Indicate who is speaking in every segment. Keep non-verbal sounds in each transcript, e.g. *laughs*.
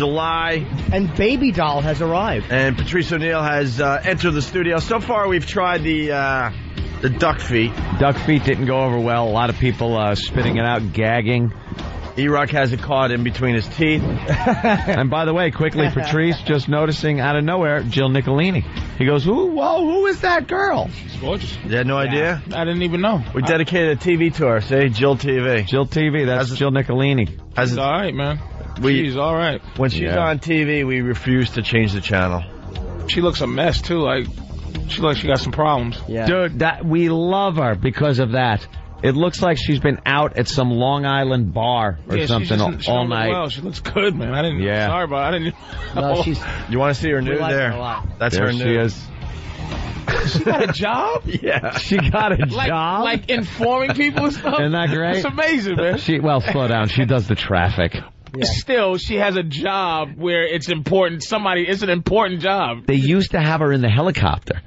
Speaker 1: July.
Speaker 2: And Baby Doll has arrived.
Speaker 1: And Patrice O'Neill has uh, entered the studio. So far, we've tried the uh, the duck feet.
Speaker 3: Duck feet didn't go over well. A lot of people uh, spitting it out, gagging.
Speaker 1: Erock has it caught in between his
Speaker 3: *laughs*
Speaker 1: teeth.
Speaker 3: and by the way, quickly,
Speaker 2: *laughs*
Speaker 3: Patrice, just noticing out of nowhere, Jill Nicolini. He goes, "Who? Whoa! Who is that girl?"
Speaker 4: It's gorgeous.
Speaker 1: You had no idea?
Speaker 4: I didn't even know.
Speaker 1: We dedicated a TV to her, see? Jill TV.
Speaker 3: Jill TV. That's
Speaker 1: How's it-
Speaker 3: Jill Nicolini.
Speaker 1: As
Speaker 4: It's all right, man.
Speaker 1: We-
Speaker 4: She's all right.
Speaker 1: when she's
Speaker 3: Yeah.
Speaker 1: on TV, we refuse to change the channel.
Speaker 4: She looks a mess too. Like she looks like she got some problems.
Speaker 2: Yeah.
Speaker 3: Dude, that we love her because of that. It looks like she's been out at some Long Island bar or
Speaker 4: Yeah, she
Speaker 3: something
Speaker 4: just-
Speaker 3: all,
Speaker 4: she
Speaker 3: all
Speaker 4: don't look
Speaker 3: night.
Speaker 4: Well, she looks good, man. I didn't.
Speaker 3: Yeah.
Speaker 4: Sorry, but I didn't.
Speaker 2: No, she's
Speaker 4: *laughs*
Speaker 1: You want to see her nude
Speaker 2: like her
Speaker 1: there?
Speaker 2: a lot.
Speaker 1: That's
Speaker 3: there
Speaker 1: her
Speaker 3: she
Speaker 1: nude.
Speaker 3: is.
Speaker 4: she got a job.
Speaker 1: *laughs* Yeah.
Speaker 3: She got a
Speaker 4: *laughs* Like,
Speaker 3: job.
Speaker 4: like informing people and stuff.
Speaker 3: Isn't that great?
Speaker 4: It's amazing, man.
Speaker 3: she well, slow down. She does the traffic.
Speaker 4: Still, she has a job where it's important. Somebody, it's an important job.
Speaker 3: They used to have her in the helicopter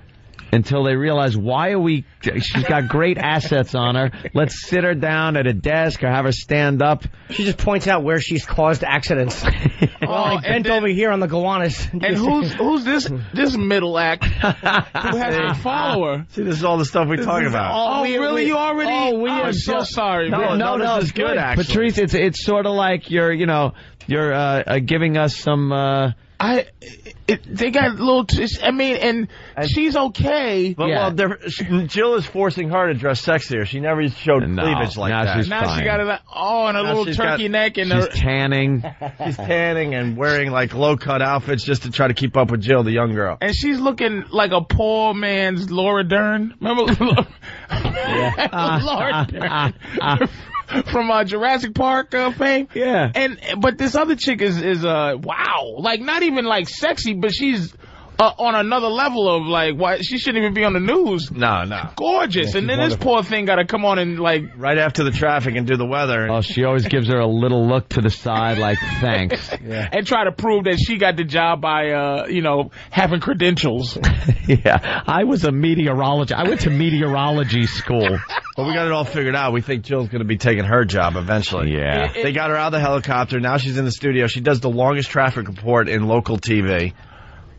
Speaker 3: until they realized why are we? She's got great assets on her. Let's sit her down at a desk or have her stand up. Oh,
Speaker 2: she just points out where she's
Speaker 3: *laughs*
Speaker 2: caused accidents. well, I
Speaker 4: and
Speaker 2: bent
Speaker 4: then-
Speaker 2: over here on the Gowanus.
Speaker 4: And who's who's this this middle act who
Speaker 2: *laughs*
Speaker 4: has
Speaker 3: *laughs*
Speaker 4: a follower?
Speaker 1: See, this is all the stuff we talk about.
Speaker 4: Oh,
Speaker 2: we-
Speaker 4: really?
Speaker 2: we-
Speaker 4: you already?
Speaker 2: oh, we
Speaker 4: I'm
Speaker 2: are
Speaker 4: so
Speaker 2: ju-
Speaker 4: sorry.
Speaker 1: No,
Speaker 4: man.
Speaker 1: no, this
Speaker 3: it's
Speaker 1: is good, actually.
Speaker 3: Patrice. It's it's sort of like you're you know you're uh, uh, giving us some. Uh,
Speaker 4: I it, they got little. T- I mean, and she's okay.
Speaker 1: But
Speaker 3: Yeah.
Speaker 1: well, they're- she- Jill is forcing her to dress sexier. She never showed
Speaker 3: No,
Speaker 1: cleavage like
Speaker 3: now
Speaker 1: that.
Speaker 3: she's-
Speaker 4: Now
Speaker 3: fine.
Speaker 4: she got a oh, and a
Speaker 1: Now
Speaker 4: little
Speaker 1: she's
Speaker 4: turkey
Speaker 1: got-
Speaker 4: neck and
Speaker 3: she's
Speaker 4: a,
Speaker 3: tanning. *laughs*
Speaker 1: She's tanning and wearing like low cut outfits just to try to keep up with Jill, the young girl.
Speaker 4: and she's looking like a poor man's Laura Dern. Remember *laughs* Laura
Speaker 1: Uh-huh.
Speaker 4: Dern *laughs* from uh, Jurassic Park uh, fame?
Speaker 3: Yeah.
Speaker 4: And but this other chick is is uh wow, like not even like sexy, but she's uh, on another level of like why she shouldn't even be on the news.
Speaker 1: No, no.
Speaker 4: Gorgeous, and then this poor thing got to come on and like
Speaker 1: Right after the traffic and do the weather.
Speaker 3: Oh, she always gives her a little look to the side, like thanks.
Speaker 4: and try to prove that she got the job by uh you know having credentials.
Speaker 3: *laughs* Yeah, I was a meteorologist. I went to meteorology school.
Speaker 1: But we got it all figured out. We think Jill's going to be taking her job eventually.
Speaker 3: Yeah.
Speaker 1: They got her out of the helicopter. Now she's in the studio. She does the longest traffic report in local TV.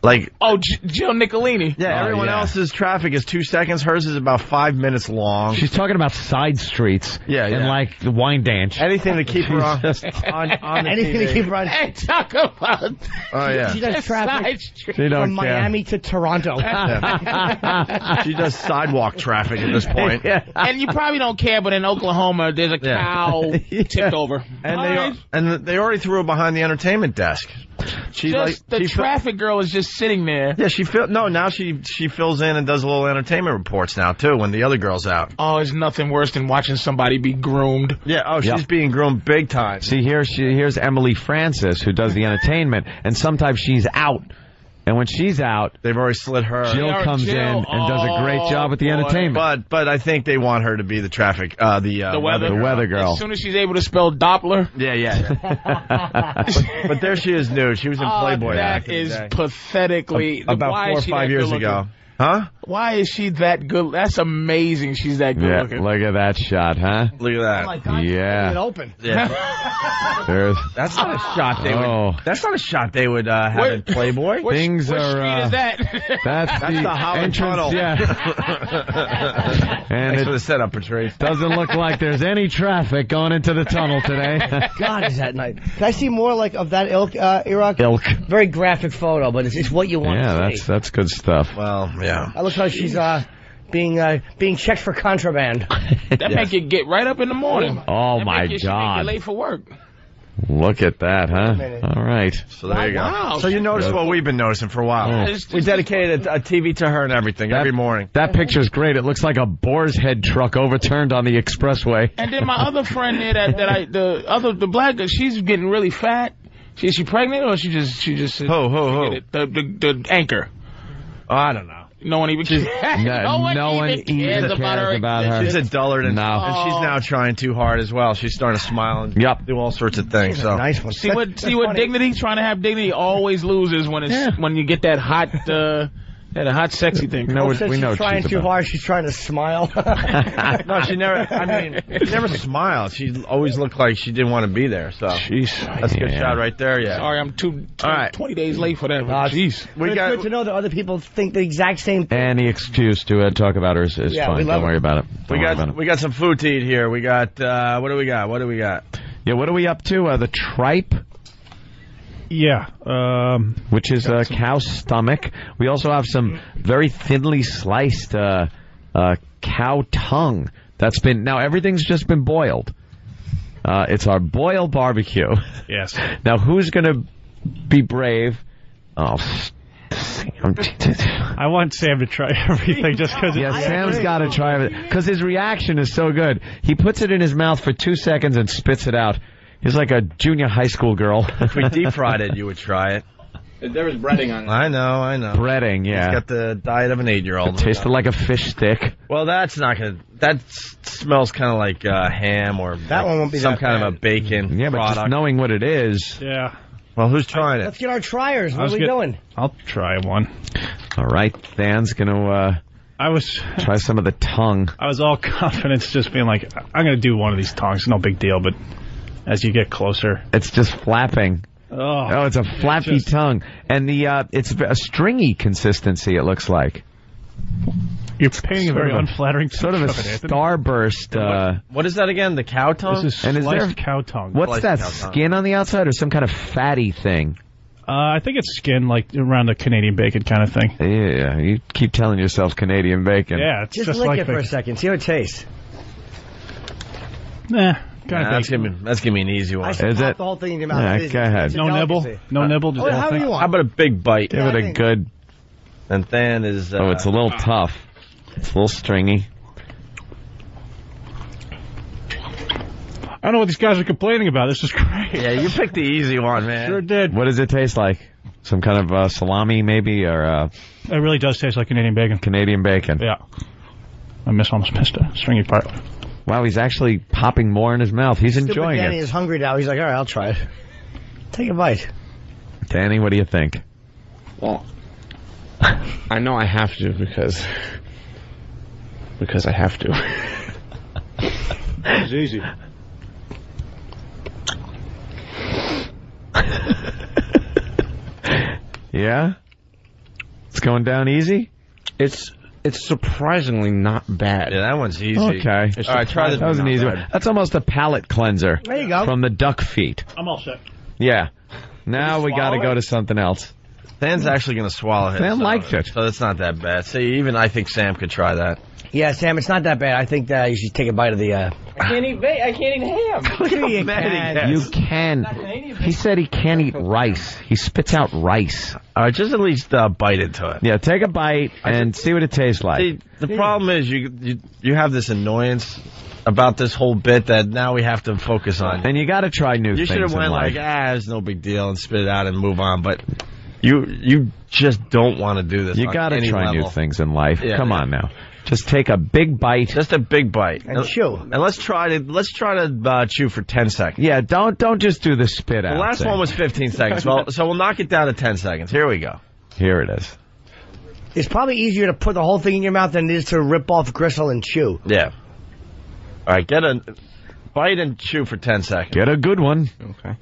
Speaker 1: Like,
Speaker 4: Oh, J- Jill Nicolini.
Speaker 1: yeah,
Speaker 3: Oh,
Speaker 1: everyone
Speaker 3: yeah.
Speaker 1: else's traffic is two seconds. Hers is about five minutes long.
Speaker 3: She's talking about side streets.
Speaker 1: Yeah, yeah.
Speaker 3: And like the wine dance.
Speaker 1: Anything to keep her on,
Speaker 3: Jesus.
Speaker 1: on, on the
Speaker 2: *laughs* Anything
Speaker 1: TV.
Speaker 2: to keep her on.
Speaker 4: Hey, talk about
Speaker 1: Oh, yeah.
Speaker 2: She does traffic
Speaker 4: side street.
Speaker 3: They don't
Speaker 2: from
Speaker 3: care.
Speaker 2: Miami to Toronto.
Speaker 1: She does sidewalk traffic at this point.
Speaker 4: And you probably don't care, but in Oklahoma, there's a
Speaker 1: *laughs* Yeah.
Speaker 4: cow tipped over.
Speaker 1: And
Speaker 4: All
Speaker 1: they
Speaker 4: right.
Speaker 1: and they already threw her behind the entertainment desk. She like
Speaker 4: just the
Speaker 1: she fill-
Speaker 4: traffic girl is just sitting there.
Speaker 1: yeah, she fill, no, now she she fills in and does a little entertainment reports now too when the other girl's out.
Speaker 4: Oh, it's nothing worse than watching somebody be groomed.
Speaker 1: Yeah, oh, she's
Speaker 3: Yeah.
Speaker 1: being groomed big time.
Speaker 3: See, here she, here's Emily Francis who does the entertainment, and sometimes she's out. And when she's out,
Speaker 1: They've already slid her.
Speaker 3: Jill
Speaker 4: Jill-
Speaker 3: comes in and does a great
Speaker 4: oh,
Speaker 3: job with the
Speaker 4: boy.
Speaker 3: entertainment.
Speaker 1: but but I think they want her to be the traffic uh the uh,
Speaker 4: The weather,
Speaker 3: The weather girl.
Speaker 4: As soon as she's able to spell Doppler,
Speaker 1: Yeah, yeah. yeah.
Speaker 4: *laughs*
Speaker 1: but, but there she is nude. She was in Playboy
Speaker 4: Oh,
Speaker 1: back
Speaker 4: that
Speaker 1: in the
Speaker 4: is
Speaker 1: day.
Speaker 4: pathetically
Speaker 1: about
Speaker 4: why
Speaker 1: four or
Speaker 4: is she that
Speaker 1: five years
Speaker 4: good-looking?
Speaker 1: ago. Huh?
Speaker 4: Why is she that good? That's amazing. She's that good
Speaker 3: yeah,
Speaker 4: looking.
Speaker 3: look at that shot, huh?
Speaker 1: Look at
Speaker 4: Oh
Speaker 1: that.
Speaker 2: It
Speaker 3: Yeah.
Speaker 2: open.
Speaker 1: yeah.
Speaker 3: There's,
Speaker 1: That's not a shot they
Speaker 3: Oh.
Speaker 1: would. That's not a shot they would uh, have
Speaker 4: What-
Speaker 1: in Playboy.
Speaker 4: what
Speaker 3: Things
Speaker 4: what
Speaker 3: are,
Speaker 4: street
Speaker 3: uh,
Speaker 4: is that? *laughs*
Speaker 3: that's, the,
Speaker 1: the Holland
Speaker 3: entrance,
Speaker 1: Tunnel. *laughs*
Speaker 3: *laughs* yeah. and
Speaker 1: Thanks for
Speaker 3: it
Speaker 1: the setup, Patrice.
Speaker 3: doesn't look like there's any traffic going into the tunnel today.
Speaker 2: God, is that night. Can I see more like of that ilk, uh, Iraq?
Speaker 3: Ilk.
Speaker 2: Very graphic photo, but it's, it's what you want
Speaker 3: Yeah,
Speaker 2: to
Speaker 3: that's
Speaker 2: see.
Speaker 3: that's good stuff.
Speaker 1: Well, yeah.
Speaker 2: That looks like she's uh, being uh, being checked
Speaker 3: *laughs*
Speaker 2: for contraband.
Speaker 4: that make you get right up in the morning.
Speaker 3: Oh
Speaker 4: That
Speaker 3: my
Speaker 4: make you, she make you
Speaker 3: God!
Speaker 4: late for work.
Speaker 3: Look at that,
Speaker 2: minute.
Speaker 3: huh? All right.
Speaker 1: So there you go. Mm.
Speaker 4: Wow.
Speaker 1: So you notice what we've been noticing for a while.
Speaker 4: It's-
Speaker 1: We dedicated a, a TV to her and everything every morning.
Speaker 3: That picture's great. It looks like a boar's head truck overturned on the expressway.
Speaker 4: And then my other friend there, that, that I, the other, the black girl, she's getting really fat. She, is she pregnant or she just, she just,
Speaker 1: Ho ho ho!
Speaker 4: the, the, the, the anchor.
Speaker 1: Oh, I don't know.
Speaker 4: *laughs* No one even cares.
Speaker 3: No- no one even cares about her.
Speaker 1: She's a dullard and,
Speaker 3: No.
Speaker 1: and she's now trying too hard as well. She's starting to smile and
Speaker 3: Yep.
Speaker 1: do all sorts of things. So
Speaker 2: nice
Speaker 4: *laughs*
Speaker 2: one.
Speaker 4: See what, see what dignity, trying to have dignity always loses when it's,
Speaker 3: Yeah.
Speaker 4: when you get that hot, uh, Yeah, the hot sexy thing.
Speaker 3: No,
Speaker 4: Comes
Speaker 3: it's- we know
Speaker 2: she's
Speaker 3: what
Speaker 2: trying
Speaker 3: she's
Speaker 2: too
Speaker 3: about.
Speaker 2: hard. She's trying to smile. *laughs*
Speaker 1: No, she never. I mean, she never smiled. She always looked like she didn't want to be there. So
Speaker 4: Jeez.
Speaker 1: that's a good
Speaker 3: Yeah.
Speaker 1: shot right there. Yeah.
Speaker 4: Sorry, I'm two,
Speaker 1: All right.
Speaker 4: 20 days late for that.
Speaker 2: Ah,
Speaker 4: Jeez.
Speaker 2: But
Speaker 1: We
Speaker 2: it's
Speaker 1: got.
Speaker 2: good to know that other people think the exact same thing.
Speaker 3: Any excuse to uh, talk about her is, is
Speaker 2: Yeah, we
Speaker 3: fine.
Speaker 2: love
Speaker 3: Don't worry
Speaker 2: her.
Speaker 3: about it. Don't
Speaker 1: We
Speaker 3: worry
Speaker 1: got
Speaker 3: about it.
Speaker 1: we got some food to eat here. We got uh, what do we got? What do we got?
Speaker 3: Yeah, what are we up to? Uh, the tripe,
Speaker 5: Yeah. Um,
Speaker 3: which is a uh, cow's stomach. We also have some very thinly sliced uh, uh, cow tongue that's been. Now everything's just been boiled. Uh, it's our boil barbecue. *laughs*
Speaker 5: yes.
Speaker 3: Now who's gonna be brave? Oh, *laughs* I'm
Speaker 5: I want Sam to try *laughs* everything just because
Speaker 3: Yeah, Sam's got to try it because his reaction is so good. He puts it in his mouth for two seconds and spits it out. He's like a junior high school girl.
Speaker 1: If we deep fried it, you would try it.
Speaker 4: There was breading on
Speaker 1: I know. I know.
Speaker 3: *laughs* breading.
Speaker 1: It's
Speaker 3: Yeah,
Speaker 1: got the diet of an eight year old.
Speaker 3: tasted like a fish stick.
Speaker 1: Well, that's not gonna. That s- smells kind of like uh, ham or
Speaker 2: That
Speaker 1: like
Speaker 2: one won't be
Speaker 1: some
Speaker 2: that
Speaker 1: kind of
Speaker 2: bad.
Speaker 1: a bacon
Speaker 3: Yeah, but
Speaker 1: product.
Speaker 3: just knowing what it is.
Speaker 5: Yeah.
Speaker 1: well, who's trying
Speaker 2: Let's
Speaker 1: it?
Speaker 2: get our triers.
Speaker 5: I
Speaker 2: What
Speaker 5: was
Speaker 2: are we
Speaker 5: good-
Speaker 2: doing?
Speaker 5: I'll try one.
Speaker 3: All right, Dan's gonna uh,
Speaker 5: I was
Speaker 3: try some of the tongue.
Speaker 5: I was all *laughs* confidence, just being like, I'm gonna do one of these tongs. No big deal. But as you get closer,
Speaker 3: It's just flapping.
Speaker 5: oh,
Speaker 3: Oh, it's a flappy
Speaker 5: just-
Speaker 3: tongue, and the uh, it's a stringy consistency. It looks like
Speaker 5: you're painting a
Speaker 3: sort
Speaker 5: very
Speaker 3: of a-
Speaker 5: unflattering
Speaker 3: sort of a
Speaker 5: picture it, Anthony.
Speaker 3: starburst. Uh,
Speaker 1: What is that again? The cow tongue.
Speaker 5: This is
Speaker 3: And is
Speaker 5: sliced
Speaker 3: there-
Speaker 5: cow tongue.
Speaker 1: Sliced
Speaker 3: what's that
Speaker 1: out tongue.
Speaker 3: skin on the outside, or some kind of fatty thing?
Speaker 5: Uh, I think it's skin, like around a Canadian bacon kind of thing.
Speaker 3: Yeah, you keep telling yourself Canadian bacon.
Speaker 5: Yeah, it's
Speaker 2: Just,
Speaker 5: just,
Speaker 2: lick
Speaker 5: like
Speaker 2: it for a
Speaker 5: bacon.
Speaker 2: second. See how it tastes.
Speaker 5: Nah,
Speaker 1: Nah,
Speaker 5: kind of
Speaker 1: that's
Speaker 5: bacon.
Speaker 1: gonna be that's gonna be an easy one.
Speaker 2: I
Speaker 1: How
Speaker 2: should
Speaker 3: Is
Speaker 2: pop
Speaker 3: it?
Speaker 2: the whole thing in your mouth.
Speaker 3: Yeah,
Speaker 2: It is-
Speaker 3: go ahead.
Speaker 2: it's a
Speaker 5: No nibble,
Speaker 2: delicacy.
Speaker 5: no nibble.
Speaker 2: Oh,
Speaker 5: Just the whole
Speaker 2: how do
Speaker 5: thing.
Speaker 2: you want?
Speaker 1: about a big bite?
Speaker 3: Give it
Speaker 2: I
Speaker 3: a
Speaker 2: think-
Speaker 3: good.
Speaker 1: And then is uh,
Speaker 3: Oh, it's a little tough. It's a little stringy.
Speaker 5: I don't know what these guys are complaining about. This is great.
Speaker 1: yeah. You picked the easy one, man.
Speaker 5: Sure did.
Speaker 3: What does it taste like? Some kind of uh, salami, maybe, or uh,
Speaker 5: It really does taste like Canadian bacon.
Speaker 3: Canadian bacon.
Speaker 5: Yeah. I miss almost missed a stringy part.
Speaker 3: Wow, he's actually popping more in his mouth. He's
Speaker 2: Stupid
Speaker 3: enjoying
Speaker 2: Danny
Speaker 3: it.
Speaker 2: is hungry now. He's like, all right, I'll try it. Take a bite.
Speaker 3: Danny, what do you think?
Speaker 6: Well, I know I have to because because I have to.
Speaker 7: *laughs*
Speaker 6: it's easy.
Speaker 3: Yeah, it's going down easy.
Speaker 6: It's it's surprisingly not bad.
Speaker 1: Yeah, that one's easy.
Speaker 3: Okay,
Speaker 1: All right, try this.
Speaker 3: that was an
Speaker 1: one
Speaker 3: easy
Speaker 1: out.
Speaker 3: one. That's almost a palate cleanser.
Speaker 2: There you go.
Speaker 3: From the duck feet.
Speaker 5: I'm all set.
Speaker 3: Yeah. Now we got to
Speaker 5: swallow
Speaker 3: go
Speaker 5: it?
Speaker 3: to something else.
Speaker 1: Dan's actually gonna swallow it.
Speaker 3: Dan
Speaker 1: so-
Speaker 3: liked it.
Speaker 1: so that's not that bad. See, even I think Sam could try that.
Speaker 2: Yeah, Sam, it's not that bad. I think that you should take a bite of the. Uh...
Speaker 4: I can't eat ba- I can't eat
Speaker 2: *laughs*
Speaker 4: ham.
Speaker 2: you
Speaker 1: mad
Speaker 2: can.
Speaker 1: he
Speaker 3: You
Speaker 1: Yes.
Speaker 3: can. He said he can't eat rice. He spits out rice.
Speaker 1: All right, just at least uh, bite into it.
Speaker 3: Yeah, take a bite and see what it tastes like.
Speaker 1: See, the problem is you, you you have this annoyance about this whole bit that now we have to focus on.
Speaker 3: And you got to try new
Speaker 1: You
Speaker 3: things.
Speaker 1: should have
Speaker 3: in
Speaker 1: went like,
Speaker 3: life.
Speaker 1: ah, it's no big deal, and spit it out and move on. But you you just don't want to do this.
Speaker 3: you
Speaker 1: got to
Speaker 3: try
Speaker 1: level.
Speaker 3: new things in life.
Speaker 1: Yeah,
Speaker 3: Come
Speaker 1: yeah.
Speaker 3: on now. Just take a big bite.
Speaker 1: Just a big bite
Speaker 2: And chew.
Speaker 1: And let's try to let's try to uh, chew for ten seconds.
Speaker 3: yeah, don't don't just do the spit out.
Speaker 1: The last
Speaker 3: thing.
Speaker 1: one was 15 seconds. Well, so we'll knock it down to 10 seconds. Here we go.
Speaker 3: Here it is.
Speaker 2: It's probably easier to put the whole thing in your mouth than it is to rip off gristle and chew.
Speaker 1: Yeah. All right, get a bite and chew for 10 seconds.
Speaker 3: Get a good one.
Speaker 6: Okay.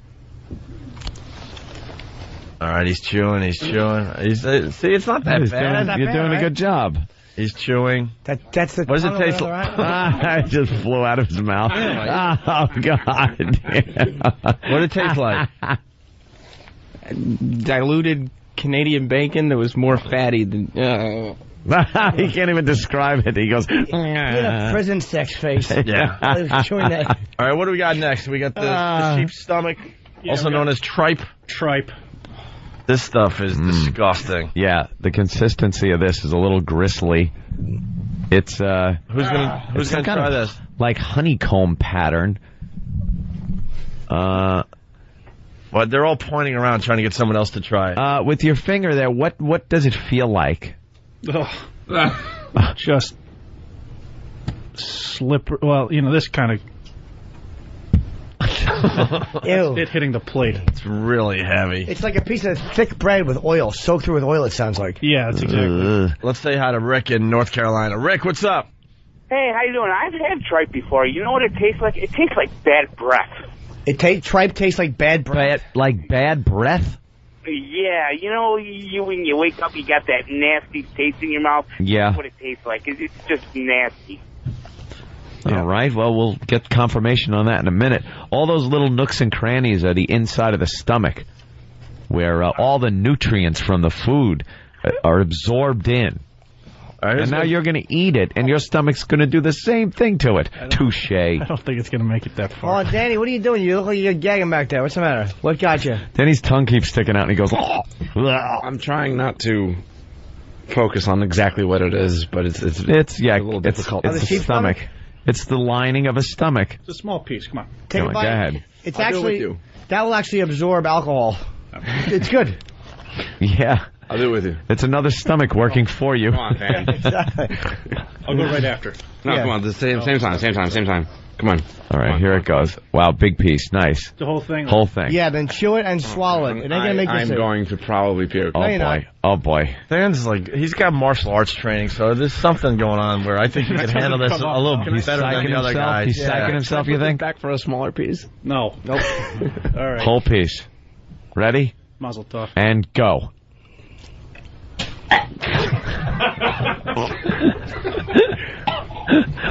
Speaker 1: All right, he's chewing, he's chewing. He's, uh, see, it's not that
Speaker 3: You're
Speaker 1: bad.
Speaker 3: doing,
Speaker 2: not
Speaker 3: you're
Speaker 2: bad,
Speaker 3: doing a
Speaker 2: right?
Speaker 3: good job.
Speaker 1: He's chewing.
Speaker 2: That that's the.
Speaker 1: What does it
Speaker 2: tongue on
Speaker 1: taste
Speaker 2: the other
Speaker 1: like?
Speaker 2: eye.
Speaker 3: Ah, *laughs* it just flew out of his mouth. *laughs* Oh God!
Speaker 1: What it taste
Speaker 3: *laughs*
Speaker 1: like?
Speaker 6: Diluted Canadian bacon that was more fatty than. Uh,
Speaker 3: he can't even describe it. He goes.
Speaker 2: Look
Speaker 1: *laughs*
Speaker 2: at that prison sex face.
Speaker 3: *laughs*
Speaker 1: Yeah. *laughs*
Speaker 2: I was chewing that.
Speaker 1: All right, what do we got next? We got the,
Speaker 3: Uh,
Speaker 1: the sheep's stomach, also
Speaker 5: we got-
Speaker 1: known as tripe.
Speaker 5: Tripe.
Speaker 1: This stuff is disgusting.
Speaker 3: Yeah, the consistency of this is a little gristly. It's uh
Speaker 1: Who's gonna Who's
Speaker 3: it's some
Speaker 1: gonna
Speaker 3: kind
Speaker 1: try
Speaker 3: of-
Speaker 1: this?
Speaker 3: like honeycomb pattern. Uh,
Speaker 1: Well, they're all pointing around trying to get someone else to try it.
Speaker 3: uh, with your finger there, what what does it feel like?
Speaker 5: Ugh. *laughs* just slippery. Well, you know this kind of.
Speaker 2: Ew.
Speaker 5: It hitting the plate.
Speaker 1: It's really heavy.
Speaker 2: It's like a piece of thick bread with oil, soaked through with oil, it sounds like.
Speaker 5: Yeah, that's exactly.
Speaker 1: Let's say hi to Rick in North Carolina. Rick, what's up?
Speaker 8: Hey, how you doing? I've had tripe before. You know what it tastes like? It tastes like bad breath.
Speaker 2: It ta- tripe tastes like bad bread.
Speaker 3: Bad, like bad breath.
Speaker 8: Yeah, you know, you when you wake up, you got that nasty taste in your mouth.
Speaker 3: Yeah.
Speaker 8: That's what it tastes like. It's it's just nasty.
Speaker 3: All right. Well, we'll get confirmation on that in a minute. All those little nooks and crannies are the inside of the stomach, where uh, all the nutrients from the food uh, are absorbed in.
Speaker 1: All right,
Speaker 3: And
Speaker 1: here's
Speaker 3: now
Speaker 1: a-
Speaker 3: you're going to eat it, and your stomach's going to do the same thing to it.
Speaker 7: *laughs*
Speaker 3: Touche.
Speaker 5: *laughs* I don't think it's gonna make it that far.
Speaker 2: Oh, Danny, what are you doing? You look like you're gagging back there. What's the matter? What got you?
Speaker 3: Denny's tongue keeps sticking out, and he goes. "Oh."
Speaker 7: I'm trying not to focus on exactly what it is, but it's it's,
Speaker 3: It's yeah,
Speaker 7: a little
Speaker 3: it's,
Speaker 7: difficult.
Speaker 2: the
Speaker 3: it's the
Speaker 2: sheep's stomach?
Speaker 3: stomach. It's the lining of a stomach.
Speaker 5: It's a small piece. Come on.
Speaker 2: Take
Speaker 3: Come
Speaker 2: a
Speaker 3: on,
Speaker 2: bite.
Speaker 3: go ahead.
Speaker 2: It's
Speaker 7: I'll do it
Speaker 2: actually
Speaker 7: with you.
Speaker 2: that will actually absorb alcohol. It's good.
Speaker 3: Yeah,
Speaker 7: I'll do it with you.
Speaker 3: it's another stomach working for you.
Speaker 7: Oh, Come on, fam.
Speaker 5: I'll go right after.
Speaker 7: No,
Speaker 2: Yeah.
Speaker 7: come on. The same same time, same time, same time. Come on.
Speaker 3: *laughs* All
Speaker 7: Come
Speaker 3: right,
Speaker 7: on,
Speaker 3: here
Speaker 7: come
Speaker 3: it goes. Wow, big piece, nice
Speaker 5: The whole thing.
Speaker 3: whole thing.
Speaker 2: Yeah, then chew it and swallow it. It ain't
Speaker 7: I,
Speaker 2: gonna make you
Speaker 7: I'm
Speaker 2: sick.
Speaker 7: going to probably puke.
Speaker 3: Oh
Speaker 2: No, you're
Speaker 3: boy. Oh boy.
Speaker 1: Dan's like he's got martial arts training, so there's something going on where I think he can handle this a little
Speaker 3: He's
Speaker 1: better
Speaker 3: psyching
Speaker 1: than the other
Speaker 3: himself.
Speaker 1: guys.
Speaker 3: He's
Speaker 1: Yeah.
Speaker 3: psyching himself. You think?
Speaker 6: Back for a smaller piece.
Speaker 5: No. Nope. *laughs* All right.
Speaker 3: Whole piece. Ready
Speaker 5: Mazel tov.
Speaker 3: and go.
Speaker 2: *laughs*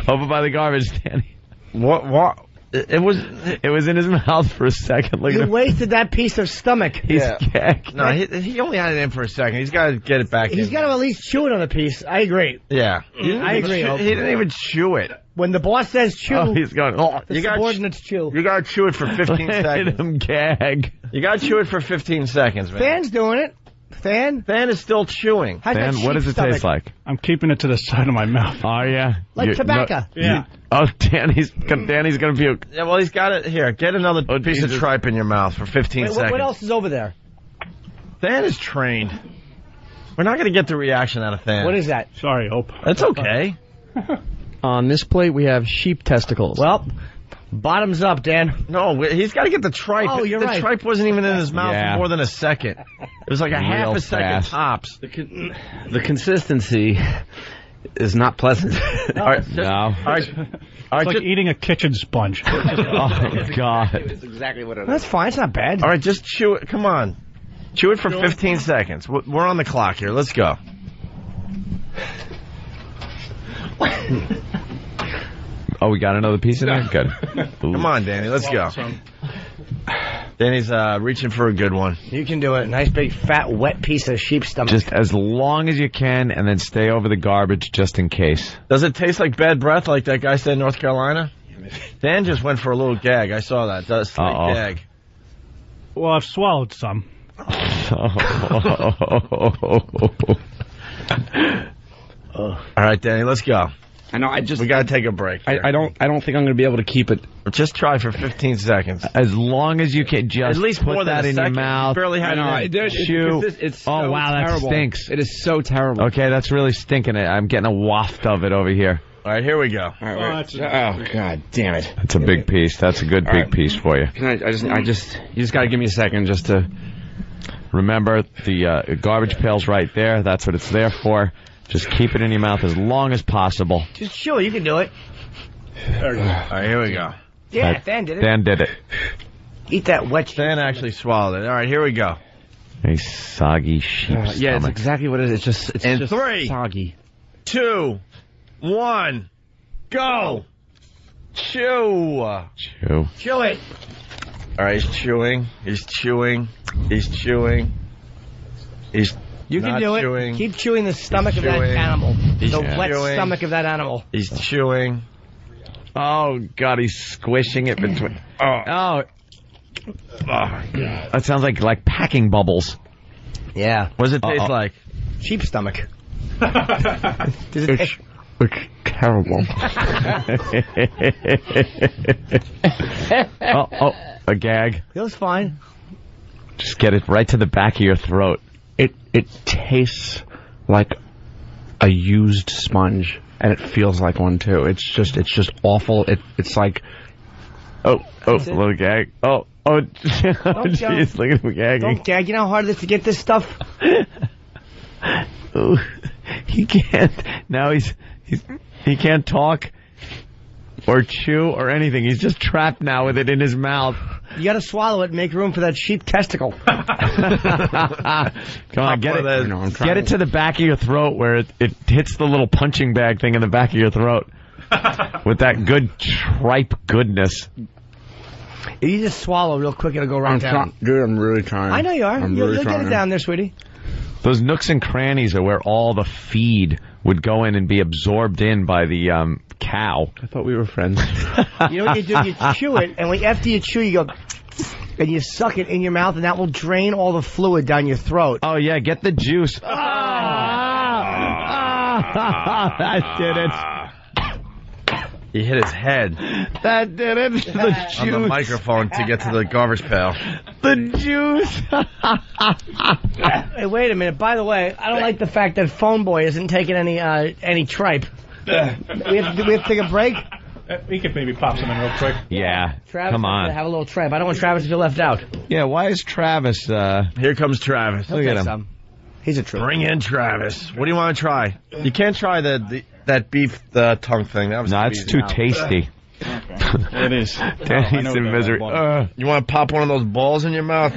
Speaker 3: Over by the garbage, Danny.
Speaker 1: What? What? It it was.
Speaker 3: It was in his mouth for a second. Look at
Speaker 2: You
Speaker 3: him.
Speaker 2: wasted that piece of stomach.
Speaker 3: He's
Speaker 1: Yeah.
Speaker 3: gagged.
Speaker 1: No, he, he only had it in for a second. He's got to get it back.
Speaker 2: He's
Speaker 1: in.
Speaker 2: got to at least chew it on a piece. I agree.
Speaker 1: Yeah. He didn't
Speaker 2: I
Speaker 1: even
Speaker 2: agree,
Speaker 1: chew-
Speaker 2: Hope.
Speaker 1: he didn't even chew it.
Speaker 2: When the boss says chew,
Speaker 3: Oh, he's going. Oh,
Speaker 2: the
Speaker 1: you got-
Speaker 2: subordinates chew.
Speaker 1: You got to chew *laughs* it for 15
Speaker 3: *laughs* let
Speaker 1: seconds.
Speaker 3: him gag.
Speaker 1: You got to chew it for 15 seconds, man.
Speaker 2: Fan's doing it. Fan.
Speaker 1: Fan is still chewing.
Speaker 2: How's that
Speaker 3: Dan,
Speaker 2: sheep
Speaker 3: what does it
Speaker 2: stomach?
Speaker 3: taste like?
Speaker 5: I'm keeping it to the side of my mouth. *laughs*
Speaker 3: Oh yeah,
Speaker 2: Like tobacco.
Speaker 5: Yeah.
Speaker 3: oh, Danny's gonna, Danny's gonna puke.
Speaker 1: Yeah, well, he's got it. Here, get another
Speaker 3: Oh,
Speaker 1: piece
Speaker 3: Jesus.
Speaker 1: of tripe in your mouth for 15
Speaker 2: Wait, what,
Speaker 1: seconds.
Speaker 2: what else is over there?
Speaker 1: Than is trained. We're not going to get the reaction out of Than.
Speaker 2: What is that?
Speaker 5: Sorry, Hope.
Speaker 1: That's okay.
Speaker 6: On this plate, we have sheep testicles.
Speaker 2: Well, bottoms up, Dan.
Speaker 1: No, we- he's got to get the tripe.
Speaker 2: Oh, you're
Speaker 1: the
Speaker 2: right.
Speaker 1: tripe wasn't even in his mouth
Speaker 3: Yeah.
Speaker 1: for more than a second. It was like a half a
Speaker 3: Real
Speaker 1: second
Speaker 3: fast.
Speaker 1: tops.
Speaker 7: The, con- the consistency is not *laughs* pleasant. All right,
Speaker 3: No.
Speaker 1: All right, all right,
Speaker 5: It's like
Speaker 1: just,
Speaker 5: eating a kitchen *laughs* sponge.
Speaker 3: Oh
Speaker 7: *laughs*
Speaker 3: God.
Speaker 7: That's exactly what it is.
Speaker 2: That's fine. It's not bad.
Speaker 1: all right, just chew it. Come on, chew it for 15 seconds. We're we're on the clock here. Let's go.
Speaker 3: Oh, we got another piece in there.
Speaker 7: *laughs*
Speaker 3: Good. Ooh.
Speaker 1: Come on, Danny. Let's go. Danny's uh, reaching for a good one.
Speaker 2: You can do it. Nice big fat wet piece of sheep stomach.
Speaker 3: Just as long as you can, and then stay over the garbage just in case. *laughs*
Speaker 1: Does it taste like bad breath, like that guy said in North Carolina? Dan just went for a little gag. I saw that. That was a slight
Speaker 3: Uh-oh.
Speaker 1: gag.
Speaker 5: well, I've swallowed some.
Speaker 1: All right, Danny, let's go.
Speaker 7: I know. I just.
Speaker 1: We got to take a break.
Speaker 7: I,
Speaker 1: here.
Speaker 7: I don't. I don't think I'm going to be able to keep it.
Speaker 1: Just try for 15 seconds.
Speaker 3: as long as you can, just
Speaker 1: At least
Speaker 3: put
Speaker 1: more than
Speaker 3: that
Speaker 1: a
Speaker 3: in
Speaker 1: second.
Speaker 3: your mouth.
Speaker 1: Barely
Speaker 7: I
Speaker 1: had
Speaker 7: know.
Speaker 1: it. in.
Speaker 7: it's, it's,
Speaker 3: Chew.
Speaker 7: it's, it's
Speaker 3: Oh,
Speaker 7: so
Speaker 3: wow, that
Speaker 7: terrible.
Speaker 3: stinks.
Speaker 7: It is so terrible.
Speaker 3: Okay, that's really stinking. It. I'm getting a waft of it over here.
Speaker 1: All right, here we go.
Speaker 7: All right,
Speaker 5: Oh,
Speaker 7: wait.
Speaker 5: that's-
Speaker 7: oh god, damn it!
Speaker 3: That's a big piece. That's a good big
Speaker 7: right.
Speaker 3: piece for you.
Speaker 7: Can I, I just, I just, you just gotta give me a second just to.
Speaker 3: Remember, the uh, garbage pail's right there. That's what it's there for. Just keep it in your mouth as long as possible.
Speaker 2: Just chew it. You can do it.
Speaker 1: All right, here we go.
Speaker 2: Yeah,
Speaker 3: That-
Speaker 2: Dan did it.
Speaker 3: Dan did it.
Speaker 2: Eat that wet. sheep
Speaker 1: Dan actually swallowed it. All right, here we go.
Speaker 3: A soggy sheep
Speaker 7: Uh, yeah, it's
Speaker 3: stomach.
Speaker 7: exactly what it is. It's just, it's
Speaker 1: And
Speaker 7: just
Speaker 1: three.
Speaker 7: soggy.
Speaker 1: Two, one, go. Chew. All
Speaker 3: Chew.
Speaker 2: Chew it.
Speaker 1: right, he's chewing. He's chewing. He's chewing. He's
Speaker 2: You can
Speaker 1: not
Speaker 2: do it.
Speaker 1: chewing.
Speaker 2: Keep chewing the stomach of that
Speaker 1: chewing.
Speaker 2: animal. the
Speaker 1: Yeah.
Speaker 2: wet
Speaker 1: chewing.
Speaker 2: stomach of that animal.
Speaker 1: he's chewing.
Speaker 3: Oh God, he's squishing it *clears throat* between.
Speaker 1: Oh,
Speaker 3: Oh. That sounds like like packing bubbles.
Speaker 2: Yeah.
Speaker 1: what's it taste
Speaker 3: Uh-oh.
Speaker 1: like?
Speaker 2: Sheep stomach.
Speaker 1: Does it taste-
Speaker 3: It's *laughs* terrible. oh, oh, a gag.
Speaker 2: It was fine.
Speaker 3: Just get it right to the back of your throat.
Speaker 7: It, it tastes like a used sponge, and it feels like one too. It's just, it's just awful. It, it's like
Speaker 3: Oh, oh, little gag. Oh, oh, *laughs* jeez,
Speaker 2: jump.
Speaker 3: look at him
Speaker 2: Don't
Speaker 3: gagging.
Speaker 2: gag. You know how hard it is to get this stuff?
Speaker 3: Oh, *laughs* he can't. Now he's he's he can't talk or chew or anything. He's just trapped now with it in his mouth.
Speaker 2: You gotta swallow it and make room for that sheep testicle.
Speaker 3: *laughs* Come on, get it.
Speaker 7: You know, I'm trying
Speaker 3: Get it to the back of your throat where it, it hits the little punching bag thing in the back of
Speaker 1: *laughs*
Speaker 3: your throat. With that good tripe goodness.
Speaker 2: If you just swallow real quick, it'll go right
Speaker 7: I'm
Speaker 2: down.
Speaker 7: trying, dude. I'm really trying.
Speaker 2: I know you are.
Speaker 7: I'm
Speaker 2: you'll
Speaker 7: really
Speaker 2: you'll get
Speaker 7: trying.
Speaker 2: it down there, sweetie.
Speaker 3: Those nooks and crannies are where all the feed would go in and be absorbed in by the um, cow.
Speaker 7: I thought we were friends.
Speaker 2: You know what you do? You chew it, and when, after you chew, you go, and you suck it in your mouth, and that will drain all the fluid down your throat.
Speaker 3: Oh yeah, get the
Speaker 1: *laughs*
Speaker 3: juice. Ah, ah, *laughs* that did it.
Speaker 1: He hit his head
Speaker 3: That did it. The
Speaker 1: *laughs* on the
Speaker 3: juice.
Speaker 1: microphone to get to the garbage pail.
Speaker 3: The juice.
Speaker 2: Hey, wait a minute. By the way, I don't like the fact that Phone Boy isn't taking any uh, any tripe. we, have to, we have to take a break.
Speaker 5: We could maybe pop some in real quick.
Speaker 3: yeah.
Speaker 2: Travis,
Speaker 3: Come
Speaker 2: has to
Speaker 3: on.
Speaker 2: have a little tripe. I don't want Travis to be left out.
Speaker 3: Yeah. Why is Travis? Uh,
Speaker 1: Here comes Travis.
Speaker 3: look at him.
Speaker 2: He's a true.
Speaker 1: Bring in Travis. What do you want to try? You can't try the, the that beef the tongue thing. That was
Speaker 3: No, it's
Speaker 1: easy.
Speaker 3: too tasty.
Speaker 5: It
Speaker 3: *laughs*
Speaker 5: is.
Speaker 3: Danny's in misery.
Speaker 1: *laughs*
Speaker 3: Uh,
Speaker 1: You want to pop one of those balls in your mouth? *laughs*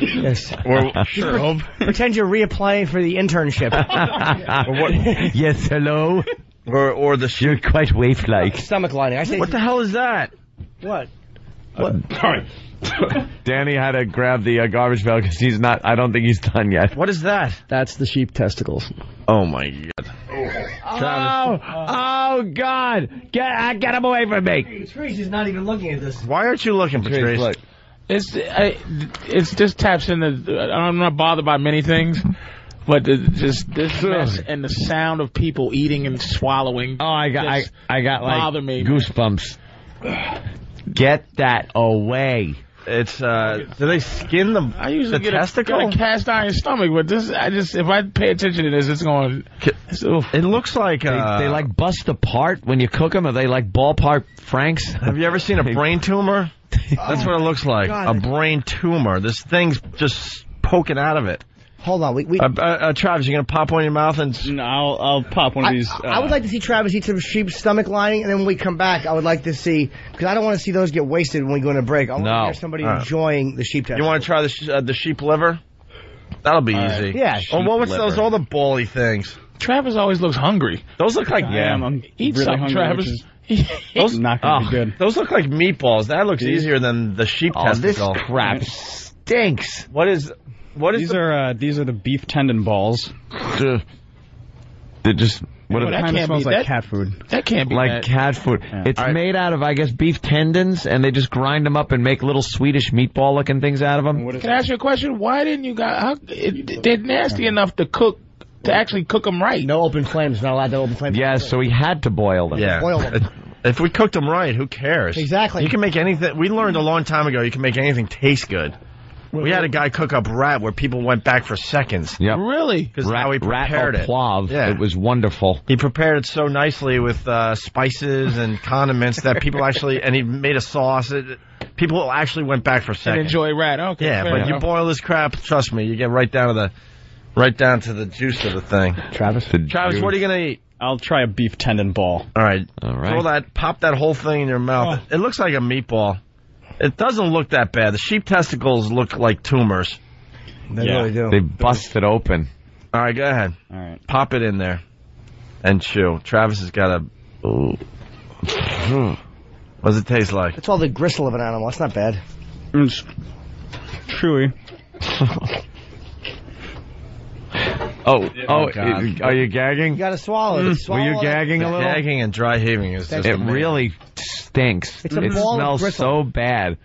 Speaker 2: Yes.
Speaker 1: or *laughs* sure hope.
Speaker 2: Pretend you're reapplying for the internship.
Speaker 1: *laughs*
Speaker 3: yes. Hello.
Speaker 1: Or or the shoe.
Speaker 3: You're quite waif-like.
Speaker 2: Stomach lining. I say.
Speaker 1: What the hell is that?
Speaker 2: What?
Speaker 3: Danny had to grab the uh, garbage pail because he's not. I don't think he's done yet.
Speaker 1: What is that?
Speaker 6: That's the sheep testicles.
Speaker 1: Oh my god.
Speaker 3: Oh, oh God! Get, uh, get him away from me!
Speaker 2: Patrice is not even looking at this.
Speaker 1: Why aren't you looking, Patrice?
Speaker 7: look.
Speaker 4: It's I, it's just taps into. I'm not bothered by many things, but the, just this mess and the sound of people eating and swallowing.
Speaker 3: Oh, I got, I,
Speaker 4: Just
Speaker 3: I got
Speaker 4: bother
Speaker 3: like
Speaker 4: me.
Speaker 3: goosebumps. Get that away!
Speaker 1: It's uh, do they skin the
Speaker 4: I usually
Speaker 1: the
Speaker 4: get a,
Speaker 1: testicle?
Speaker 4: got a cast iron stomach, but this I just if I pay attention to this, it's going. It's, oof.
Speaker 1: it looks like
Speaker 3: They,
Speaker 1: uh,
Speaker 3: they like bust apart when you cook them. Are they like ballpark Franks?
Speaker 1: Have you ever seen a brain *laughs* tumor? That's what it looks like.
Speaker 2: God.
Speaker 1: A brain tumor. This thing's just poking out of it.
Speaker 2: Hold on. We, we,
Speaker 1: Uh, uh, uh, Travis, you gonna pop one in your mouth and s-
Speaker 5: No, I'll, I'll pop one of these.
Speaker 4: uh,
Speaker 5: uh,
Speaker 2: I, I would like to see Travis eat some sheep's stomach lining, and then when we come back, I would like to see because I don't want to see those get wasted when we go on a break. I want
Speaker 3: No.
Speaker 2: to hear somebody
Speaker 1: All right.
Speaker 2: enjoying the sheep test.
Speaker 1: you want to try the sh- uh, the sheep liver? That'll be easy.
Speaker 2: Yeah.
Speaker 1: Oh, what was
Speaker 7: liver.
Speaker 1: those? All the bally things.
Speaker 4: Travis always looks hungry.
Speaker 1: Those look like
Speaker 5: I am. I'm
Speaker 4: Eat
Speaker 5: really
Speaker 4: something,
Speaker 5: hungry,
Speaker 4: Travis.
Speaker 5: which is
Speaker 1: Those-
Speaker 5: not gonna
Speaker 3: Oh.
Speaker 5: be good.
Speaker 1: Those look like meatballs. That looks easier than the sheep
Speaker 3: Oh, this
Speaker 1: testicle.
Speaker 3: crap stinks.
Speaker 1: What is what is
Speaker 5: These
Speaker 1: the,
Speaker 5: are uh, these are the beef tendon balls.
Speaker 3: Ugh. They're just what
Speaker 4: Well,
Speaker 3: are
Speaker 4: that
Speaker 5: Kind
Speaker 4: can't
Speaker 5: of
Speaker 4: be-
Speaker 5: smells like
Speaker 4: that-
Speaker 5: cat food.
Speaker 4: That can't be
Speaker 3: like
Speaker 4: bad.
Speaker 3: cat food. It's
Speaker 1: Alright.
Speaker 3: made out of, I guess, beef tendons, and they just grind them up and make little Swedish meatball-looking things out of them.
Speaker 4: Can I ask you a question? Why didn't you guys? How, it, they're nasty
Speaker 5: Uh-huh.
Speaker 4: enough to cook to actually cook them right.
Speaker 2: no open flames? Not allowed to open flames.
Speaker 3: Yeah, so he had to boil them.
Speaker 1: yeah?
Speaker 2: boil them.
Speaker 1: If we cooked them right, who cares?
Speaker 2: Exactly.
Speaker 1: You can make anything. We learned a long time ago. You can make anything taste good. We had a guy cook up rat where people went back for seconds
Speaker 3: Yep.
Speaker 4: Really?
Speaker 1: because how he prepared
Speaker 3: rat
Speaker 1: it.
Speaker 3: Plov.
Speaker 1: Yeah.
Speaker 3: It was wonderful.
Speaker 1: He prepared it so nicely with uh, spices and condiments that people actually, and he made a sauce. It, people actually went back for
Speaker 4: And
Speaker 1: seconds.
Speaker 4: enjoy rat. Okay.
Speaker 1: yeah,
Speaker 4: fair
Speaker 1: but you
Speaker 4: enough.
Speaker 1: boil this crap. Trust me, you get right down to the, right down to the juice of the thing.
Speaker 5: Travis.
Speaker 1: Travis, what are you gonna eat?
Speaker 5: I'll try a beef tendon ball.
Speaker 1: All right,
Speaker 3: All right.
Speaker 1: throw that, pop that whole thing in your mouth. It looks like a meatball. It doesn't look that bad. The sheep testicles look like tumors.
Speaker 2: they
Speaker 5: Yeah.
Speaker 2: really do.
Speaker 3: They bust it open.
Speaker 1: All right, go ahead,
Speaker 5: All right.
Speaker 1: pop it in there, and chew. Travis has got a. Ooh. What does it taste like?
Speaker 2: That's all the gristle of an animal. That's not bad.
Speaker 5: It's chewy.
Speaker 3: Oh, oh,
Speaker 1: God.
Speaker 3: it- are you
Speaker 2: You
Speaker 3: gagging?
Speaker 2: gotta swallow. it.
Speaker 3: Mm. Were
Speaker 2: swallow
Speaker 3: you
Speaker 2: it.
Speaker 3: gagging a
Speaker 1: The
Speaker 3: little?
Speaker 1: gagging and dry heaving is just
Speaker 3: It
Speaker 1: amazing.
Speaker 3: really stinks.
Speaker 2: It's a
Speaker 3: it
Speaker 2: ball of
Speaker 3: smells so
Speaker 2: gristle.
Speaker 3: bad.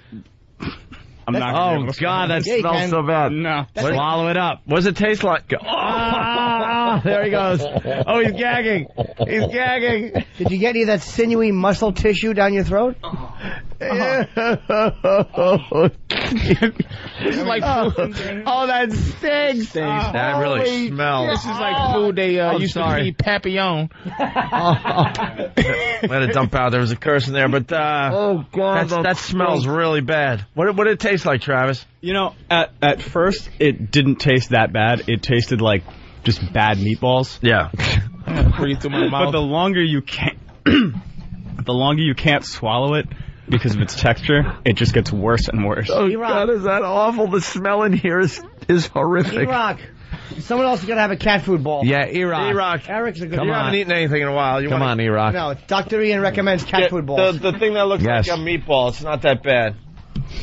Speaker 5: I'm not. Gonna be
Speaker 3: Oh
Speaker 5: able to-
Speaker 1: *laughs*
Speaker 3: God, that
Speaker 2: Yeah, you
Speaker 3: smells
Speaker 2: can.
Speaker 3: so bad.
Speaker 5: No.
Speaker 3: Swallow it up.
Speaker 1: What does it taste like?
Speaker 3: Ah, *laughs* there he goes. Oh, he's gagging. *laughs* He's gagging.
Speaker 1: *laughs*
Speaker 2: Did you get any of that sinewy muscle tissue down your throat?
Speaker 3: oh,
Speaker 4: This is like food. Oh,
Speaker 3: that stinks.
Speaker 1: That really
Speaker 4: This
Speaker 1: smells. *laughs*
Speaker 4: is like food they uh,
Speaker 3: I'm
Speaker 4: used
Speaker 3: sorry.
Speaker 4: to feed Papillon.
Speaker 1: Let it dump out. There was a curse in there, but uh,
Speaker 3: Oh god,
Speaker 1: that's, that smells really bad. What what did it taste like, Travis?
Speaker 6: You know, at at first it didn't taste that bad. It tasted like just bad meatballs.
Speaker 1: *laughs* Yeah.
Speaker 4: Breathe through my
Speaker 6: But
Speaker 4: mouth.
Speaker 6: the longer you can't, *clears throat* the longer you can't swallow it because of its texture, it just gets worse and worse.
Speaker 1: Oh,
Speaker 2: E-Rock.
Speaker 3: is that awful? The smell in here is is horrific.
Speaker 2: E-Rock. Someone else is going to have a cat food ball.
Speaker 3: Yeah, Iraq.
Speaker 1: E-Rock,
Speaker 2: Eric's a good
Speaker 3: Come
Speaker 1: you
Speaker 3: on.
Speaker 1: haven't eaten anything in a while. You
Speaker 3: Come
Speaker 1: wanna-
Speaker 3: on, Iraq.
Speaker 2: No, Dr. Ian recommends cat
Speaker 1: Get
Speaker 2: food balls.
Speaker 1: The, the thing that looks
Speaker 3: Yes.
Speaker 1: like a meatball. It's not that bad.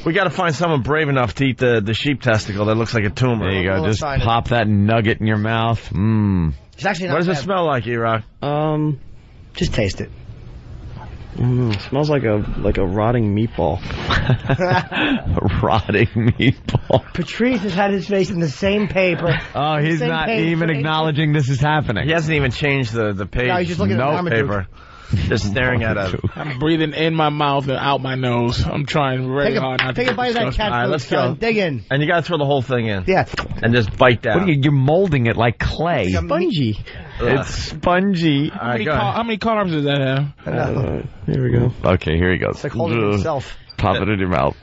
Speaker 1: We got to find someone brave enough to eat the, the sheep testicle that looks like a tumor.
Speaker 3: There you
Speaker 2: I'm
Speaker 3: go.
Speaker 2: all
Speaker 3: Just
Speaker 2: excited.
Speaker 3: pop that nugget in your mouth. Mmm.
Speaker 2: it's actually not
Speaker 1: What does it
Speaker 2: bad.
Speaker 1: smell like, E-Rock?
Speaker 6: Um,
Speaker 2: Just taste it.
Speaker 6: I don't know, Mm, it smells like a like a rotting meatball.
Speaker 3: *laughs* Rotting meatball.
Speaker 2: Patrice has had his face in the same paper.
Speaker 3: Oh,
Speaker 2: the
Speaker 3: he's
Speaker 2: same
Speaker 3: not
Speaker 2: page
Speaker 3: even
Speaker 2: for eight-
Speaker 3: acknowledging this is happening.
Speaker 1: He hasn't even changed the, the page.
Speaker 2: No, he's just looking at
Speaker 1: no
Speaker 2: Marmaduke.
Speaker 1: paper. Just staring at it.
Speaker 4: I'm breathing in my mouth and out my nose. I'm trying very
Speaker 2: Take a,
Speaker 4: hard not
Speaker 2: take
Speaker 4: to.
Speaker 2: a bite of that cat
Speaker 1: All right,
Speaker 2: food.
Speaker 1: let's
Speaker 2: son.
Speaker 1: go.
Speaker 2: Dig in.
Speaker 1: And you got to throw the whole thing in
Speaker 2: Yeah.
Speaker 1: and just bite down.
Speaker 3: What are you, you're molding it like clay.
Speaker 2: Some meat-
Speaker 1: Ugh.
Speaker 3: It's spongy.
Speaker 1: All
Speaker 4: How
Speaker 1: right,
Speaker 4: many,
Speaker 1: go
Speaker 4: col-
Speaker 1: ahead.
Speaker 4: how many columns does that have?
Speaker 6: Uh, here we go.
Speaker 3: Okay, here he goes.
Speaker 2: It's like holding
Speaker 3: Ugh.
Speaker 2: himself.
Speaker 3: Pop it in your mouth.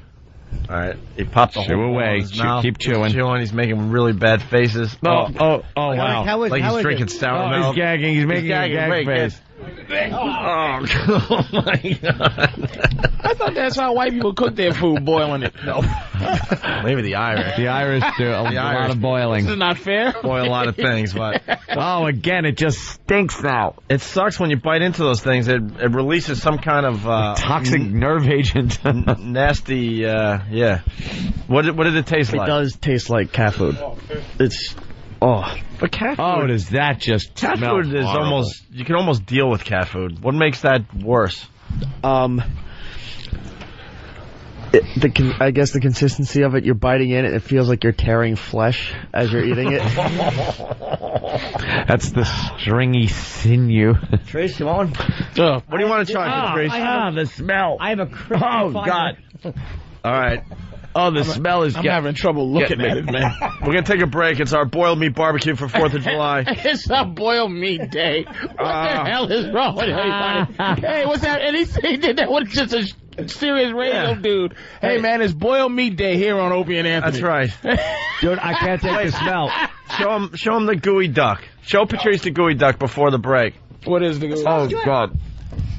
Speaker 1: All right, he popped the
Speaker 3: Chew
Speaker 1: whole
Speaker 3: away.
Speaker 1: ball in his
Speaker 3: Chew-
Speaker 1: mouth.
Speaker 3: keep chewing.
Speaker 1: He's chewing. He's making really bad faces.
Speaker 3: Oh, oh, oh,
Speaker 2: Eric,
Speaker 3: wow.
Speaker 2: how is,
Speaker 1: like
Speaker 2: how
Speaker 1: he's
Speaker 2: is
Speaker 1: drinking
Speaker 2: it?
Speaker 1: sour
Speaker 3: Oh,
Speaker 1: milk.
Speaker 3: he's gagging. He's making
Speaker 1: gagging.
Speaker 3: a gag
Speaker 1: Wait,
Speaker 3: face.
Speaker 2: *laughs*
Speaker 1: Oh, oh my god!
Speaker 4: I thought that's how white people cook their food, boiling it. No.
Speaker 1: Maybe the Irish.
Speaker 3: *laughs* The Irish do a lot
Speaker 1: Irish.
Speaker 3: of
Speaker 4: This is
Speaker 3: boiling.
Speaker 4: not fair.
Speaker 1: Boy, a lot of things, but
Speaker 3: Oh, *laughs* again, it just stinks now.
Speaker 1: it sucks when you bite into those things. It it releases some kind of uh,
Speaker 3: Toxic nerve agent.
Speaker 1: nasty. Uh, yeah. What did, what did it taste
Speaker 6: It
Speaker 1: like?
Speaker 6: does taste like cat food. It's oh,
Speaker 1: But cat
Speaker 3: *laughs* Oh,
Speaker 1: food.
Speaker 3: does that just
Speaker 1: cat
Speaker 3: smell
Speaker 1: food is
Speaker 3: horrible.
Speaker 1: almost you can almost deal with cat food. What makes that worse?
Speaker 6: um. It, the con- I guess the consistency of it, you're biting in it, it feels like you're tearing flesh as you're eating it.
Speaker 3: That's the stringy sinew.
Speaker 2: Trace, you want one?
Speaker 4: Ugh.
Speaker 1: What do you want to try? Grace?
Speaker 3: ah, the smell.
Speaker 2: I have a crisp
Speaker 3: Oh,
Speaker 2: fire.
Speaker 3: God.
Speaker 1: All right.
Speaker 3: Oh, the smell is.
Speaker 4: I'm
Speaker 3: get-
Speaker 4: having trouble looking
Speaker 3: me.
Speaker 4: at it, man.
Speaker 1: We're going to take a break. It's our boiled meat barbecue for 4th of July.
Speaker 4: it's a boiled meat day. What
Speaker 1: Ah.
Speaker 4: the hell is wrong with everybody? hey, what's that? And he, he did that with just a sh- serious radio dude. Hey, man, it's boiled meat day here on Opie and Anthony.
Speaker 1: That's right.
Speaker 3: Dude, I can't take the smell.
Speaker 1: Show him, show him the gooey duck. Show Patrice the gooey duck before the break.
Speaker 4: What is the?
Speaker 3: Oh, God.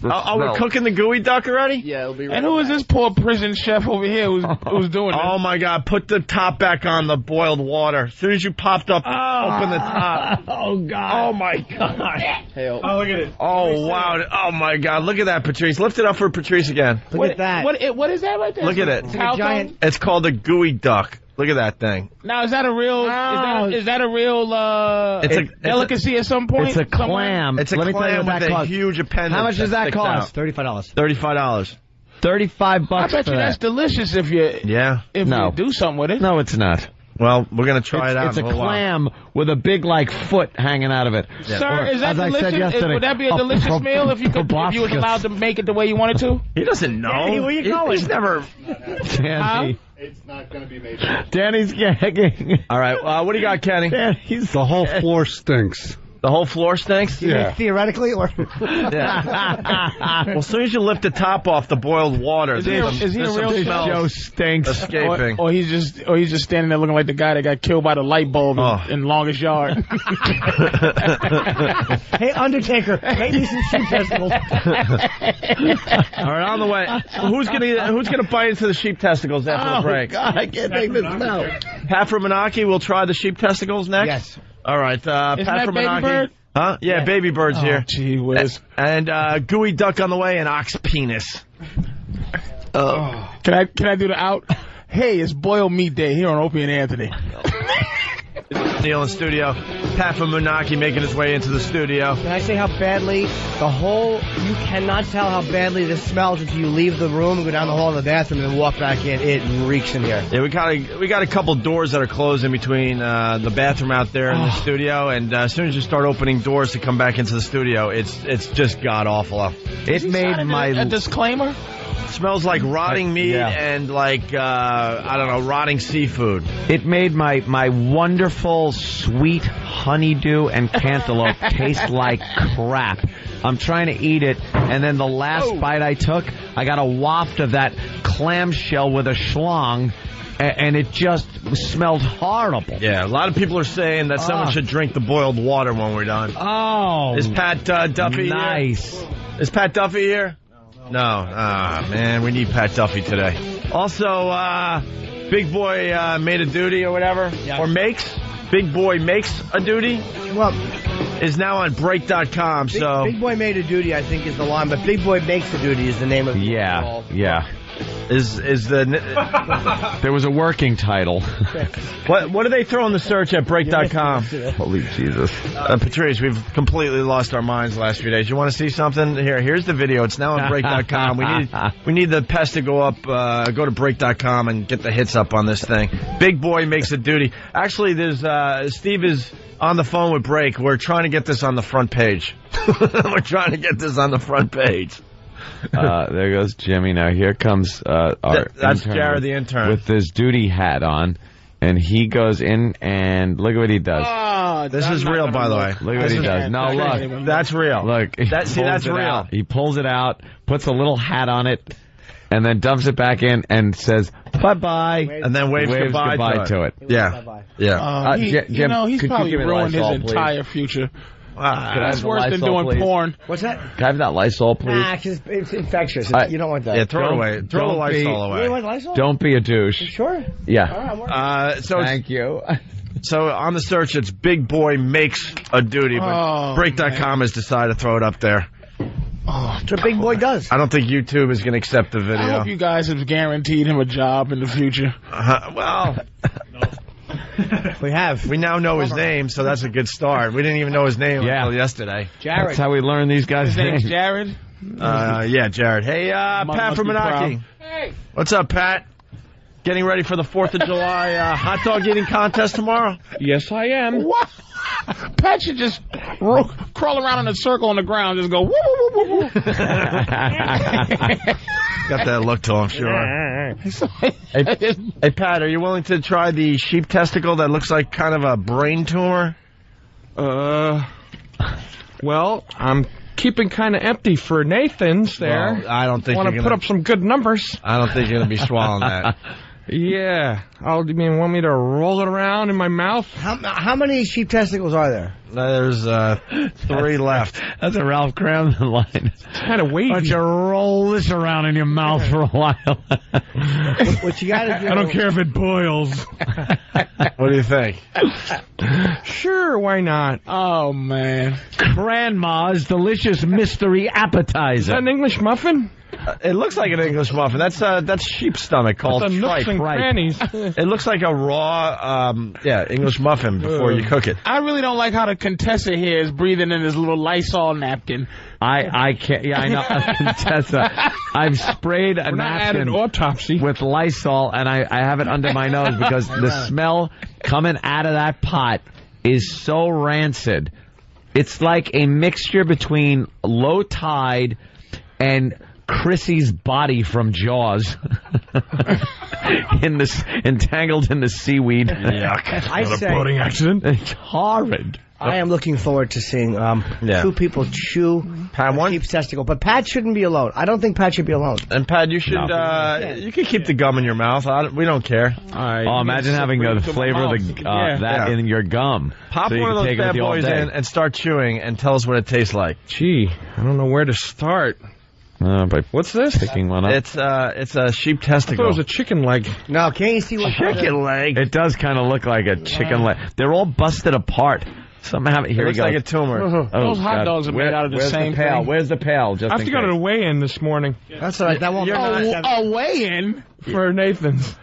Speaker 3: The
Speaker 1: Are, are
Speaker 3: smell.
Speaker 1: we cooking the gooey duck already?
Speaker 6: yeah, it'll be.
Speaker 4: and who is this poor prison chef over here who's who's doing this?
Speaker 1: Oh my God! Put the top back on the boiled water. As soon as you popped up, open the top.
Speaker 3: Oh, God.
Speaker 1: Oh my God!
Speaker 6: Oh,
Speaker 5: look at it.
Speaker 1: Oh wow! Oh my God! Look at that, Patrice. Lift it up for Patrice again.
Speaker 2: Look at that.
Speaker 4: What, it- what is that right there?
Speaker 1: Look at it.
Speaker 4: It's
Speaker 1: It's
Speaker 2: like a giant-
Speaker 1: It's called the gooey duck. Look at that thing.
Speaker 4: Now is that a real? Is, that, is that a real? Uh,
Speaker 1: It's a- it's a-
Speaker 4: delicacy at some point.
Speaker 3: It's a
Speaker 4: somewhere?
Speaker 3: clam.
Speaker 1: It's a
Speaker 3: Let me tell you
Speaker 1: clam
Speaker 3: what
Speaker 1: with
Speaker 3: that
Speaker 1: a
Speaker 3: costs.
Speaker 1: huge appendage.
Speaker 3: How much does that
Speaker 1: sticks
Speaker 3: cost?
Speaker 1: out.
Speaker 2: $35.
Speaker 1: Thirty-five dollars.
Speaker 3: Thirty-five
Speaker 4: I
Speaker 3: bucks.
Speaker 4: bet
Speaker 3: for
Speaker 4: you
Speaker 3: that.
Speaker 4: that's delicious if you
Speaker 1: Yeah.
Speaker 4: if
Speaker 3: No.
Speaker 4: you do something with it.
Speaker 3: No, it's not.
Speaker 1: Well, we're gonna try
Speaker 3: it's,
Speaker 1: it out.
Speaker 3: it's
Speaker 1: in
Speaker 3: a
Speaker 1: little while.
Speaker 3: clam with a big like foot hanging out of it.
Speaker 4: Sir,
Speaker 3: Or,
Speaker 4: is
Speaker 3: as
Speaker 4: that
Speaker 3: I said
Speaker 4: delicious? Is-
Speaker 3: yesterday,
Speaker 4: would that be a
Speaker 3: a
Speaker 4: delicious
Speaker 3: pro-
Speaker 4: meal if you could, if you was
Speaker 3: proboscis.
Speaker 4: allowed to make it the way you wanted to?
Speaker 1: He doesn't know.
Speaker 2: Danny, where you
Speaker 1: He-
Speaker 2: going?
Speaker 1: He's never.
Speaker 3: Danny. It's not going to be made. Danny's *laughs* gagging.
Speaker 1: All right. Uh, what do you got, Kenny?
Speaker 3: Danny's
Speaker 9: The whole floor stinks.
Speaker 1: The whole floor stinks.
Speaker 9: Yeah.
Speaker 2: Theoretically, or
Speaker 1: *laughs* Well, as soon as you lift the top off the boiled water,
Speaker 4: Is he
Speaker 1: there's
Speaker 4: a-
Speaker 1: some,
Speaker 4: is he a
Speaker 1: there's some
Speaker 4: real
Speaker 1: smells
Speaker 3: Joe stinks.
Speaker 1: escaping.
Speaker 4: Or, or he's just or he's just standing there looking like the guy that got killed by the light bulb in-
Speaker 1: Oh.
Speaker 4: in, longest yard.
Speaker 2: hey, Undertaker, make me some sheep testicles.
Speaker 1: All right, on the way.
Speaker 4: *laughs*
Speaker 1: Who's gonna who's gonna bite into the sheep testicles after
Speaker 4: Oh,
Speaker 1: the break?
Speaker 3: I can't take the smell.
Speaker 1: Pat Romanaki will try the sheep testicles next.
Speaker 2: yes.
Speaker 1: All right. Uh,
Speaker 4: Isn't
Speaker 1: Pat
Speaker 4: that Baby
Speaker 1: Romanaki.
Speaker 4: Bird? Oh,
Speaker 1: Huh? Yeah, baby bird's here.
Speaker 4: Gee whiz.
Speaker 1: And uh, gooey duck on the way, and ox penis.
Speaker 4: Can I can I do the out? Hey, it's boiled meat day here on Opie and Anthony.
Speaker 1: Neil in studio. Pat Romanaki making his way into the studio.
Speaker 2: Can I say how badly the whole? You cannot tell how badly this smells until you leave the room, go down the hall to the bathroom, and then walk back in. It reeks in here.
Speaker 1: Yeah, we got a, we got a couple doors that are closed in between uh, the bathroom out there and the
Speaker 3: Oh.
Speaker 1: studio, and uh, as soon as you start opening doors to come back into the studio, it's it's just god awful.
Speaker 3: It made
Speaker 4: Is that
Speaker 3: my
Speaker 4: a disclaimer.
Speaker 1: Smells like rotting meat
Speaker 3: yeah.
Speaker 1: and like uh, I don't know, rotting seafood.
Speaker 3: It made my, my wonderful sweet honeydew and cantaloupe *laughs* taste like crap. I'm trying to eat it, and then the last bite I took, I got a waft of that clamshell with a schlong, a- and it just smelled horrible.
Speaker 1: Yeah, a lot of people are saying that someone
Speaker 3: Ah.
Speaker 1: should drink the boiled water when we're done.
Speaker 3: Oh,
Speaker 1: Is Pat uh, Duffy
Speaker 3: nice.
Speaker 1: here? Is Pat Duffy here? No. Ah, man, we need Pat Duffy today. Also, uh, Big Boy uh, made a duty or whatever, or makes. Big Boy makes a duty
Speaker 2: Well,
Speaker 1: is now on Break.com.
Speaker 2: Big,
Speaker 1: so
Speaker 2: Big Boy Made a Duty, I think, is the line, but Big Boy Makes a Duty is the name of the
Speaker 3: Yeah,
Speaker 2: overall.
Speaker 3: yeah.
Speaker 1: is is
Speaker 2: *laughs*
Speaker 1: the
Speaker 3: There was a working title.
Speaker 1: what what do they throw in the search at Break.com?
Speaker 3: Holy Jesus.
Speaker 1: Uh, Patrice, we've completely lost our minds the last few days. You want to see something? Here, here's the video. It's now on Break.com. We need we need the pest to go up. Uh, go to Break.com and get the hits up on this thing. Big boy makes a duty. Actually, there's uh, Steve is on the phone with Break. We're trying to get this on the front page. *laughs* We're trying to get this on the front page. *laughs*
Speaker 3: Uh, there goes Jimmy. Now here comes uh, our
Speaker 1: That- that's
Speaker 3: intern
Speaker 1: Jared
Speaker 3: with-
Speaker 1: the intern.
Speaker 3: with this duty hat on, and he goes in and look at what he does.
Speaker 1: Ah,
Speaker 4: Oh,
Speaker 1: This is real, by the way.
Speaker 3: Look what he does. No, look.
Speaker 1: That's real.
Speaker 3: Look. he
Speaker 1: That- see,
Speaker 3: pulls
Speaker 1: that's
Speaker 3: it
Speaker 1: real.
Speaker 3: out. He pulls it out, puts a little hat on it, and then dumps it back in and says, bye bye.
Speaker 1: And then waves, goodbye,
Speaker 3: to it.
Speaker 1: Yeah, yeah.
Speaker 4: Uh, he,
Speaker 3: J-
Speaker 4: you
Speaker 3: Jim,
Speaker 4: know, he's
Speaker 3: could you
Speaker 4: probably
Speaker 3: give me
Speaker 4: ruined his
Speaker 3: Lysol, please?
Speaker 4: entire future.
Speaker 1: Ah,
Speaker 3: Could I have
Speaker 4: That's
Speaker 3: the
Speaker 4: worse than
Speaker 3: Lysol,
Speaker 4: doing
Speaker 3: please?
Speaker 4: porn.
Speaker 2: What's that?
Speaker 3: Can I have that Lysol, please?
Speaker 2: Nah, 'cause it's, it's infectious.
Speaker 3: I-
Speaker 2: you don't want that.
Speaker 1: yeah. Throw it
Speaker 3: Don't-
Speaker 1: away. Throw the
Speaker 3: don't be-
Speaker 1: Lysol
Speaker 2: You
Speaker 1: away.
Speaker 2: want Lysol?
Speaker 3: Don't be a douche.
Speaker 2: Sure. All
Speaker 3: Yeah.
Speaker 2: right, we're-
Speaker 1: Uh, so it's-
Speaker 3: Thank you. *laughs*
Speaker 1: So on the search, it's Big Boy Makes a Duty, but
Speaker 4: Oh,
Speaker 1: Break.com has decided to throw it up there.
Speaker 2: That's what Big Boy does.
Speaker 1: I don't think YouTube is going to accept the
Speaker 4: I
Speaker 1: video.
Speaker 4: hope you guys have guaranteed him a job in the future.
Speaker 1: Uh, well, *laughs*
Speaker 2: We have.
Speaker 1: we now know his name, so that's a good start. We didn't even know his name
Speaker 3: Yeah.
Speaker 1: until yesterday.
Speaker 2: Jared.
Speaker 6: *laughs*
Speaker 3: That's how we learn these guys'
Speaker 4: His name's
Speaker 3: names.
Speaker 4: Jared.
Speaker 1: Uh, yeah, Jared. Hey, uh,
Speaker 4: Must-
Speaker 1: Pat
Speaker 4: must
Speaker 1: from
Speaker 4: be
Speaker 1: Menaki.
Speaker 4: proud.
Speaker 1: What's up, Pat? Getting ready for the 4th of July uh, hot dog eating contest tomorrow?
Speaker 6: Yes, I am. *laughs*
Speaker 4: What? Pat should just ro- crawl around in a circle on the ground, just go woo woo woo woo woo.
Speaker 1: Got that look to him, sure. Hey, Pat, are you willing to try the sheep testicle that looks like kind of a brain tumor?
Speaker 6: *laughs* Uh, well, I'm keeping kind of empty for Nathan's there.
Speaker 1: Well, I don't think
Speaker 6: Want
Speaker 1: you're
Speaker 6: to
Speaker 1: gonna-
Speaker 6: put up some good numbers?
Speaker 1: I don't think you're gonna be swallowing that.
Speaker 6: Yeah. I'll, Oh, you mean want me to roll it around in my mouth?
Speaker 2: How, how many sheep testicles are there?
Speaker 1: There's uh, three left.
Speaker 3: That's a Ralph Cramden line. *laughs*
Speaker 6: Kind of weighty.
Speaker 3: Why don't you roll this around in your mouth for a while?
Speaker 2: What you gotta do.
Speaker 6: I don't care if it boils.
Speaker 1: What do you think?
Speaker 6: sure, why not?
Speaker 4: Oh man,
Speaker 3: Grandma's delicious mystery
Speaker 6: Is that
Speaker 3: appetizer.
Speaker 6: an English muffin?
Speaker 1: It looks like an English muffin. That's uh, that's sheep stomach called
Speaker 6: the nooks
Speaker 1: tripe.
Speaker 6: and
Speaker 3: right.
Speaker 6: crannies.
Speaker 1: It looks like a raw, um, yeah, English muffin before you cook it.
Speaker 4: I really don't like how the contessa here is breathing in his little Lysol napkin.
Speaker 3: I I can't. Yeah, I know, *laughs* Contessa. I've sprayed a
Speaker 6: We're not at an
Speaker 3: napkin
Speaker 6: autopsy.
Speaker 3: with Lysol, and I I have it under my nose because
Speaker 1: *laughs*
Speaker 3: the smell coming out of that pot is so rancid. It's like a mixture between low tide and Chrissy's body from Jaws, *laughs* in this entangled in the seaweed.
Speaker 1: Yuck.
Speaker 2: I say,
Speaker 6: accident.
Speaker 3: *laughs* It's horrid.
Speaker 2: I am looking forward to seeing um,
Speaker 1: Yeah.
Speaker 2: two people chew
Speaker 1: Pat
Speaker 2: a
Speaker 1: one
Speaker 2: sheep's testicle. But Pat shouldn't be alone. I don't think Pat should be alone.
Speaker 1: and Pat, you should
Speaker 3: No.
Speaker 1: uh, you can keep the gum in your mouth. I don't- we don't care.
Speaker 3: Oh, imagine having the
Speaker 4: to my
Speaker 3: flavor of the,
Speaker 4: mouth.
Speaker 3: uh,
Speaker 4: Yeah.
Speaker 3: that
Speaker 1: Yeah.
Speaker 3: in your gum.
Speaker 1: Pop
Speaker 3: So you
Speaker 1: one of
Speaker 3: can
Speaker 1: those
Speaker 3: take it
Speaker 1: bad
Speaker 3: with you all
Speaker 1: boys
Speaker 3: day.
Speaker 1: in and start chewing and tell us what it tastes like.
Speaker 6: Gee, I don't know where to start.
Speaker 3: Uh, by
Speaker 6: What's this? I
Speaker 3: picking one up.
Speaker 1: It's uh, it's a sheep
Speaker 6: thought it
Speaker 1: testicle.
Speaker 6: was a chicken leg.
Speaker 2: No, can't you see what
Speaker 1: chicken leg.
Speaker 3: it does kind of look like a chicken leg. They're all busted apart. Somehow,
Speaker 1: It
Speaker 3: here we
Speaker 1: looks
Speaker 3: go.
Speaker 1: like a tumor.
Speaker 6: Uh-huh.
Speaker 3: Oh,
Speaker 4: Those hot
Speaker 3: God.
Speaker 4: dogs are made out of the
Speaker 3: where's
Speaker 4: same
Speaker 3: pail?
Speaker 4: thing.
Speaker 3: Where's the pail? Just
Speaker 6: I have
Speaker 3: in
Speaker 6: to go to
Speaker 3: case.
Speaker 6: the weigh-in this morning
Speaker 2: That's all right. That won't.
Speaker 4: Oh, A,
Speaker 2: That's-
Speaker 4: a weigh-in.
Speaker 6: for Nathan's.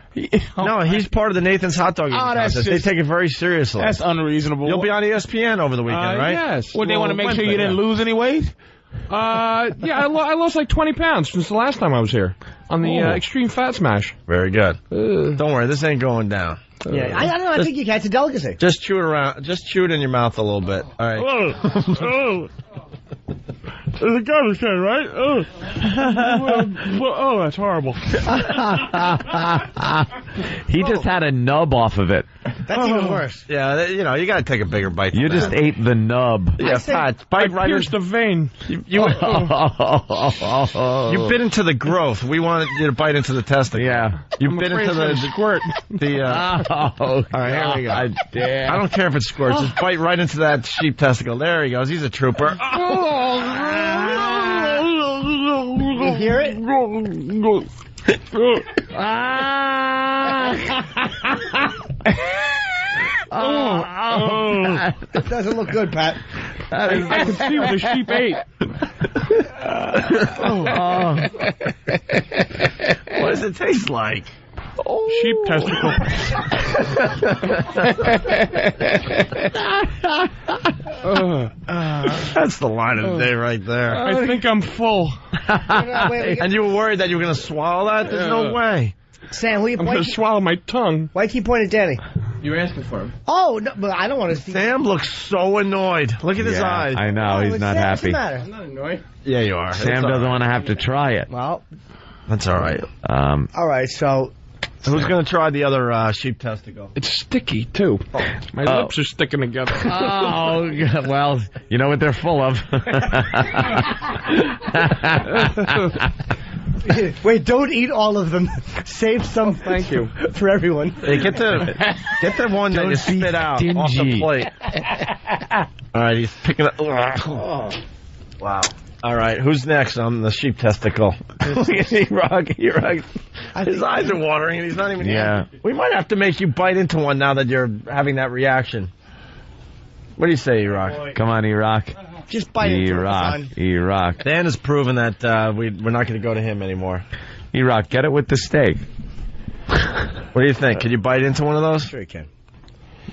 Speaker 1: No, he's part of the Nathan's hot dog eating
Speaker 2: Ah,
Speaker 4: Oh, that's
Speaker 1: contest. They
Speaker 4: just-
Speaker 1: take it very seriously.
Speaker 4: That's unreasonable.
Speaker 1: You'll be on E ESPN over the
Speaker 6: Uh,
Speaker 1: weekend, right?
Speaker 6: Yes.
Speaker 4: Well, they want to make sure you didn't lose any weight.
Speaker 6: Uh, yeah, I, lo- I lost like 20 pounds since the last time I was here on the
Speaker 3: Oh.
Speaker 6: uh, Extreme Fat Smash.
Speaker 1: Very good. Don't worry, this ain't going down.
Speaker 2: yeah, I, I don't know. I think you can. It's a delicacy.
Speaker 1: Just chew it around. Just chew it in your mouth a little bit. All right.
Speaker 5: There's a garbage can, right? Oh, well, well, oh, that's horrible.
Speaker 3: He just had a nub off of it.
Speaker 2: That's even worse.
Speaker 1: Yeah, that- you know, you got to take a bigger bite.
Speaker 3: You
Speaker 1: than
Speaker 3: just
Speaker 1: that.
Speaker 3: ate
Speaker 6: *laughs*
Speaker 3: the nub.
Speaker 1: yeah, Pat, bite right in-
Speaker 5: Pierced a vein.
Speaker 3: *laughs*
Speaker 1: you, you bit into the growth. We wanted you to bite into the testicle.
Speaker 3: Oh. Yeah.
Speaker 1: You bit into the, the squirt. The
Speaker 6: *laughs*
Speaker 1: uh,
Speaker 3: *laughs* Oh, all
Speaker 1: right, here we go.
Speaker 3: Ah, Damn.
Speaker 1: I don't care if it squirts. Just bite right into that sheep testicle. There he goes. He's a trooper.
Speaker 2: You hear it? It doesn't look good, Pat.
Speaker 5: I can see what the *laughs* sheep ate.
Speaker 1: What does it taste like? *laughs*
Speaker 5: Sheep testicle.
Speaker 1: That's the line of the day right
Speaker 4: Oh.
Speaker 1: there.
Speaker 4: Uh,
Speaker 5: I think I'm full.
Speaker 2: Wait, wait, we got-
Speaker 1: And you were worried that you were going to swallow that? There's no way.
Speaker 2: Sam, who you
Speaker 5: I'm
Speaker 2: point-
Speaker 5: gonna swallow my tongue.
Speaker 2: why keep pointing at Danny?
Speaker 4: You're asking for him.
Speaker 2: Oh, no, but I don't want to see.
Speaker 1: Sam looks so annoyed. Look at his
Speaker 3: Yeah,
Speaker 1: eyes.
Speaker 3: I know.
Speaker 2: it's
Speaker 3: oh,
Speaker 6: Oh,
Speaker 3: He's not
Speaker 2: Sam,
Speaker 3: happy.
Speaker 2: What's the matter?
Speaker 4: not annoyed.
Speaker 1: yeah, you are.
Speaker 3: Sam doesn't want to have to try it.
Speaker 2: Well,
Speaker 1: That's all right.
Speaker 3: Um,
Speaker 2: all right. So *laughs*
Speaker 1: So who's going to try the other uh, sheep testicle?
Speaker 4: It's sticky too. My
Speaker 3: Oh.
Speaker 4: lips are sticking together.
Speaker 3: *laughs*
Speaker 1: *laughs*
Speaker 3: oh, yeah, well, you know what they're full of. *laughs*
Speaker 2: wait, don't eat all of them. *laughs* Save some. thank
Speaker 4: you.
Speaker 2: for everyone.
Speaker 1: Hey, get the get the one that
Speaker 3: Don't
Speaker 1: you
Speaker 3: be
Speaker 1: spit out off the
Speaker 3: stingy. *laughs*
Speaker 1: plate. All right, he's picking up.
Speaker 3: Oh.
Speaker 1: Wow. All right, who's next on the sheep testicle? *laughs* Look at he Rock. He Rock. His eyes are watering, and he's not even.
Speaker 3: Yeah.
Speaker 1: We might have to make you bite into one now that you're having that reaction. What do you say, Rock?
Speaker 3: Come on, Iraq.
Speaker 2: Just bite into it,
Speaker 3: Iraq.
Speaker 2: son.
Speaker 3: Iraq.
Speaker 1: Dan has proven that uh, we we're not going to go to him anymore.
Speaker 3: Iraq, get it with the steak.
Speaker 1: What do you think? Can you bite into one of those?
Speaker 2: Sure you can.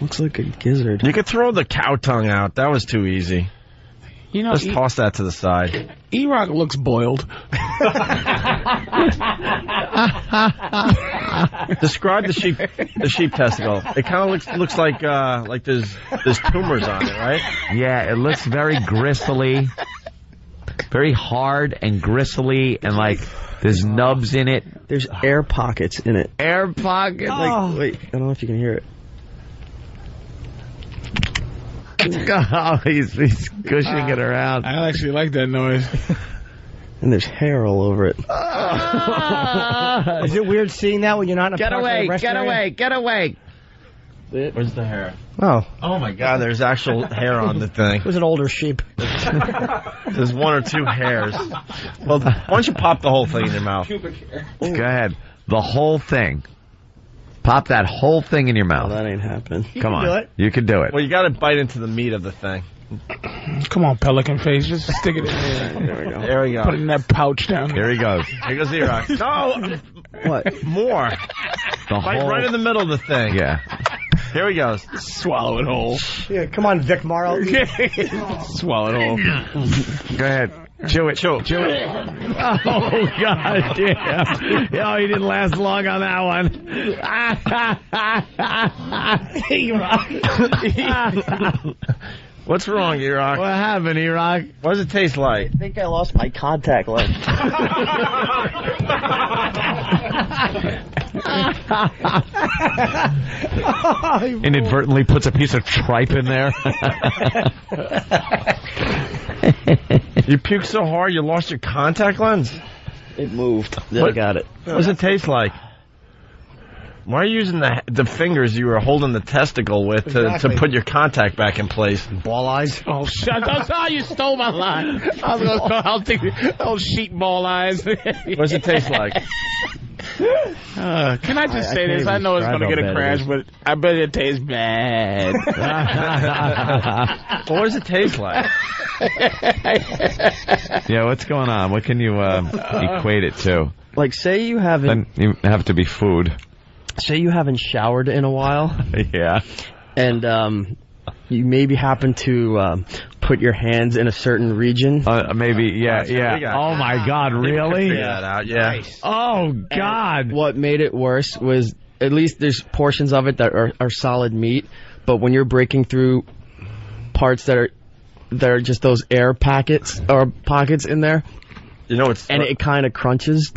Speaker 6: Looks like a gizzard.
Speaker 1: You could throw the cow tongue out. That was too easy.
Speaker 4: *laughs* you know,
Speaker 1: Let's toss that to the side.
Speaker 4: E Rock looks boiled.
Speaker 1: *laughs* Describe the sheep the sheep testicle. It kind of looks looks like uh like there's there's tumors on it, right?
Speaker 3: Yeah, it looks very gristly, very hard and gristly, and like there's nubs in it.
Speaker 6: There's air pockets in it.
Speaker 3: Air pocket. *laughs*
Speaker 2: Oh.
Speaker 6: Like, wait, I don't know if you can hear it.
Speaker 3: Oh, he's, he's gushing it around.
Speaker 4: I actually like that noise.
Speaker 6: And there's hair all over it.
Speaker 2: *laughs*
Speaker 3: Oh.
Speaker 2: Is it weird seeing that when you're not in
Speaker 3: *laughs*
Speaker 2: a
Speaker 3: get
Speaker 2: park or a
Speaker 3: away! Get
Speaker 2: restaurant?
Speaker 3: away! Get away!
Speaker 1: Where's the hair?
Speaker 2: Oh,
Speaker 1: Oh my god, there's actual hair on the thing.
Speaker 2: it was an older sheep.
Speaker 1: There's one or two hairs. Well, why don't you pop the whole thing in your mouth?
Speaker 3: Go ahead. The whole thing. Pop that whole thing in your mouth.
Speaker 6: That ain't happened.
Speaker 3: Come
Speaker 2: do
Speaker 3: on.
Speaker 2: it.
Speaker 3: You can do it.
Speaker 1: Well, you got to bite into the meat of the thing.
Speaker 4: Come on, Pelican Face, just stick it in there.
Speaker 6: There we go.
Speaker 1: There we
Speaker 4: Put it
Speaker 1: go.
Speaker 4: in that pouch down there.
Speaker 3: Here he goes.
Speaker 1: Here goes the rock. No,
Speaker 6: What?
Speaker 1: more.
Speaker 3: The
Speaker 1: Bite
Speaker 3: whole.
Speaker 1: right in the middle of the thing.
Speaker 3: yeah.
Speaker 1: Here he goes.
Speaker 4: Swallow it whole.
Speaker 2: Yeah, come on, Vic Morrow. *laughs*
Speaker 4: Swallow it whole.
Speaker 3: Go ahead. Chew it. Chew it. Chew it. Oh god damn! Oh, he didn't last long on that one.
Speaker 1: What's wrong, Iraq?
Speaker 3: what happened, Iraq?
Speaker 1: What does it taste like?
Speaker 6: I think I lost my contact lens.
Speaker 3: Inadvertently puts a piece of tripe in there.
Speaker 1: You puked so hard you lost your contact lens.
Speaker 6: It moved. Then I
Speaker 1: What?
Speaker 6: got it.
Speaker 1: What does it taste like? Why are you using the the fingers you were holding the testicle with to,
Speaker 2: Exactly.
Speaker 1: to put your contact back in place?
Speaker 2: Ball eyes.
Speaker 4: Oh, shut up. Oh, you stole my line. I was going to call out the old sheep ball *laughs* eyes.
Speaker 1: What does it taste like?
Speaker 4: Uh, can I just say
Speaker 6: can't
Speaker 4: this?
Speaker 6: even
Speaker 4: I know it's
Speaker 6: describe
Speaker 4: going to get
Speaker 6: how bad
Speaker 4: a crash,
Speaker 6: it
Speaker 4: but I bet it tastes bad.
Speaker 1: Well, what does it taste like?
Speaker 3: yeah, what's going on? What can you uh, equate it to?
Speaker 6: Like, say you haven't,
Speaker 3: Then you have to be food.
Speaker 6: say you haven't showered in a while,
Speaker 3: Yeah.
Speaker 6: and um, you maybe happen to um, put your hands in a certain region.
Speaker 3: Uh, maybe. Yeah.
Speaker 1: That's what we
Speaker 3: Yeah.
Speaker 1: got.
Speaker 3: Oh my
Speaker 1: *laughs*
Speaker 3: God! Really?
Speaker 1: Figure that out. Yeah.
Speaker 3: Oh God!
Speaker 6: What made it worse was at least there's portions of it that are, are solid meat, but when you're breaking through parts that are
Speaker 9: there are just those air packets or pockets in there,
Speaker 1: You know what's
Speaker 9: and it kind of crunches.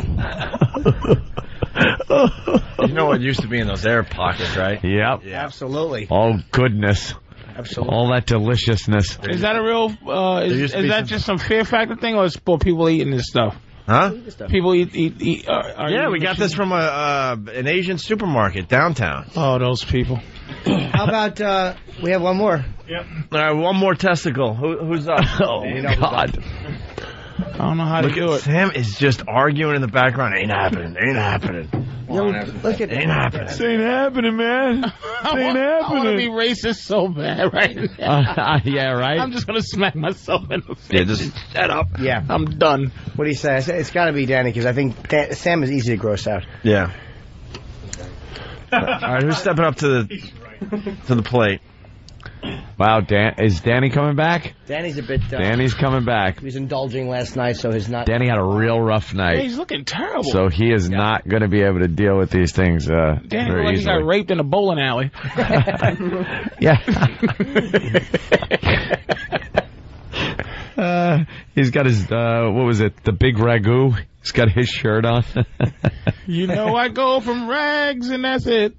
Speaker 1: you know what used to be in those air pockets, right?
Speaker 3: Yep.
Speaker 2: Absolutely.
Speaker 3: Oh goodness.
Speaker 2: Absolutely.
Speaker 3: All that deliciousness. *laughs*
Speaker 4: Is that a real? Uh,
Speaker 1: There
Speaker 4: is
Speaker 1: used to
Speaker 4: is
Speaker 1: be
Speaker 4: that
Speaker 1: some-
Speaker 4: just some fear factor thing, or is for people eating this stuff?
Speaker 1: Huh?
Speaker 4: People eat eat. eat are, are
Speaker 1: Yeah,
Speaker 4: eating
Speaker 1: we got
Speaker 4: shit?
Speaker 1: this from a uh, an Asian supermarket downtown.
Speaker 4: Oh, those people.
Speaker 2: How about uh, we have one more?
Speaker 1: All right, one more testicle. Who, who's *laughs* up?
Speaker 3: Oh God.
Speaker 4: I don't know how to do it.
Speaker 1: Sam is just arguing in the background. Ain't happening. Ain't happening.
Speaker 2: Look at
Speaker 1: Ain't happening.
Speaker 3: Ain't happening, man.
Speaker 4: *laughs* I want, I want to be racist so bad right now.
Speaker 3: Uh, yeah, right.
Speaker 4: I'm just gonna smack myself in the face.
Speaker 1: Yeah, just shut up.
Speaker 2: yeah.
Speaker 4: I'm done.
Speaker 2: What do you say? I say it's got to be Danny because I think Dan- Sam is easy to gross out.
Speaker 1: Yeah. All right, who's stepping up to the to the plate?
Speaker 3: wow, Dan is Danny coming back?
Speaker 2: Danny's a bit. Uh,
Speaker 3: Danny's coming back.
Speaker 2: He was indulging last night, so his not.
Speaker 3: Danny had a real rough night,
Speaker 4: He's looking terrible.
Speaker 3: so he is not going to be able to deal with these things uh,
Speaker 4: Danny looked
Speaker 3: very
Speaker 4: like he got
Speaker 3: easily.
Speaker 4: raped in a bowling alley. *laughs*
Speaker 3: Yeah. Uh, he's got his uh, what was it? The big ragu. He's got his shirt on. *laughs*
Speaker 4: you know I go from rags and that's it.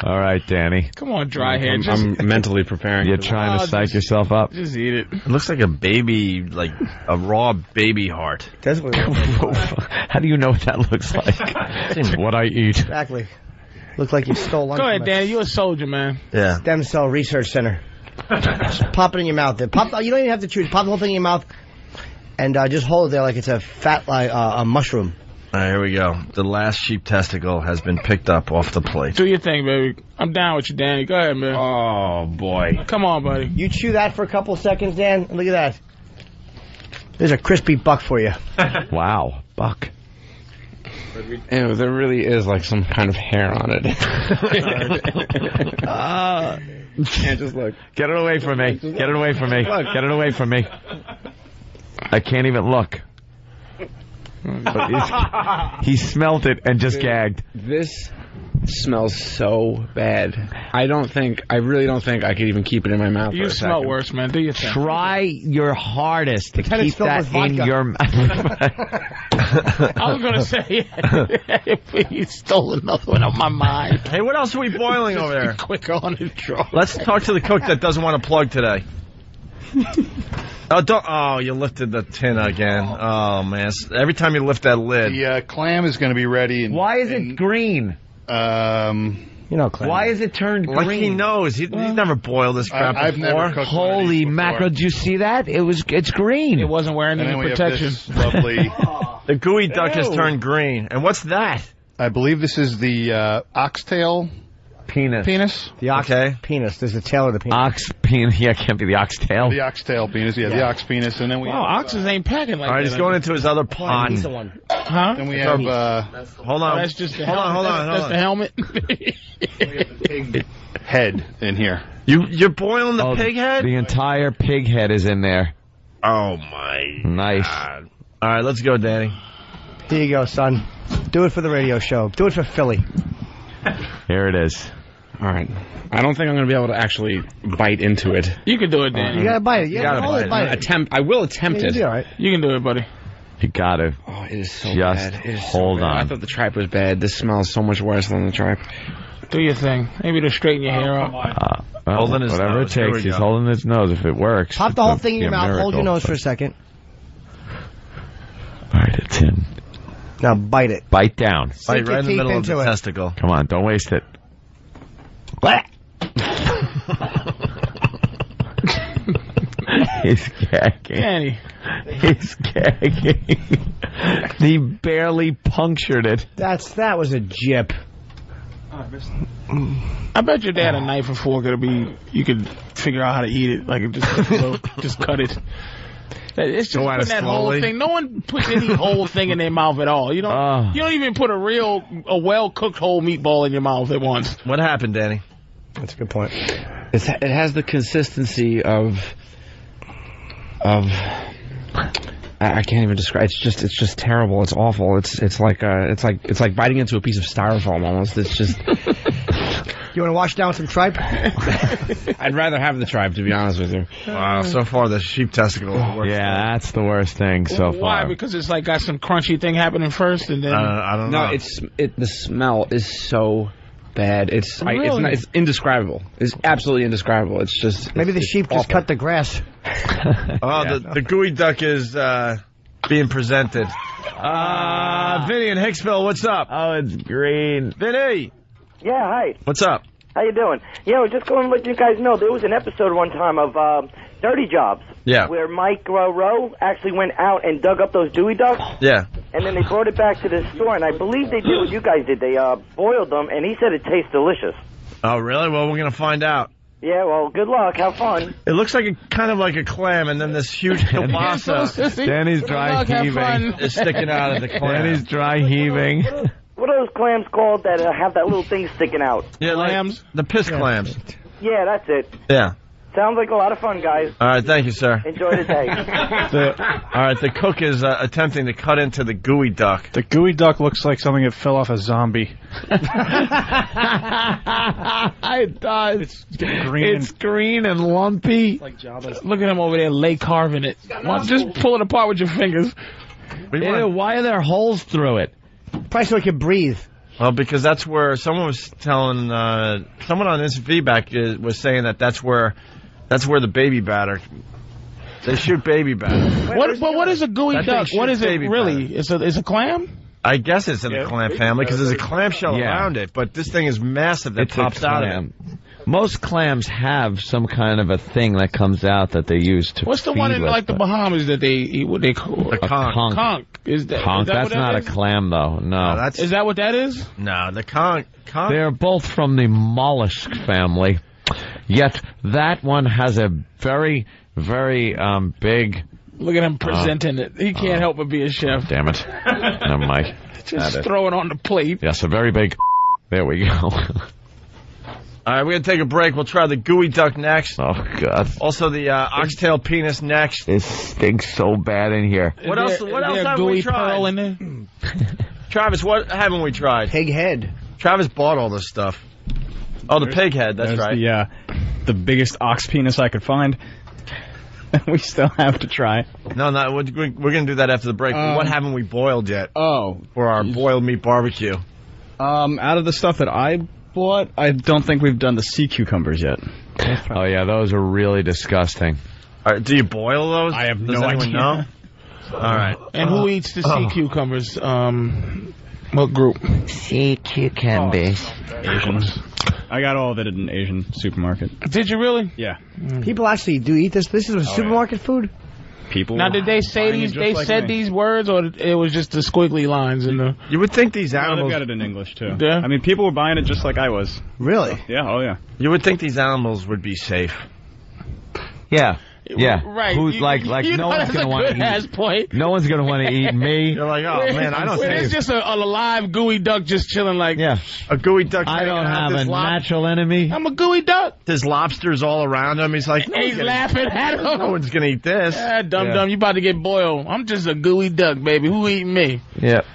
Speaker 3: All right, Danny.
Speaker 4: Come on, dry hair.
Speaker 7: I'm,
Speaker 4: Just,
Speaker 7: I'm mentally preparing.
Speaker 3: You're
Speaker 7: for this.
Speaker 3: trying
Speaker 4: Oh,
Speaker 3: to psych
Speaker 4: just-
Speaker 3: yourself up.
Speaker 4: just eat it.
Speaker 1: It looks like a baby, like a raw baby heart.
Speaker 2: That's what
Speaker 3: *laughs*
Speaker 2: *laughs*
Speaker 3: How do you know what that looks
Speaker 4: *laughs*
Speaker 3: like? It's what I eat.
Speaker 2: exactly. Looked like you stole lunch.
Speaker 4: Go ahead,
Speaker 2: from a
Speaker 4: Danny. You're a soldier, man.
Speaker 1: Yeah.
Speaker 2: Stem Cell Research Center. Just pop it in your mouth. Pop. You don't even have to chew. Pop the whole thing in your mouth, and uh, just hold it there like it's a fat like uh, a mushroom.
Speaker 1: All right, here we go. The last sheep testicle has been picked up off the plate.
Speaker 4: Do your thing, baby. I'm down with you, Danny. Go ahead, man.
Speaker 1: Oh boy.
Speaker 4: Come on, buddy.
Speaker 2: You chew that for a couple seconds, Dan, and look at that. There's a crispy buck for you.
Speaker 3: Wow, Buck.
Speaker 7: Ew, there really is like some kind of hair
Speaker 3: *laughs*
Speaker 7: on it. Ah. Can't just look.
Speaker 3: Get it away from me. Get it away from me. Get it away from me. I can't even look. But it's- he smelt it and just gagged.
Speaker 7: This smells so bad. I don't think. I really don't think I could even keep it in my mouth. for
Speaker 4: You
Speaker 7: a
Speaker 4: smell
Speaker 7: second.
Speaker 4: worse, man. Do your thing.
Speaker 3: Try your hardest to
Speaker 2: Pretend it's
Speaker 3: keep
Speaker 2: filled
Speaker 3: that
Speaker 2: with
Speaker 3: in
Speaker 2: vodka.
Speaker 3: your
Speaker 7: *laughs*
Speaker 3: mouth.
Speaker 4: I was gonna say *laughs* if he stole another one out my mind. *laughs*
Speaker 1: Hey, what else are we boiling over there?
Speaker 4: Quick on the draw.
Speaker 1: *laughs* Let's talk to the cook that doesn't want to plug today. oh, don't, oh, you lifted the tin again. Oh man, S- every time you lift that lid.
Speaker 10: The uh, clam is going to be ready. And,
Speaker 3: Why is it
Speaker 10: and,
Speaker 3: green?
Speaker 10: Um,
Speaker 2: You know, Clem.
Speaker 3: Why is it turned green?
Speaker 1: Like he knows, he, he's never boiled this crap
Speaker 10: I, I've
Speaker 1: before.
Speaker 10: never cooked one of these
Speaker 3: *laughs* Holy
Speaker 10: before.
Speaker 3: mackerel! Did you see that? It was it's green.
Speaker 4: It wasn't wearing
Speaker 10: And
Speaker 4: any
Speaker 10: then we have
Speaker 4: protection.
Speaker 10: this lovely. *laughs*
Speaker 1: the gooey duck has turned green. And what's that?
Speaker 10: I believe this is the uh, oxtail
Speaker 3: penis.
Speaker 10: penis.
Speaker 2: The ox
Speaker 1: Okay.
Speaker 2: penis. There's the tail of the penis.
Speaker 3: Ox penis. Yeah, can't be the oxtail.
Speaker 10: The oxtail penis. Yeah, the ox penis. And then we
Speaker 4: Wow, oxes ain't packing like
Speaker 1: All right,
Speaker 4: that.
Speaker 1: he's going into his other pot.
Speaker 2: He's the one.
Speaker 4: huh?
Speaker 10: then we have uh,
Speaker 1: Hold on.
Speaker 4: Oh, That's just the
Speaker 1: Um, hold on,
Speaker 4: helmet.
Speaker 1: hold on,
Speaker 4: That's-
Speaker 1: hold on.
Speaker 4: That's the helmet. *laughs*
Speaker 10: head in here.
Speaker 1: You you're boiling the
Speaker 3: Oh,
Speaker 1: pig head?
Speaker 3: The entire pig head is in there.
Speaker 1: oh my
Speaker 3: Nice.
Speaker 1: god. All right, let's go, Danny.
Speaker 2: Here you go, son. Do it for the radio show. Do it for Philly.
Speaker 3: Here it is.
Speaker 7: All right. I don't think I'm gonna be able to actually bite into it.
Speaker 4: you can do it, Danny.
Speaker 2: You gotta bite it. You,
Speaker 1: gotta
Speaker 2: gotta hold
Speaker 1: bite
Speaker 2: it,
Speaker 1: it.
Speaker 2: bite it.
Speaker 7: Attempt. I will attempt
Speaker 2: You
Speaker 7: it.
Speaker 2: do all right.
Speaker 4: You can do it, buddy.
Speaker 3: You got it.
Speaker 7: Oh, it is so
Speaker 3: Just
Speaker 7: bad. It is so
Speaker 3: hold
Speaker 7: bad.
Speaker 3: on.
Speaker 7: I thought the tripe was bad. This smells so much worse than the tripe.
Speaker 4: Do your thing. Maybe to straighten your hair up.
Speaker 3: Uh, well,
Speaker 1: Holding his
Speaker 3: whatever
Speaker 1: nose.
Speaker 3: it
Speaker 1: Here
Speaker 3: takes,
Speaker 1: we
Speaker 3: he's
Speaker 1: go.
Speaker 3: holding his nose. If it works,
Speaker 2: Pop the
Speaker 3: it's
Speaker 2: whole
Speaker 3: a-
Speaker 2: thing in your
Speaker 3: be a
Speaker 2: mouth. Hold your
Speaker 3: miracle.
Speaker 2: nose for a second.
Speaker 3: All right, it's in.
Speaker 2: Now bite it.
Speaker 3: Bite down.
Speaker 1: Right,
Speaker 2: Sink your
Speaker 1: right in the
Speaker 2: teeth
Speaker 1: middle of the
Speaker 2: into it.
Speaker 1: testicle.
Speaker 3: Come on, don't waste it. *laughs* he's gagging.
Speaker 4: Danny.
Speaker 3: He's gagging. *laughs* he barely punctured it.
Speaker 2: That's that was a jip.
Speaker 4: I bet
Speaker 3: Oh.
Speaker 4: your dad a knife and fork it'll be you could figure out how to eat it. Like just
Speaker 3: *laughs*
Speaker 4: just cut it. It's just
Speaker 1: Go at it
Speaker 4: putting that
Speaker 1: slowly.
Speaker 4: whole thing. No one puts any whole thing in their mouth at all. You don't.
Speaker 3: Ah.
Speaker 4: you don't even put a real, a well cooked whole meatball in your mouth at once.
Speaker 1: What happened, Danny?
Speaker 2: That's a good point.
Speaker 7: It's, it has the consistency of of I, I can't even describe. It's just it's just terrible. It's awful. It's it's like uh, it's like it's like biting into a piece of styrofoam almost. It's just.
Speaker 2: *laughs* You want to wash down some tripe?
Speaker 7: *laughs* I'd rather have the tribe to be honest with you.
Speaker 1: Wow, so far the sheep testicle.
Speaker 3: Yeah, that's the worst thing so
Speaker 4: Why?
Speaker 3: far.
Speaker 4: Because it's like got some crunchy thing happening first, and then
Speaker 3: Uh,
Speaker 4: *laughs*
Speaker 7: no, it's it. The smell is so bad. It's I, it's,
Speaker 4: Really?
Speaker 7: not, it's indescribable. It's absolutely indescribable. It's just
Speaker 2: Maybe the
Speaker 7: it's
Speaker 2: sheep just cut the grass.
Speaker 1: Oh, the, the gooey duck is uh, being presented. Uh, Vinny in Hicksville, what's up?
Speaker 7: Uh,
Speaker 3: Oh, it's green.
Speaker 1: Vinny,
Speaker 11: Yeah, hi.
Speaker 1: what's up?
Speaker 11: How you doing? You know, just going to let you guys know, there was an episode one time of um, Dirty Jobs.
Speaker 1: Yeah.
Speaker 11: Where Mike uh, Rowe actually went out and dug up those Dewey ducks,
Speaker 1: Yeah.
Speaker 11: and then they brought it back to the store, and I believe they did what you guys did. They uh, boiled them, and he said it tastes delicious.
Speaker 1: Oh, really? Well, we're gonna find out.
Speaker 11: Yeah, well, good luck. Have fun.
Speaker 1: It looks like a kind of like a clam, *laughs* and then this huge *laughs* kielbasa
Speaker 3: Danny's dry
Speaker 11: luck, have fun.
Speaker 3: heaving.
Speaker 1: is sticking out of the
Speaker 3: Danny's
Speaker 1: clam.
Speaker 3: dry heaving.
Speaker 11: What are those clams called that uh, have that little thing sticking out?
Speaker 1: Yeah, like the piss clams.
Speaker 11: Yeah, that's it.
Speaker 1: Yeah.
Speaker 11: Sounds like a lot of fun, guys.
Speaker 1: All right, thank you, sir.
Speaker 11: Enjoy the day.
Speaker 1: All right, *laughs* the cook is uh, attempting to cut into the gooey duck.
Speaker 5: The gooey duck looks like something that fell off a zombie.
Speaker 4: *laughs*
Speaker 3: it does. It's
Speaker 5: green.
Speaker 3: It's green and lumpy.
Speaker 4: look at him over there, lay carving it. Why- Just pull it apart with your fingers.
Speaker 1: We
Speaker 3: Ew,
Speaker 1: want-
Speaker 3: why are there holes through it?
Speaker 2: Probably so it could breathe.
Speaker 1: Well, because that's where someone was telling uh, someone on this feedback uh, was saying that that's where that's where the baby batter. They shoot baby batter.
Speaker 4: What? But what is a gooey
Speaker 1: That thing
Speaker 4: duck? What
Speaker 1: shoots
Speaker 4: is it
Speaker 1: baby
Speaker 4: really? It's a it's a clam.
Speaker 1: I guess it's in the clam family because there's a clamshell
Speaker 3: Yeah.
Speaker 1: around it, but this thing is massive that
Speaker 3: It's a
Speaker 1: pops out of it.
Speaker 3: clam. Most clams have some kind of a thing that comes out that they use to.
Speaker 4: What's the one
Speaker 3: feed
Speaker 4: in
Speaker 3: with,
Speaker 4: like the
Speaker 3: but-
Speaker 4: Bahamas that they eat? What they call
Speaker 1: The
Speaker 3: a
Speaker 1: conch.
Speaker 3: conch?
Speaker 4: conch? Is that, is
Speaker 3: Conch?
Speaker 4: that
Speaker 3: That's
Speaker 4: what that
Speaker 3: not a
Speaker 4: is?
Speaker 3: clam though. No.
Speaker 1: No, that's
Speaker 4: Is that what that is?
Speaker 1: no the conch. conch
Speaker 3: They're both from the mollusk family, yet that one has a very, very um, big.
Speaker 4: Look at him presenting it. He can't help but be a chef.
Speaker 3: Damn it, no, Mike.
Speaker 4: Just
Speaker 3: that is-
Speaker 4: throw it on the plate.
Speaker 3: Yes, a very big. *laughs* There we go. *laughs*
Speaker 1: All right, we're gonna take a break. We'll try the gooey duck next.
Speaker 3: oh God,
Speaker 1: Also the uh, oxtail penis next.
Speaker 3: this stinks so bad in here.
Speaker 1: What
Speaker 4: Is
Speaker 1: else?
Speaker 4: there-
Speaker 1: What
Speaker 4: is
Speaker 1: else
Speaker 4: there a
Speaker 1: have
Speaker 4: gooey
Speaker 1: we tried?
Speaker 4: pearl in there?
Speaker 1: Travis, what haven't we tried?
Speaker 2: Pig head.
Speaker 1: Travis bought all this stuff. Oh, the pig head. That's
Speaker 6: There's
Speaker 1: right.
Speaker 6: The, uh, the biggest ox penis I could find. *laughs* we still have to try.
Speaker 1: No, no, we're, we're going to do that after the break.
Speaker 6: Um,
Speaker 1: what haven't we boiled yet
Speaker 6: Oh,
Speaker 1: for our boiled meat barbecue?
Speaker 6: um, out of the stuff that I bought, I don't think we've done the sea cucumbers yet.
Speaker 3: Oh yeah, those are really disgusting.
Speaker 1: All right, do you boil those?
Speaker 6: I have
Speaker 1: Does
Speaker 6: no
Speaker 1: anyone
Speaker 6: idea. *laughs*
Speaker 1: know? All right.
Speaker 4: And who eats the sea cucumbers? Um, what group?
Speaker 9: Sea cucumbers.
Speaker 11: Oh,
Speaker 6: Asians. I got all of it at an Asian supermarket.
Speaker 4: Did you really?
Speaker 6: Yeah.
Speaker 2: People actually do eat this. This is supermarket food.
Speaker 6: People.
Speaker 4: Now, did they say
Speaker 6: Mine
Speaker 4: these?
Speaker 6: is just
Speaker 4: They
Speaker 6: like
Speaker 4: said
Speaker 6: me.
Speaker 4: these words, or it was just the squiggly lines in the?
Speaker 1: You would think these
Speaker 6: Oh, they've
Speaker 1: animals.
Speaker 6: got it in English too.
Speaker 4: Yeah.
Speaker 6: I mean, people were buying it just like I was.
Speaker 2: Really?
Speaker 6: Yeah. Oh yeah.
Speaker 1: You would think these animals would be safe.
Speaker 3: Yeah. Yeah.
Speaker 4: Right.
Speaker 3: Who's
Speaker 4: You-
Speaker 3: like like
Speaker 4: you
Speaker 3: no
Speaker 4: know
Speaker 3: one's
Speaker 4: that's
Speaker 3: gonna
Speaker 4: a
Speaker 3: want to
Speaker 4: good ass
Speaker 3: eat.
Speaker 4: point.
Speaker 3: No one's gonna want to
Speaker 1: *laughs*
Speaker 3: eat me.
Speaker 1: You're like, oh man, I don't
Speaker 4: Where
Speaker 1: think
Speaker 4: it's just a, a live gooey duck just chilling like.
Speaker 3: Yeah.
Speaker 1: a gooey duck.
Speaker 3: I don't have a
Speaker 1: this
Speaker 3: natural enemy.
Speaker 4: I'm a gooey duck.
Speaker 1: His lobsters all around him. He's like, no, one's
Speaker 4: He's
Speaker 1: gonna-
Speaker 4: laughing at him. *laughs*
Speaker 1: no one's gonna eat this.
Speaker 4: Ah, dumb
Speaker 3: Yeah.
Speaker 4: dumb, you about to get boiled. I'm just a gooey duck, baby. Who eating me?
Speaker 3: Yep.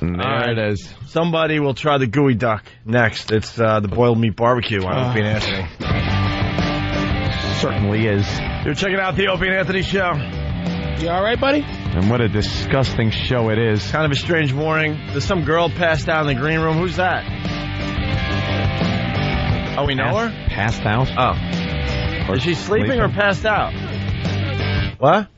Speaker 3: And There
Speaker 1: All right.
Speaker 3: it is.
Speaker 1: Somebody will try the gooey duck next. It's uh, the boiled meat barbecue on Opie
Speaker 3: Ah.
Speaker 1: and Anthony.
Speaker 3: Certainly is.
Speaker 1: You're checking out the Opie and Anthony show.
Speaker 4: You all right, buddy?
Speaker 3: And what a disgusting show it is.
Speaker 1: Kind of a strange morning. There's some girl passed out in the green room. Who's that? Oh, we know her?
Speaker 3: Passed out.
Speaker 1: Oh.
Speaker 3: Or
Speaker 1: Is she sleeping, or passed out? What?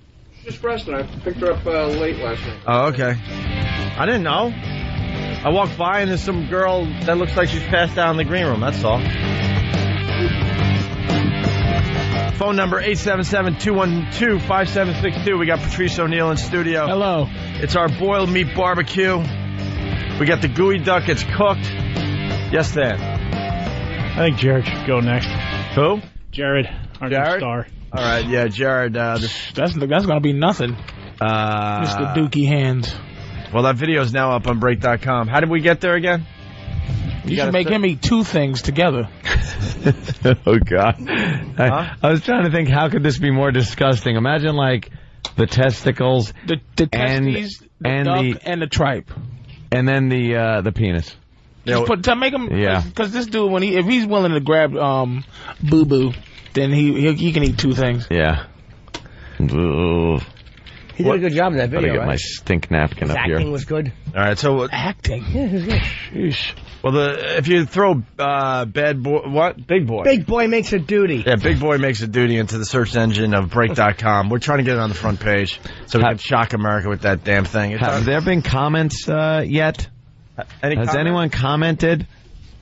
Speaker 7: Just resting. I picked her up uh, late last night.
Speaker 1: Oh, okay. I didn't know. I walked by and there's some girl that looks like she's passed out in the green room. That's all. Phone number 877-212-5762. We got Patrice O'Neill in studio.
Speaker 4: Hello.
Speaker 1: It's our boiled meat barbecue. We got the gooey duck. It's cooked. Yes, Dan.
Speaker 5: I think Jared should go next.
Speaker 1: Who?
Speaker 5: Jared, our new
Speaker 1: Jared?
Speaker 5: star.
Speaker 1: All right, yeah, Jared. Uh, this,
Speaker 4: That's that's gonna be nothing,
Speaker 1: uh,
Speaker 4: Mr. Dookie Hands.
Speaker 1: Well, that video's now up on Break.com. How did we get there again?
Speaker 4: You,
Speaker 1: gotta
Speaker 4: should make
Speaker 1: sit-
Speaker 4: him eat two things together.
Speaker 3: *laughs* oh God. I, I was trying to think how could this be more disgusting? Imagine like the testicles,
Speaker 4: the, the
Speaker 3: and,
Speaker 4: testes, the
Speaker 3: and
Speaker 4: duck,
Speaker 3: the
Speaker 4: and the tripe.
Speaker 3: and then the uh, the penis.
Speaker 4: Just put to make him,
Speaker 3: Yeah.
Speaker 4: Because this dude, when he if he's willing to grab um boo boo, then he, he he can eat two things.
Speaker 3: Yeah. Ugh.
Speaker 2: He did a good job in that
Speaker 3: Better
Speaker 2: video,
Speaker 3: get my
Speaker 2: right?
Speaker 3: stink napkin
Speaker 2: His
Speaker 3: up here.
Speaker 2: acting was good.
Speaker 1: All right, so what-
Speaker 4: Acting.
Speaker 2: Yeah, it was good.
Speaker 1: well, the if you throw uh, bad boy, what big boy?
Speaker 2: Big boy makes a duty.
Speaker 1: yeah, big boy makes a duty into the search engine of break.com. We're trying to get it on the front page so we can shock America with that damn thing. It's
Speaker 3: Have
Speaker 1: on-
Speaker 3: there been comments uh, yet?
Speaker 1: Any
Speaker 3: Has
Speaker 1: comment?
Speaker 3: anyone commented?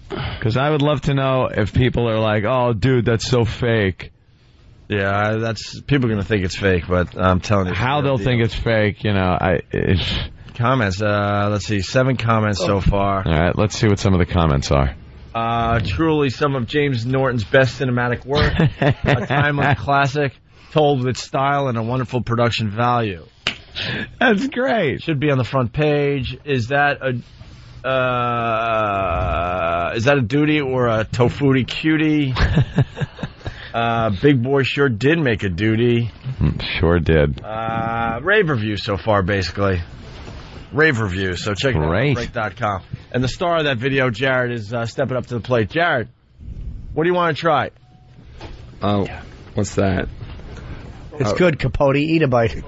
Speaker 3: Because I would love to know if people are like, "Oh, dude, that's so fake."
Speaker 1: Yeah, I- that's people are gonna think it's fake, but I'm telling you,
Speaker 3: How they'll think it's fake, you know. I. It's,
Speaker 1: comments. Uh, let's see, seven comments
Speaker 3: Oh.
Speaker 1: so far.
Speaker 3: all right, let's see what some of the comments are.
Speaker 1: Uh, truly some of James Norton's best cinematic work.
Speaker 3: *laughs*
Speaker 1: a timeless classic, told with style and a wonderful production value.
Speaker 3: That's great.
Speaker 1: Should be on the front page. Is that a uh, is that a duty or a tofuti
Speaker 3: *laughs*
Speaker 1: cutie? uh, Big Boy sure did make a duty.
Speaker 3: Mm, Sure did.
Speaker 1: Uh, rave review so far, basically. Rave review. So check it
Speaker 3: Great.
Speaker 1: out on break.com. And the star of that video, Jared, is uh, stepping up to the plate. Jared, what do you want to try?
Speaker 7: Oh, what's that? Uh,
Speaker 2: It's good, Capote. Eat a bite.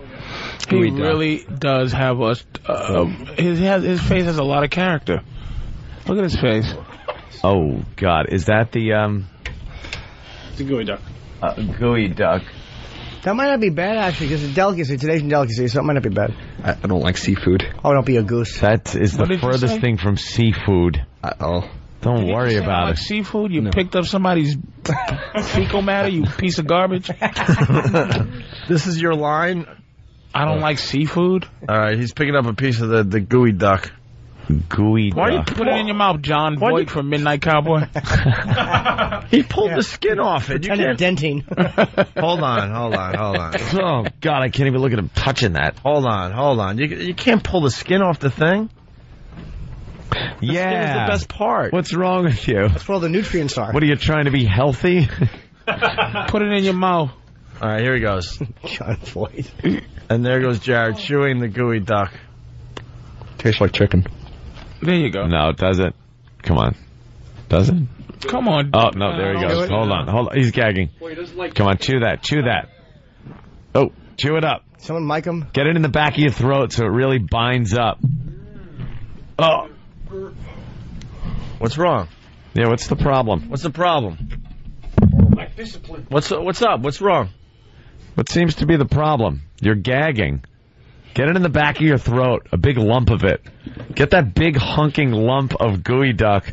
Speaker 4: He really does have us. Uh, his he has, his face has a lot of character. Look at his face.
Speaker 3: Oh God, is that the um
Speaker 5: It's a gooey duck.
Speaker 3: uh, gooey duck?
Speaker 2: That might not be bad actually, because it's a delicacy. Today's a delicacy, so it might not be bad.
Speaker 7: I, I don't like seafood.
Speaker 2: Oh, don't be a goose.
Speaker 3: That is
Speaker 4: What
Speaker 3: the
Speaker 4: did you
Speaker 3: furthest
Speaker 4: say?
Speaker 3: thing from seafood.
Speaker 7: Uh oh.
Speaker 3: Don't
Speaker 4: Did you
Speaker 3: worry
Speaker 4: say I
Speaker 3: about
Speaker 4: like
Speaker 3: it.
Speaker 4: Seafood. You picked up somebody's fecal matter. You piece of garbage.
Speaker 1: This is your line.
Speaker 4: I don't like seafood.
Speaker 1: All right, he's picking up a piece of the, the gooey duck.
Speaker 3: Gooey
Speaker 4: Why do you
Speaker 3: duck.
Speaker 4: put it in your mouth, John Voight from Midnight Cowboy?
Speaker 1: He pulled the skin off it. You
Speaker 2: And a
Speaker 1: can't.
Speaker 7: *laughs*
Speaker 2: dentine.
Speaker 1: Hold on, hold on, hold on,
Speaker 3: Oh God, I can't even look at him touching that.
Speaker 1: *laughs* hold on, hold on. You you can't pull the skin off the thing. Skin is
Speaker 3: yeah.
Speaker 1: the best part.
Speaker 3: What's wrong with you?
Speaker 2: That's where all the nutrients are.
Speaker 3: What are you trying to be healthy? *laughs*
Speaker 4: put it in your mouth.
Speaker 1: All right, here he *laughs* goes.
Speaker 2: John Floyd.
Speaker 1: And there goes Jared chewing the gooey duck.
Speaker 7: Tastes like chicken.
Speaker 4: There you go.
Speaker 3: no, it doesn't. Come on. Does it?
Speaker 4: Come on.
Speaker 3: Oh no, there he
Speaker 4: Don't do
Speaker 3: goes.
Speaker 4: it.
Speaker 3: Hold on, hold on. He's gagging. Come on, chew that, chew that. Oh, chew it up.
Speaker 2: Someone mic him.
Speaker 3: Get it in the back of your throat so it really binds up. Oh.
Speaker 1: What's wrong?
Speaker 3: Yeah, what's the problem?
Speaker 1: What's the problem? What's what's up? What's wrong?
Speaker 3: What seems to be the problem? You're gagging. Get it in the back of your throat, a big lump of it. Get that big hunking lump of gooey duck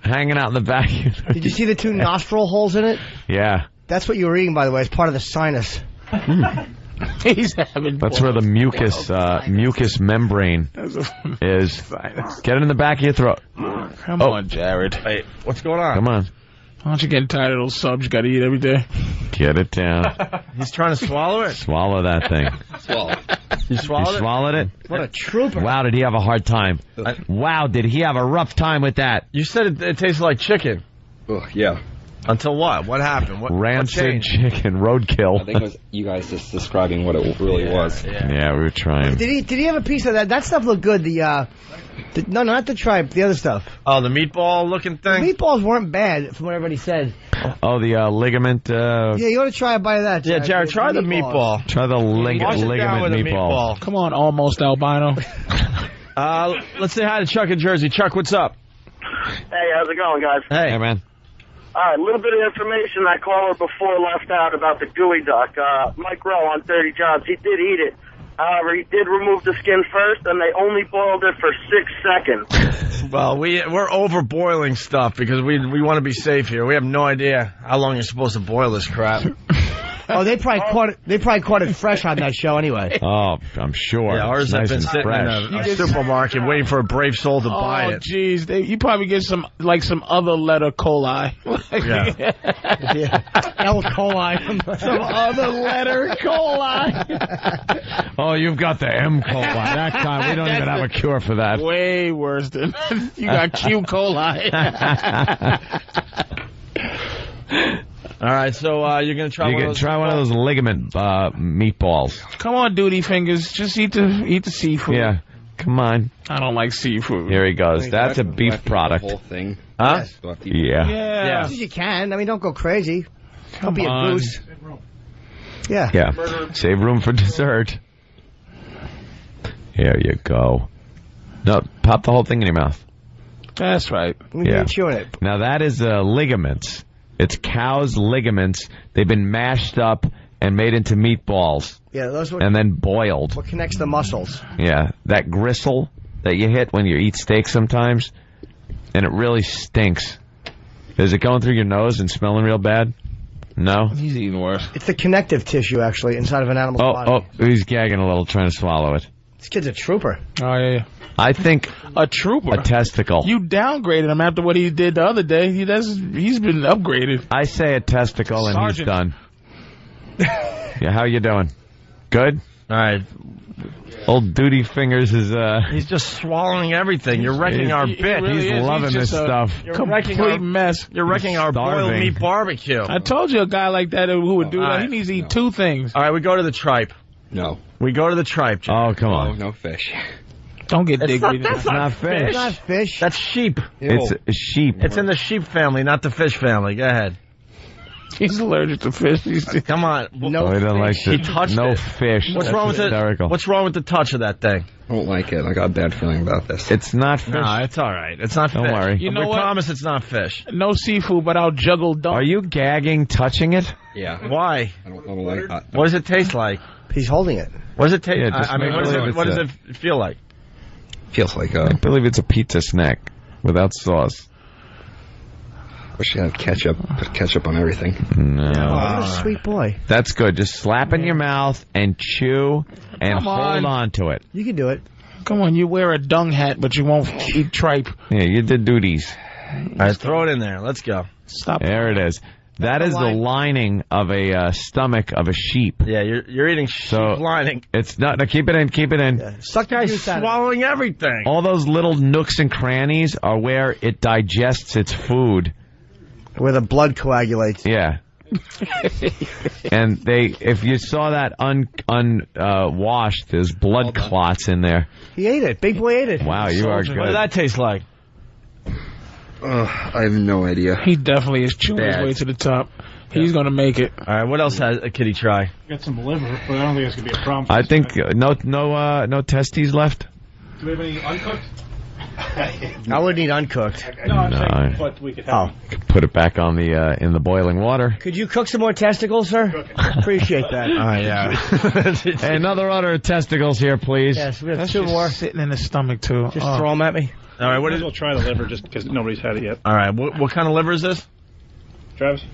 Speaker 3: hanging out in the back. Of your
Speaker 2: *laughs* Did you see the two nostril holes in it?
Speaker 3: Yeah,
Speaker 2: That's what you were eating, by the way. It's part of the sinus.
Speaker 4: *laughs* He's having.
Speaker 3: that's where the mucus uh, mucus membrane is. Get it in the back of your throat.
Speaker 4: Come on, Jared.
Speaker 1: Hey, what's going on?
Speaker 3: Come on,
Speaker 4: Aren't you getting tired of those subs you got to eat every day?
Speaker 3: get
Speaker 1: *laughs*
Speaker 3: it down.
Speaker 1: He's trying to swallow it.
Speaker 3: Swallow that thing.
Speaker 1: You
Speaker 3: You
Speaker 1: swallowed it.
Speaker 3: swallowed it.
Speaker 2: What a trooper.
Speaker 3: Wow, did he have a hard time?
Speaker 1: I-
Speaker 3: Wow, did he have a rough time with that?
Speaker 1: You said it, it tasted like chicken.
Speaker 7: Ugh, yeah.
Speaker 1: Until what? What happened? What, what
Speaker 3: Rancid
Speaker 1: changed?
Speaker 3: chicken roadkill.
Speaker 7: I think it was you guys just describing what it really was.
Speaker 3: Yeah, we were trying.
Speaker 2: Did he? Did he have a piece of that? That stuff looked good. The uh, the, no, no, not the tripe. The other stuff.
Speaker 1: Oh, the meatball looking thing.
Speaker 2: Meatballs weren't bad, from what everybody said.
Speaker 3: Oh, the uh, ligament. Uh,
Speaker 2: Yeah, you ought to try a bite of that.
Speaker 1: yeah, Jared, try the meatball.
Speaker 3: Try the lig-
Speaker 1: Wash it down with
Speaker 3: ligament
Speaker 1: a
Speaker 3: meatball.
Speaker 1: meatball.
Speaker 4: Come on, almost albino.
Speaker 3: *laughs*
Speaker 1: Uh, let's say hi to Chuck in Jersey. Chuck, what's up?
Speaker 11: Hey, how's it going, guys?
Speaker 1: Hey.
Speaker 3: Hey, man.
Speaker 11: All right, a little bit of information that caller before left out about the gooey duck. Uh, Mike Rowe on 30 Jobs, he did eat it. However, he did remove the skin first, and they only boiled it for six seconds.
Speaker 1: Well, we we're over boiling stuff because we we want to be safe here. We have no idea how long you're supposed to boil this crap.
Speaker 2: Oh,
Speaker 1: *laughs*
Speaker 2: they probably caught it. They probably caught it fresh on that show anyway.
Speaker 3: Oh, I'm sure.
Speaker 1: Yeah, ours
Speaker 3: It's
Speaker 1: have
Speaker 3: nice
Speaker 1: been
Speaker 3: and
Speaker 1: sitting
Speaker 3: fresh.
Speaker 1: in a, a supermarket waiting for a brave soul to buy
Speaker 4: oh,
Speaker 1: it.
Speaker 4: jeez, they- you probably get some like some other letter coli. *laughs*
Speaker 1: Yeah.
Speaker 2: Yeah. L. coli.
Speaker 4: some other letter coli.
Speaker 3: oh, you've got the
Speaker 1: *laughs*
Speaker 3: M coli. That kind. We don't even have a cure for that. *laughs*
Speaker 4: Way worse than *laughs* you got Q coli.
Speaker 5: Uh,
Speaker 1: All right, so uh, you're gonna try
Speaker 3: you
Speaker 1: one
Speaker 3: can
Speaker 1: of those.
Speaker 3: try one of those ligament uh, meatballs.
Speaker 4: Come on, duty fingers. Just eat the eat the seafood.
Speaker 3: Yeah, come on.
Speaker 4: I don't like seafood.
Speaker 3: Here he goes.
Speaker 4: Wait,
Speaker 3: That's a
Speaker 4: do I- do I
Speaker 3: beef
Speaker 4: eat the
Speaker 3: product.
Speaker 4: whole
Speaker 10: thing.
Speaker 3: Huh?
Speaker 4: Yes.
Speaker 7: Oh,
Speaker 3: Yeah.
Speaker 2: As much as you can. I mean, don't go crazy.
Speaker 4: Come
Speaker 2: don't be
Speaker 4: on.
Speaker 2: a goose. Yeah.
Speaker 3: Yeah. Save room for dessert. Here you go. No, pop the whole thing in your mouth.
Speaker 4: That's right.
Speaker 3: Yeah.
Speaker 2: chewing it.
Speaker 3: Now that is uh, ligaments. It's cow's ligaments. They've been mashed up and made into meatballs
Speaker 2: Yeah, those what,
Speaker 3: and then boiled.
Speaker 2: what connects the muscles.
Speaker 3: Yeah, that gristle that you hit when you eat steak sometimes, and it really stinks. Is it going through your nose and smelling real bad? No.
Speaker 4: He's even worse.
Speaker 2: It's the connective tissue, actually, inside of an animal's
Speaker 3: Oh,
Speaker 2: body.
Speaker 3: oh, he's gagging a little, trying to swallow it.
Speaker 2: This kid's a trooper.
Speaker 4: Oh yeah.
Speaker 3: I think
Speaker 4: a trooper,
Speaker 1: *laughs*
Speaker 3: a testicle.
Speaker 4: You downgraded him after what he did the other day. He that's he's been upgraded.
Speaker 3: I say a testicle, and he's
Speaker 4: Sergeant.
Speaker 3: done.
Speaker 1: *laughs*
Speaker 3: yeah, how you doing? Good.
Speaker 1: All right.
Speaker 3: Old duty fingers is uh.
Speaker 1: He's just swallowing everything. You're wrecking
Speaker 3: He-
Speaker 1: our
Speaker 3: he
Speaker 1: bit.
Speaker 3: really He's is. loving He's just this a stuff.
Speaker 1: You're
Speaker 4: complete
Speaker 1: wrecking our
Speaker 4: mess.
Speaker 1: You're wrecking our boiled
Speaker 3: starving.
Speaker 1: meat barbecue.
Speaker 4: I told you a guy like that who would do
Speaker 1: All
Speaker 4: that.
Speaker 1: right.
Speaker 4: He needs to eat two things.
Speaker 1: All right, we go to the tripe.
Speaker 7: No.
Speaker 1: We go to the tripe. Jim.
Speaker 3: Oh, come on.
Speaker 7: No fish.
Speaker 4: Don't get
Speaker 1: It's not,
Speaker 4: diggy.
Speaker 1: that's not, fish.
Speaker 3: fish.
Speaker 2: Not fish.
Speaker 1: That's sheep.
Speaker 3: It's a sheep.
Speaker 1: It's in the sheep family, not the fish family. Go ahead.
Speaker 4: He's allergic to fish. He's
Speaker 1: Come
Speaker 3: *laughs*
Speaker 1: on.
Speaker 3: oh, he doesn't like
Speaker 1: He
Speaker 3: the-
Speaker 1: touched
Speaker 3: no
Speaker 1: it.
Speaker 3: fish.
Speaker 1: What's wrong with
Speaker 3: That's hysterical.
Speaker 1: it? What's wrong with the touch of that thing?
Speaker 7: I don't like it. I got a bad feeling about this.
Speaker 3: It's not fish.
Speaker 1: No, it's all right. It's not
Speaker 3: Don't
Speaker 1: fish.
Speaker 3: worry.
Speaker 4: You
Speaker 1: we
Speaker 4: know what?
Speaker 1: promise it's not fish.
Speaker 4: no seafood, but I'll juggle
Speaker 3: Are
Speaker 4: dump.
Speaker 3: you gagging, touching it?
Speaker 7: yeah.
Speaker 1: Why?
Speaker 7: I don't, I don't like hot.
Speaker 1: What does it taste like?
Speaker 2: He's holding it.
Speaker 1: What does it taste?
Speaker 3: Yeah, just
Speaker 1: I, I mean, what, does
Speaker 3: believe
Speaker 1: it,
Speaker 3: it's
Speaker 1: what does
Speaker 3: a-
Speaker 1: it f- feel like?
Speaker 7: Feels like
Speaker 3: I
Speaker 7: uh,
Speaker 3: believe it's a pizza snack without sauce.
Speaker 7: wish you had ketchup. Put ketchup on everything.
Speaker 3: No.
Speaker 2: Oh, what a sweet boy.
Speaker 3: That's good. Just slap in your mouth and chew and
Speaker 4: Come
Speaker 3: hold
Speaker 4: on.
Speaker 3: on to it.
Speaker 2: You can do it.
Speaker 4: Come on, you wear a dung hat, but you won't eat tripe.
Speaker 3: Yeah, you did duties.
Speaker 1: All right, throw it in there. Let's go.
Speaker 4: Stop.
Speaker 3: There it is. That is the lining of a uh, stomach of a sheep.
Speaker 1: Yeah, you're you're eating sheep
Speaker 3: So-
Speaker 1: lining.
Speaker 3: It's not. No, keep it in. Keep it in.
Speaker 2: Suck the
Speaker 1: Guy's
Speaker 2: juice out of
Speaker 1: swallowing everything.
Speaker 3: All those little nooks and crannies are where it digests its food.
Speaker 2: it. Where the blood coagulates.
Speaker 3: Yeah. and they, if you saw that un un uh, washed, there's blood clots in there.
Speaker 2: He ate it. Big boy ate it.
Speaker 3: Wow, you are
Speaker 1: What does
Speaker 3: good.
Speaker 1: that taste like?
Speaker 7: Ugh, I have no idea.
Speaker 4: He definitely is chewing his
Speaker 7: Bad.
Speaker 4: way to the top. He's gonna make it.
Speaker 1: All right, what else has a kitty try?
Speaker 5: Got some liver, but I don't think it's gonna be a problem. for
Speaker 3: I
Speaker 5: this
Speaker 3: think
Speaker 5: guy.
Speaker 3: uh, no no uh, no testes left.
Speaker 5: Do we have any uncooked?
Speaker 2: I wouldn't eat uncooked.
Speaker 5: no, I'm
Speaker 3: No.
Speaker 5: saying, but we could have.
Speaker 2: Oh.
Speaker 3: Could Put it back on the uh, in the boiling water.
Speaker 2: Could you cook some more testicles, sir? Appreciate
Speaker 1: All
Speaker 2: that.
Speaker 1: right, yeah. *laughs*
Speaker 3: Hey, another order of testicles here, please.
Speaker 2: Yes, we have
Speaker 4: That's
Speaker 2: two
Speaker 4: just
Speaker 2: more.
Speaker 4: sitting in his stomach too.
Speaker 2: Just
Speaker 4: Oh.
Speaker 2: throw them at me.
Speaker 1: All right,
Speaker 5: Might
Speaker 1: what
Speaker 5: as
Speaker 1: is?
Speaker 5: well try the liver just because nobody's had it yet.
Speaker 1: All right, what, what kind of liver is this?
Speaker 5: Travis?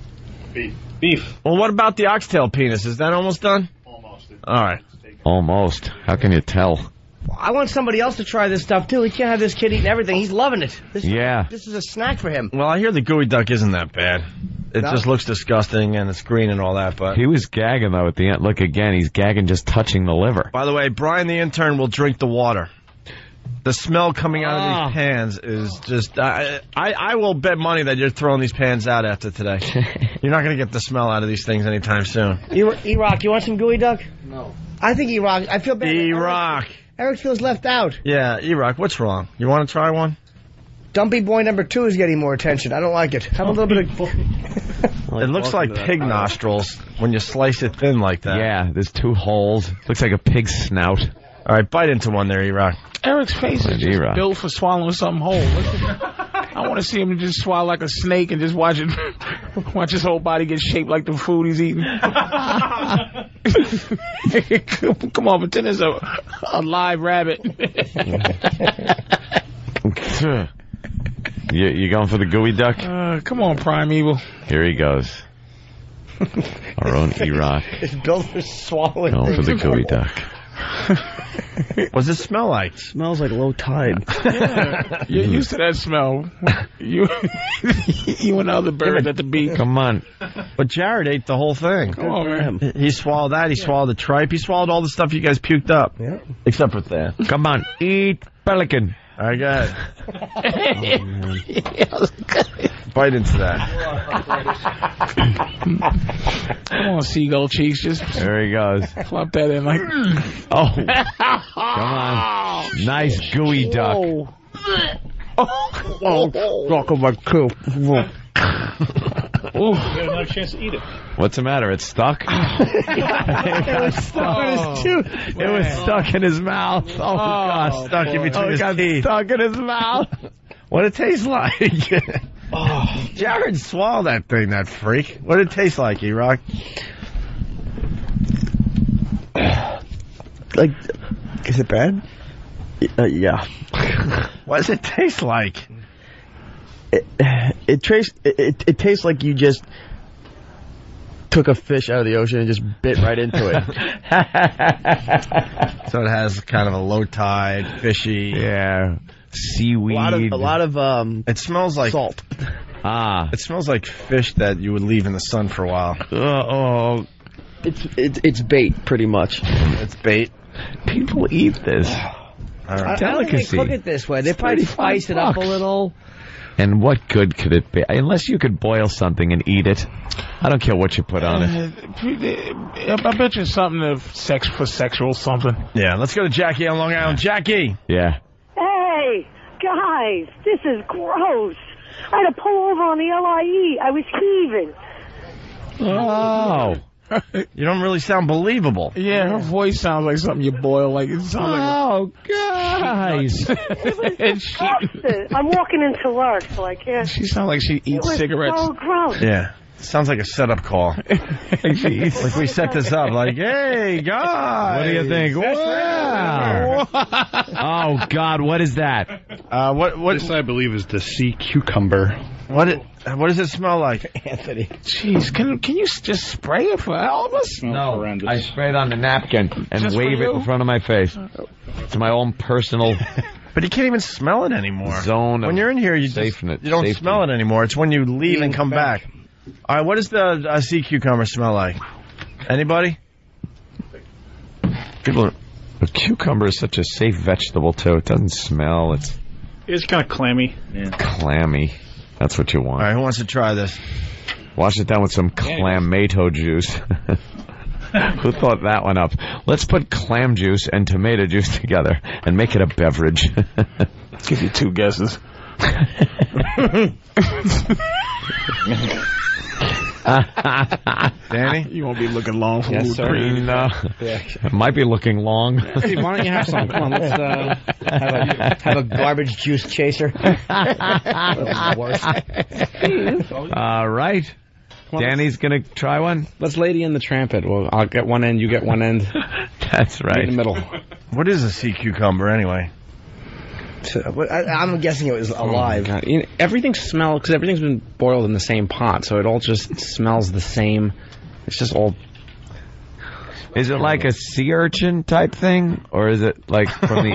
Speaker 5: Beef. Beef.
Speaker 1: Well, what about the oxtail penis? Is that almost done?
Speaker 5: Almost.
Speaker 1: All right.
Speaker 3: Almost. How can you tell?
Speaker 2: I want somebody else to try this stuff too. We can't have this kid eating everything. He's loving it. This,
Speaker 3: Yeah.
Speaker 2: This is a snack for him.
Speaker 1: Well, I hear the gooey duck isn't that bad. It
Speaker 2: No.
Speaker 1: just looks disgusting and it's green and all that, but.
Speaker 3: He was gagging though at the end. Look again, he's gagging just touching the liver.
Speaker 1: By the way, Brian the intern will drink the water. The smell coming out of these pans is just. I, I I will bet money that you're throwing these pans out after today. you're not going to get the smell out of these things anytime soon.
Speaker 2: E- E-Rock, you want some gooey duck? No. I think E-Rock, I feel bad. that
Speaker 1: E
Speaker 2: Eric-
Speaker 1: Rock.
Speaker 2: Eric feels left out.
Speaker 1: Yeah, E Rock, what's wrong? You want to try one?
Speaker 2: Dumpy boy number two is getting more attention. I don't like it. Have a little bit of...
Speaker 1: it looks like pig nostrils when you slice it thin like that.
Speaker 3: Yeah, there's two holes. Looks like a pig's snout. *laughs*
Speaker 1: All right, bite into one there, E Rock.
Speaker 4: Eric's face is just
Speaker 3: Right.
Speaker 4: built for swallowing something whole. I want to see him just swallow like a snake and just watch it, *laughs* watch his whole body get shaped like the food he's eating. *laughs* Come on, pretend it's a, a live rabbit.
Speaker 3: you, you going for the gooey duck?
Speaker 4: Uh, come on, primeval.
Speaker 3: Here he goes. Our own E-Rock
Speaker 2: It's built for swallowing
Speaker 3: going for
Speaker 2: things.
Speaker 3: the gooey duck.
Speaker 1: What's it smell like?
Speaker 9: Smells like low tide.
Speaker 4: You're used to that smell. You, *laughs* you and the other birds at the beach.
Speaker 3: Come on.
Speaker 1: *laughs* But Jared ate the whole thing.
Speaker 4: Come on, man.
Speaker 1: He swallowed that. He swallowed the tripe. He swallowed all the stuff you guys puked up.
Speaker 2: Yeah.
Speaker 1: Except for that.
Speaker 3: Come on. Eat pelican.
Speaker 1: All right, go ahead. Bite into that.
Speaker 4: Come on, seagull cheeks. Just
Speaker 3: there he goes.
Speaker 4: Plop that in like.
Speaker 3: Oh, come on. Nice gooey duck.
Speaker 4: Oh, talk about cool.
Speaker 5: You had another chance to eat it.
Speaker 3: What's the matter? It's stuck?
Speaker 5: it
Speaker 9: *laughs*
Speaker 3: was stuck in
Speaker 9: Oh,
Speaker 3: his tooth. It was stuck in his mouth. Oh, God.
Speaker 1: Stuck in between
Speaker 3: oh,
Speaker 1: his
Speaker 3: God,
Speaker 1: teeth.
Speaker 3: Stuck in
Speaker 1: *laughs*
Speaker 3: his mouth.
Speaker 1: What it tastes like? *laughs* oh, Jared, swallow that thing, that freak. What it taste like, E Rock?
Speaker 9: *sighs* Like, is it bad? Uh,
Speaker 1: *laughs*
Speaker 9: yeah.
Speaker 1: What does it taste like?
Speaker 9: It, it trace. It, it, it tastes like you just took a fish out of the ocean and just bit right into
Speaker 2: *laughs*
Speaker 9: it.
Speaker 1: So it has kind of a low tide, fishy.
Speaker 3: Yeah. Seaweed.
Speaker 9: a lot of a lot of um
Speaker 1: It smells like
Speaker 9: salt.
Speaker 3: Ah.
Speaker 1: It smells like fish that you would leave in the sun for a while.
Speaker 3: oh,
Speaker 9: It's it's it's bait pretty much.
Speaker 1: It's bait.
Speaker 3: people eat this.
Speaker 1: All
Speaker 2: I, I
Speaker 1: right.
Speaker 2: don't think
Speaker 3: Delicacy.
Speaker 2: they cook it this way. They probably
Speaker 3: 35
Speaker 2: spice it up a
Speaker 3: bucks.
Speaker 2: little.
Speaker 3: And what good could it be? Unless you could boil something and eat it. I don't care what you put on
Speaker 4: *sighs*
Speaker 3: it.
Speaker 4: I I bet you something of sex for sexual something.
Speaker 1: Yeah, let's go to Jackie on Long Island. Jackie.
Speaker 3: Yeah.
Speaker 12: Hey, guys, this is gross. I had to pull over on the LIE. I was heaving.
Speaker 3: Oh.
Speaker 1: you don't really sound believable.
Speaker 4: Yeah, her voice sounds like something you boil. Like it sounds like.
Speaker 3: Oh, guys.
Speaker 4: and *laughs* she,
Speaker 12: Disgusting. I'm walking into work, so I can't.
Speaker 4: she sounds like she
Speaker 12: It
Speaker 4: eats
Speaker 12: was
Speaker 4: cigarettes.
Speaker 12: so gross.
Speaker 1: Yeah. Sounds like a setup call. *laughs*
Speaker 4: *laughs*
Speaker 1: like we set this up. Like, hey, *laughs* guys.
Speaker 3: What do you think? Wow.
Speaker 1: *laughs*
Speaker 3: oh, God, what is that?
Speaker 1: Uh, what what
Speaker 10: This, I believe, is the sea cucumber.
Speaker 1: what it, what does it smell like, Anthony?
Speaker 4: Jeez, can can you s- just spray it for all of us?
Speaker 3: No, I sprayed on the napkin and
Speaker 4: Just for
Speaker 3: wave it
Speaker 4: you?
Speaker 3: in front of my face. It's my own personal
Speaker 1: But you can't even smell it anymore.
Speaker 3: zone of
Speaker 1: When you're in here, you just,
Speaker 3: safeness.
Speaker 1: you don't
Speaker 3: safety.
Speaker 1: smell it anymore. It's when you leave and come back. All right, what does the uh, sea cucumber smell like? Anybody?
Speaker 3: Good lord. A cucumber is such a safe vegetable, too. It doesn't smell. It's
Speaker 5: It's kind of clammy.
Speaker 3: clammy. That's what you want.
Speaker 1: All right, who wants to try this?
Speaker 3: Wash it down with some clamato juice. *laughs* Who thought that one up? Let's put clam juice and tomato juice *laughs* together and make it a beverage.
Speaker 4: *laughs* Give you two *laughs* guesses.
Speaker 1: Danny?
Speaker 4: You won't be looking long for yes,
Speaker 3: no. It might be looking
Speaker 4: *laughs*
Speaker 3: long.
Speaker 7: Steve, why don't you have some? Come on, let's uh, have a
Speaker 2: Have a garbage juice *laughs* chaser.
Speaker 3: All right. Danny's going to try one? *laughs*
Speaker 7: let's lady in the trampet. Well, I'll get one end, you get one end,
Speaker 3: That's
Speaker 7: in the
Speaker 3: right.
Speaker 7: middle.
Speaker 1: What is a sea cucumber anyway?
Speaker 2: But I, I'm guessing it was alive.
Speaker 7: Oh, God, you know, everything smells because everything's been boiled in the same pot, so it all just smells the same. It's just all
Speaker 3: Is it like a sea urchin type thing? Or is it like from
Speaker 4: *laughs*
Speaker 3: the.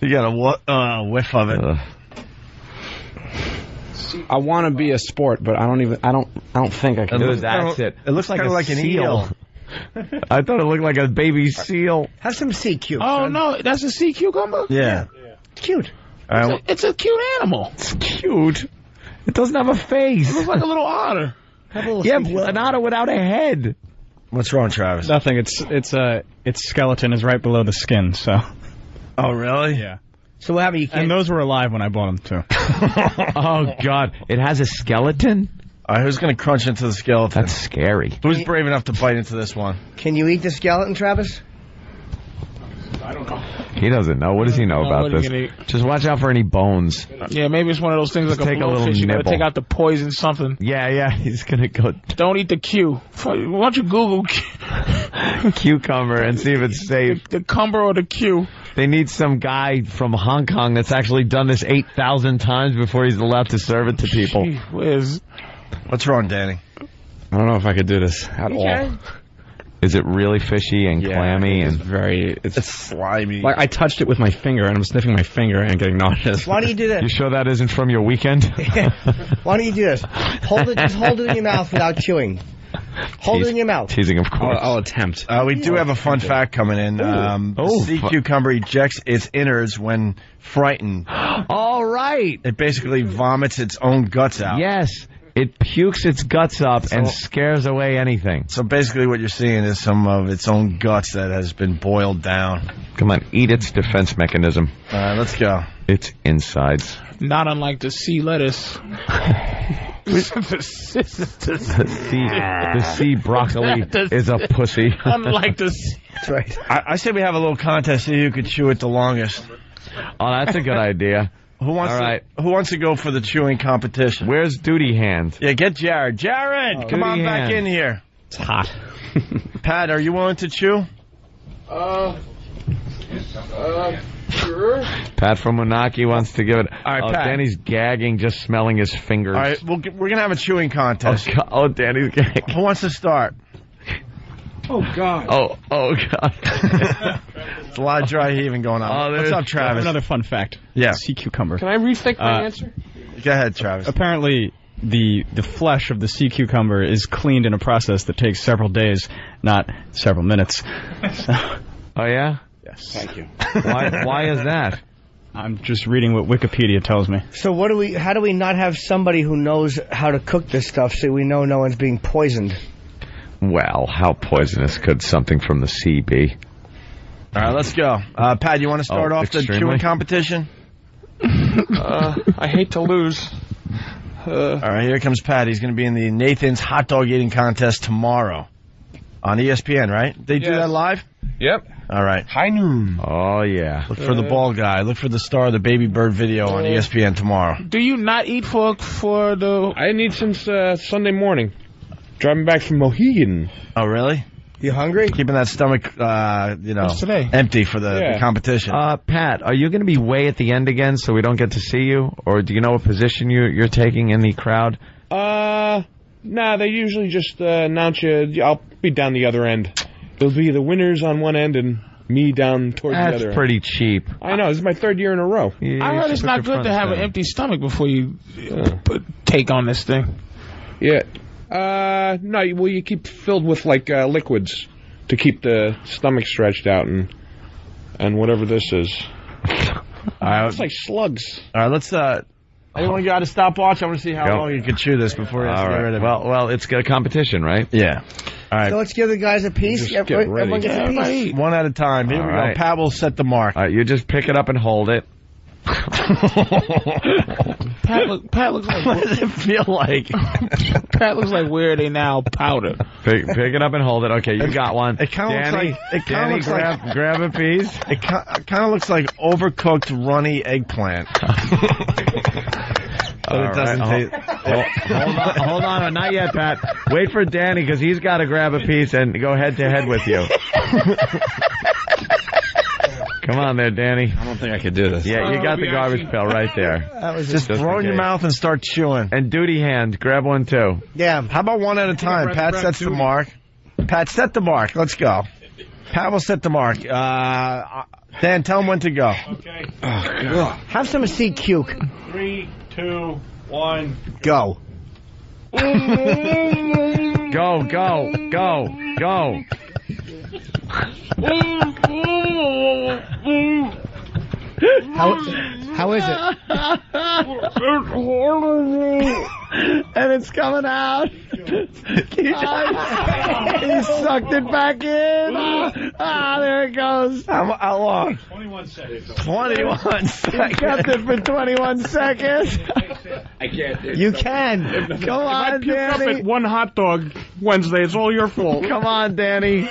Speaker 1: You got a wh- uh, whiff of it.
Speaker 3: Ugh.
Speaker 7: I want to be a sport, but I don't even. I don't. I don't think I can.
Speaker 3: It
Speaker 7: do
Speaker 3: was-
Speaker 7: it.
Speaker 3: that's it.
Speaker 1: It looks like
Speaker 3: Kinda
Speaker 1: a
Speaker 3: like an
Speaker 1: seal.
Speaker 3: eel. I thought it looked like a baby seal.
Speaker 2: Have some sea cubes.
Speaker 4: Oh no, that's a sea cucumber.
Speaker 1: Yeah.
Speaker 2: It's cute.
Speaker 1: All right,
Speaker 4: It's a- it's a cute animal.
Speaker 3: It's cute. It doesn't have a face.
Speaker 4: It's like a little otter.
Speaker 2: Have a little
Speaker 3: Yeah,
Speaker 2: sea cube.
Speaker 3: an otter without a head.
Speaker 1: what's wrong, Travis?
Speaker 5: Nothing. It's it's uh its skeleton is right below the skin. So
Speaker 1: Oh, really?
Speaker 5: yeah.
Speaker 2: So what happened? You can't.
Speaker 5: And those were alive when I bought them too.
Speaker 3: Oh God! It has a skeleton.
Speaker 1: All right, who's going to crunch into the skeleton?
Speaker 3: That's scary.
Speaker 1: Who's brave enough to bite into this one?
Speaker 2: Can you eat the skeleton, Travis?
Speaker 3: He doesn't know. What does he know
Speaker 4: No,
Speaker 3: about
Speaker 4: Uh, what are you
Speaker 3: this? Just watch out for any bones.
Speaker 4: Yeah, maybe it's one of those things
Speaker 3: Just
Speaker 4: like
Speaker 3: take a
Speaker 4: a
Speaker 3: little
Speaker 4: blowfish. You gotta
Speaker 3: nibble.
Speaker 4: take out the poison something.
Speaker 3: Yeah, yeah. *laughs* He's gonna go
Speaker 4: Don't eat the Q. Fuck, Why don't you Google Q-
Speaker 3: *laughs* cucumber and see if it's
Speaker 4: the,
Speaker 3: safe.
Speaker 4: the cumber or the Q?
Speaker 3: They need some guy from Hong Kong that's actually done this eight thousand times before he's allowed to serve it to people.
Speaker 4: Gee whiz.
Speaker 1: What's wrong, Danny?
Speaker 7: I don't know if I could do this at all.
Speaker 3: Is it really fishy and
Speaker 7: Yeah,
Speaker 3: clammy?
Speaker 7: It's
Speaker 3: And
Speaker 7: very. It's,
Speaker 1: Slimy.
Speaker 7: like I touched it with my finger, and I'm sniffing my finger and getting nauseous.
Speaker 2: Why don't you do
Speaker 3: you
Speaker 2: that?
Speaker 3: sure that isn't from your weekend? *laughs*
Speaker 2: Why don't you do this? Hold it. Just hold it in your mouth without chewing. Hold it in your mouth.
Speaker 3: Teasing, of course.
Speaker 1: I'll,
Speaker 7: attempt.
Speaker 1: Uh, we do have a fun fact coming in. Um, the sea cucumber ejects its innards when frightened.
Speaker 3: *gasps* All right.
Speaker 1: It basically vomits its own guts out.
Speaker 3: Yes. It pukes its guts up and scares away anything.
Speaker 1: So basically, what you're seeing is some of its own guts that has been boiled down.
Speaker 3: Come on, eat its defense mechanism.
Speaker 1: All right, let's go.
Speaker 3: Its insides.
Speaker 4: Not unlike the sea
Speaker 7: *laughs*
Speaker 4: lettuce. *laughs* the *laughs*
Speaker 3: The sea, the sea broccoli is a pussy.
Speaker 4: the sea.
Speaker 1: That's right. I, I say we have a little contest. See who could chew it the longest.
Speaker 3: Oh, that's a good idea.
Speaker 1: Who wants?
Speaker 3: All right.
Speaker 1: To, who wants to go for the chewing competition?
Speaker 3: Where's Duty Hand?
Speaker 1: Yeah, get Jared. Jared, come on
Speaker 3: Duty
Speaker 1: back
Speaker 3: Hand.
Speaker 1: in here.
Speaker 3: It's hot.
Speaker 1: Pat, are you willing to chew?
Speaker 13: Uh, uh, sure.
Speaker 3: Pat from Monaki wants to give it. All
Speaker 1: right,
Speaker 3: oh,
Speaker 1: Pat.
Speaker 3: Danny's gagging, just smelling his fingers.
Speaker 1: All right, we'll, g- we're gonna have a chewing
Speaker 3: Oh,
Speaker 1: contest.
Speaker 3: God. oh, Danny's gagging.
Speaker 1: Who wants to start?
Speaker 13: Oh God.
Speaker 3: Oh, oh God. Oh,
Speaker 1: It's a lot of *laughs* dry heaving going on. What's up, Travis?
Speaker 6: Another fun fact.
Speaker 1: Yeah.
Speaker 6: Sea cucumber.
Speaker 13: Can I rethink my
Speaker 6: Uh,
Speaker 13: answer?
Speaker 1: Go ahead, Travis.
Speaker 6: Apparently, the the flesh of the sea cucumber is cleaned in a process that takes several days, not several minutes. So,
Speaker 3: oh yeah.
Speaker 6: Yes.
Speaker 7: Thank you.
Speaker 3: Why? Why is that?
Speaker 6: I'm just reading what Wikipedia tells me.
Speaker 2: So what do we? How do we not have somebody who knows how to cook this stuff so we know no one's being poisoned?
Speaker 3: Well, how poisonous could something from the sea be?
Speaker 1: All right, let's go. Uh, Pat, you want to start
Speaker 3: Oh,
Speaker 1: off
Speaker 3: extremely?
Speaker 1: the chewing competition?
Speaker 13: Uh, I hate to lose. Uh,
Speaker 1: All right, here comes Pat. He's going to be in the Nathan's hot dog eating contest tomorrow on E ESPN. Right? They do
Speaker 13: Yes.
Speaker 1: that live.
Speaker 13: yep.
Speaker 1: All right. High noon. Uh,
Speaker 3: Oh yeah.
Speaker 1: Look for the ball guy. Look for the star of the baby bird video on E ESPN tomorrow.
Speaker 4: Do you not eat for for the?
Speaker 7: I didn't eat since uh, Sunday morning. Driving back from Mohegan.
Speaker 1: Oh, really?
Speaker 2: You hungry?
Speaker 1: Keeping that stomach, uh, you know,
Speaker 4: What's today?
Speaker 1: empty for the,
Speaker 7: Yeah.
Speaker 1: the competition.
Speaker 3: Uh, Pat, are you going to be way at the end again, so we don't get to see you, or do you know what position you, you're taking in the crowd?
Speaker 7: Uh, nah, they usually just uh, announce you. I'll be down the other end. There'll be the winners on one end and me down towards the
Speaker 3: That's
Speaker 7: other.
Speaker 3: pretty cheap.
Speaker 7: End. I know. This is my third year in a row.
Speaker 3: You
Speaker 4: I heard
Speaker 3: should
Speaker 4: it's
Speaker 3: put
Speaker 4: not
Speaker 3: your
Speaker 4: good
Speaker 3: front
Speaker 4: to have an
Speaker 3: center.
Speaker 4: empty stomach before you uh, put, take on this thing.
Speaker 7: Yeah. Uh, no. Well, you keep filled with like uh, liquids to keep the stomach stretched out and and whatever this is.
Speaker 1: All right,
Speaker 7: It's like slugs.
Speaker 1: all right. Let's. Uh, anyone got a stopwatch? I want to see how
Speaker 3: Yep.
Speaker 1: long you could chew this before you have to
Speaker 3: All
Speaker 1: get rid
Speaker 3: right.
Speaker 1: of it.
Speaker 3: Well, well, it's a competition, right?
Speaker 1: yeah. All right.
Speaker 2: So let's give the guys a piece.
Speaker 7: Just get
Speaker 2: Everyone-
Speaker 7: ready.
Speaker 2: everyone gets a piece.
Speaker 1: One at a time. Here
Speaker 3: All
Speaker 1: we
Speaker 3: right.
Speaker 1: go. Pat will set the mark.
Speaker 3: All right, Uh, you just pick it up and hold *laughs* it.
Speaker 4: Pat, look, Pat looks
Speaker 1: what
Speaker 4: like
Speaker 1: does it feel like?
Speaker 4: *laughs* Pat looks like where they now powder.
Speaker 3: Pick, pick it up and hold it. Okay, you got one.
Speaker 1: It kinda looks
Speaker 3: Danny,
Speaker 1: like- it kinda
Speaker 3: Danny,
Speaker 1: looks
Speaker 3: grab,
Speaker 1: like-
Speaker 3: grab a piece.
Speaker 1: It kind of looks like overcooked runny
Speaker 3: *laughs*
Speaker 1: eggplant. but
Speaker 3: All
Speaker 1: it doesn't
Speaker 3: right,
Speaker 1: taste.
Speaker 3: Hold, hold on, hold on, not yet, Pat. Wait for Danny because he's got to grab a piece and go head to head with you. Come on there, Danny.
Speaker 7: I don't think I could do this.
Speaker 3: Yeah, you got the
Speaker 4: Oh,
Speaker 3: garbage
Speaker 4: yeah.
Speaker 3: pail right there.
Speaker 2: That was
Speaker 1: Just,
Speaker 3: Just
Speaker 1: throw
Speaker 3: in
Speaker 1: in your
Speaker 3: case.
Speaker 1: mouth and start chewing.
Speaker 3: And duty hand, grab one too.
Speaker 2: yeah.
Speaker 1: How about one at a time?
Speaker 4: breath,
Speaker 1: Pat
Speaker 4: breath,
Speaker 1: sets the
Speaker 4: dude.
Speaker 1: mark. Pat, set the mark. Let's go. Pat will set the mark. Uh, Uh, Dan, tell him when to go.
Speaker 5: Okay.
Speaker 2: Have some sea cuke.
Speaker 5: Three, two, one.
Speaker 2: Go.
Speaker 3: Go, go, go, go.
Speaker 2: How how
Speaker 4: *laughs*
Speaker 2: is it?
Speaker 1: *laughs*
Speaker 3: And it's coming out. he,
Speaker 2: *laughs*
Speaker 3: just- he sucked it back in. Ah, there it goes.
Speaker 1: How, how long?
Speaker 5: 21 seconds.
Speaker 1: 21
Speaker 3: *laughs* He kept
Speaker 1: seconds.
Speaker 3: it for 21 seconds.
Speaker 7: I can't.
Speaker 2: You can.
Speaker 3: Come on, Danny.
Speaker 4: one hot dog Wednesday. It's all your fault.
Speaker 3: Come on, Danny.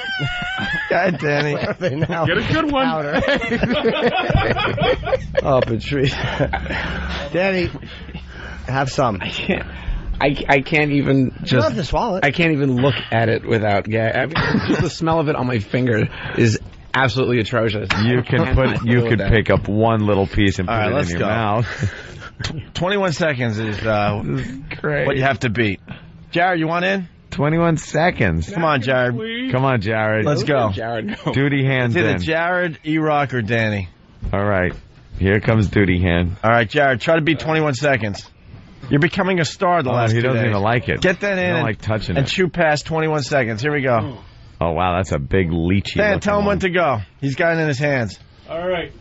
Speaker 1: God, Danny.
Speaker 3: *laughs*
Speaker 4: Get a good one.
Speaker 2: *laughs* Oh, Patrice. Danny, have some.
Speaker 7: I can't. I, I can't even
Speaker 2: You don't
Speaker 7: just.
Speaker 2: have to swallow it.
Speaker 7: I can't even look at it without gag. *laughs* I mean, just the smell of it on my finger is absolutely atrocious.
Speaker 3: You can put. You could pick up one little piece and put
Speaker 1: All right,
Speaker 3: it
Speaker 1: let's
Speaker 3: in your
Speaker 1: go.
Speaker 3: mouth. *laughs*
Speaker 1: 21 seconds is uh,
Speaker 3: Great.
Speaker 1: what you have to beat. Jared, you want in?
Speaker 3: 21 seconds.
Speaker 1: Come on, Jared.
Speaker 3: Come on, Jared.
Speaker 1: Let's go.
Speaker 7: Jared,
Speaker 1: *laughs*
Speaker 7: no.
Speaker 3: Duty hands
Speaker 1: It's either
Speaker 3: in.
Speaker 1: Jared, E Rock, or Danny.
Speaker 3: All right. Here comes duty hand.
Speaker 1: All right, Jared, try to beat 21 seconds. You're becoming a star the
Speaker 3: Oh,
Speaker 1: last
Speaker 3: he
Speaker 1: two
Speaker 3: doesn't
Speaker 1: days.
Speaker 3: even like it.
Speaker 1: Get that in.
Speaker 3: He don't
Speaker 1: and-
Speaker 3: like touching
Speaker 1: And
Speaker 3: it.
Speaker 1: chew past 21 seconds. Here we go.
Speaker 3: Oh wow, that's a big leechy.
Speaker 1: Dan,
Speaker 3: looking
Speaker 1: tell him
Speaker 3: one.
Speaker 1: when to go. He's got it in his hands.
Speaker 5: All right.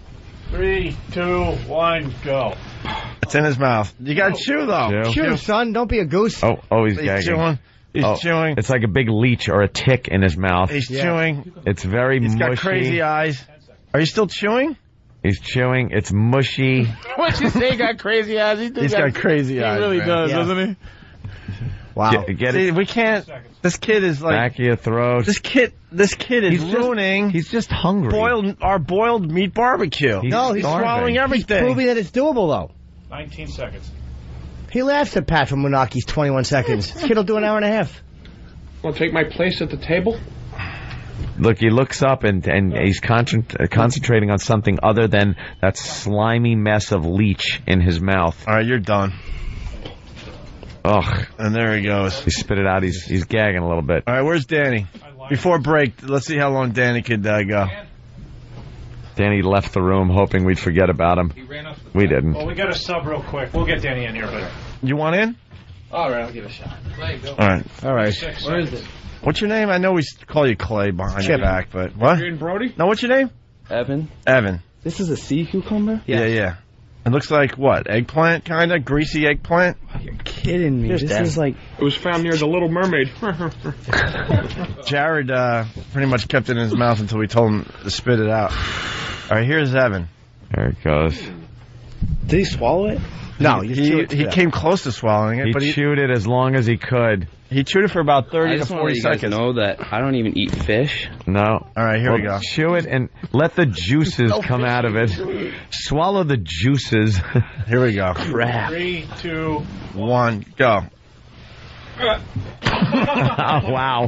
Speaker 5: Three, two, one,
Speaker 9: *laughs*
Speaker 5: go.
Speaker 1: It's in his mouth. You got to chew though.
Speaker 3: Oh. Chew.
Speaker 2: Chew, son. Don't be a goose.
Speaker 3: Oh, oh, he's,
Speaker 2: He's
Speaker 3: gagging.
Speaker 2: chewing.
Speaker 1: He's
Speaker 3: Oh,
Speaker 1: chewing.
Speaker 3: It's like a big leech or a tick in his mouth.
Speaker 1: He's Yeah. chewing.
Speaker 3: It's very
Speaker 1: He's
Speaker 3: mushy.
Speaker 1: got crazy eyes. Are you still chewing?
Speaker 3: He's chewing. It's mushy.
Speaker 4: What you say? He got crazy eyes. He do
Speaker 1: He's got crazy
Speaker 4: he
Speaker 1: eyes,
Speaker 4: He really
Speaker 1: man.
Speaker 4: does,
Speaker 1: Yeah.
Speaker 4: doesn't he?
Speaker 1: Wow.
Speaker 3: Get, get
Speaker 1: See,
Speaker 3: it
Speaker 1: we can't. This kid is like
Speaker 3: back of your throat.
Speaker 1: this kid. This kid is
Speaker 3: He's just-
Speaker 1: ruining
Speaker 3: he's just hungry.
Speaker 1: boiled our boiled meat barbecue.
Speaker 3: He's
Speaker 2: no, he's
Speaker 3: starving.
Speaker 1: swallowing everything.
Speaker 2: Proving that it's doable, though.
Speaker 5: 19 seconds.
Speaker 2: He laughs at Pat from Monaki's 21 seconds. This kid'll do an hour and a half.
Speaker 7: Want to take my place at the table?
Speaker 3: Look, he looks up and and he's concent- uh, concentrating on something other than that slimy mess of leech in his mouth.
Speaker 1: All right, you're done.
Speaker 3: Ugh.
Speaker 1: And there he goes.
Speaker 3: He spit it out. He's he's gagging a little bit.
Speaker 1: All right, where's Danny? Before break, let's see how long Danny could uh, go.
Speaker 3: Danny left the room hoping we'd forget about him. We didn't.
Speaker 5: Well, we got a sub real quick. We'll get Danny in here, but.
Speaker 1: You want in?
Speaker 13: All right, I'll give it a shot.
Speaker 1: All right. All right.
Speaker 13: Where is it?
Speaker 1: What's your name? I know we s- call you Clay behind your
Speaker 13: Chip.
Speaker 1: back, but what?
Speaker 13: Adrian Brody?
Speaker 1: No, what's your name?
Speaker 9: Evan,
Speaker 1: Evan.
Speaker 9: this is a sea cucumber?
Speaker 1: Yeah, yeah. It looks like what? Eggplant, kind of greasy eggplant.
Speaker 9: Kidding me.
Speaker 1: Here's
Speaker 9: this
Speaker 1: Dan.
Speaker 9: is like
Speaker 7: It was found near the
Speaker 9: *laughs*
Speaker 7: Little Mermaid.
Speaker 13: Uh-huh.
Speaker 1: Jared uh, pretty much kept it in his mouth until we told him to spit it out. All right, here's Evan.
Speaker 3: There it goes.
Speaker 9: did he swallow it?
Speaker 1: No,
Speaker 9: you
Speaker 1: he,
Speaker 9: chewed it
Speaker 1: he
Speaker 9: down.
Speaker 1: came close to swallowing it,
Speaker 3: He
Speaker 1: but he,
Speaker 3: chewed it as long as he could.
Speaker 1: he chewed it for about 30
Speaker 9: I
Speaker 1: to
Speaker 9: just want to
Speaker 1: 40
Speaker 9: let you guys
Speaker 1: seconds.
Speaker 9: know that I don't even eat fish.
Speaker 3: No.
Speaker 1: All right, here we
Speaker 3: Well,
Speaker 1: go.
Speaker 3: Chew it and let the juices come out of it. Swallow the juices.
Speaker 1: Here we go.
Speaker 9: Crap.
Speaker 5: Three, two.
Speaker 1: One, go.
Speaker 3: *laughs* oh, wow.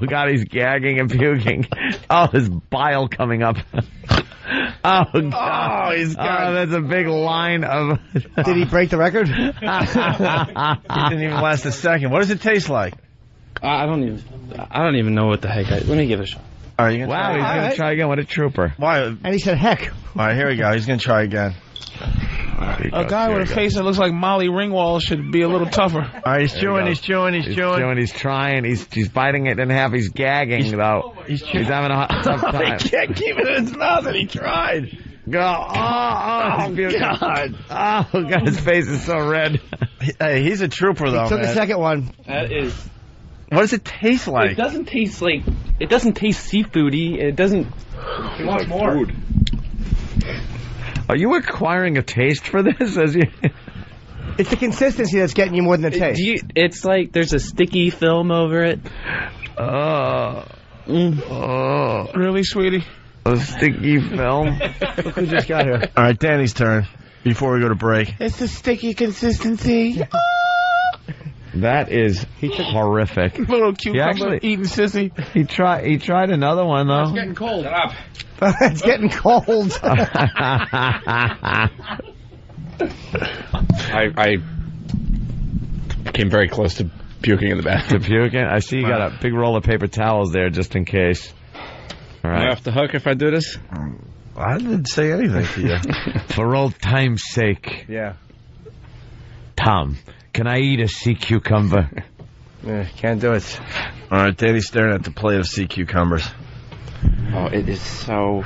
Speaker 3: Oh, God, he's gagging and puking. Oh, his bile coming up. *laughs* Oh, God.
Speaker 1: Oh, he's
Speaker 3: Oh,
Speaker 1: got.
Speaker 3: that's a big line of. *laughs*
Speaker 2: Did he break the record?
Speaker 1: It didn't even last a second. What does it taste like?
Speaker 9: I I don't even. I don't even know what the heck. I, let me give it a shot.
Speaker 1: All right, you gonna
Speaker 3: wow, he's
Speaker 1: try?
Speaker 3: going to try again. What a trooper.
Speaker 1: Why? All
Speaker 2: And he said, heck.
Speaker 1: right, here we go. He's gonna try again.
Speaker 3: There he
Speaker 4: A
Speaker 3: goes.
Speaker 4: guy
Speaker 3: Here
Speaker 4: with
Speaker 3: he goes.
Speaker 4: a face that looks like Molly Ringwald should be a little
Speaker 9: *laughs*
Speaker 4: tougher.
Speaker 1: All right, he's
Speaker 3: he
Speaker 1: chewing.
Speaker 3: goes.
Speaker 1: He's chewing. He's,
Speaker 3: He's
Speaker 1: chewing.
Speaker 3: chewing. He's trying. He's he's biting it in half. He's gagging though. He's, having a
Speaker 1: *laughs*
Speaker 3: hot- tough time.
Speaker 1: can't keep it in his mouth, and he tried.
Speaker 3: Go! Oh, oh, it's beautiful.
Speaker 1: God.
Speaker 3: Oh God, his face is so red.
Speaker 1: Hey, he's a trooper though,
Speaker 2: Took the
Speaker 1: man.
Speaker 2: second one.
Speaker 9: That is.
Speaker 1: What does it taste like?
Speaker 9: It doesn't taste like. It doesn't taste seafoody. It doesn't.
Speaker 5: He wants more.
Speaker 3: Are you acquiring a taste
Speaker 1: *laughs*
Speaker 3: for this? As you,
Speaker 2: It's the consistency that's getting you more than the
Speaker 9: It, do
Speaker 2: taste.
Speaker 9: you, it's like there's a sticky film over it.
Speaker 3: oh,
Speaker 9: Mm.
Speaker 3: oh,
Speaker 4: Really, sweetie?
Speaker 3: a sticky film.
Speaker 2: Look who just got here.
Speaker 1: All right, Danny's turn. Before we go to break,
Speaker 4: It's the
Speaker 1: *laughs*
Speaker 4: sticky consistency.
Speaker 3: That is horrific.
Speaker 4: *laughs* little cucumber
Speaker 3: actually-
Speaker 4: eating sissy.
Speaker 3: He tried. He tried another one though.
Speaker 13: cold.
Speaker 1: *laughs*
Speaker 2: it's getting cold.
Speaker 7: I, I came very close to puking in the
Speaker 3: the
Speaker 7: bathroom.
Speaker 3: puking. I see you got a big roll of paper towels there just in case. All
Speaker 7: Am I
Speaker 3: right,
Speaker 7: *laughs* off the hook if I do this?
Speaker 1: I didn't say anything to you.
Speaker 3: *laughs* for old time's sake,
Speaker 1: yeah.
Speaker 3: Tom, can I eat a sea cucumber?
Speaker 1: yeah, can't do it. All right, Danny's staring at the plate of sea cucumbers.
Speaker 9: Oh, it is so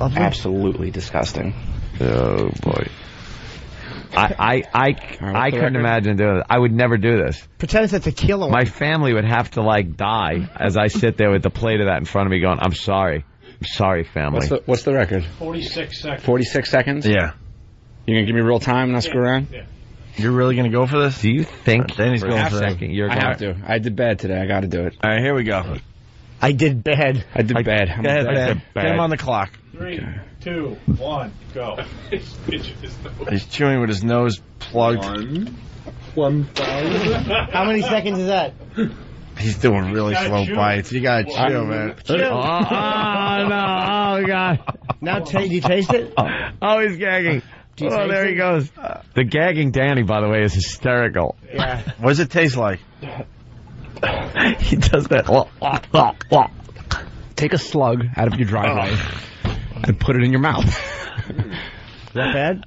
Speaker 9: absolutely disgusting.
Speaker 3: Oh boy. I I I, I couldn't imagine doing this. I would never do this.
Speaker 2: Pretend it's a tequila one.
Speaker 3: My family would have to like die as I sit there with the plate of that in front of me, going, "I'm sorry, I'm sorry, family."
Speaker 7: What's the, what's the record?
Speaker 5: 46 seconds.
Speaker 7: 46 seconds?
Speaker 1: Yeah.
Speaker 7: You gonna give me real time and not screw around?
Speaker 1: You're really gonna go for this?
Speaker 3: do you think
Speaker 1: Danny's
Speaker 3: for
Speaker 1: going
Speaker 3: a
Speaker 1: for that.
Speaker 3: second you're
Speaker 7: I
Speaker 3: going?
Speaker 7: have to. I did bad today. I gotta do it.
Speaker 1: All right, here we go.
Speaker 2: I did bad.
Speaker 7: I did
Speaker 3: I-
Speaker 7: bad. I'm
Speaker 1: Go ahead,
Speaker 7: bad.
Speaker 1: man.
Speaker 3: bad.
Speaker 1: Get him on the clock.
Speaker 5: Three, two, one,
Speaker 1: *laughs*
Speaker 5: go. *laughs*
Speaker 1: He's chewing with his nose plugged. Oh,
Speaker 2: How many seconds is that?
Speaker 1: He's doing really
Speaker 5: gotta
Speaker 1: slow
Speaker 5: chew.
Speaker 1: bites. You gotta chew, man.
Speaker 3: Oh, *laughs* oh, no! Oh god!
Speaker 2: Now, ta do you taste it?
Speaker 3: Oh, he's gagging.
Speaker 2: you
Speaker 3: Oh,
Speaker 2: taste
Speaker 3: there he
Speaker 2: it?
Speaker 3: goes. The gagging Danny, by the way, is hysterical.
Speaker 1: What does it taste like?
Speaker 3: he does that.
Speaker 6: Take a slug out of your driveway and put it in your mouth.
Speaker 2: Is that bad?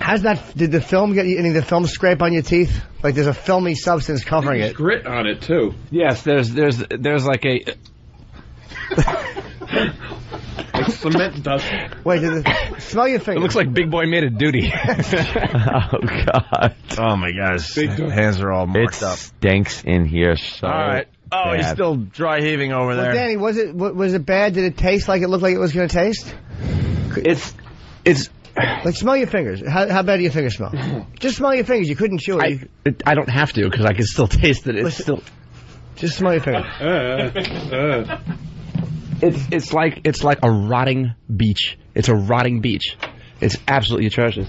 Speaker 2: How's that? Did the film get you? Any of the film scrape on your teeth? Like there's a filmy substance covering it.
Speaker 7: Grit on it too.
Speaker 1: Yes, there's there's there's like a
Speaker 7: like cement dust.
Speaker 2: Wait, did it, smell your finger.
Speaker 7: It looks like Big Boy made a duty.
Speaker 3: oh God!
Speaker 1: *laughs* Oh my gosh! Hands are all marked
Speaker 3: it
Speaker 1: up.
Speaker 3: stinks in here. So
Speaker 1: All right. Oh, he's
Speaker 3: bad.
Speaker 1: still dry heaving over
Speaker 2: Well,
Speaker 1: there.
Speaker 2: Danny, was it wa- was it bad? Did it taste like it looked like it was going to taste?
Speaker 1: It's it's
Speaker 2: like smell your fingers. How, how bad do your fingers smell? Just smell your fingers. You couldn't chew it. You-
Speaker 9: It, I don't have to because I can still *laughs* taste it. It's still.
Speaker 2: just smell your fingers.
Speaker 9: It's it's like it's like a rotting beach. It's a rotting beach. It's absolutely atrocious.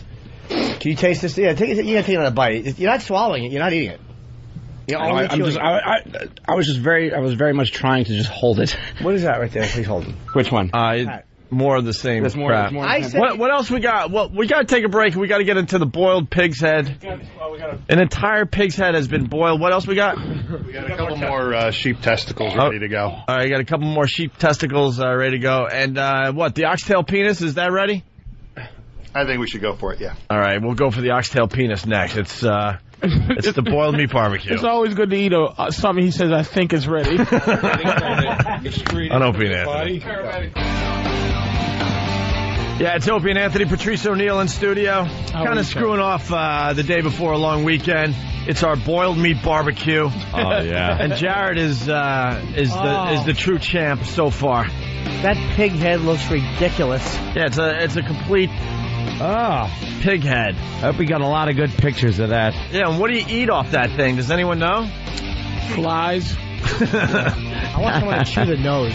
Speaker 2: Can you taste this? Yeah, take, it- you gotta take another bite. You're not swallowing it. You're not eating it. You're
Speaker 9: I,
Speaker 2: only
Speaker 9: am
Speaker 2: chewing
Speaker 9: just
Speaker 2: it.
Speaker 9: I, I I was just very I was very much trying to just hold it. *laughs*
Speaker 2: What is that right there? Please hold it.
Speaker 9: Which one?
Speaker 1: Uh, more of the same
Speaker 9: That's more-
Speaker 1: crap.
Speaker 9: that's more
Speaker 2: I said-
Speaker 1: what, what else we got? Well, we got to take a break. We got to get into the boiled pig's head. An entire pig's head has been boiled. What else we got?
Speaker 10: We got a couple more uh, sheep testicles
Speaker 7: Oh.
Speaker 10: ready to go.
Speaker 1: All right, I got a couple more sheep testicles uh, ready to go. And uh, what, the oxtail penis, is that ready?
Speaker 10: I think we should go for it. Yeah.
Speaker 1: All right, we'll go for the oxtail penis next. It's uh, it's the boiled meat barbecue.
Speaker 4: It's always good to eat a, uh, something he says, I think is
Speaker 9: *laughs*
Speaker 4: ready.
Speaker 1: On Opie and Anthony. Yeah, it's Opie and Anthony, Patrice O'Neill in studio. kind
Speaker 4: we
Speaker 1: of screwing off uh, the day before a long weekend. It's our boiled meat barbecue. Oh
Speaker 3: yeah.
Speaker 1: *laughs* and Jared is uh, is the
Speaker 2: Oh.
Speaker 1: is the true champ so far.
Speaker 2: That pig head looks ridiculous.
Speaker 1: Yeah, it's a it's a complete
Speaker 3: Ah,
Speaker 1: pig head.
Speaker 3: I hope we got a lot of good pictures of that.
Speaker 1: Yeah, and what do you eat off that thing? Does anyone
Speaker 3: *laughs*
Speaker 1: know?
Speaker 4: Flies.
Speaker 2: I want someone to chew the nose.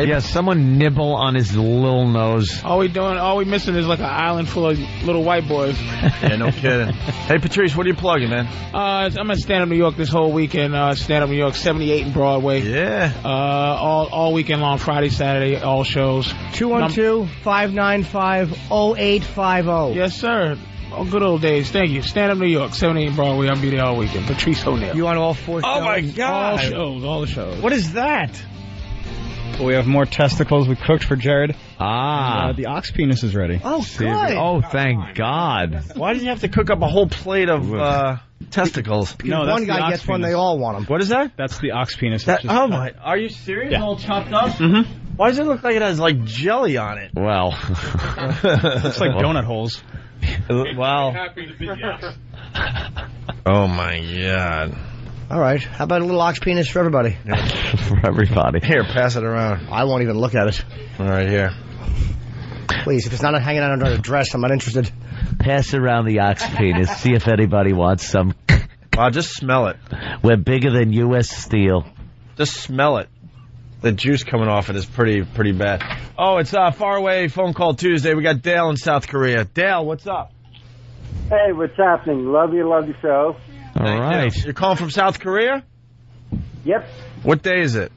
Speaker 3: Yeah, someone nibble on his little nose.
Speaker 4: All we doing, all we missing is like an island full of little white boys.
Speaker 1: *laughs* yeah, no kidding. Hey, Patrice, what are you plugging, man?
Speaker 4: Uh, I'm at Stand Up New York this whole weekend. Uh, Stand Up New York, 78 and Broadway.
Speaker 1: Yeah.
Speaker 4: Uh, all all weekend long, Friday, Saturday, all shows.
Speaker 2: 212-595-0850.
Speaker 4: Yes, sir. Oh, good old days. Thank you. Stand Up New York, 78 and Broadway. I'll be there all weekend. Patrice O'Neill.
Speaker 2: You want all four
Speaker 1: Oh,
Speaker 2: shows?
Speaker 1: my God.
Speaker 4: all shows, all the shows.
Speaker 1: Oh, What is that?
Speaker 6: We have more testicles we cooked for Jared.
Speaker 3: Ah.
Speaker 6: Uh, the ox penis is ready.
Speaker 2: Oh, good.
Speaker 3: Oh, thank God.
Speaker 1: Why do you have to cook up a whole plate of uh, testicles?
Speaker 6: No, that's
Speaker 2: one
Speaker 6: the
Speaker 2: guy
Speaker 6: ox
Speaker 2: gets one,
Speaker 6: penis.
Speaker 2: they all want them.
Speaker 1: What is that?
Speaker 6: That's the ox penis.
Speaker 1: That,
Speaker 6: It's just-
Speaker 1: oh my! Are you serious?
Speaker 6: Yeah.
Speaker 1: All chopped up. Mm-hmm. Why does it look like it has like jelly on
Speaker 3: *laughs*
Speaker 1: it?
Speaker 3: Well,
Speaker 6: It's like donut holes.
Speaker 1: wow! *laughs* Oh my god!
Speaker 2: All right. How about a little ox penis for everybody?
Speaker 3: *laughs* for everybody.
Speaker 1: Here, pass it around.
Speaker 2: I won't even look at it.
Speaker 1: All right, here.
Speaker 2: Please, if it's not hanging out under a dress, I'm not interested.
Speaker 3: Pass around the ox penis. See if anybody wants some.
Speaker 1: Wow, just smell it.
Speaker 3: We're bigger than U.S. Steel.
Speaker 1: Just smell it. The juice coming off it is pretty pretty bad. Oh, it's uh, far away phone call Tuesday. We got Dale in South Korea. Dale, what's up?
Speaker 14: Hey, what's happening? Love you, love your show.
Speaker 3: All
Speaker 1: Thank you.
Speaker 3: right.
Speaker 1: You're calling from South Korea?
Speaker 14: Yep,
Speaker 1: What day is it?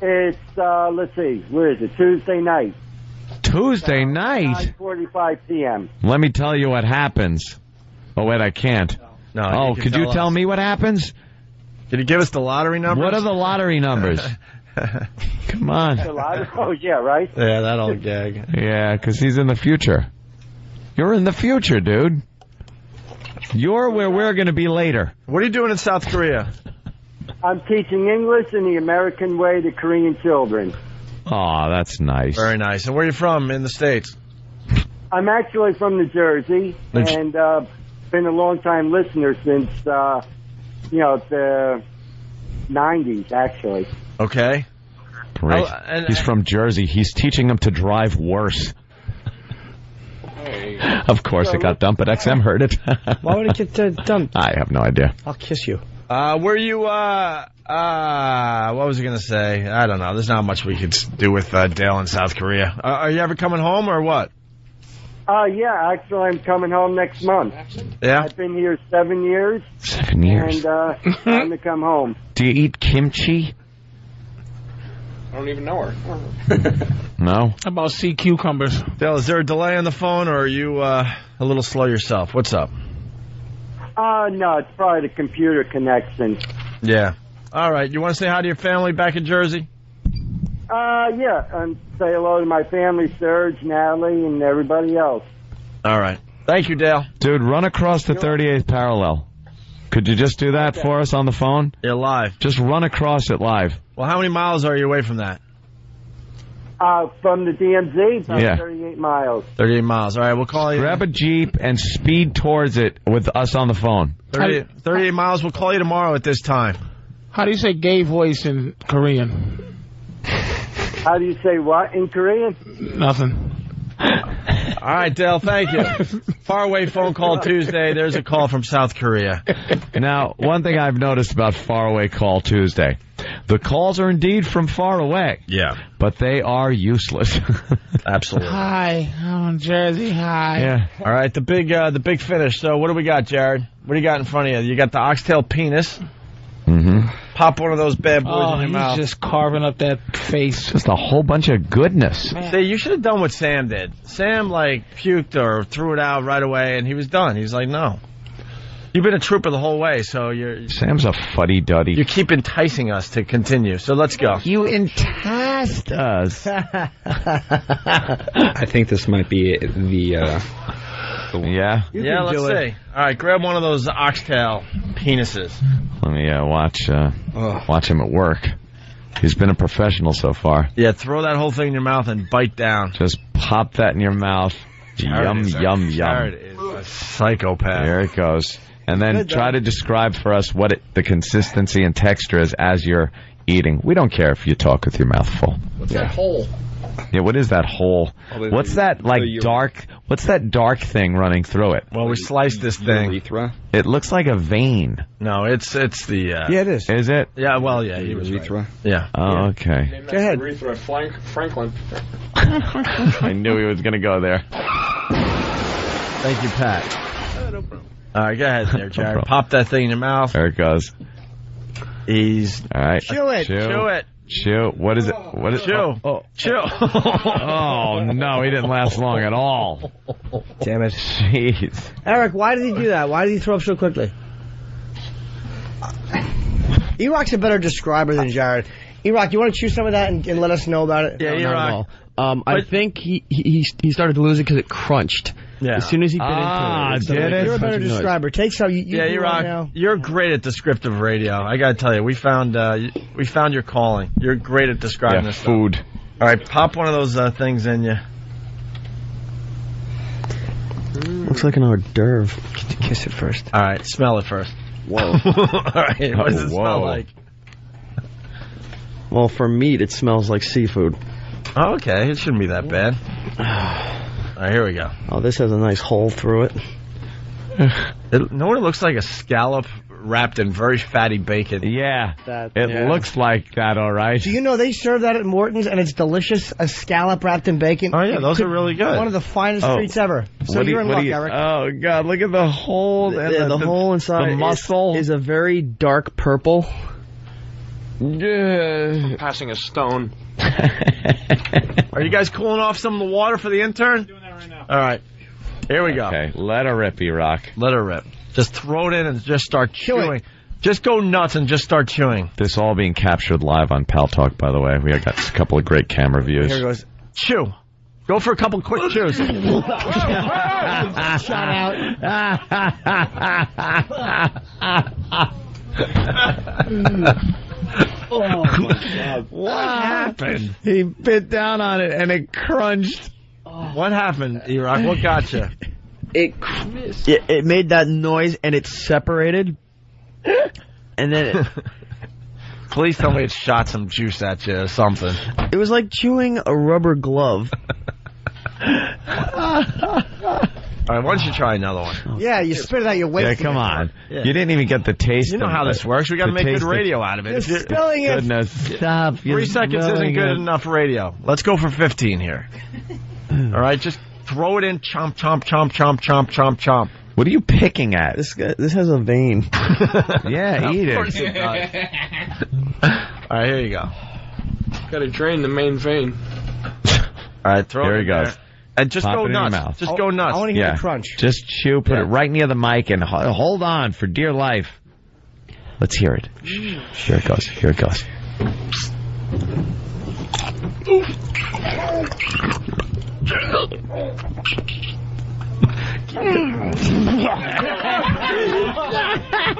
Speaker 14: it's uh, let's see, where is it? Tuesday night,
Speaker 3: Tuesday night.
Speaker 14: 9:45 p.m.
Speaker 3: Let me tell you what happens. Oh wait, I can't.
Speaker 1: No.
Speaker 3: Oh, could you tell
Speaker 1: us.
Speaker 3: me what happens?
Speaker 1: Did you give us the lottery numbers?
Speaker 3: What are the
Speaker 1: *laughs*
Speaker 3: lottery numbers? Come on.
Speaker 14: The live- *laughs* Oh yeah, right.
Speaker 1: Yeah, that old gag.
Speaker 3: Yeah, 'cause he's in the future. You're in the future, dude. You're where we're going to be later.
Speaker 1: What are you doing in South Korea?
Speaker 14: I'm teaching English and the American way to Korean children.
Speaker 3: Aw, that's nice.
Speaker 1: Very nice. And where are you from in the States?
Speaker 14: I'm actually from New Jersey
Speaker 1: Nice.
Speaker 14: and uh, been a long time listener since uh, you know the 90s, actually.
Speaker 1: Okay.
Speaker 3: Great.
Speaker 1: Oh, and-
Speaker 3: he's from Jersey. He's teaching him to drive worse. Of course, it got dumped, but XM heard it. *laughs*
Speaker 2: Why would it get uh, dumped?
Speaker 3: I have no idea.
Speaker 2: I'll kiss you.
Speaker 1: Uh, were you, uh, uh, what was I going to say? I don't know. There's not much we could do with uh, Dale in South Korea. Uh, are you ever coming home or what?
Speaker 14: Uh, yeah, actually, I'm coming home next month.
Speaker 1: Yeah.
Speaker 14: I've been here seven years,
Speaker 3: Seven years.
Speaker 14: and uh, time to come home.
Speaker 3: Do you eat kimchi?
Speaker 7: I don't even know her.
Speaker 3: *laughs* No.
Speaker 4: How about sea cucumbers?
Speaker 1: Dale, is there a delay on the phone or are you uh, a little slow yourself? What's up?
Speaker 14: Uh, no, it's probably the computer connection.
Speaker 1: Yeah. All right. You want to say hi to your family back in Jersey?
Speaker 14: Uh, yeah, and say hello to my family, Serge, Natalie, and everybody else.
Speaker 1: All right. Thank you, Dale.
Speaker 3: Dude, run across the 38th parallel. Could you just do that for us on the phone?
Speaker 1: Yeah, live.
Speaker 3: Just run across it live.
Speaker 1: Well, how many miles are you away from that?
Speaker 14: Uh, from the DMZ, about
Speaker 3: Yeah.
Speaker 14: 38 miles.
Speaker 1: 38 miles. All right, we'll call you.
Speaker 3: Grab a Jeep and speed towards it with us on the phone.
Speaker 1: 30, 38 miles. We'll call you tomorrow at this time.
Speaker 4: How do you say gay voice in Korean?
Speaker 14: How do you say what in Korean?
Speaker 4: Nothing.
Speaker 1: All right, Dale, thank you. Faraway phone call Tuesday. There's a call from South Korea.
Speaker 3: Now, one thing I've noticed about Faraway Call Tuesday, the calls are indeed from far away.
Speaker 1: Yeah.
Speaker 3: But they are useless. *laughs*
Speaker 1: Absolutely.
Speaker 4: Hi, I'm in Jersey. Hi.
Speaker 1: All right, the big uh, the big finish. So what do we got, Jared? What do you got in front of you? You got the oxtail penis.
Speaker 3: Mm-hmm.
Speaker 1: Pop one of those bad boys
Speaker 4: Oh,
Speaker 1: in your
Speaker 4: he's
Speaker 1: mouth.
Speaker 4: just carving up that face.
Speaker 3: Just a whole bunch of goodness.
Speaker 1: See, you should have done what Sam did. Sam like puked or threw it out right away, and he was done. He's like, no. You've been a trooper the whole way, so you're
Speaker 3: Sam's a fuddy duddy.
Speaker 1: you keep enticing us to continue. So let's go.
Speaker 3: You enticed us.
Speaker 15: I think this might be the. Uh,
Speaker 3: yeah.
Speaker 1: yeah, let's see. All right, grab one of those oxtail penises.
Speaker 3: Let me uh, watch uh, watch him at work. He's been a professional so far.
Speaker 1: Yeah, throw that whole thing in your mouth and bite down.
Speaker 3: Just pop that in your mouth.
Speaker 1: Jared
Speaker 3: yum,
Speaker 1: is a-
Speaker 3: yum, yum.
Speaker 1: Jared is a psychopath.
Speaker 3: There it goes. And then
Speaker 1: Good,
Speaker 3: try
Speaker 1: though.
Speaker 3: to describe for us what it, the consistency and texture is as you're eating. We don't care if you talk with your mouth full.
Speaker 13: What's that hole?
Speaker 3: Yeah, what is that hole?
Speaker 13: Oh, the-
Speaker 3: What's that like
Speaker 13: the ure-
Speaker 3: dark? What's that dark thing running through it?
Speaker 1: Well, we sliced this thing.
Speaker 15: Urethra?
Speaker 3: It looks like a vein.
Speaker 1: No, it's it's the. Uh,
Speaker 3: Yeah, it is. Is it?
Speaker 1: Yeah, well, yeah, he was right. Yeah.
Speaker 3: Oh, okay.
Speaker 1: *laughs*
Speaker 15: Go ahead. Urethra Frank, Franklin.
Speaker 3: I knew he was going to go there.
Speaker 1: Thank you, Pat. All right, go ahead
Speaker 3: *laughs*
Speaker 1: there, Jared. Pop that thing in your mouth.
Speaker 3: There it goes.
Speaker 1: He's
Speaker 3: all right.
Speaker 1: Chew it. Chew it.
Speaker 3: Chew. What is it? What is
Speaker 1: Chew.
Speaker 3: Oh, oh.
Speaker 1: Chew.
Speaker 3: oh no, he didn't last long at all.
Speaker 2: Damn it.
Speaker 3: Jeez.
Speaker 2: Eric, why did he do that? Why did he throw up so quickly? Eroc's a better describer than Jared. Erock, you want to chew some of that and, and let us know about it?
Speaker 1: Yeah,
Speaker 2: No, not at all.
Speaker 9: Um, I think he, he he started to lose it because it crunched.
Speaker 1: Yeah.
Speaker 9: As soon as he bit
Speaker 3: Ah,
Speaker 9: into it, started,
Speaker 3: did
Speaker 9: like,
Speaker 3: it?
Speaker 2: You're a better
Speaker 9: crunching noise.
Speaker 2: describer. Take some. You, you
Speaker 1: yeah,
Speaker 2: do
Speaker 1: you're
Speaker 2: right now.
Speaker 1: You're great at descriptive radio. I gotta tell you, we found uh, y- we found your calling. You're great at describing
Speaker 3: Yeah,
Speaker 1: this stuff.
Speaker 3: food.
Speaker 1: All right, pop one of those uh, things in you.
Speaker 9: Looks like an hors d'oeuvre. Get to Kiss it first.
Speaker 1: All right, smell it first.
Speaker 9: Whoa.
Speaker 1: *laughs* All right, what does it
Speaker 9: Oh,
Speaker 1: smell
Speaker 9: whoa.
Speaker 1: like?
Speaker 9: Well, for meat, it smells like seafood.
Speaker 1: Oh, okay, it shouldn't be that bad. All right, here we go.
Speaker 9: Oh, this has a nice hole through it.
Speaker 1: It, no one looks like a scallop wrapped in very fatty bacon.
Speaker 3: Yeah,
Speaker 2: That-
Speaker 3: it
Speaker 2: yeah.
Speaker 3: looks like that. All right.
Speaker 2: Do you know they serve that at Morton's and it's delicious? A scallop wrapped in bacon.
Speaker 1: Oh, yeah, those
Speaker 2: Could-
Speaker 1: are really good.
Speaker 2: One of the finest
Speaker 3: Oh.
Speaker 2: treats ever. So
Speaker 3: What do you-
Speaker 2: you're in
Speaker 3: what
Speaker 2: luck,
Speaker 3: do you-
Speaker 2: Eric.
Speaker 3: Oh God! Look at the hole and
Speaker 9: yeah, the, hole inside
Speaker 3: the muscle.
Speaker 9: is, is a very dark purple.
Speaker 15: Yeah. Passing a
Speaker 3: *laughs*
Speaker 15: stone.
Speaker 1: Are you guys cooling off some of the water for the intern? Doing that right now. All right, here we go.
Speaker 3: Okay, let her rip, rock.
Speaker 1: Let her rip. Just throw it in and just start chewing. Just go nuts and just start chewing.
Speaker 3: This all being captured live on Pal Talk, by the way. We got a couple of great camera views.
Speaker 1: Here goes. Chew. Go for a couple *laughs* quick chews.
Speaker 2: Shut
Speaker 3: *laughs*
Speaker 2: out.
Speaker 3: what happened? Oh, He bit down on it and it crunched.
Speaker 1: Oh. What happened, Erock? What got
Speaker 3: *laughs*
Speaker 1: you?
Speaker 9: It, cr- it it made that noise and it separated, and then it,
Speaker 1: *laughs* Please tell me it shot some juice at you or something.
Speaker 9: it was like chewing a rubber glove.
Speaker 1: All right, why don't you try another one?
Speaker 2: Yeah, you spit it out your
Speaker 3: Yeah,
Speaker 2: waist.
Speaker 3: come on.
Speaker 1: Yeah.
Speaker 3: You didn't even get the taste.
Speaker 1: You know
Speaker 3: of
Speaker 1: how
Speaker 3: it.
Speaker 1: this works. We got to
Speaker 3: The
Speaker 1: make good
Speaker 3: taste of-
Speaker 1: radio out of it.
Speaker 2: You're
Speaker 1: If you-
Speaker 2: spilling it.
Speaker 3: Goodness, stop.
Speaker 1: Three seconds isn't good
Speaker 3: enough.
Speaker 1: enough radio. Let's go for 15 here. All right, just throw it in. Chomp, chomp, chomp, chomp, chomp, chomp, chomp.
Speaker 3: What are
Speaker 1: *laughs*
Speaker 3: you picking at?
Speaker 9: This guy, this has a vein.
Speaker 3: yeah, eat it.
Speaker 1: All right, here you go. All
Speaker 15: Gotta drain the main vein.
Speaker 1: right, throw
Speaker 3: There
Speaker 1: it
Speaker 3: he
Speaker 1: in
Speaker 3: goes.
Speaker 1: there. And just
Speaker 3: Pop
Speaker 1: go
Speaker 3: it in your mouth.
Speaker 1: nuts. Just go nuts.
Speaker 2: I want to hear
Speaker 3: Yeah.
Speaker 2: the crunch.
Speaker 3: Just chew, put it right near the mic, and ho- hold on for dear life. Let's hear it. Here it goes. Here it goes. *laughs*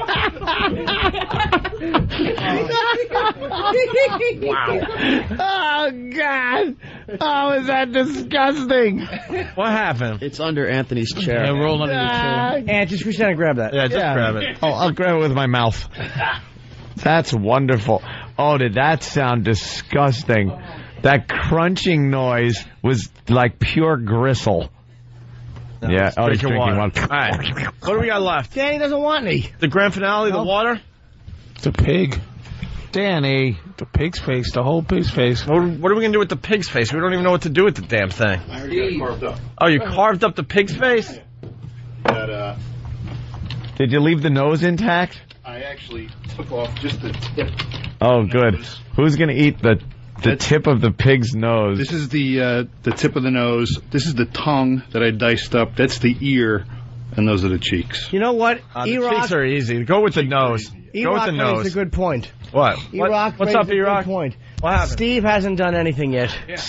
Speaker 4: Oh God! Oh, is that disgusting?
Speaker 1: What happened?
Speaker 9: It's under Anthony's chair.
Speaker 1: Yeah, roll under
Speaker 2: your chair. And just reach down and grab that.
Speaker 1: Yeah, just grab it.
Speaker 3: *laughs* Oh, I'll grab it with my mouth. That's wonderful. Oh, did that sound disgusting? That crunching noise was like pure gristle. yeah, oh, he's
Speaker 1: Drink your water.
Speaker 3: drinking one.
Speaker 1: All right. What do we got left?
Speaker 2: Danny doesn't want any.
Speaker 1: The grand finale, the water?
Speaker 4: It's a pig. Danny, the pig's face, the whole pig's face.
Speaker 1: What, what are we going to do with the pig's face? We don't even know what to do with the damn thing. Oh, you carved up the pig's face?
Speaker 10: That, uh,
Speaker 3: Did you leave the nose intact?
Speaker 10: I actually took off just the tip.
Speaker 3: Oh, good. Who's gonna eat the the tip of the pig's nose?
Speaker 10: This is the uh, the tip of the nose. This is the tongue that I diced up. That's the ear, and those are the cheeks.
Speaker 2: You know what?
Speaker 1: Uh, the
Speaker 2: E-Rock,
Speaker 1: cheeks are easy. Go with the nose. Go with
Speaker 2: E-Rock
Speaker 1: the
Speaker 2: raises
Speaker 1: nose.
Speaker 2: a good point.
Speaker 1: What? What-
Speaker 2: E-Rock
Speaker 1: What's
Speaker 2: raises
Speaker 1: up,
Speaker 2: a good
Speaker 1: E-Rock?
Speaker 2: point.
Speaker 1: What happened?
Speaker 2: Steve hasn't done anything yet.
Speaker 3: Steve.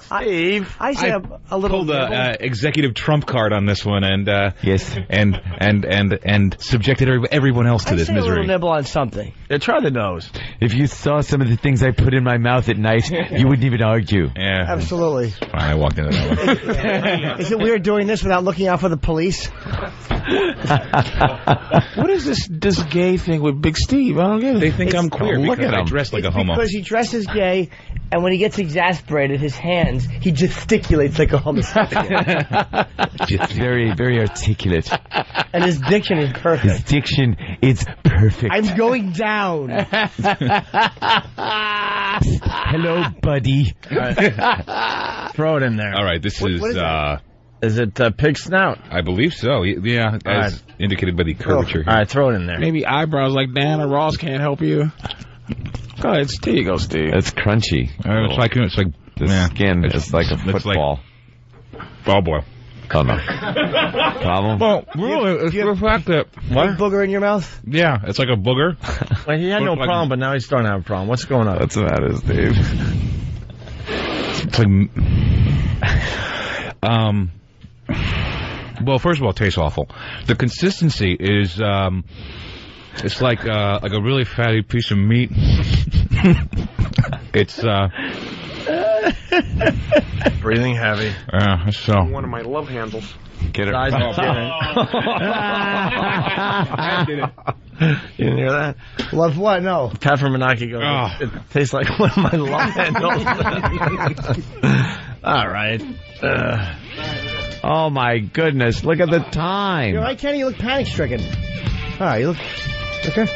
Speaker 1: Steve.
Speaker 2: I, say
Speaker 16: I
Speaker 2: a a little
Speaker 16: pulled a
Speaker 2: nibble.
Speaker 16: uh, executive trump card on this one, and uh,
Speaker 3: yes,
Speaker 16: and and and and subjected every- everyone else to
Speaker 2: I
Speaker 16: this
Speaker 2: say a little
Speaker 16: misery.
Speaker 2: nibble on something.
Speaker 1: Yeah, try the nose.
Speaker 3: If you saw some of the things I put in my mouth at night, you wouldn't even argue.
Speaker 16: Yeah.
Speaker 2: Absolutely.
Speaker 16: Fine, I walked into that one.
Speaker 2: Is it weird doing this without looking out for the police?
Speaker 4: What is this this gay thing with Big Steve? I don't get it.
Speaker 16: They think
Speaker 2: It's-
Speaker 16: I'm queer
Speaker 2: Oh,
Speaker 16: because
Speaker 2: *laughs* look at
Speaker 16: I
Speaker 2: him.
Speaker 16: dress like a homo.
Speaker 2: Because he dresses gay, and when he gets exasperated, his hands, he gesticulates like a homosexual. *laughs*
Speaker 3: Just very, very articulate.
Speaker 2: and his diction is
Speaker 3: His
Speaker 2: perfect.
Speaker 3: diction is perfect.
Speaker 2: I'm going down.
Speaker 3: Hello, buddy.
Speaker 1: Throw it in there.
Speaker 16: All right, this is
Speaker 1: what is
Speaker 16: uh,
Speaker 1: Is it uh, pig snout?
Speaker 16: I believe so. Y- Yeah,
Speaker 1: All
Speaker 16: as indicated by the curvature.
Speaker 1: All right, throw it in there.
Speaker 4: Maybe eyebrows like Dan or Ross can't help you. Go ahead, Steve. You go, Steve.
Speaker 3: It's crunchy.
Speaker 16: Uh, it's like it's like
Speaker 3: The
Speaker 16: yeah,
Speaker 3: skin is like a
Speaker 16: it's like
Speaker 3: football.
Speaker 16: ball boil.
Speaker 3: Oh,
Speaker 2: *laughs*
Speaker 3: no. Problem?
Speaker 16: Well, really, it's the fact that
Speaker 2: Big booger in your mouth?
Speaker 16: yeah, it's like a booger.
Speaker 1: Well, he had no
Speaker 16: Looks like-
Speaker 1: problem, but now he's starting to have a problem. What's going on?
Speaker 3: That's about it, Steve.
Speaker 16: It's like, *laughs* um, well, first of all, it tastes awful. The consistency is, um, it's like uh, like a really fatty piece of meat. *laughs* it's uh,
Speaker 1: Breathing heavy.
Speaker 16: uh so
Speaker 15: One of my love handles.
Speaker 3: Get it.
Speaker 1: Guys,
Speaker 3: Oh,
Speaker 1: *laughs* you didn't hear that?
Speaker 2: Love what? No.
Speaker 1: Pat from Menaki goes,
Speaker 16: Oh.
Speaker 1: it tastes like one of my *laughs* love handles. All right. Uh,
Speaker 3: oh my goodness! Look at the time.
Speaker 2: You're right, Kenny. You look panic stricken. All right, you look. Okay.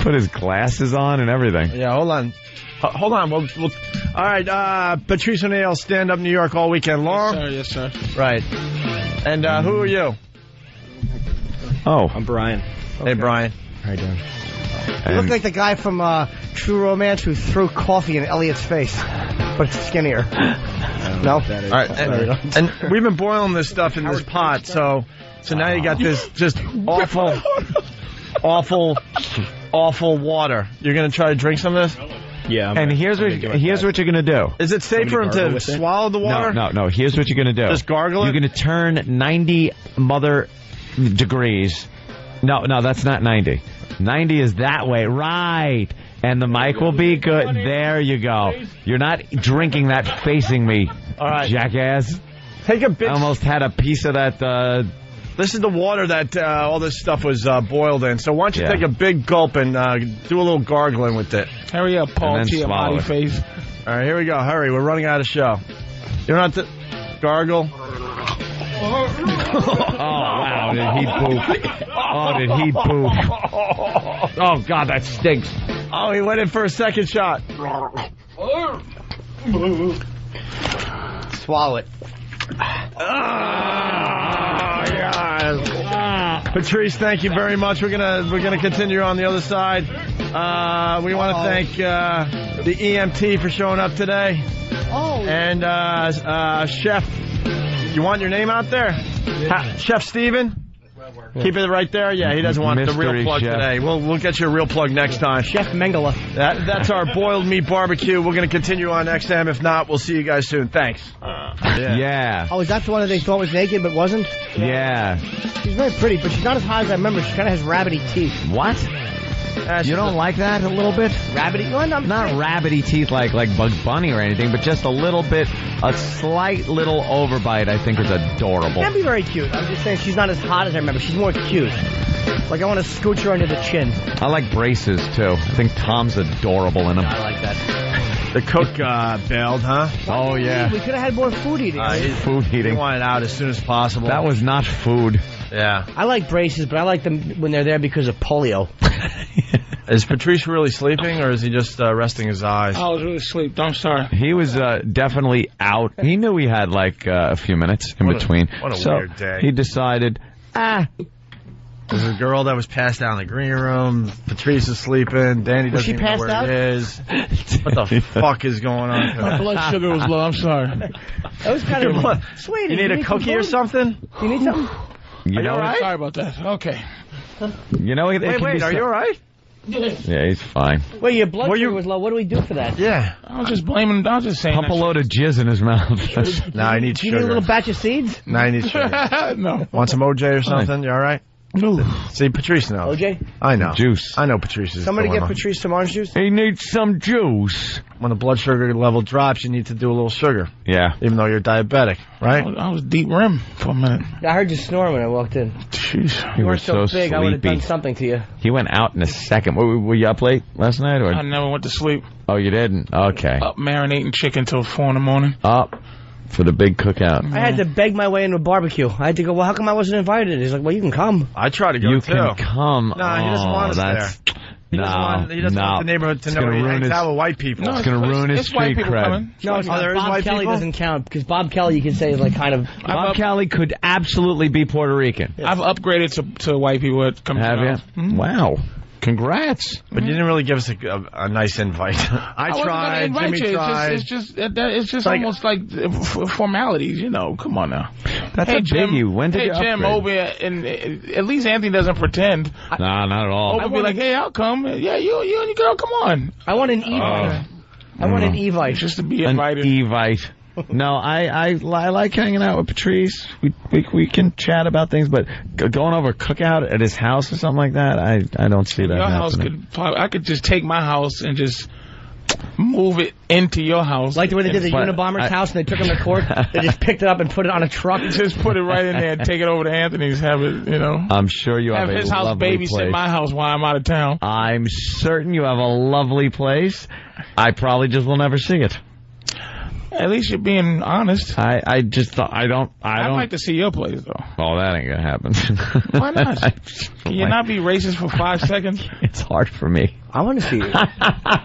Speaker 3: Put his glasses on and everything.
Speaker 1: yeah, hold on. H- hold on. We'll, we'll, all right. Uh, Patrice O'Neill, stand up New York all weekend long.
Speaker 4: yes, sir.
Speaker 1: Right. And uh, who are you?
Speaker 3: Oh,
Speaker 9: I'm Brian.
Speaker 1: Hey, Brian.
Speaker 9: How you doing?
Speaker 2: You look
Speaker 3: and-
Speaker 2: like the guy from uh, True Romance who threw coffee in Elliot's face, but skinnier.
Speaker 1: *laughs*
Speaker 2: No.
Speaker 1: All right. And, and we've been boiling this stuff in this pot, so so now you got this just awful, awful, awful water. You're gonna try to drink some of this.
Speaker 6: Yeah.
Speaker 3: And here's what here's what you're gonna do.
Speaker 1: Is it safe for him
Speaker 6: gargle
Speaker 1: to
Speaker 6: with it?
Speaker 1: swallow the water?
Speaker 3: No, no, no. Here's what you're gonna do.
Speaker 1: Just gargle it?
Speaker 3: You're gonna turn 90 mother degrees. No, no, that's not 90. 90 is that way, right? And the mic will be good. There you go. You're not drinking that facing me,
Speaker 1: All right.
Speaker 3: jackass.
Speaker 1: Take a
Speaker 3: I
Speaker 1: big.
Speaker 3: almost had a piece of that. Uh,
Speaker 1: This is the water that uh, all this stuff was uh, boiled in. So why don't you
Speaker 3: Yeah.
Speaker 1: take a big gulp and uh, do a little gargling with it?
Speaker 4: Hurry up, Paul
Speaker 3: And then swallow
Speaker 4: Giamatti
Speaker 3: it.
Speaker 4: face.
Speaker 1: All right, here we go. Hurry, we're running out of show. You're not the gargle.
Speaker 3: oh wow! Did he poop? Oh, did
Speaker 1: *laughs*
Speaker 3: he poop? Oh god, that stinks.
Speaker 1: Oh, he went in for a second shot.
Speaker 2: Swallow it.
Speaker 1: Ah, Patrice, thank you very much. We're gonna we're gonna continue on the other side. Uh, we want to thank uh, the EMT for showing up today,
Speaker 2: Oh.
Speaker 1: and uh, uh, Chef. You want your name out there, ha- Chef Steven? Keep it right there. Yeah, he doesn't want the
Speaker 3: Mystery
Speaker 1: real plug
Speaker 3: chef.
Speaker 1: today. We'll we'll get you a real plug next time. Chef Mengele. That, that's our boiled meat barbecue. We're going to continue on next time. If not, we'll see you guys soon. Thanks.
Speaker 3: Yeah. Yeah.
Speaker 2: Oh, is that the one that they thought was naked but wasn't? She's very pretty, but she's not as high as I remember. She kind of has rabbity teeth.
Speaker 3: What? you don't like that a little bit?
Speaker 2: Rabbity? Well, I'm
Speaker 3: Not rabbity teeth like like Bugs Bunny or anything, but just a little bit, a slight little overbite. I think is adorable.
Speaker 2: That'd be very cute. I'm just saying she's not as hot as I remember. She's more cute. Like I want to scooch her under the chin.
Speaker 3: I like braces too. I think Tom's adorable in them. I
Speaker 2: like that.
Speaker 1: The cook uh, bailed, huh? Uh,
Speaker 3: Oh yeah.
Speaker 2: We could have had more food eating.
Speaker 3: food eating.
Speaker 1: He wanted out as soon as possible.
Speaker 3: That was not food.
Speaker 1: Yeah.
Speaker 2: I like braces, but I like them when they're there because of polio.
Speaker 1: Is Patrice really sleeping, or is he just uh, resting his eyes?
Speaker 4: I was really asleep. I'm sorry.
Speaker 3: He was uh, definitely out. He knew he had like uh, a few minutes in
Speaker 1: What a-
Speaker 3: between.
Speaker 1: what a
Speaker 3: so
Speaker 1: weird day.
Speaker 3: He decided, ah,
Speaker 1: There's a girl that was passed out in the green room. Patrice is sleeping. Danny
Speaker 2: Was
Speaker 1: doesn't
Speaker 2: she
Speaker 1: even know
Speaker 2: passed
Speaker 1: where
Speaker 2: out?
Speaker 1: it is. *laughs* What
Speaker 3: *laughs*
Speaker 1: the fuck is going
Speaker 2: *laughs*
Speaker 1: on? here?
Speaker 4: My *laughs* blood sugar was low. I'm sorry.
Speaker 2: That was kind
Speaker 1: Your blood-
Speaker 2: of. Sweetie,
Speaker 1: you need a
Speaker 2: some
Speaker 1: cookie or
Speaker 2: food?
Speaker 1: something?
Speaker 2: You need something?
Speaker 3: you know,
Speaker 4: I'm sorry about that. Okay.
Speaker 3: you know, it, it
Speaker 1: Wait,
Speaker 3: can
Speaker 1: wait,
Speaker 3: be
Speaker 1: are
Speaker 3: so-
Speaker 1: you all right?
Speaker 3: Yeah, he's fine.
Speaker 2: Well, your blood sugar was low. What do we do for
Speaker 1: *laughs*
Speaker 2: that?
Speaker 1: Yeah.
Speaker 4: I was just blaming. I was just saying.
Speaker 3: Pump a load of jizz in his
Speaker 1: *laughs*
Speaker 3: mouth.
Speaker 1: No, I need
Speaker 2: Do you need a
Speaker 1: sugar.
Speaker 2: little batch of seeds?
Speaker 1: No, I need sugar.
Speaker 2: *laughs*
Speaker 4: no.
Speaker 1: Want some OJ or something? You all right?
Speaker 4: No.
Speaker 1: See, Patrice knows.
Speaker 2: OJ?
Speaker 1: I know.
Speaker 3: Juice.
Speaker 1: I know Patrice is
Speaker 2: Somebody
Speaker 1: going
Speaker 2: get
Speaker 1: on.
Speaker 2: Patrice some orange juice?
Speaker 3: he needs some juice.
Speaker 1: When the blood sugar level drops, you need to do a little sugar,
Speaker 3: Yeah.
Speaker 1: even though you're diabetic,
Speaker 4: I
Speaker 1: right?
Speaker 4: was, I was deep rim for a minute.
Speaker 2: I heard you snore when I walked in.
Speaker 4: Jeez.
Speaker 3: You
Speaker 2: You
Speaker 3: were
Speaker 2: were so,
Speaker 3: so
Speaker 2: big, I would have done
Speaker 3: sleepy.
Speaker 2: something to you.
Speaker 3: He went out in a second. Were, were you up late last night?
Speaker 4: I
Speaker 3: Or
Speaker 4: never went to sleep.
Speaker 3: oh, you didn't. Okay.
Speaker 1: Oh.
Speaker 4: Up marinating chicken till four in the morning.
Speaker 3: Up for the big cookout.
Speaker 2: I had to beg my way into a barbecue. I had to go, well, how come I wasn't invited? He's like, well, you can come.
Speaker 1: I try to go
Speaker 3: You
Speaker 1: too.
Speaker 3: can come.
Speaker 1: No, he doesn't
Speaker 3: Oh,
Speaker 1: want us
Speaker 3: that's-
Speaker 1: He
Speaker 3: No,
Speaker 1: doesn't, want, he doesn't
Speaker 3: no.
Speaker 1: want the neighborhood to
Speaker 3: It's
Speaker 1: know
Speaker 3: gonna
Speaker 1: he
Speaker 3: ruin
Speaker 1: hangs
Speaker 3: his-
Speaker 1: out with white people.
Speaker 3: It's gonna ruin his
Speaker 4: it's white
Speaker 3: street
Speaker 4: people
Speaker 3: cred.
Speaker 4: coming.
Speaker 2: No, it's
Speaker 1: Oh,
Speaker 2: not.
Speaker 1: there is
Speaker 2: Bob
Speaker 1: white
Speaker 2: Kelly
Speaker 1: people?
Speaker 2: doesn't count because Bob Kelly, you can say, is like kind of.
Speaker 1: Oh.
Speaker 3: Bob Kelly could absolutely be Puerto Rican.
Speaker 4: I've upgraded to, to white people. At come
Speaker 3: Have you?
Speaker 1: Hmm?
Speaker 3: Wow. Congrats.
Speaker 1: But you didn't really give us a, a, a nice invite. *laughs* I,
Speaker 4: wasn't gonna
Speaker 1: tried.
Speaker 4: invite
Speaker 1: Jimmy
Speaker 4: you.
Speaker 1: tried.
Speaker 4: It's just, it's just, it- that- it's just
Speaker 1: Like-
Speaker 4: almost like f- formalities, you know. Come on now.
Speaker 3: That's
Speaker 4: hey,
Speaker 3: a
Speaker 4: Jim,
Speaker 3: biggie. When did
Speaker 4: hey,
Speaker 3: you
Speaker 4: Jim,
Speaker 3: upgrade?
Speaker 4: over here, and uh, at least Anthony doesn't pretend.
Speaker 3: Nah, not at all.
Speaker 4: I'll be like, hey, I'll come. Yeah, you, you and your girl, come on.
Speaker 2: I want an Evite. I want an Evite.
Speaker 4: Just to be
Speaker 3: An
Speaker 4: invited.
Speaker 3: Evite. No, I, I I like hanging out with Patrice. We we, we can chat about things, but g- going over a cookout at his house or something like that, I, I don't see that
Speaker 4: your house
Speaker 3: happening.
Speaker 4: could probably, I could just take my house and just move it into your house.
Speaker 2: Like the way they did the
Speaker 3: But
Speaker 2: Unabomber's
Speaker 3: I-
Speaker 2: house and they took him to court. they just picked it up and put it on a truck.
Speaker 4: just put it right in
Speaker 3: *laughs*
Speaker 4: there and take it over to Anthony's. Have it, you know.
Speaker 3: I'm sure you have,
Speaker 4: Have
Speaker 3: a
Speaker 4: his house
Speaker 3: lovely
Speaker 4: babysit
Speaker 3: place.
Speaker 4: my house while I'm out of town.
Speaker 3: I'm certain you have a lovely place. I probably just will never see it.
Speaker 4: At least you're being honest.
Speaker 3: I, I just thought I don't I
Speaker 4: I'd
Speaker 3: don't.
Speaker 4: like to see your place though.
Speaker 3: oh, that ain't gonna happen.
Speaker 4: *laughs* Why
Speaker 3: *laughs*
Speaker 4: not?
Speaker 3: I-
Speaker 4: Can you not be racist for
Speaker 3: *laughs*
Speaker 4: five seconds?
Speaker 3: It's hard for me.
Speaker 2: I want to see you. *laughs*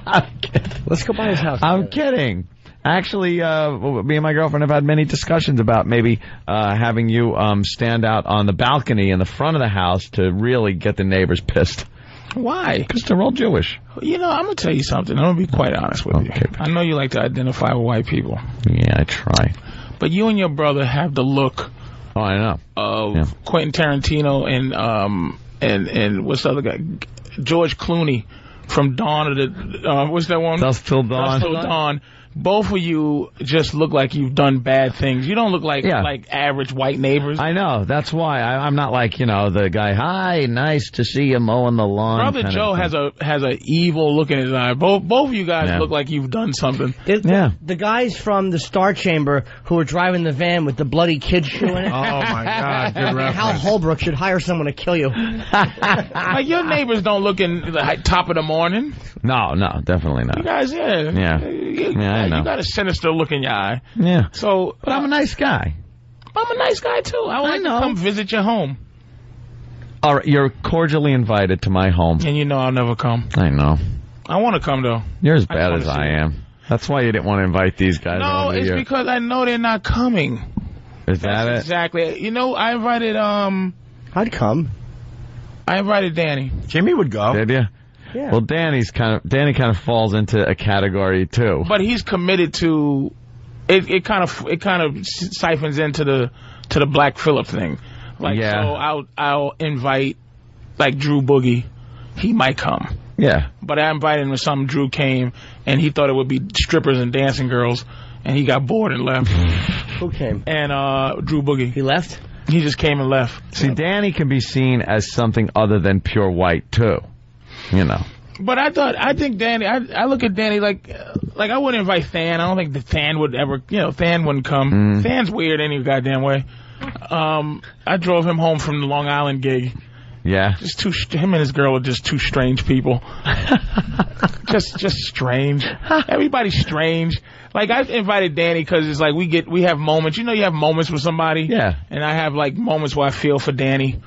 Speaker 2: Let's go by his house.
Speaker 3: I'm kidding. Actually, uh, me and my girlfriend have had many discussions about maybe uh, having you um, stand out on the balcony in the front of the house to really get the neighbors pissed
Speaker 4: Why?
Speaker 3: because they're all Jewish.
Speaker 4: You know, I'm gonna tell you something. I'm gonna be quite honest with you.
Speaker 3: Okay.
Speaker 4: I know you like to identify with white people,
Speaker 3: Yeah, I try.
Speaker 4: but you and your brother have the look
Speaker 3: Oh, I know.
Speaker 4: of
Speaker 3: Yeah.
Speaker 4: Quentin Tarantino and um and and what's the other guy? George Clooney from Dawn of the uh, what's that one?
Speaker 3: Dust till dawn.
Speaker 4: Dust Till Dawn. Both of you just look like you've done bad things. You don't look like
Speaker 3: Yeah.
Speaker 4: like average white neighbors.
Speaker 3: I know. That's why I, I'm not like you know the guy. Hi, nice to see you mowing the lawn.
Speaker 4: Brother
Speaker 3: kind of
Speaker 4: Joe
Speaker 3: thing.
Speaker 4: has a has a evil look in his eye. Both both of you guys
Speaker 3: Yeah.
Speaker 4: look like you've done something.
Speaker 2: The, the-
Speaker 3: Yeah.
Speaker 2: the guys from the Star Chamber who were driving the van with the bloody kid shoe in it.
Speaker 1: oh my god, good
Speaker 2: *laughs* Hal
Speaker 1: reference.
Speaker 2: Holbrook should hire someone to kill you.
Speaker 4: Like your neighbors don't look in the hi- top of the morning.
Speaker 3: no, no, definitely
Speaker 4: You
Speaker 3: not.
Speaker 4: guys, yeah,
Speaker 3: Yeah.
Speaker 4: you,
Speaker 3: Yeah, I know.
Speaker 4: you got a sinister look in your eye.
Speaker 3: Yeah,
Speaker 4: So,
Speaker 3: but I'm a nice guy.
Speaker 4: I'm a nice guy too. I would like to
Speaker 3: know.
Speaker 4: come visit your home,
Speaker 3: All right, you're cordially invited to my home.
Speaker 4: and you know I'll never come.
Speaker 3: I know.
Speaker 4: I want to come though.
Speaker 3: You're as
Speaker 4: I
Speaker 3: bad
Speaker 4: wanna
Speaker 3: as
Speaker 4: see
Speaker 3: I
Speaker 4: it.
Speaker 3: am. That's why you didn't want to invite these guys.
Speaker 4: No,
Speaker 3: over
Speaker 4: it's
Speaker 3: you.
Speaker 4: because I know they're not coming.
Speaker 3: is that
Speaker 4: That's
Speaker 3: it?
Speaker 4: exactly. You know, I invited um,
Speaker 2: I'd come.
Speaker 4: I invited Danny.
Speaker 1: Jimmy would go.
Speaker 3: Did you?
Speaker 2: Yeah.
Speaker 3: Well, Danny's kind of Danny kind of falls into a category too.
Speaker 4: but he's committed to it. It kind of it kind of siphons into the to the Black Phillip thing. Like
Speaker 3: Yeah.
Speaker 4: so, I'll I'll invite like Drew Boogie. He might come.
Speaker 3: Yeah.
Speaker 4: But I invited him to something. Drew came, and he thought it would be strippers and dancing girls, and he got bored and left.
Speaker 2: Who came?
Speaker 4: And uh, Drew Boogie. He
Speaker 2: left.
Speaker 4: He just came and left.
Speaker 3: See, Danny can be seen as something other than pure white too. You know.
Speaker 4: But I thought I think Danny. I I look at Danny like uh, like I wouldn't invite Than. I don't think the Than would ever. You know, Than wouldn't come.
Speaker 3: Mm.
Speaker 4: Than's weird any goddamn way. Um, I drove him home from the Long Island gig.
Speaker 3: Yeah.
Speaker 4: Just two. Him and his girl are just two
Speaker 3: *laughs*
Speaker 4: strange people. just just strange. Everybody's strange. Like I've invited Danny because it's like we get we have moments. You know, you have moments with somebody.
Speaker 3: Yeah.
Speaker 4: And I have like moments where I feel for Danny.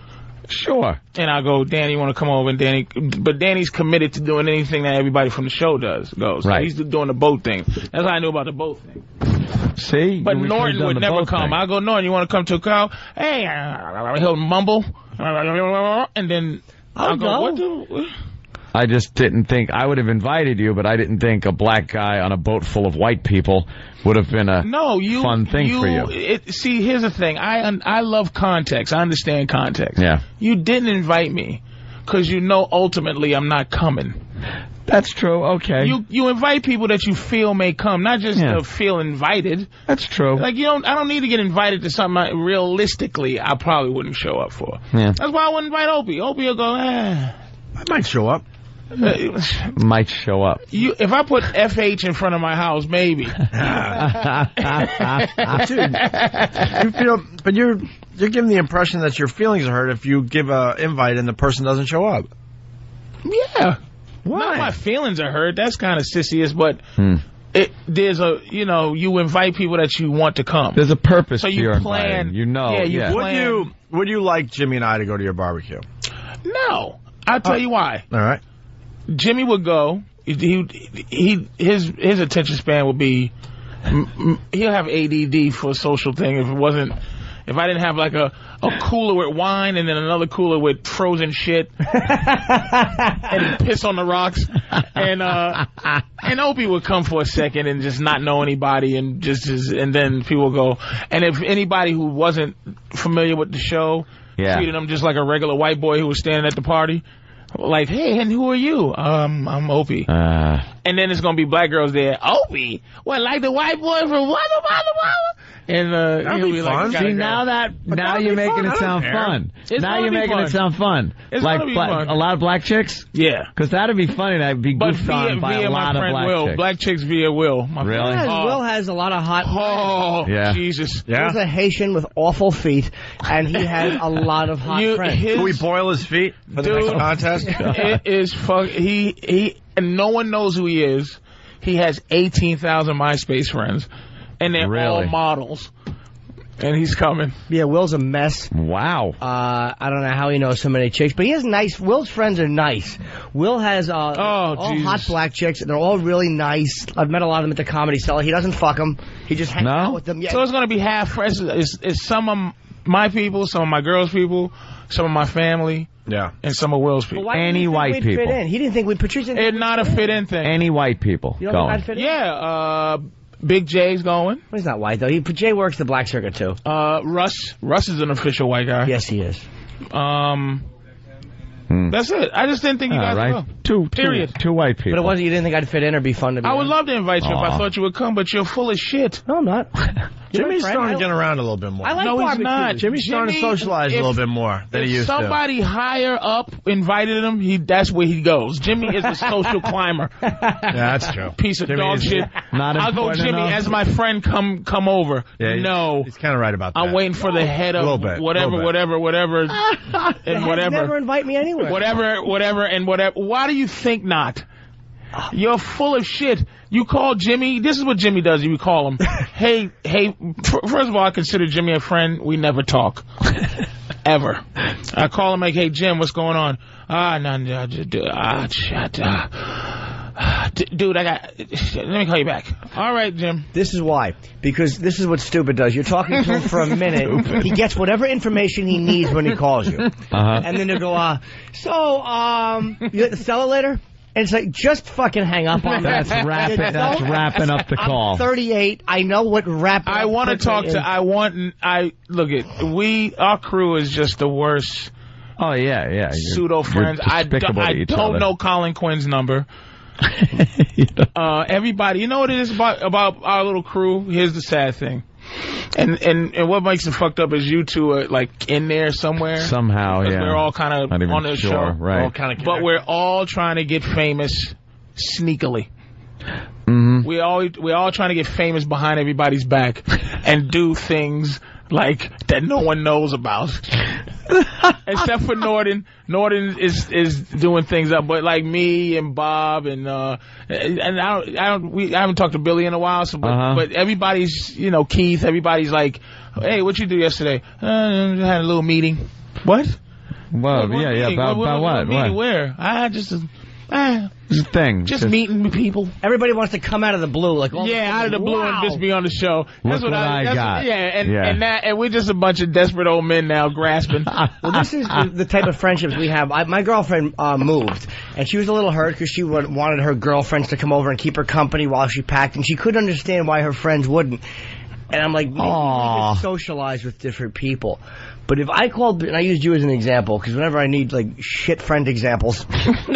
Speaker 3: Sure.
Speaker 4: And I go, Danny, you want to come over? And Danny, but Danny's committed to doing anything that everybody from the show does goes. So
Speaker 3: Right.
Speaker 4: He's doing the boat thing. That's how I knew about the boat thing.
Speaker 3: See?
Speaker 4: But
Speaker 3: You wish you'd
Speaker 4: Norton
Speaker 3: done
Speaker 4: would
Speaker 3: the
Speaker 4: never
Speaker 3: boat
Speaker 4: come.
Speaker 3: thing.
Speaker 4: I go, Norton, you want to come to a call? Hey, he'll mumble, and then
Speaker 3: Oh,
Speaker 4: I'll go,
Speaker 13: go.
Speaker 4: Oh, what the?
Speaker 3: I just didn't think I would have invited you, but I didn't think a black guy on a boat full of white people would have been a
Speaker 4: No, you
Speaker 3: fun thing for you.
Speaker 4: It, see, here's the thing. I un- I love context. I understand context.
Speaker 3: Yeah.
Speaker 4: You didn't invite me because you know ultimately I'm not coming.
Speaker 3: That's true. Okay.
Speaker 4: You you invite people that you feel may come, not just
Speaker 3: Yeah.
Speaker 4: to feel invited.
Speaker 3: That's true.
Speaker 4: Like you don't. I don't need to get invited to something. I, realistically, I probably wouldn't show up for.
Speaker 3: Yeah.
Speaker 4: That's why I wouldn't invite Opie. Opie will go. Eh.
Speaker 1: I might show up.
Speaker 4: Uh,
Speaker 3: Might show up.
Speaker 4: *laughs* You, if I put FH in front of my
Speaker 3: *laughs*
Speaker 4: house, maybe.
Speaker 1: Dude, you feel, but you're you're giving the impression that your feelings are hurt if you give a invite and the person doesn't show up.
Speaker 4: Yeah. Not my feelings are hurt. That's kind of sissiest, but
Speaker 3: Hmm.
Speaker 4: it, there's a you know you invite people that you want to come.
Speaker 3: There's a purpose
Speaker 4: So
Speaker 3: to
Speaker 4: you
Speaker 3: your
Speaker 4: plan-
Speaker 3: inviting. You know.
Speaker 4: yeah, you
Speaker 3: yeah.
Speaker 1: Would
Speaker 4: plan-
Speaker 1: you would you like Jimmy and I to go to your barbecue?
Speaker 4: No, I'll tell you why.
Speaker 1: All right.
Speaker 4: Jimmy would go. He, he his his attention span would be. m- m- He'll have ADD for a social thing if it wasn't. If I didn't have like a, a cooler with wine and then another cooler with frozen shit and piss on the rocks and uh and Opie would come for a second and just not know anybody and just, just and then people would go and if anybody who wasn't familiar with the show
Speaker 3: Yeah.
Speaker 4: treated him just like a regular white boy who was standing at the party like hey and who are you um
Speaker 3: *laughs*
Speaker 4: I'm Opie
Speaker 3: Uh,
Speaker 4: and then it's gonna be black girls there Opie what like the white boy from Walla Walla Walla and uh
Speaker 3: That'd
Speaker 4: he'll
Speaker 3: be
Speaker 4: be like,
Speaker 3: fun.
Speaker 4: "Gotta
Speaker 3: See,
Speaker 4: go."
Speaker 3: now that-
Speaker 4: But
Speaker 3: now
Speaker 4: that'll
Speaker 3: you're
Speaker 4: be
Speaker 3: making
Speaker 4: fun. I
Speaker 3: it
Speaker 4: don't
Speaker 3: sound
Speaker 4: care.
Speaker 3: fun.
Speaker 4: It's
Speaker 3: now
Speaker 4: gonna
Speaker 3: you're
Speaker 4: be
Speaker 3: making
Speaker 4: fun.
Speaker 3: it sound fun.
Speaker 4: It's
Speaker 3: like
Speaker 4: gonna be
Speaker 3: black-
Speaker 4: fun.
Speaker 3: a lot of black chicks.
Speaker 4: Yeah,
Speaker 3: because that'd be funny. That'd be
Speaker 4: But
Speaker 3: goofed
Speaker 4: via,
Speaker 3: on by a
Speaker 4: via
Speaker 3: lot
Speaker 4: my
Speaker 3: of
Speaker 4: friend
Speaker 3: black
Speaker 4: Will,
Speaker 3: chicks.
Speaker 4: black chicks via Will. My
Speaker 3: Really?
Speaker 4: friend.
Speaker 3: Yeah,
Speaker 4: Oh,
Speaker 2: Will has a lot of hot.
Speaker 4: Oh,
Speaker 3: Yeah.
Speaker 4: Jesus.
Speaker 2: He's a Haitian with awful feet, and he has a lot of hot
Speaker 4: You-
Speaker 2: friends.
Speaker 4: his- Can we
Speaker 1: boil his feet for
Speaker 4: Dude, *laughs* it is fuck. He he, and no one knows who he is. He has eighteen thousand MySpace friends, and they're all
Speaker 2: Really?
Speaker 4: models. And he's coming.
Speaker 2: Yeah, Will's a mess.
Speaker 3: Wow.
Speaker 2: Uh, I don't know how he knows so many chicks, but he has nice. Will's friends are nice. Will has uh, all
Speaker 4: Oh, Jesus.
Speaker 2: hot black chicks, and they're all really nice. I've met a lot of them at the comedy cellar. He doesn't fuck them. He just hangs
Speaker 4: No?
Speaker 2: out with them. Yeah.
Speaker 4: So it's gonna be half friends. It's, it's some of my people, some of my girls' people, some of my family,
Speaker 1: Yeah.
Speaker 4: and some of Will's people.
Speaker 2: Why didn't you think we'd Fit in? He didn't think we'd. Patrice didn't.
Speaker 4: It's not a fit in thing.
Speaker 3: Any white people
Speaker 2: You don't
Speaker 3: going?
Speaker 2: think I'd fit in?
Speaker 4: Yeah. Uh, Big J's going.
Speaker 2: Well, he's not white though. He, Jay works the black circuit too.
Speaker 4: Uh, Russ. Russ is an official white guy.
Speaker 2: Yes, he is.
Speaker 4: Um,
Speaker 3: Hmm.
Speaker 4: that's it. I just didn't think you
Speaker 3: All
Speaker 4: guys
Speaker 3: right.
Speaker 4: will.
Speaker 3: Two, two,
Speaker 4: Period.
Speaker 3: two white people.
Speaker 2: But it wasn't. You didn't think I'd fit in or be fun to be.
Speaker 4: I would
Speaker 2: in?
Speaker 4: love to invite you if I
Speaker 3: Aw.
Speaker 4: thought you would come, but you're full of shit.
Speaker 2: No, I'm not.
Speaker 1: Jimmy's
Speaker 2: friend,
Speaker 1: starting to
Speaker 2: I-
Speaker 1: get around a little bit more.
Speaker 2: I like
Speaker 4: no, he's
Speaker 2: barbecue.
Speaker 4: not.
Speaker 1: Jimmy's starting to
Speaker 4: Jimmy,
Speaker 1: socialize a
Speaker 4: if-
Speaker 1: little bit more than
Speaker 4: if
Speaker 1: he used to.
Speaker 4: somebody higher up invited him, he that's where he goes. Jimmy is
Speaker 1: *laughs*
Speaker 4: a social climber.
Speaker 1: Yeah, that's true.
Speaker 4: *laughs* Piece of
Speaker 1: Jimmy
Speaker 4: dog
Speaker 1: is
Speaker 4: shit.
Speaker 1: not
Speaker 4: I'll go,
Speaker 1: important
Speaker 4: Jimmy,
Speaker 1: enough.
Speaker 4: as my friend, come come over.
Speaker 1: Yeah, he's-
Speaker 4: no.
Speaker 1: He's kind of right about that.
Speaker 4: I'm waiting for the head of
Speaker 1: Little bit,
Speaker 4: whatever,
Speaker 1: little bit.
Speaker 4: whatever, whatever,
Speaker 2: The
Speaker 4: and
Speaker 2: heads
Speaker 4: whatever.
Speaker 2: Never invite me anywhere.
Speaker 4: Whatever, whatever, and whatever. Why do you think not? You're full of shit. You call Jimmy. This is what Jimmy does. You
Speaker 1: *laughs*
Speaker 4: call him. Hey, hey. fir- First of all, I consider Jimmy a friend. We
Speaker 1: *laughs*
Speaker 4: never talk, ever. I call him like, Hey, Jim, what's going on? Ah, no, no, I just- ah, shit, ah. D- dude, I got. Let me call you back. All right, Jim.
Speaker 2: This is why. Because this is what stupid does. You're talking to him
Speaker 4: *laughs*
Speaker 2: for a minute. he gets whatever information
Speaker 4: *laughs*
Speaker 2: he needs when he calls you.
Speaker 3: Uh-huh.
Speaker 2: And then they'll go, uh, so, um, you let the sell it later? And it's like, just fucking hang up on
Speaker 3: That's
Speaker 2: me.
Speaker 3: wrapping-
Speaker 2: You know?
Speaker 3: that's wrapping up the
Speaker 2: I'm
Speaker 3: call.
Speaker 2: 38. I know what wrapping
Speaker 4: I want to talk to. I want. I look at we. Our crew is just the worst.
Speaker 3: Oh yeah, yeah.
Speaker 4: Pseudo friends.
Speaker 3: you're
Speaker 4: I, do,
Speaker 3: despicable to each
Speaker 4: not
Speaker 3: other.
Speaker 4: know Colin
Speaker 3: *laughs*
Speaker 4: Quinn's number. uh, everybody, you know what it is about about our little crew. Here's the sad thing, and and and what makes it fucked up is you two are like in there somewhere
Speaker 3: Somehow,
Speaker 4: Because
Speaker 3: yeah.
Speaker 4: We're all kind of
Speaker 3: Not even
Speaker 4: on the
Speaker 3: sure,
Speaker 4: show,
Speaker 3: right. All
Speaker 4: kind of, but we're all trying to get famous sneakily. We all we're all trying to get famous behind everybody's back
Speaker 3: *laughs*
Speaker 4: and do things like that no one
Speaker 3: *laughs*
Speaker 4: knows about. Except for Norton. Norton is is doing things up, but like me and Bob and uh and I don't I don't we I haven't talked to Billy in a while, so but,
Speaker 13: Uh-huh.
Speaker 4: but everybody's you know, Keith, everybody's like, Hey, what you do yesterday? Uh, I had a little meeting. What?
Speaker 3: Well, Oh, yeah, yeah.
Speaker 4: meeting?
Speaker 3: About, about what? What?
Speaker 4: meeting where? I just uh,
Speaker 3: It's a thing.
Speaker 4: just meeting people.
Speaker 2: Everybody wants to come out of the blue, like all
Speaker 4: yeah, out of the blue
Speaker 2: Wow.
Speaker 4: and just be on the show.
Speaker 2: Look
Speaker 4: That's what,
Speaker 2: what
Speaker 4: I,
Speaker 2: I
Speaker 4: that's
Speaker 2: got.
Speaker 4: What, yeah, and
Speaker 2: Yeah.
Speaker 4: and that and we're just a bunch of desperate old men now grasping. Uh,
Speaker 2: well, this is the, the type of friendships we have. I, my girlfriend uh, moved, and she was a little hurt because she wa- wanted her girlfriends to come over and keep her company while she packed, and she couldn't understand why her friends wouldn't. And I'm like, maybe we could socialize with different people. But if I called, and I used you as an example, because whenever I need like shit friend examples, *laughs*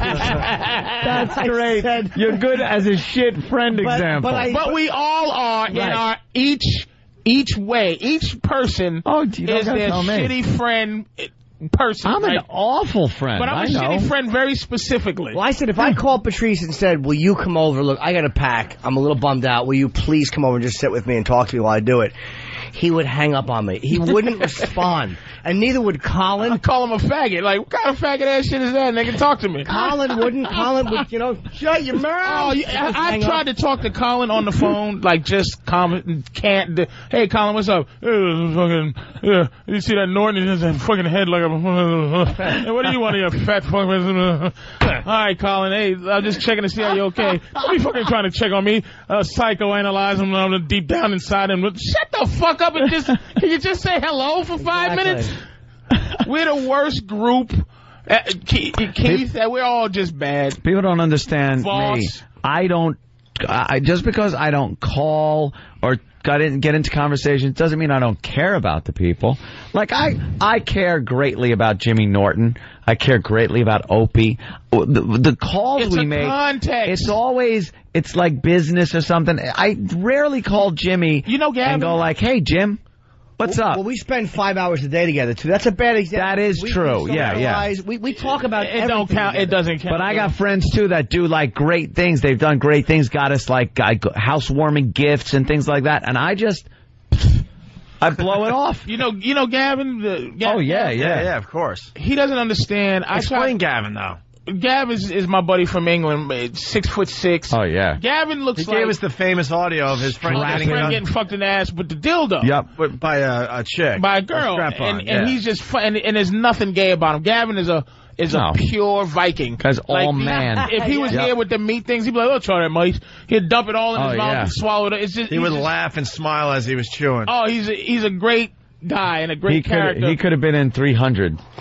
Speaker 13: That's
Speaker 2: great.
Speaker 3: You're good as a shit friend example.
Speaker 4: But, we all are in
Speaker 13: Right.
Speaker 4: our each each way. Each person
Speaker 1: Oh,
Speaker 3: you don't
Speaker 4: is
Speaker 3: gotta
Speaker 4: their
Speaker 3: tell me.
Speaker 4: shitty friend eh, person.
Speaker 3: I'm an
Speaker 4: right?
Speaker 3: awful friend.
Speaker 4: But I'm a
Speaker 3: I know.
Speaker 4: shitty friend very specifically.
Speaker 2: Well, I said if I called Patrice and said, "Will you come over? Look, I got a pack. I'm a little bummed out. Will you please come over and just sit with me and talk to me while I do it?" He would hang up on me.
Speaker 3: *laughs*
Speaker 2: He wouldn't respond, and neither would Colin. I'd
Speaker 4: call him a faggot. Like what kind of faggot ass shit is that? Nigga, talk to me.
Speaker 2: Colin wouldn't. Colin would, you know, shut your
Speaker 4: Oh,
Speaker 2: mouth.
Speaker 4: yeah, I, I tried to talk to Colin on the phone, like just com- can't. d- hey, Colin, what's up? Uh, fucking, uh, you see that Norton in his fucking head like a. Hey, what do you want of you fat fuck? All right, Colin. Hey, I'm just checking to see how you okay. Don't be fucking trying to check on me. Uh, psychoanalyze him uh, deep down inside him. Shut the fuck up and just. Can you just say hello for five minutes? We're the worst group. Uh, Keith, Keith, uh, we're all just bad.
Speaker 3: People don't understand me.
Speaker 4: False.
Speaker 3: I don't. I just because I don't call or got in, get into conversations doesn't mean I don't care about the people. Like I, I care greatly about Jimmy Norton. I care greatly about Opie. The, the calls
Speaker 4: It's
Speaker 3: we
Speaker 4: a
Speaker 3: make,
Speaker 4: context.
Speaker 3: it's always it's like business or something. I rarely call Jimmy. You know, and go like, "Hey, Jim, what's up?"
Speaker 2: Well, we spend five hours a day together too. That's a bad example.
Speaker 3: That is
Speaker 2: We-
Speaker 3: true.
Speaker 2: we
Speaker 3: Yeah, yeah.
Speaker 2: socialize. We we talk about
Speaker 4: It don't count. It doesn't count.
Speaker 3: But I got friends too that do like great things. They've done great things, got us like I- housewarming gifts and things like that. And I just, I blow it off.
Speaker 4: You know, you know, Gavin. The, Ga-
Speaker 3: Oh, yeah,
Speaker 1: *laughs*
Speaker 3: yeah.
Speaker 1: yeah, of course.
Speaker 4: He doesn't understand. I
Speaker 1: Explain
Speaker 4: try,
Speaker 1: Gavin though.
Speaker 4: Gav is, is my buddy from England, eh, six foot six.
Speaker 3: Oh yeah.
Speaker 4: Gavin looks
Speaker 1: He
Speaker 4: like
Speaker 1: gave us the famous audio of his friend
Speaker 4: his
Speaker 1: getting,
Speaker 4: friend
Speaker 1: done
Speaker 4: getting fucked in the ass with the dildo.
Speaker 3: Yep.
Speaker 1: with- by a, a chick,
Speaker 4: by a girl,
Speaker 1: strap on.
Speaker 4: and, and he's just fu- and, and there's nothing gay about him. Gavin is a is
Speaker 3: No.
Speaker 4: a pure Viking.
Speaker 3: Guy's all man.
Speaker 4: *laughs* If he was
Speaker 3: Yeah.
Speaker 4: here with the meat things, he'd be like, "Oh, try that, mate." He'd dump it all in his
Speaker 1: Oh,
Speaker 4: mouth
Speaker 1: yeah.
Speaker 4: and swallow it. It's just
Speaker 1: he
Speaker 4: he's
Speaker 1: would
Speaker 4: just-
Speaker 1: laugh and smile as he was chewing.
Speaker 4: Oh, he's a, he's a great guy and a great
Speaker 3: he could
Speaker 4: character.
Speaker 3: he could have been in three hundred. *laughs*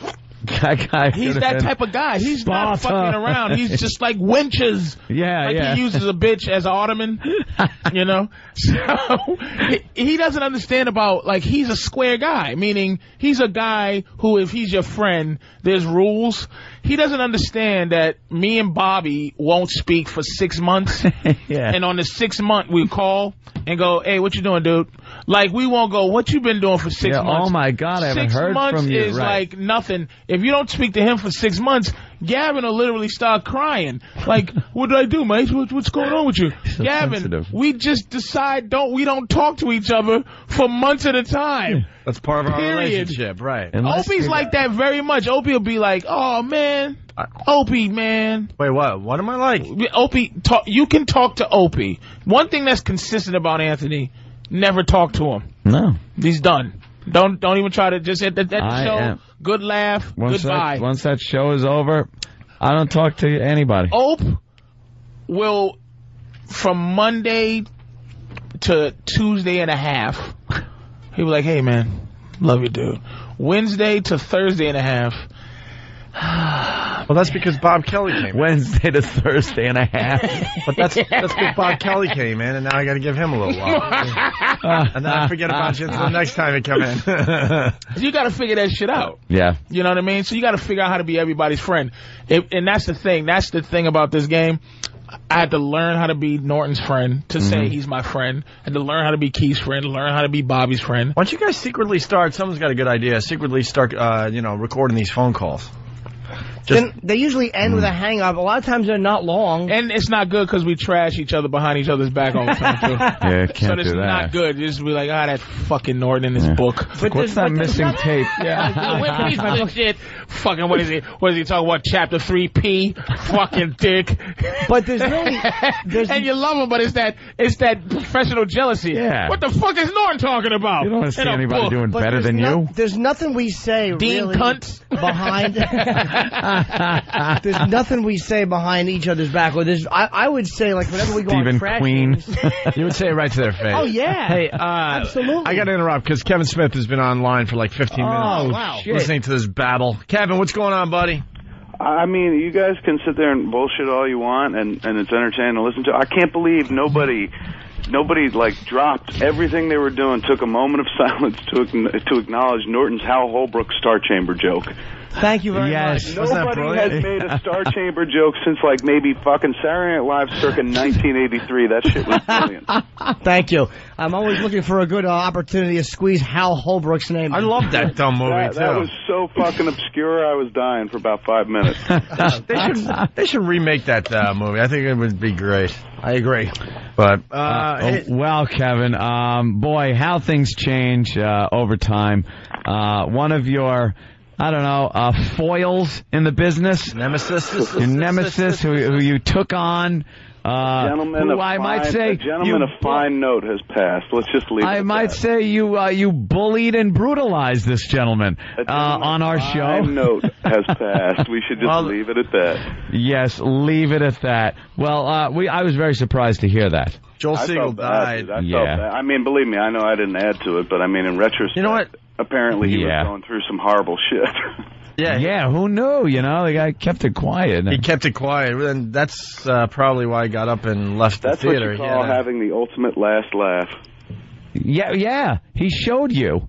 Speaker 3: That guy.
Speaker 4: He's
Speaker 3: could have
Speaker 4: that
Speaker 3: been-
Speaker 4: type of guy. He's not
Speaker 3: Sparta.
Speaker 4: fucking
Speaker 3: *laughs*
Speaker 4: around. He's just like winches.
Speaker 3: Yeah,
Speaker 4: like
Speaker 3: yeah.
Speaker 4: he uses a bitch as
Speaker 3: *laughs*
Speaker 4: an ottoman, you know. So he, he doesn't understand about like he's a square guy, meaning he's a guy who, if he's your friend, there's rules. He doesn't understand that me and Bobby won't speak for six months,
Speaker 3: *laughs* Yeah.
Speaker 4: and on the sixth month we call and go, "Hey, what you doing, dude?" Like we won't go, "What you been doing for six
Speaker 3: Yeah, oh
Speaker 4: months?"
Speaker 3: my God, I haven't
Speaker 4: six
Speaker 3: heard
Speaker 4: months
Speaker 3: from you,
Speaker 4: Is
Speaker 3: right.
Speaker 4: like like nothing. If you don't speak to him for six months, Gavin will literally start crying.
Speaker 3: *laughs*
Speaker 4: Like, what did I do, mate? What, what's going on with you, Gavin?
Speaker 1: sensitive.
Speaker 4: We just decide don't we don't talk to each other for months at a time.
Speaker 1: That's part of our
Speaker 4: Period.
Speaker 1: relationship, right?
Speaker 4: Opie's like that very much. Opie will be like, "Oh man, Opie man."
Speaker 1: Wait, what? What am I like?
Speaker 4: Opie, talk, you can talk to Opie. One thing that's consistent about Anthony: never talk to him.
Speaker 3: No.
Speaker 4: He's done. Don't don't even try to just hit that, that
Speaker 3: I
Speaker 4: show.
Speaker 3: am-
Speaker 4: Good laugh.
Speaker 3: Once
Speaker 4: goodbye.
Speaker 3: that, once that show is over, I don't talk to anybody.
Speaker 4: Ope will, from Monday to Tuesday and a half, he'll be like, hey, man, love you, dude. Wednesday to Thursday and a half,
Speaker 1: Well, that's because Bob Kelly came.
Speaker 3: Wednesday to Thursday and a half.
Speaker 1: But that's *laughs* that's because Bob Kelly came in, and now I got to give him a little *laughs* while. and then I forget about you until the next time you come *laughs* in.
Speaker 4: you got to figure that shit out.
Speaker 3: *laughs*
Speaker 4: *laughs*
Speaker 3: Yeah.
Speaker 4: You know what I mean? So you got to figure out how to be everybody's friend. It, and that's the thing. That's the thing about this game. I had to learn how to be Norton's friend to say he's my friend. I had to learn how to be Keith's friend, learn how to be Bobby's friend.
Speaker 1: Why don't you guys secretly start? Someone's got a good idea. Secretly start, uh, you know, recording these phone calls. Just-
Speaker 2: then they usually end
Speaker 3: Hmm.
Speaker 2: with a hang up. A lot of times they're not long.
Speaker 4: And it's not good because we trash each other behind each other's back all the time, too.
Speaker 3: Yeah, can't
Speaker 4: so it's
Speaker 3: do that.
Speaker 4: not good. You just be like, ah, that fucking Norton in his
Speaker 3: *laughs*
Speaker 4: book.
Speaker 3: Like, what's that missing tape?
Speaker 4: *laughs* Yeah. Wait, wait, wait, wait, shit. Fucking what is he? What is he talking about? Chapter three P. Fucking *laughs* dick.
Speaker 2: But there's really,
Speaker 4: *laughs*
Speaker 2: there's
Speaker 4: and you love him, but it's that it's that professional jealousy.
Speaker 3: Yeah.
Speaker 4: What the fuck is Norton talking about?
Speaker 3: You don't wanna see
Speaker 4: In a
Speaker 3: anybody
Speaker 4: book.
Speaker 3: doing
Speaker 2: But
Speaker 3: better
Speaker 2: there's
Speaker 3: than
Speaker 2: no-
Speaker 3: you.
Speaker 2: There's nothing we say
Speaker 4: Dean
Speaker 2: really
Speaker 4: cunt.
Speaker 2: behind. *laughs* there's nothing we say behind each other's back. Or there's, I, I would say like whenever we go on
Speaker 1: Stephen
Speaker 2: trash *laughs*
Speaker 1: Queen.
Speaker 2: games-
Speaker 1: you would say it right to their face.
Speaker 2: Oh yeah.
Speaker 1: Hey, uh,
Speaker 2: absolutely.
Speaker 1: I got to interrupt because Kevin Smith has been online for like 15 minutes.
Speaker 2: wow. shit.
Speaker 1: Listening to this babble. Kevin, what's going on, buddy?
Speaker 17: I mean, you guys can sit there and bullshit all you want, and and it's entertaining to listen to. I can't believe nobody, nobody like dropped everything they were doing, took a moment of *laughs* silence to ackn- to acknowledge Norton's Hal Holbrook Star Chamber joke.
Speaker 2: Thank you very much.
Speaker 17: Nobody has made a Star Chamber joke since like maybe fucking Saturday Night Live circa 1983. That shit was brilliant.
Speaker 2: Thank you. I'm always looking for a good uh, opportunity to squeeze Hal Holbrook's name. I
Speaker 1: love
Speaker 17: *laughs*
Speaker 1: that dumb movie
Speaker 17: That, that was so fucking obscure. I was dying for about five minutes.
Speaker 1: They should, they should remake that uh, movie. I think it would be great. I agree. But
Speaker 3: Uh, oh, well, Kevin, um, boy, how things change uh, over time. Uh, one of your, I don't know, uh, foils in the business,
Speaker 1: nemesis,
Speaker 3: your nemesis, who, who you took on, uh,
Speaker 17: gentleman
Speaker 3: who
Speaker 17: of
Speaker 3: I
Speaker 17: fine,
Speaker 3: might say
Speaker 17: a gentleman
Speaker 3: you
Speaker 17: of fine note has passed. Let's just leave. it
Speaker 3: I
Speaker 17: at
Speaker 3: might
Speaker 17: that.
Speaker 3: say you uh, you bullied and brutalized this gentleman, uh, on our show.
Speaker 17: Fine note
Speaker 16: *laughs*
Speaker 17: has passed. We should just
Speaker 3: Well-
Speaker 17: leave it at that.
Speaker 3: *laughs* yes, leave it at that. Well, uh, we I was very surprised to hear that.
Speaker 1: Joel
Speaker 17: I
Speaker 1: Siegel
Speaker 17: felt
Speaker 1: died.
Speaker 17: bad, dude. I
Speaker 3: Yeah.
Speaker 17: felt bad. I mean, believe me, I know I didn't add to it, but I mean, in retrospect, you know what? Apparently, he
Speaker 3: Yeah.
Speaker 17: was going through some horrible shit.
Speaker 1: Yeah,
Speaker 3: yeah. Who knew? You know, the guy kept it quiet.
Speaker 1: He kept it quiet, and that's uh, probably why I got up and left
Speaker 17: That's
Speaker 1: the theater.
Speaker 17: what you call
Speaker 1: Yeah.
Speaker 17: having the ultimate last laugh.
Speaker 3: Yeah, yeah. He showed you.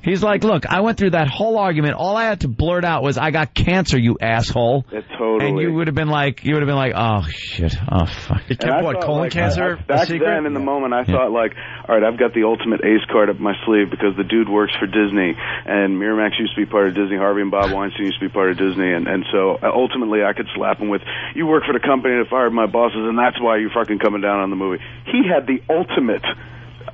Speaker 3: He's like, look, I went through that whole argument. All I had to blurt out was, "I got cancer, you asshole."
Speaker 17: It totally.
Speaker 3: And you would have been like, you would have been like, oh shit, oh fuck. *laughs*
Speaker 1: It
Speaker 17: And I thought, like, I- I- back then, in the moment, I thought like, all right, I've got the ultimate ace card up my sleeve because the dude works for Disney, and Miramax used to be part of Disney, Harvey and Bob Weinstein used to be part of Disney, and and so uh, ultimately, I could slap him with, you work for the company that fired my bosses, and that's why you're fucking coming down on the movie. He had the ultimate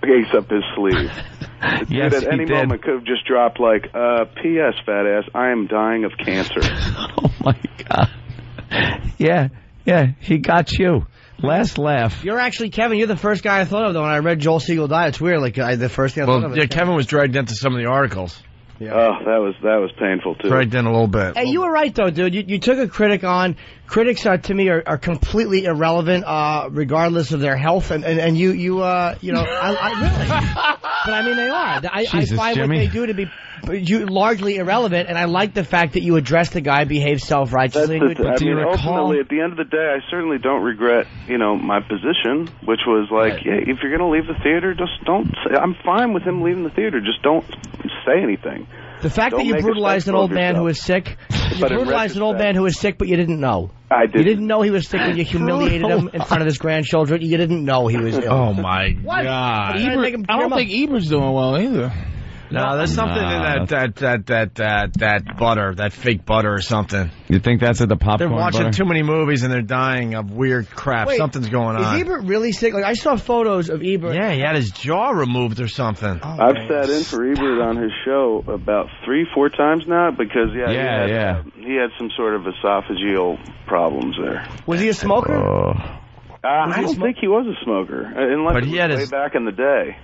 Speaker 17: ace up his
Speaker 3: *laughs*
Speaker 17: sleeve. The dude
Speaker 3: Yes,
Speaker 17: at any
Speaker 3: he did.
Speaker 17: moment could have just dropped like, uh, "P.S. Fat ass, I am dying of cancer."
Speaker 3: Oh, Yeah, yeah. He got you. Last laugh.
Speaker 2: You're actually Kevin. You're the first guy I thought of though when I read Joel Siegel died. It's weird. Like I, the first thing I thought
Speaker 1: Well,
Speaker 2: of.
Speaker 1: yeah, Kevin was dragged into some of the articles.
Speaker 17: Oh, that was that was painful too.
Speaker 1: Dragged in a little bit.
Speaker 2: Hey, you were right though, dude. You, you took a critic on. Critics are to me are, are completely irrelevant, uh, regardless of their health. And, and, and you you uh you know I, I really, but I mean they are. I,
Speaker 3: Jesus,
Speaker 2: I find
Speaker 3: Jimmy.
Speaker 2: what they do to be you, largely irrelevant. And I like the fact that you address the guy, behave self righteously.
Speaker 17: That's the- I mean, ultimately, at the end of the day, I certainly don't regret, you know, my position, which was like, yeah, if you're going to leave the theater, just don't. Say, I'm fine with him leaving the theater. Just don't say anything.
Speaker 2: The fact
Speaker 17: Don't
Speaker 2: that you
Speaker 17: make a
Speaker 2: brutalized an
Speaker 17: spectacle
Speaker 2: old
Speaker 17: of
Speaker 2: man who
Speaker 17: yourself.
Speaker 2: was sick. You
Speaker 17: But in
Speaker 2: brutalized an old man who was sick, but you didn't know.
Speaker 17: I
Speaker 2: You
Speaker 17: didn't.
Speaker 2: didn't know he was sick when you humiliated him in front of his grandchildren. You didn't know
Speaker 1: *laughs*
Speaker 2: he was ill.
Speaker 1: Oh my
Speaker 2: What?
Speaker 1: god!
Speaker 2: What are you
Speaker 4: Ebert-
Speaker 2: making-
Speaker 4: I don't
Speaker 2: Jeremiah-
Speaker 4: think Ebert's doing well either.
Speaker 1: No, there's something
Speaker 3: Nah.
Speaker 1: in that that that that that that butter, that fake butter or something.
Speaker 3: You think that's at the popcorn?
Speaker 1: They're watching
Speaker 3: butter?
Speaker 1: too many movies and they're dying of weird crap.
Speaker 2: Wait,
Speaker 1: Something's going
Speaker 2: Is
Speaker 1: on.
Speaker 2: Ebert really sick? Like I saw photos of Ebert. Oh.
Speaker 1: yeah, he had his jaw removed or something.
Speaker 17: I've sat in for Ebert on his show about three, four times now because
Speaker 3: Yeah,
Speaker 17: yeah, he had,
Speaker 3: yeah.
Speaker 17: um, he had some sort of esophageal problems there.
Speaker 2: Was he a smoker?
Speaker 17: Oh.
Speaker 3: Oh.
Speaker 17: Uh, I don't think he was a smoker, uh, unless
Speaker 1: But
Speaker 17: it
Speaker 1: he
Speaker 17: was
Speaker 1: had
Speaker 17: way
Speaker 1: his-
Speaker 17: back in the day.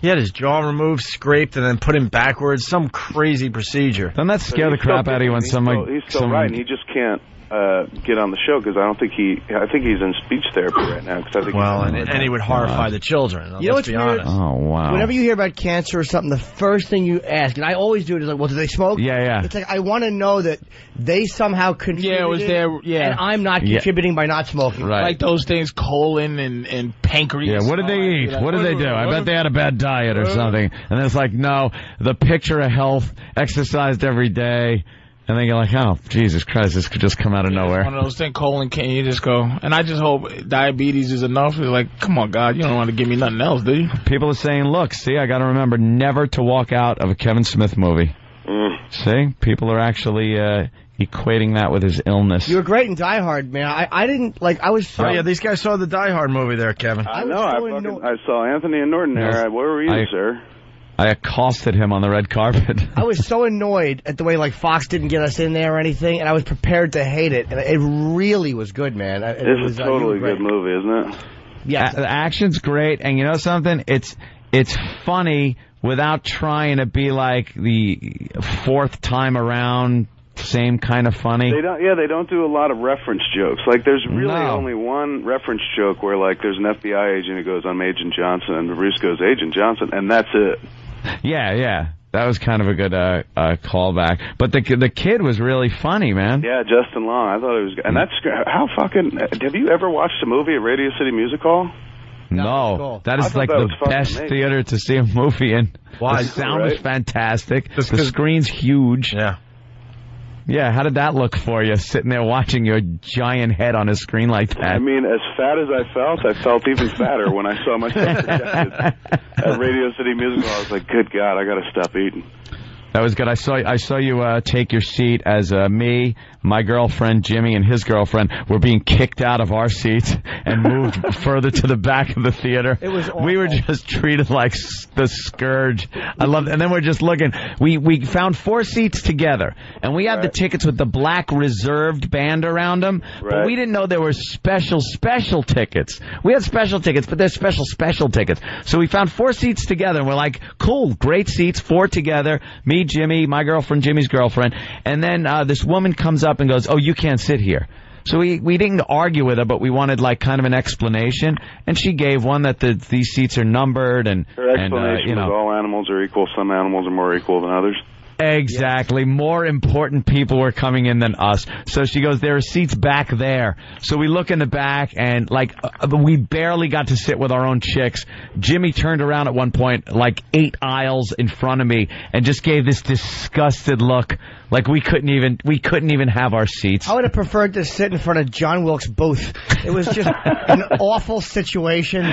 Speaker 1: He had his jaw removed, scraped, and then put him backwards. Some crazy procedure.
Speaker 3: Doesn't that
Speaker 17: But
Speaker 3: scare the
Speaker 17: he's
Speaker 3: crap
Speaker 17: still
Speaker 3: out of you when
Speaker 17: kicking. He's
Speaker 3: someone
Speaker 17: still- he's still
Speaker 3: someone
Speaker 17: writing. He just can't.
Speaker 7: uh, get on the show because I don't think he. I think he's in speech therapy right now because I think.
Speaker 3: Well, and, and he would horrify the children.
Speaker 2: You know
Speaker 3: let's
Speaker 2: what's
Speaker 3: be
Speaker 2: weird?
Speaker 3: honest.
Speaker 1: Oh wow.
Speaker 2: Whenever you hear about cancer or something, the first thing you ask, and I always do it, is like, well, do they smoke?
Speaker 1: Yeah, yeah.
Speaker 2: It's like, I want to know that they somehow contributed.
Speaker 4: Yeah, it was their- yeah.
Speaker 2: And I'm not
Speaker 4: Yeah.
Speaker 2: contributing by not smoking.
Speaker 4: Like those things, colon and, and pancreas.
Speaker 1: Yeah, what did
Speaker 4: and all
Speaker 1: they
Speaker 4: that.
Speaker 1: eat?
Speaker 4: You're like,
Speaker 1: What did they do? I bet they had a bad diet or something. And it's like, no, the picture of health, exercised every day. And then you're like, oh, Jesus Christ, this could just come out of
Speaker 4: One
Speaker 1: nowhere.
Speaker 4: of those things, colon can you just go? And I just hope diabetes is enough. It's like, come on, God, you don't want to give me nothing else, do you?
Speaker 1: People are saying, look, see, I got to remember never to walk out of a Kevin Smith movie. See, people are actually uh, equating that with his illness.
Speaker 2: You were great in Die Hard, man. I, I didn't like. I was. So,
Speaker 3: Oh yeah, these guys saw the Die Hard movie there, Kevin.
Speaker 7: I know. I, fucking, I saw Anthony and Norton there.
Speaker 1: Yes.
Speaker 7: I- Where were you,
Speaker 1: I-
Speaker 7: sir?
Speaker 1: I accosted him on the red carpet. *laughs*
Speaker 2: I was so annoyed at the way like Fox didn't get us in there or anything, and I was prepared to hate it. And it really was good, man. I- It
Speaker 7: This
Speaker 2: was,
Speaker 7: is
Speaker 2: uh, you were
Speaker 7: totally a
Speaker 2: great.
Speaker 7: good movie, isn't it?
Speaker 1: Yeah, the action's great, and you know something? It's it's funny without trying to be like the fourth time around, same kind of funny.
Speaker 7: They don't. Yeah, they don't do a lot of reference jokes. Like, there's really
Speaker 1: No.
Speaker 7: only one reference joke where like there's an FBI agent who goes, "I'm Agent Johnson," and Bruce goes, "Agent Johnson," and that's it.
Speaker 1: Yeah, yeah, that was kind of a good uh, uh, callback. But the ki- the kid was really funny, man.
Speaker 7: Yeah, Justin Long. I thought it was. And that's how fucking. Have you ever watched a movie at Radio City Music Hall?
Speaker 1: no, that
Speaker 7: I
Speaker 1: is
Speaker 7: thought
Speaker 1: like
Speaker 7: that was
Speaker 1: the
Speaker 7: fucking
Speaker 1: best
Speaker 7: amazing.
Speaker 1: theater to see a movie in.
Speaker 7: Why?
Speaker 1: The sound was
Speaker 7: Right.
Speaker 1: fantastic. the screen's huge.
Speaker 3: Yeah.
Speaker 1: Yeah, how did that look for you sitting there watching your giant head on a screen like that?
Speaker 7: I mean, as fat as I felt, I felt even fatter when I saw myself
Speaker 1: *laughs*
Speaker 7: projected at Radio City Music Hall. I was like, "Good God, I got to stop eating."
Speaker 1: That was good. I saw I saw you uh, take your seat as uh, me, my girlfriend Jimmy, and his girlfriend were being kicked out of our seats and *laughs* moved further to the back of the theater. It was we were just treated like s- the scourge. I love, and then we're just looking. We we found four seats together, and we had the tickets with the black reserved band around them. But we didn't know there were special special tickets. We had special tickets, but they're special special tickets. So we found four seats together, and we're like, cool, great seats, four together. Me, Jimmy, my girlfriend, Jimmy's girlfriend, and then uh, this woman comes up and goes, oh, you can't sit here. So we, we didn't argue with her, but we wanted like kind of an explanation, and she gave one that the these seats are numbered and
Speaker 7: Her
Speaker 1: and uh,
Speaker 7: explanation
Speaker 1: you
Speaker 7: was
Speaker 1: know
Speaker 7: all animals are equal. Some animals are more equal than others.
Speaker 1: Exactly. More important people were coming in than us. So she goes, there are seats back there. So we look in the back and like, uh, we barely got to sit with our own chicks. Jimmy turned around at one point, like eight aisles in front of me and just gave this disgusted look. Like we couldn't even, we couldn't even have our seats.
Speaker 2: I would have preferred to sit in front of John Wilkes Booth. It was just an awful situation,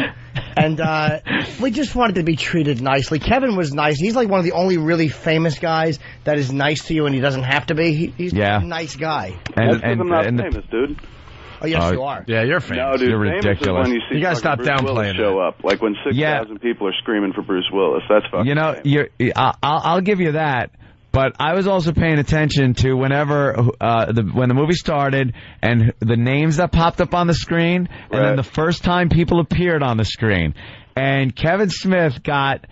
Speaker 2: and uh, we just wanted to be treated nicely. Kevin was nice. He's like one of the only really famous guys that is nice to you, and he doesn't have to be. He, he's
Speaker 1: Yeah.
Speaker 2: a nice guy.
Speaker 1: And, and,
Speaker 7: I'm not
Speaker 1: and the-
Speaker 7: famous, dude.
Speaker 2: Oh yes,
Speaker 1: Uh,
Speaker 2: you are.
Speaker 3: Yeah, you're
Speaker 7: No, dude,
Speaker 1: You're
Speaker 7: famous
Speaker 1: ridiculous.
Speaker 7: Is when you see
Speaker 1: You gotta
Speaker 7: fucking
Speaker 1: stop
Speaker 7: Bruce
Speaker 1: downplaying
Speaker 7: Willis show up, like when six thousand people are screaming for Bruce Willis. That's fucking.
Speaker 1: You know, you're, I- I'll, I'll give you that. But I was also paying attention to whenever uh, the, when the movie started and the names that popped up on the screen, and then the first time people appeared on the screen, and Kevin Smith got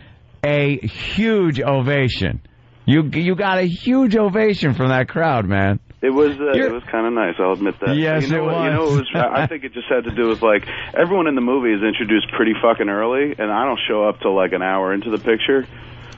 Speaker 1: a huge ovation. You you got a huge ovation from that crowd, man.
Speaker 7: It was uh, it was kind of nice. I'll admit that.
Speaker 1: Yes,
Speaker 7: you know
Speaker 1: it
Speaker 7: what, You know,
Speaker 1: was.
Speaker 7: it was. I I think it just had to do with like everyone in the movie is introduced pretty fucking early, and I don't show up till like an hour into the picture.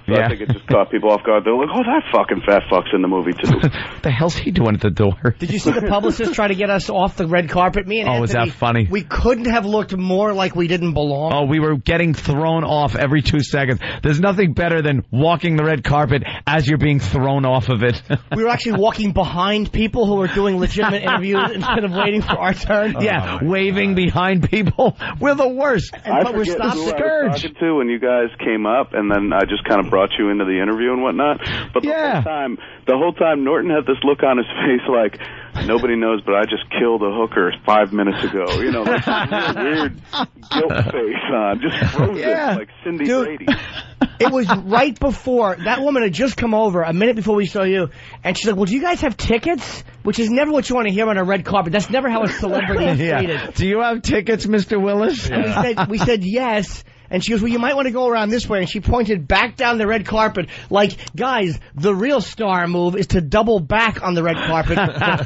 Speaker 7: So
Speaker 1: Yeah.
Speaker 7: I think it just caught people off guard. They're like, "Oh, that fucking fat fuck's in the movie too."
Speaker 1: What the hell's he doing at the door?
Speaker 2: Did you see the publicist try to get us off the red carpet? Me and
Speaker 1: Oh,
Speaker 2: Anthony,
Speaker 1: was that funny?
Speaker 2: We couldn't have looked more like we didn't belong.
Speaker 1: Oh, we were getting thrown off every two seconds. There's nothing better than walking the red carpet as you're being thrown off of it.
Speaker 2: We were actually walking behind people who were doing
Speaker 1: *laughs*
Speaker 2: legitimate interviews instead of waiting for our turn.
Speaker 1: yeah, waving behind people. *laughs* We're the worst.
Speaker 7: I
Speaker 2: but we're
Speaker 7: forget
Speaker 2: stopped
Speaker 7: who
Speaker 2: the
Speaker 7: I was
Speaker 2: scourge.
Speaker 7: talking to when you guys came up, and then I just kind of brought you into the interview and whatnot. But the whole time, the whole time, Norton had this look on his *laughs* face like nobody knows, but I just killed a hooker five minutes ago. You know, like this
Speaker 1: *laughs*
Speaker 7: real weird guilt face on, just frozen like Cindy Brady.
Speaker 2: It was right before that woman had just come over a minute before we saw you, and she's like, "Well, do you guys have tickets?" Which is never what you want to hear on a red carpet. That's never how a celebrity is treated.
Speaker 1: Do you have tickets, Mr. Willis?
Speaker 2: And we said we said yes, And she goes, well, you might want to go around this way. And she pointed back down the red carpet like, guys, the real star move is to double back on the red carpet.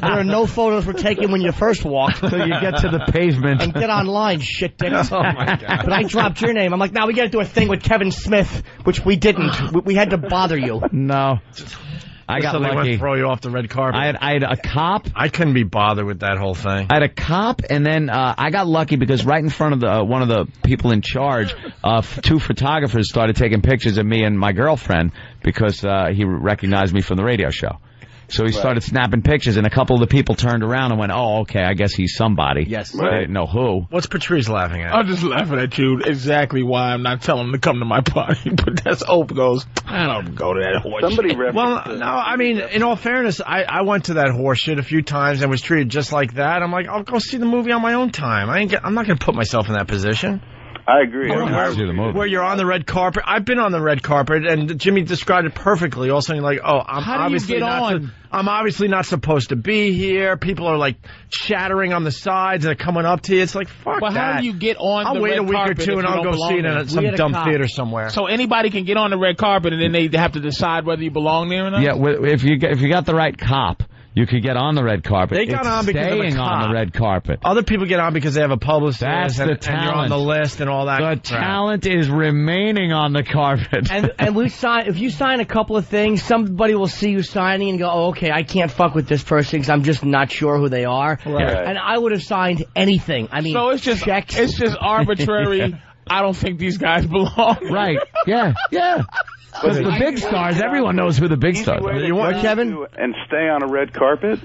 Speaker 2: *laughs* there are no photos were taken when you first walked.
Speaker 3: Till you get to the pavement.
Speaker 2: And get online, shit dicks.
Speaker 3: Oh, my God.
Speaker 2: But I dropped your name. I'm like, now we got to do a thing with Kevin Smith, which we didn't. We, we had to bother you.
Speaker 3: *laughs* No. I got
Speaker 1: so they
Speaker 3: lucky.
Speaker 1: wouldn't throw you off the red carpet.
Speaker 3: I had, I had a cop.
Speaker 1: I couldn't be bothered with that whole thing.
Speaker 3: I had a cop, and then uh, I got lucky because right in front of the uh, one of the people in charge, uh, f- two photographers started taking pictures of me and my girlfriend because uh, he recognized me from the radio show. So he started snapping pictures, and a couple of the people turned around and went, "Oh, okay, I guess he's somebody." Yes, they didn't know who.
Speaker 1: What's Patrice laughing at?
Speaker 4: I'm just laughing at you. Exactly why I'm not telling him to come to my party. *laughs* But that's Ope goes. I don't go to that
Speaker 1: *laughs*
Speaker 4: horse. shit."
Speaker 1: Well, no, I mean, in all fairness, I, I went to that horse shit a few times and was treated just like that. I'm like, I'll go see the movie on my own time. I ain't get, I'm not going to put myself in that position.
Speaker 17: I agree.
Speaker 1: Where, where-
Speaker 17: I-
Speaker 1: where you're on the red carpet. I've been on the red carpet, and Jimmy described it perfectly. All of a sudden, you're like, oh, I'm
Speaker 4: How do you
Speaker 1: obviously
Speaker 4: get
Speaker 1: not.
Speaker 4: on?
Speaker 1: su- I'm obviously not supposed to be here. People are like shattering on the sides and they're coming up to you. It's like, fuck
Speaker 4: But
Speaker 1: that.
Speaker 4: how do you get on?
Speaker 1: I'll
Speaker 4: the
Speaker 1: wait
Speaker 4: red
Speaker 1: a week or
Speaker 4: carpet if
Speaker 1: two, and
Speaker 4: you
Speaker 1: I'll go
Speaker 4: don't belong
Speaker 1: see it
Speaker 4: there?
Speaker 1: in some dumb theater somewhere.
Speaker 4: So anybody can get on the red carpet, and then they have to decide whether you belong there or not.
Speaker 3: Yeah, wi- if you get- if you got the right cop, you could get on the red carpet.
Speaker 1: They got
Speaker 3: It's
Speaker 1: on because of a
Speaker 3: staying on
Speaker 1: cop. Oh,
Speaker 3: the red carpet.
Speaker 1: Other people get on because they have a publicist
Speaker 3: That's
Speaker 1: and,
Speaker 3: the
Speaker 1: and you're on
Speaker 3: talent.
Speaker 1: the list and all that.
Speaker 3: The
Speaker 1: crap.
Speaker 3: talent is remaining on the carpet. *laughs*
Speaker 2: and and we sign. If you sign a couple of things, somebody will see you signing and go, oh, "Okay, I can't fuck with this person because I'm just not sure who they are."
Speaker 4: Right.
Speaker 2: And I would have signed anything. I mean,
Speaker 4: So it's just
Speaker 2: checks.
Speaker 4: it's just
Speaker 1: *laughs*
Speaker 4: arbitrary. I don't think these guys belong.
Speaker 3: Right. Yeah. Yeah. Because the big stars, everyone knows who the big stars are.
Speaker 17: You want Kevin? Uh, And stay on a red carpet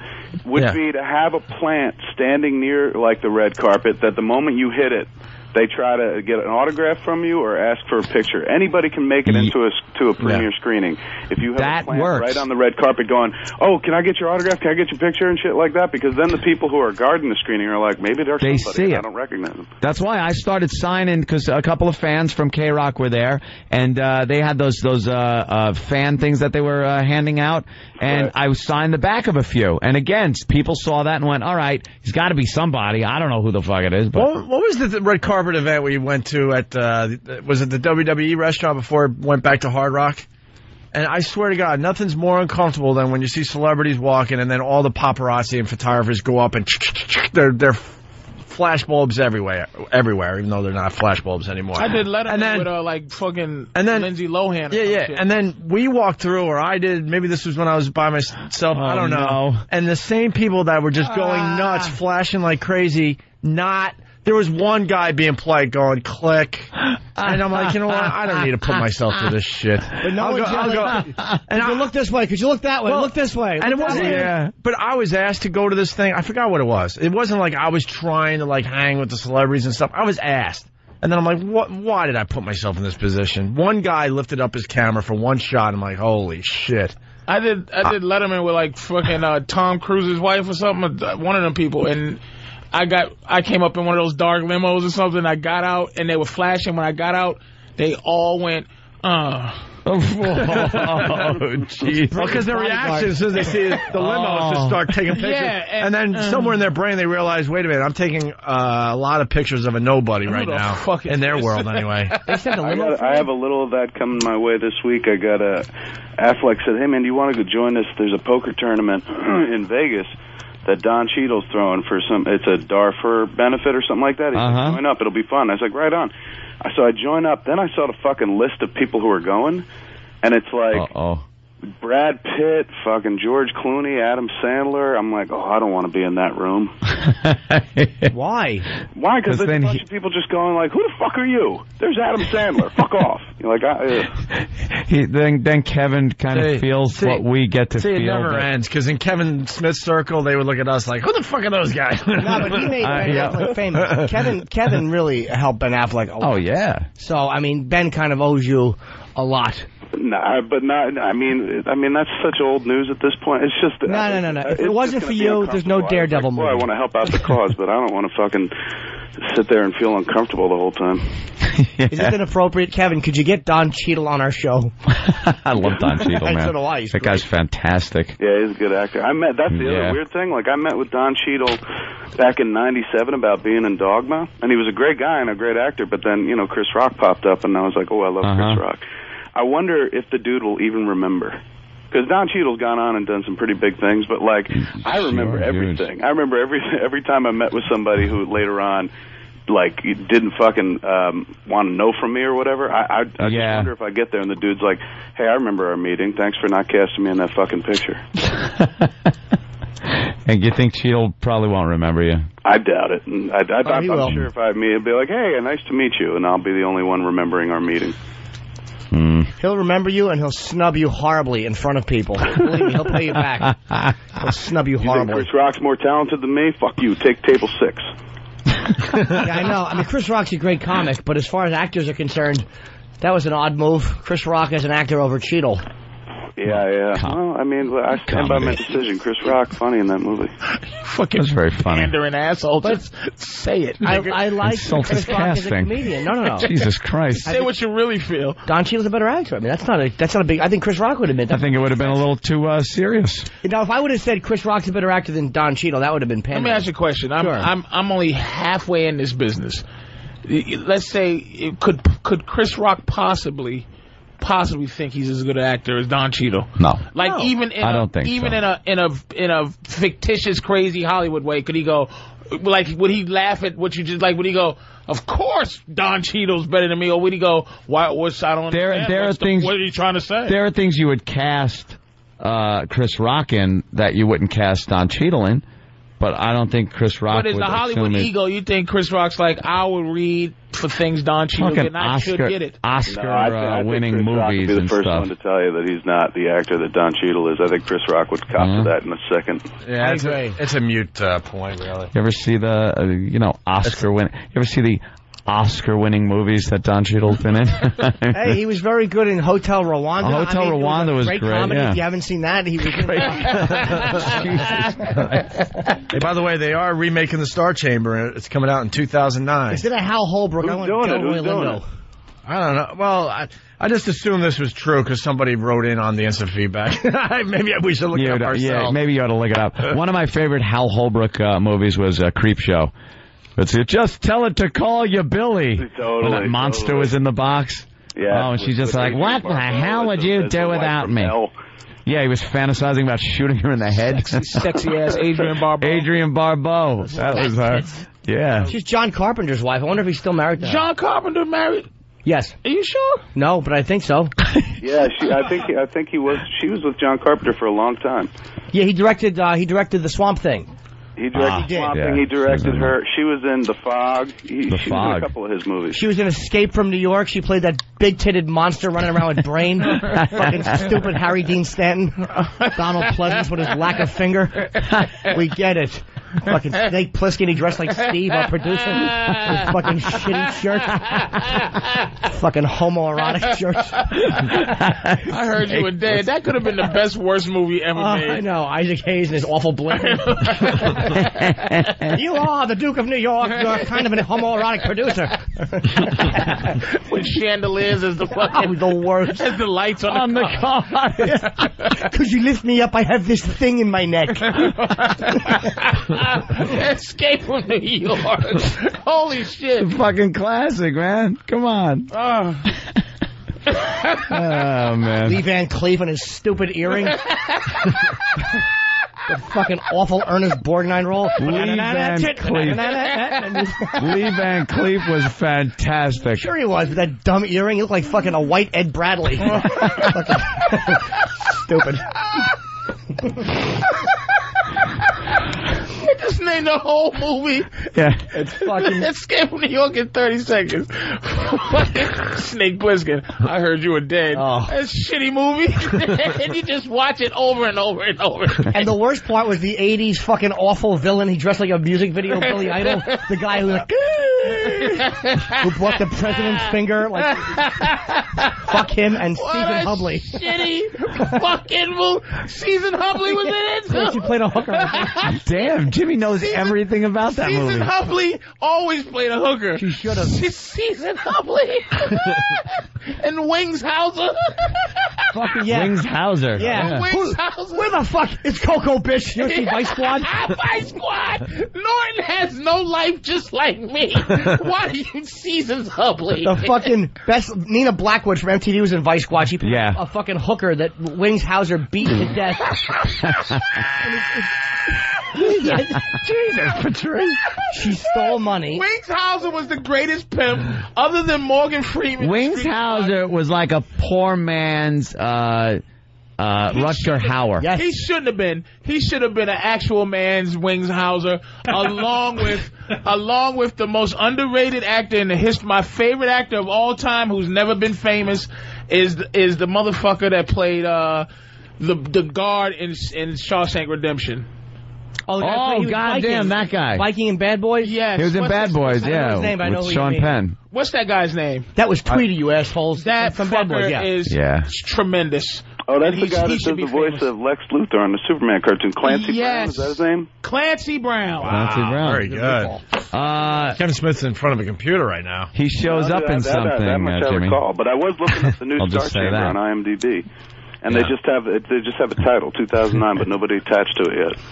Speaker 17: would
Speaker 3: Yeah.
Speaker 17: be to have a plant standing near like the red carpet that the moment you hit it, they try to get an autograph from you or ask for a picture. Anybody can make it into a to a premiere screening. If you have a plant
Speaker 3: works.
Speaker 17: right on the red carpet going, "Oh, can I get your autograph? Can I get your picture?" and shit like that because then the people who are guarding the screening are like, "Maybe they're
Speaker 3: They
Speaker 17: somebody
Speaker 3: see
Speaker 17: and
Speaker 3: it.
Speaker 17: *laughs* I don't recognize them."
Speaker 3: That's why I started signing because a couple of fans from K Rock were there, and uh, they had those those uh, uh, fan things that they were uh, handing out, and I signed the back of a few. And again, people saw that and went, "All right, he's got to be somebody." I don't know who the fuck it is, but *laughs*
Speaker 1: What, what was the th- red carpet event we went to at, uh, the- was it the WWE restaurant before it went back to Hard Rock? And I swear to God, nothing's more uncomfortable than when you see celebrities walking and then all the paparazzi and photographers go up and they're, they're flashbulbs everywhere, everywhere, even though they're not flashbulbs anymore.
Speaker 4: I did let
Speaker 1: And then-
Speaker 4: with uh, like fucking
Speaker 1: and then-
Speaker 4: Lindsay Lohan. or
Speaker 1: yeah,
Speaker 4: some
Speaker 1: yeah.
Speaker 4: shit.
Speaker 1: And then we walked through, or I did. Maybe this was when I was by myself.
Speaker 2: Oh,
Speaker 1: I don't know. And the same people that were just going
Speaker 2: Ah.
Speaker 1: nuts, flashing like crazy. Not there was one guy being polite, going click,
Speaker 2: *gasps*
Speaker 1: and I'm like, you know what? I don't need to put myself through this shit.
Speaker 2: But no
Speaker 1: I'll
Speaker 2: one
Speaker 1: go- I'll
Speaker 2: yelled
Speaker 1: go-
Speaker 2: at-
Speaker 1: and
Speaker 2: Could you look this way? Could you look that way?
Speaker 1: Well,
Speaker 2: look this way.
Speaker 1: and it
Speaker 2: Look that
Speaker 1: wasn't.
Speaker 2: way.
Speaker 1: even- But I was asked to go to this thing. I forgot what it was. It wasn't like I was trying to like hang with the celebrities and stuff. I was asked, and then I'm like, what? Why did I put myself in this position? One guy lifted up his camera for one shot. I'm like, holy shit.
Speaker 4: I did I did Letterman with like fucking uh, Tom Cruise's wife or something, uh, one of them people, and I got I came up in one of those dark limos or something. I got out and they were flashing. When I got out, they all went. Uh.
Speaker 3: Oh, jeez.
Speaker 1: Well, because their reaction as soon as they see the limo is to start taking pictures,
Speaker 4: Yeah,
Speaker 1: and, then somewhere in their brain they realize, wait a minute, I'm taking uh, a lot of pictures of a nobody right
Speaker 17: the
Speaker 1: now
Speaker 17: fuck is
Speaker 1: in their
Speaker 17: this?
Speaker 1: world anyway.
Speaker 17: I, got, I have a little of that coming my way this week. I got a Affleck said, "Hey man, do you want to go join us? There's a poker tournament *clears throat* in Vegas that Don Cheadle's throwing for some. It's a Darfur benefit or something like that. He's
Speaker 13: Uh-huh.
Speaker 17: like, join up. It'll be fun." I was like, "Right on." I- So I join up. Then I saw the fucking list of people who are going, and it's like *laughs*
Speaker 3: oh.
Speaker 17: Brad Pitt, fucking George Clooney, Adam Sandler. I'm like, "Oh, I don't want to be in that room."
Speaker 2: Why?
Speaker 17: Why?
Speaker 3: 'Cause
Speaker 17: Because there's a
Speaker 3: then
Speaker 17: bunch
Speaker 3: he-
Speaker 17: of people just going like, "Who the fuck are you?" There's Adam Sandler.
Speaker 3: *laughs*
Speaker 17: Fuck off. You're like, I, ugh.
Speaker 3: he, then then Kevin kind
Speaker 1: See,
Speaker 3: of feels
Speaker 1: see,
Speaker 3: what we get to
Speaker 1: See,
Speaker 3: feel.
Speaker 1: it never
Speaker 3: but-
Speaker 1: ends because in Kevin Smith's circle, they would look at us like, "Who the fuck are those guys?" *laughs* no,
Speaker 2: but he
Speaker 17: *laughs*
Speaker 2: made Ben Affleck famous. Kevin Kevin really helped Ben Affleck a lot.
Speaker 3: Oh
Speaker 4: *laughs*
Speaker 3: yeah. *laughs*
Speaker 2: So I mean, Ben kind of owes you a lot.
Speaker 17: Nah, but not. I mean, I mean that's such old news at this point. It's just
Speaker 2: No, no, no, no. If it wasn't for
Speaker 17: be
Speaker 2: you, there's no Daredevil
Speaker 17: Well, I
Speaker 2: movie.
Speaker 17: want to help out the cause, but I don't want to fucking sit there and feel uncomfortable the whole time.
Speaker 2: Is this inappropriate, Kevin? Could you get Don Cheadle on our show?
Speaker 3: I love Don Cheadle, man.
Speaker 2: So do I. He's
Speaker 3: that guy's fantastic.
Speaker 17: *laughs* Yeah, he's a good actor. I met. That's the
Speaker 3: Yeah.
Speaker 17: other weird thing. Like I met with Don Cheadle back in '97 about being in Dogma, and he was a great guy and a great actor. But then you know Chris Rock popped up, and I was like, oh, I love Chris Rock. I wonder if the dude will even remember. Because Don Cheadle's gone on and done some pretty big things, but like I remember everything. I remember every every time I met with somebody who later on, like didn't fucking um, want to know from me or whatever. I I, I just wonder if I get there and the dude's like, "Hey, I remember our meeting. Thanks for not casting me in that fucking picture."
Speaker 3: And you think Cheadle probably won't remember you?
Speaker 17: I doubt it. And I, I,
Speaker 3: Oh,
Speaker 17: I'm
Speaker 3: he will.
Speaker 17: sure if I meet, it'd be like, "Hey, nice to meet you," and I'll be the only one remembering our meeting.
Speaker 2: He'll remember you and he'll snub you horribly in front of people. Believe me, he'll pay you back.
Speaker 1: *laughs*
Speaker 2: He'll snub you
Speaker 17: You think
Speaker 2: horribly.
Speaker 17: Chris Rock's more talented than me? Fuck you. Take table six.
Speaker 2: yeah, I know. I mean, Chris Rock's a great comic, but as far as actors are concerned, that was an odd move. Chris Rock as an actor over Cheadle.
Speaker 17: Yeah, yeah. well, I mean, I stand by my decision. Chris Rock, funny in that movie.
Speaker 4: Fucking
Speaker 3: That's very funny.
Speaker 4: pandering asshole. Just say it.
Speaker 2: I,
Speaker 4: nigga.
Speaker 2: I like
Speaker 4: Insult
Speaker 2: Chris
Speaker 4: is
Speaker 2: Rock as a
Speaker 4: casting.
Speaker 2: comedian. No, no, no.
Speaker 4: Jesus
Speaker 3: Christ.
Speaker 4: Say what you really feel.
Speaker 2: Don Cheadle's a better actor. I mean, that's not a that's not a big. I think Chris Rock would admit that.
Speaker 3: I think it would have been a little too uh, serious.
Speaker 2: Now, if I would have said Chris Rock's a better actor than Don Cheadle, that would have been
Speaker 4: Let
Speaker 2: pandering.
Speaker 4: me ask you a question. I'm,
Speaker 2: Sure.
Speaker 4: I'm I'm only halfway in this business. Y- y- Let's say it could could Chris Rock possibly possibly think he's as good an actor as Don Cheadle?
Speaker 3: No.
Speaker 4: Like even in
Speaker 3: I
Speaker 4: a-
Speaker 3: don't think
Speaker 4: even
Speaker 3: so.
Speaker 4: in a in a in a fictitious crazy Hollywood way, could he go? Like would he laugh at what you just like? Would he go? Of course, Don Cheadle's better than me. Or would he go? Why? What's I don't
Speaker 3: There-
Speaker 4: understand.
Speaker 3: there are
Speaker 4: What's the-
Speaker 3: things-
Speaker 4: What are you trying to say?
Speaker 3: There are things you would cast uh, Chris Rock in that you wouldn't cast Don Cheadle in, but I don't think Chris Rock
Speaker 4: But is
Speaker 3: would
Speaker 4: the Hollywood
Speaker 3: assume it-
Speaker 4: ego? You think Chris Rock's like I will read for things Don Cheadle
Speaker 3: Fucking
Speaker 4: and I should
Speaker 3: Oscar-
Speaker 4: get it.
Speaker 3: Oscar, uh,
Speaker 17: No, I thi- I think
Speaker 3: winning
Speaker 17: Chris Rock would
Speaker 3: movies
Speaker 17: be the
Speaker 3: and
Speaker 17: first
Speaker 3: stuff.
Speaker 17: one to tell you that he's not the actor that Don Cheadle is. I think Chris Rock would cop to that in a second.
Speaker 1: Yeah, it's a, it's a mute uh, point, really.
Speaker 3: You ever see the uh, you know Oscar win? You ever see the Oscar winning movies that Don Cheadle's been in? *laughs*
Speaker 2: Hey, he was very good in Hotel Rwanda.
Speaker 3: Oh, Hotel
Speaker 2: it
Speaker 3: Rwanda was
Speaker 2: great.
Speaker 3: great,
Speaker 2: comedy.
Speaker 3: yeah.
Speaker 2: If you haven't seen that, he was
Speaker 1: Hey, by the way, they are remaking the Star Chamber. It's coming out in 2009.
Speaker 2: Is it a Hal Holbrook? I
Speaker 1: Who's doing
Speaker 2: want
Speaker 1: it?
Speaker 2: Delroy
Speaker 1: Who's doing
Speaker 2: Lindo.
Speaker 1: it? I don't know. Well, I, I just assumed this was true because somebody wrote in on the instant feedback. *laughs* Maybe we should look it up
Speaker 3: You'd- uh, yeah,
Speaker 1: ourselves.
Speaker 3: maybe you ought to look it
Speaker 2: *laughs*
Speaker 3: up. One of my favorite Hal Holbrook uh, movies was uh, Creep Show. It's it, just tell it to call you Billy. when that monster
Speaker 17: totally.
Speaker 3: was in the box.
Speaker 17: Yeah,
Speaker 3: Oh, and
Speaker 17: with-
Speaker 3: she's just
Speaker 17: with
Speaker 3: like,
Speaker 17: Adrian
Speaker 3: what the
Speaker 17: Barbeau
Speaker 3: hell
Speaker 17: as
Speaker 3: would
Speaker 17: the-
Speaker 3: you
Speaker 17: as
Speaker 3: do
Speaker 17: the wife
Speaker 3: without
Speaker 17: from
Speaker 3: me?
Speaker 17: Hell.
Speaker 3: Yeah, he was fantasizing about shooting her in the head.
Speaker 4: sexy ass
Speaker 3: *laughs*
Speaker 4: Adrian Barbeau.
Speaker 3: Adrian Barbeau. That was her. Yeah.
Speaker 2: She's John Carpenter's wife. I wonder if he's still married to her.
Speaker 4: John Carpenter married.
Speaker 2: Yes.
Speaker 4: Are you
Speaker 3: *laughs*
Speaker 4: sure?
Speaker 2: No, but I think so.
Speaker 17: Yeah, she, I think I think he was. She was with John Carpenter for a long time.
Speaker 2: yeah, he directed. Uh, he directed the Swamp Thing.
Speaker 17: He
Speaker 2: Ah,
Speaker 17: directed
Speaker 2: he
Speaker 17: Swamp
Speaker 2: did.
Speaker 17: Thing.
Speaker 2: Yeah,
Speaker 17: He directed her. She was in The Fog. He,
Speaker 3: The
Speaker 17: she was
Speaker 3: Fog.
Speaker 17: in a couple of his movies.
Speaker 2: She was in Escape from New York. She played that big-titted monster running around with brain. Fucking stupid Harry Dean Stanton. Donald Pleasance with his lack of finger. We get it. Fucking Snake Plissken. He dressed like Steve, our producer. His fucking shitty shirt. fucking homoerotic shirt.
Speaker 4: I heard you were dead. That could have been the best worst movie
Speaker 3: *laughs*
Speaker 4: ever
Speaker 2: Oh, I
Speaker 4: made.
Speaker 2: know Isaac Hayes and his awful blink. you are the Duke of New York. You're kind of an homoerotic producer.
Speaker 4: With chandeliers as the fucking
Speaker 2: the worst.
Speaker 4: As the lights on,
Speaker 2: On
Speaker 4: the,
Speaker 2: the
Speaker 4: car. *laughs*
Speaker 2: Could you lift me up? I have this thing in
Speaker 4: *laughs*
Speaker 2: my neck.
Speaker 4: Escape from New York. Holy shit.
Speaker 3: Fucking classic, man. Come on.
Speaker 4: Oh.
Speaker 3: Oh, man.
Speaker 2: Lee Van Cleef and his stupid earring. the fucking awful Ernest Borgnine roll.
Speaker 3: Lee Van Cleef. Lee Van Cleef was fantastic.
Speaker 2: Sure he was, but that dumb earring he looked like fucking a white Ed
Speaker 3: *laughs*
Speaker 2: Bradley. Fucking- Stupid.
Speaker 4: I just named the whole movie.
Speaker 3: Yeah.
Speaker 4: It's fucking *laughs* Escape from New York in 30 seconds. Fucking Snake Plissken. I heard you were dead.
Speaker 2: Oh.
Speaker 4: That's a shitty movie. *laughs* and you just watch it over and over and
Speaker 2: *laughs*
Speaker 4: over.
Speaker 2: And the worst part was the '80s fucking awful villain. He dressed like a music video Billy Idol. The guy who was like, who plucked the president's finger. Like, fuck him and Stephen Hubley. *laughs*
Speaker 4: Shitty fucking move. Season Hubley was in it.
Speaker 2: She played a hooker.
Speaker 3: *laughs* Damn, Jimmy knows everything about that
Speaker 4: Season
Speaker 3: movie.
Speaker 4: Hubley always played a hooker. She
Speaker 2: should have.
Speaker 4: Season
Speaker 2: *laughs*
Speaker 4: Hubley and Wings Hauser.
Speaker 2: Fucking yeah.
Speaker 3: Wings Hauser.
Speaker 2: Yeah.
Speaker 4: Wings
Speaker 2: Who-
Speaker 4: Hauser.
Speaker 2: where the fuck is Coco Bitch? You ever see Vice Squad?
Speaker 4: Vice Squad. Norton has no life just
Speaker 3: *laughs*
Speaker 4: like me. Why are you Season Hubley?
Speaker 2: The fucking best Nina Blackwood from MTV was in Vice Squad. She played
Speaker 3: Yeah.
Speaker 4: Oh,
Speaker 2: a fucking hooker that Wings Hauser beat to death. Jesus, Jesus, Patrice. She stole money.
Speaker 4: Wings Hauser was the greatest pimp other than Morgan Freeman.
Speaker 3: Wings Hauser was like a poor man's uh, uh, Rutger Hauer.
Speaker 4: He shouldn't have been. He should have been an actual man's Wings Hauser, along with along with the most underrated actor in the history. My favorite actor of all time, who's never been famous, is is the motherfucker that played uh, the the guard in in Shawshank Redemption.
Speaker 2: the
Speaker 3: Oh,
Speaker 2: guy who played- he was Viking. Viking and Bad Boys?
Speaker 4: Yes.
Speaker 3: He was in
Speaker 4: What's
Speaker 3: Bad
Speaker 4: his-
Speaker 3: Boys,
Speaker 4: I don't know
Speaker 3: yeah,
Speaker 4: his name, but I know
Speaker 3: with
Speaker 4: who you
Speaker 3: Sean
Speaker 4: mean.
Speaker 3: Penn.
Speaker 4: What's that guy's name?
Speaker 2: That was Tweety, you assholes.
Speaker 4: That
Speaker 2: From Bad
Speaker 4: fucker
Speaker 2: Boys, yeah.
Speaker 4: is
Speaker 3: Yeah.
Speaker 4: tremendous.
Speaker 17: Oh, that's
Speaker 4: He-
Speaker 17: the guy
Speaker 4: he
Speaker 17: that
Speaker 4: should
Speaker 17: does
Speaker 4: be
Speaker 17: the voice of Lex Luthor on the Superman cartoon. Clancy Brown,
Speaker 4: Yes.
Speaker 17: is that his name?
Speaker 4: Clancy Brown.
Speaker 3: Clancy Brown.
Speaker 1: Very good.
Speaker 3: Uh,
Speaker 1: Kevin Smith's in front of a computer right now.
Speaker 3: He shows up in
Speaker 17: that, that- that-
Speaker 3: something,
Speaker 17: That much
Speaker 3: uh,
Speaker 17: I
Speaker 3: Jimmy.
Speaker 17: recall, but I was looking at the new
Speaker 3: *laughs* I'll
Speaker 17: Star
Speaker 3: just say
Speaker 17: Chamber
Speaker 3: that.
Speaker 17: on IMDb, and they just have it- they just have a title, 2009, but nobody attached to it yet.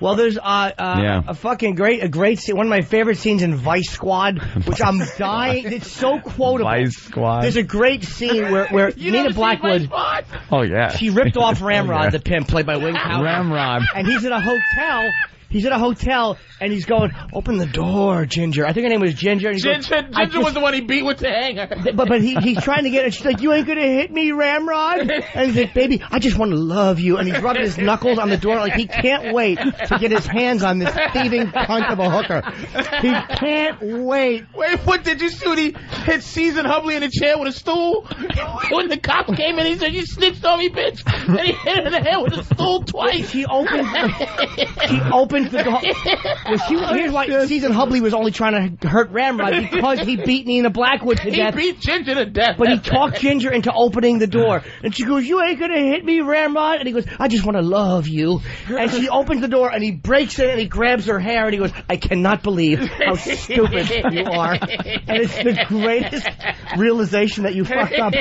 Speaker 2: Well, there's uh, uh,
Speaker 17: Yeah.
Speaker 2: a fucking great, a great scene. One of my favorite scenes in Vice Squad, which
Speaker 3: *laughs*
Speaker 2: I'm dying. It's so quotable.
Speaker 3: Vice Squad.
Speaker 2: There's a great scene where,
Speaker 3: *laughs*
Speaker 2: where Nina Blackwood,
Speaker 3: Oh yeah.
Speaker 2: she ripped off
Speaker 3: *laughs*
Speaker 2: Ramrod,
Speaker 3: yeah.
Speaker 2: the pimp played by Wing Howard.
Speaker 3: Ramrod.
Speaker 2: And he's in a hotel. He's in a hotel and he's going, open the door, Ginger. I think her name was Ginger. And he
Speaker 4: Ginger,
Speaker 2: goes,
Speaker 4: Ginger
Speaker 2: "I just-
Speaker 4: was the one he beat with the hanger.
Speaker 2: but but he, he's trying to get it. She's like, "You ain't gonna hit me, Ramrod." And he's like, "Baby, I just want to love you." And he's rubbing his knuckles on the door like he can't wait to get his hands on this thieving cunt of a hooker. He can't wait.
Speaker 4: Wait, what did you shoot? He hit Season Hubley in the chair with a stool. when the cops came in, he said, "You snitched on me, bitch!" And he hit her in the head with a stool twice.
Speaker 2: He opened. He opened the door. Well, she, here's why Season Hubley was only trying to hurt Ramrod because he beat Nina Blackwood to
Speaker 4: He
Speaker 2: death.
Speaker 4: beat Ginger to death.
Speaker 2: But he talked Ginger into opening the door. And she goes, You ain't gonna hit me, Ramrod. And he goes, I just wanna love you. And she opens the door and he breaks in and he grabs her hair and he goes, I cannot believe how stupid you are. And it's the greatest realization that you
Speaker 4: *laughs*
Speaker 2: fucked up.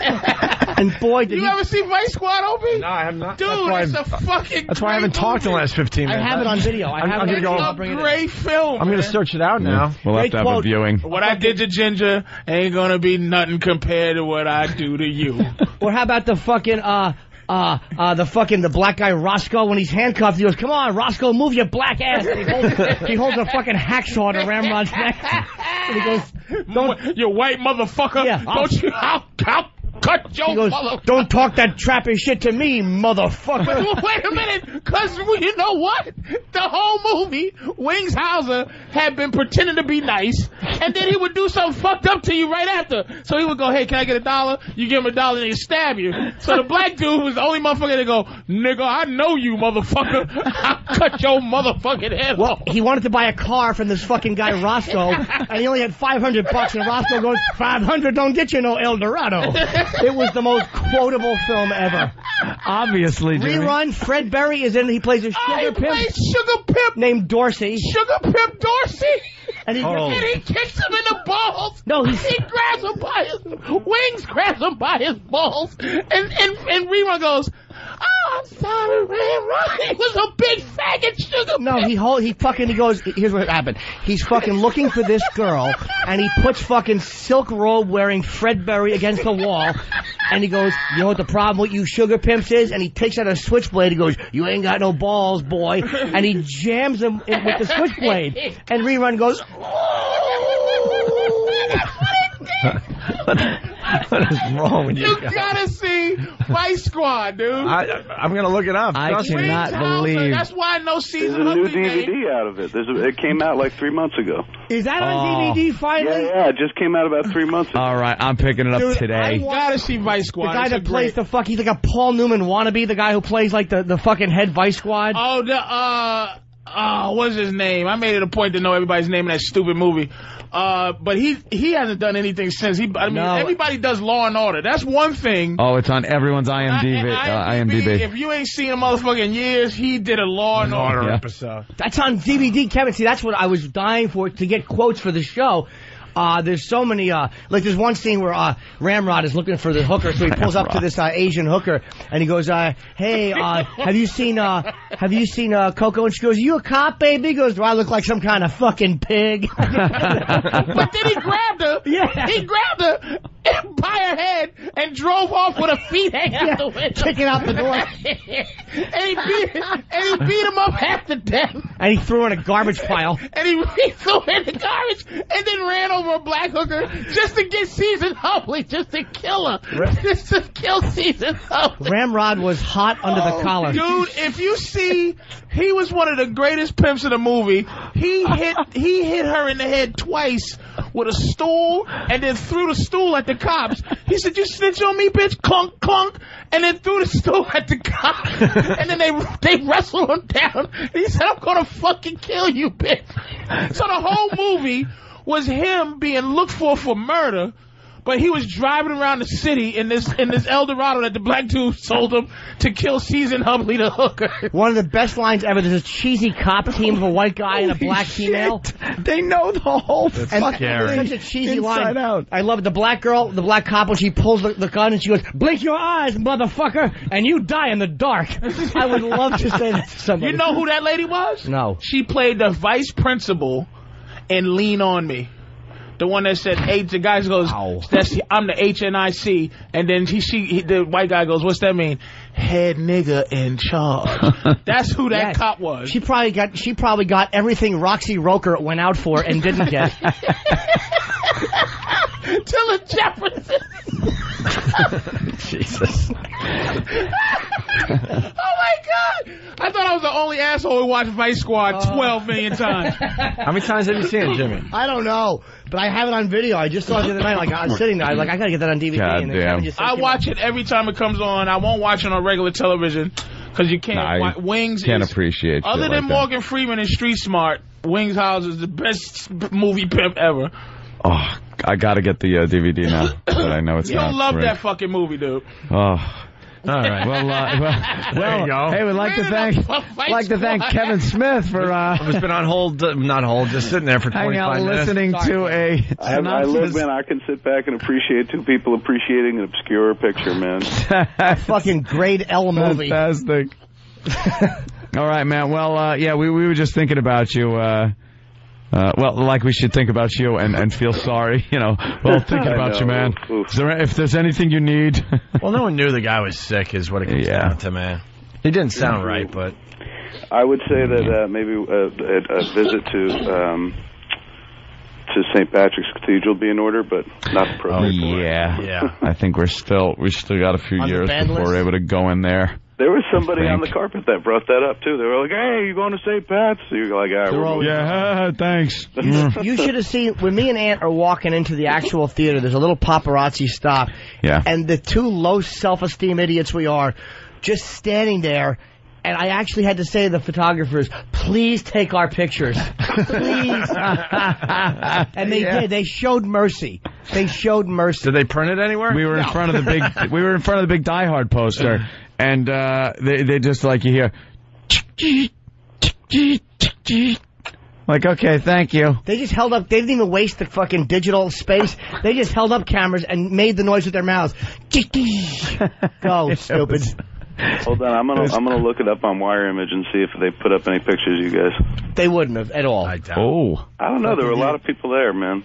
Speaker 2: And boy, did
Speaker 4: You
Speaker 2: he.
Speaker 4: ever see Vice Squad, Opie? No, I have not. Dude,
Speaker 1: That's why
Speaker 4: it's
Speaker 1: I've-
Speaker 4: a fucking.
Speaker 1: That's why I haven't
Speaker 4: great
Speaker 1: talked in the
Speaker 4: movie.
Speaker 1: last 15
Speaker 2: I
Speaker 1: minutes.
Speaker 2: have it on video. I
Speaker 1: I'm-
Speaker 2: have
Speaker 1: I'm
Speaker 2: it
Speaker 1: gonna go-
Speaker 2: on
Speaker 1: I'll
Speaker 2: video. bring
Speaker 4: It's
Speaker 2: it
Speaker 4: a
Speaker 2: in.
Speaker 4: great film.
Speaker 1: I'm going to
Speaker 4: man.
Speaker 1: search it out now.
Speaker 3: We'll have
Speaker 2: Great
Speaker 3: to have a
Speaker 2: quote.
Speaker 3: viewing.
Speaker 4: What I did to Ginger ain't gonna be nothing compared to what I do to *laughs* you.
Speaker 2: Or how about the fucking uh uh uh the fucking the black guy Roscoe when he's handcuffed he goes, Come on, Roscoe, move your black ass and he holds, he holds a fucking hacksaw to Ramrod's neck. And he goes, Don't
Speaker 4: you white motherfucker.
Speaker 2: Yeah, I'll-
Speaker 4: Don't you? I'll, I'll cut your
Speaker 2: he goes,
Speaker 4: mother-
Speaker 2: Don't talk that trappy shit to me,
Speaker 4: But
Speaker 2: *laughs* motherfucker.
Speaker 4: wait a minute, because you know what? The whole movie, Wings Hauser had been pretending to be nice, and then he would do something fucked up to you right after. So he would go, hey, can I get a dollar? You give him a dollar, and he stab you. So the black dude was the only motherfucker to go, nigga, I know you, motherfucker. *laughs* I'll cut your motherfucking head off.
Speaker 2: He wanted to buy a car from this fucking guy Roscoe, and he only had 500 bucks, and Roscoe goes, 500 don't get you no El Dorado. It was the most quotable film ever.
Speaker 3: Obviously, Jimmy.
Speaker 2: Rerun, Fred Berry is in, he plays a sugar
Speaker 4: I
Speaker 2: pimp
Speaker 4: played Sugar Pimp,
Speaker 2: named Dorsey.
Speaker 4: Sugar Pimp Dorsey.
Speaker 2: And he- Oh.
Speaker 4: and he kicks him in the balls.
Speaker 2: No, he's-
Speaker 4: he grabs him by his wings, grabs him by his balls, and and and Rerun goes, "Oh, I'm sorry, Rerun. He was a big faggot sugar."
Speaker 2: No, he hold, he fucking he goes. Here's what happened. He's fucking looking for this girl, and he puts fucking silk robe wearing Fred Berry against the wall, and he goes, "You know what the problem with you sugar pimps is?" And he takes out a switchblade. He goes, "You ain't got no balls, boy," and he jams him in with the switchblade. And rerun goes,
Speaker 1: what is wrong with you?
Speaker 4: You gotta see Vice Squad, dude.
Speaker 1: I, I'm going to look it up.
Speaker 3: I
Speaker 1: Trust me.
Speaker 4: Wings
Speaker 3: cannot
Speaker 4: Hauser,
Speaker 3: believe-
Speaker 4: That's why no
Speaker 17: There's
Speaker 4: season
Speaker 17: a new
Speaker 4: of the
Speaker 17: DVD out of it. There's a, it came out like three months ago.
Speaker 2: "Is that on
Speaker 3: Oh.
Speaker 2: DVD
Speaker 17: Yeah,
Speaker 2: finally?"
Speaker 17: yeah, it just came out about three months ago.
Speaker 3: All right, I'm picking it up
Speaker 2: Dude, I
Speaker 3: today.
Speaker 2: want-
Speaker 4: Gotta see Vice
Speaker 2: The
Speaker 4: Squad.
Speaker 2: guy
Speaker 4: It's a
Speaker 2: that plays
Speaker 4: great-
Speaker 2: the fuck, he's like a Paul Newman wannabe, the guy who plays like the, the fucking head vice squad.
Speaker 4: Oh, the uh, oh, what's his name? I made it a point to know everybody's name in that stupid movie. Uh, but he he hasn't done anything since. He, I mean,
Speaker 3: No.
Speaker 4: everybody does Law and Order. That's one thing.
Speaker 3: Oh, it's on everyone's IMDb. uh, IMDb.
Speaker 4: If you ain't seen a motherfucker in years, he did a Law and Order
Speaker 3: yeah.
Speaker 4: episode.
Speaker 2: That's on DVD, Kevin. See, that's what I was dying for to get quotes for the show. Uh, there's so many, uh, like there's one scene where, uh, Ramrod is looking for the hooker, so he pulls up to this, uh, Asian hooker, and he goes, uh, hey, uh, have you seen, uh, have you seen, uh, Coco? And she goes, you a cop, baby? He goes, do I look like some kind of fucking pig?
Speaker 4: *laughs* but then he grabbed her.
Speaker 2: Yeah.
Speaker 4: He grabbed her by her head and drove off with her feet hanging out the
Speaker 2: Yeah,
Speaker 4: window.
Speaker 2: kicking out the door.
Speaker 4: *laughs* and he beat and he beat him up half to death.
Speaker 2: and he threw her in a garbage pile.
Speaker 4: And he, he threw her in the garbage and then ran over a black hooker just to get Season Hopley, just to kill her. Just to kill Season Hopley.
Speaker 2: Ramrod was hot under the collar.
Speaker 4: Dude, if you see, he was one of the greatest pimps in the movie. He hit he hit her in the head twice with a stool and then threw the stool at the cops. He said, "You snitch on me, bitch!" Clunk, clunk, and then threw the stool at the cops. And then they they wrestled him down. He said, "I'm gonna fucking kill you, bitch." So the whole movie was him being looked for for murder. But he was driving around the city in this in this Eldorado that the black dude sold him to kill Season Hubley the hooker.
Speaker 2: One of the best lines ever. There's a cheesy cop team of a white guy and a
Speaker 4: Holy
Speaker 2: black female.
Speaker 6: They know the whole
Speaker 2: That's
Speaker 6: fucking
Speaker 2: and
Speaker 6: thing.
Speaker 2: such a cheesy
Speaker 6: Inside
Speaker 2: line. I love it. The black girl, the black cop, when she pulls the, the gun and she goes, "Blink your eyes, motherfucker, and you die in the dark." I would love to say that to somebody.
Speaker 4: You know who that lady was?
Speaker 2: No.
Speaker 4: She played the vice principal in Lean On Me. The one that said H. The guy goes, "That's I'm the H N I C," and then he, she, he, the white guy goes, "What's that mean?" Head nigga in
Speaker 2: *laughs*
Speaker 4: charge. That's who that
Speaker 2: Yes.
Speaker 4: cop was.
Speaker 2: She probably got. She probably got everything Roxy Roker went out for and didn't get.
Speaker 4: Tilla Jefferson.
Speaker 3: *laughs* Jesus.
Speaker 4: *laughs* oh my god! I thought I was the only asshole who watched Vice Squad 12 million times.
Speaker 1: How many times have you seen it, *laughs* Jimmy?
Speaker 2: *laughs* I don't know, but I have it on video. I just saw it the other night. Like I was sitting there, I was like, I gotta get that on DVD. and then
Speaker 3: Goddamn.
Speaker 2: Kevin just said,
Speaker 4: I
Speaker 2: "Keep
Speaker 4: watch it every time it comes on. I won't watch it on regular television because you can't.
Speaker 3: Nah, I
Speaker 4: wa- Wings
Speaker 3: can't
Speaker 4: is-
Speaker 3: appreciate shit
Speaker 4: Other than
Speaker 3: like that.
Speaker 4: Morgan Freeman and Street Smart, Wings House is the best movie pimp ever.
Speaker 3: Oh, I gotta get the uh, DVD now, but I know it's
Speaker 4: You'll
Speaker 3: not.
Speaker 4: love
Speaker 3: free.
Speaker 4: that fucking movie, dude.
Speaker 3: Oh. All right. *laughs* Well, uh, well,
Speaker 1: There you
Speaker 3: well,
Speaker 1: go.
Speaker 3: hey, we'd like to thank
Speaker 1: *laughs*
Speaker 3: like to thank Kevin Smith for uh,
Speaker 1: I've been on hold, uh, not hold, just sitting there for 25
Speaker 3: hanging out
Speaker 1: minutes.
Speaker 3: listening to a *laughs*
Speaker 17: I, have, I live,
Speaker 3: synopsis.
Speaker 17: man. I can sit back and appreciate two people appreciating an obscure picture, man.
Speaker 2: fucking grade L movie.
Speaker 6: Fantastic.
Speaker 3: All right, man. Well, uh, yeah, we we were just thinking about you. Uh, uh, well, like we should think about you and, and feel sorry, *laughs* you know. Well, thinking
Speaker 1: I
Speaker 3: about you,
Speaker 1: know.
Speaker 3: man. Is there, if there's anything you need,
Speaker 1: Well, no one knew the guy was sick, is what it comes down to, man. It didn't sound right, but
Speaker 17: I would say that uh, maybe a, a, a visit to um, to St. Patrick's Cathedral would be in order, but not
Speaker 3: oh
Speaker 17: appropriate.
Speaker 3: yeah, yeah. I think we're still we still got a few
Speaker 17: On the
Speaker 3: years
Speaker 17: band
Speaker 3: before we're
Speaker 17: list?
Speaker 3: able to go in there.
Speaker 17: There was somebody
Speaker 3: Frank.
Speaker 17: on the carpet that brought that up too. They were like, "Hey, you going to St. Pat's?" So you're like, "All right, we're moving
Speaker 3: Oh, Yeah, *laughs* thanks.
Speaker 2: you should have seen when me and Aunt are walking into the actual theater. There's a little paparazzi stop.
Speaker 3: Yeah.
Speaker 2: And the two low self-esteem idiots we are, just standing there. And I actually had to say to the photographers, "Please take our pictures, please." and they
Speaker 1: Yeah.
Speaker 2: did. They showed mercy. They showed mercy.
Speaker 1: Did they print it anywhere?
Speaker 3: We were in front of the
Speaker 17: *laughs*
Speaker 3: big we were in front of the big Die Hard poster, and uh, they they just like you hear, like okay, thank you.
Speaker 2: They just held up. They didn't even waste the fucking digital space. They just held up cameras and made the noise with their mouths. *laughs* Go, stupid.
Speaker 17: Hold on, I'm gonna I'm gonna look it up on Wire Image and see if they put up any pictures. of You guys,
Speaker 2: They wouldn't have at all.
Speaker 3: Oh,
Speaker 17: I don't know. There were a lot of people there, man.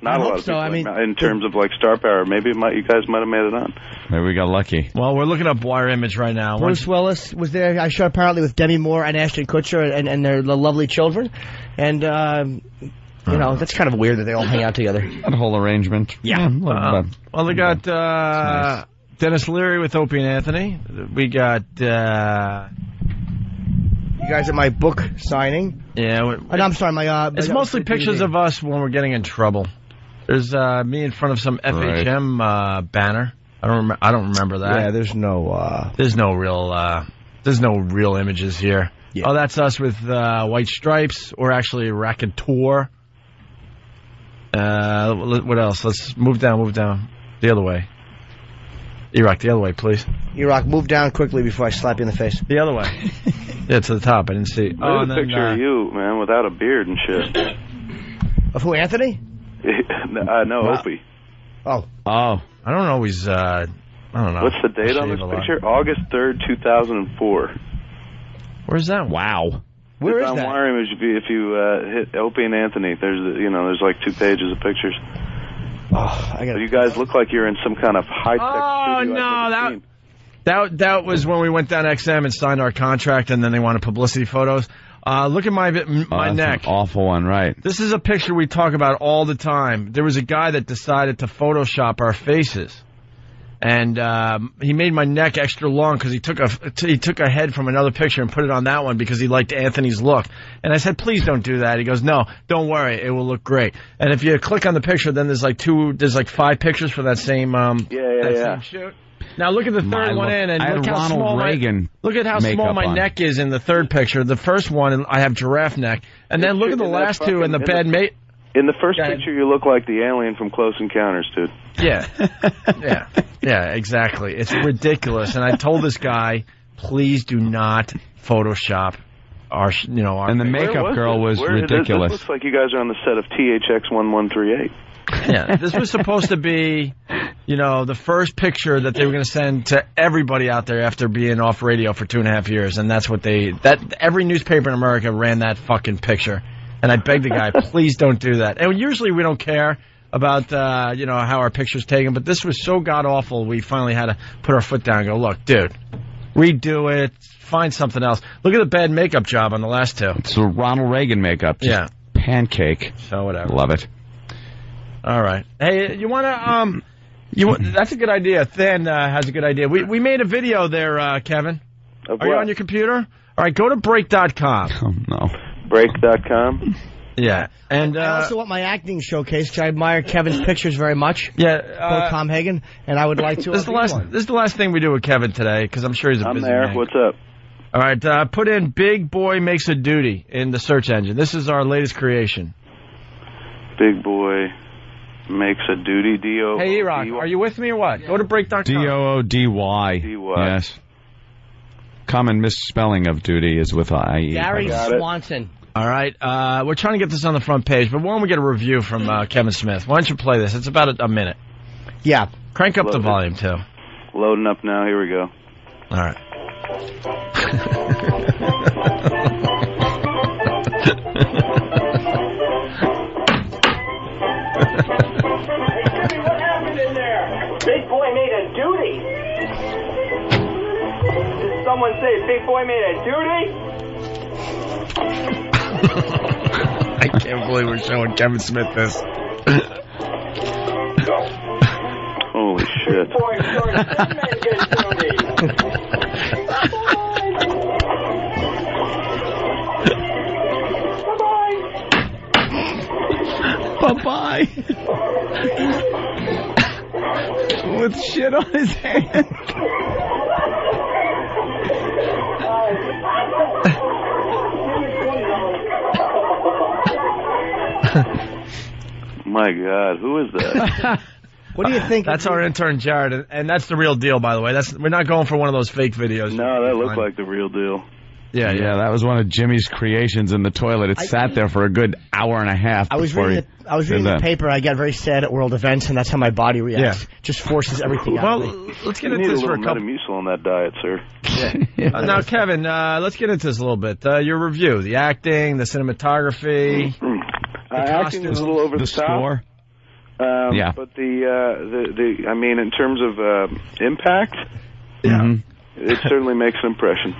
Speaker 17: Not
Speaker 2: I
Speaker 17: a
Speaker 2: hope
Speaker 17: lot of
Speaker 2: so.
Speaker 17: people.
Speaker 2: I mean,
Speaker 17: in terms of like star power, maybe it might, you guys might have made it on.
Speaker 3: Maybe we got lucky.
Speaker 1: Well, we're looking up Wire Image right now.
Speaker 2: Bruce Willis was there. I showed apparently with Demi Moore and Ashton Kutcher and, and their lovely children. And, um, you know, that's kind of weird that they all hang out together.
Speaker 3: That whole arrangement. Yeah.
Speaker 1: Uh, well, we got uh, Dennis Leary with Opie and Anthony. We got uh,
Speaker 2: you guys at my book signing.
Speaker 1: yeah. we-
Speaker 2: And I'm sorry, my. Uh,
Speaker 1: It's mostly pictures of us when we're getting in trouble. There's uh, me in front of some FHM uh, banner. I don't. Rem- I don't remember that.
Speaker 2: Yeah, there's no. Uh,
Speaker 1: There's no real. Uh, there's no real images here. Oh, that's us with uh, White Stripes. We're actually Racketeur. Uh, l- what else? Let's move down, move down. The other way. Iraq, the other way, please.
Speaker 2: Iraq, move down quickly before I slap you in the face.
Speaker 1: The other way. *laughs* Yeah, to the top. I didn't see.
Speaker 17: There's
Speaker 1: Oh,
Speaker 17: a
Speaker 1: and then,
Speaker 17: picture
Speaker 1: uh,
Speaker 17: of you, man, without a beard and shit.
Speaker 2: Of who, Anthony?
Speaker 17: I know,
Speaker 1: Wow.
Speaker 17: Opie.
Speaker 2: Oh.
Speaker 1: Oh. I don't always, uh, I don't know.
Speaker 17: What's the date
Speaker 1: I
Speaker 17: on
Speaker 1: shave
Speaker 17: this
Speaker 1: a lot.
Speaker 17: picture? August 3rd, 2004.
Speaker 1: Where's that? Wow.
Speaker 2: Where
Speaker 17: it's on Wire Image if you- if you uh, hit Opie and Anthony. There's the- you know there's like two pages of pictures. you guys look like you're in some kind of high tech
Speaker 1: Oh,
Speaker 17: studio.
Speaker 1: no, that, that that was when we went down to XM and signed our contract, and then they wanted publicity photos. Uh, look at my m- my
Speaker 3: Oh, that's an
Speaker 1: neck.
Speaker 3: awful one, right?
Speaker 1: This is a picture we talk about all the time. There was a guy that decided to Photoshop our faces, and um, he made my neck extra long because he took a t- he took a head from another picture and put it on that one because he liked Anthony's look. And I said, please don't do that. He goes, no, don't worry, it will look great. And if you click on the picture, then there's like two, there's like five pictures for that same um
Speaker 17: yeah,
Speaker 1: that
Speaker 17: yeah.
Speaker 1: same shoot. Now look at the third
Speaker 3: My
Speaker 1: one
Speaker 3: look-
Speaker 1: in, and
Speaker 3: I had
Speaker 1: look how
Speaker 3: Ronald
Speaker 1: small
Speaker 3: Reagan
Speaker 1: My, look at how
Speaker 3: makeup
Speaker 1: small my
Speaker 3: on.
Speaker 1: neck is in the third picture. The first one, and I have giraffe neck, and then look at the
Speaker 17: in that
Speaker 1: last two and the
Speaker 17: fucking- in
Speaker 1: bad
Speaker 17: the-
Speaker 1: mate.
Speaker 17: In the first picture, you look like the alien from Close Encounters, dude.
Speaker 1: Yeah,
Speaker 17: *laughs*
Speaker 1: yeah, yeah. Exactly. It's ridiculous. And I told this guy, please do not Photoshop our, sh- you know, our.
Speaker 3: And the
Speaker 17: Where
Speaker 3: makeup girl
Speaker 17: this?
Speaker 3: was
Speaker 17: Where- this-
Speaker 3: ridiculous.
Speaker 17: This looks like you guys are on the set of THX 1138.
Speaker 1: Yeah, this was supposed to be, you know, the first picture that they were going to send to everybody out there after being off radio for two and a half years, and that's what they that every newspaper in America ran that fucking picture, and I begged the guy, please don't do that. And usually we don't care about uh, you know how our pictures taken, but this was so god awful. We finally had to put our foot down and go, look, dude, redo it, find something else. Look at the bad makeup job on the last two.
Speaker 3: It's a Ronald Reagan makeup. Just
Speaker 1: Yeah.
Speaker 3: Pancake.
Speaker 1: So whatever.
Speaker 3: Love it.
Speaker 1: All right. Hey, you want to um, you wa- that's a good idea. Thin uh, has a good idea. We we made a video there, uh, Kevin.
Speaker 17: Of
Speaker 1: Are you
Speaker 17: what?
Speaker 1: on your computer? All right, go to break.com.
Speaker 3: Oh no.
Speaker 17: Break.com.
Speaker 1: *laughs* Yeah, and uh,
Speaker 2: I also want my acting showcase. 'cause I admire Kevin's pictures very much.
Speaker 1: yeah,
Speaker 2: both
Speaker 1: uh,
Speaker 2: Tom Hagen, and I would like to.
Speaker 1: this is the
Speaker 2: have
Speaker 1: last
Speaker 2: one.
Speaker 1: this is the last thing we do with Kevin today because I'm sure he's a
Speaker 17: I'm
Speaker 1: busy
Speaker 17: there.
Speaker 1: man.
Speaker 17: What's up?
Speaker 1: All right, uh, put in "Big Boy Makes a Duty" in the search engine. This is our latest creation.
Speaker 17: Big boy makes a duty. D O.
Speaker 1: Hey, Rock, are you with me or what? Go to break.com.
Speaker 3: D O O D Y. Yes. Common misspelling of duty is with I E.
Speaker 2: Gary
Speaker 1: got it.
Speaker 2: Swanson.
Speaker 1: All right, uh, we're trying to get this on the front page, but why don't we get a review from uh, Kevin Smith? Why don't you play this? It's about a, a minute.
Speaker 2: Yeah.
Speaker 1: Crank up the
Speaker 17: Love it.
Speaker 1: volume, too.
Speaker 17: Loading up now. Here we go.
Speaker 1: All right.
Speaker 11: What happened in there? Big boy made a duty. Did someone say big boy made a duty?
Speaker 1: *laughs* I can't believe we're showing Kevin Smith this.
Speaker 17: *laughs* Holy shit.
Speaker 11: Boy,
Speaker 17: *laughs*
Speaker 11: George did make a duty.
Speaker 13: Bye bye. With shit on his hand.
Speaker 17: My God, who is that?
Speaker 2: What do you think?
Speaker 1: That's our intern Jared, and- and that's the real deal, by the way. That's we're not going for one of those fake videos.
Speaker 17: no, that looked like the real deal.
Speaker 1: Yeah,
Speaker 3: yeah, that was one of Jimmy's creations in the toilet. It sat there for a good hour and a half.
Speaker 2: I was
Speaker 3: before
Speaker 2: reading.
Speaker 3: he
Speaker 2: The, I was reading
Speaker 3: did
Speaker 2: the
Speaker 3: that.
Speaker 2: paper. I got very sad at world events, and that's how my body reacts. Just forces everything out. of me.
Speaker 1: Well, let's get
Speaker 17: You need
Speaker 1: into
Speaker 17: a
Speaker 1: this
Speaker 17: little
Speaker 1: for a couple.
Speaker 17: Metamucil on that diet, sir.
Speaker 1: Uh, now, Kevin, uh, let's get into this a little bit. Uh, your review, the acting, the cinematography.
Speaker 17: Uh, acting is a little over the, top.
Speaker 3: Score.
Speaker 17: Um,
Speaker 3: Yeah.
Speaker 17: But the, uh, the the I mean, in terms of uh, impact,
Speaker 3: Mhm.
Speaker 17: it certainly makes an impression.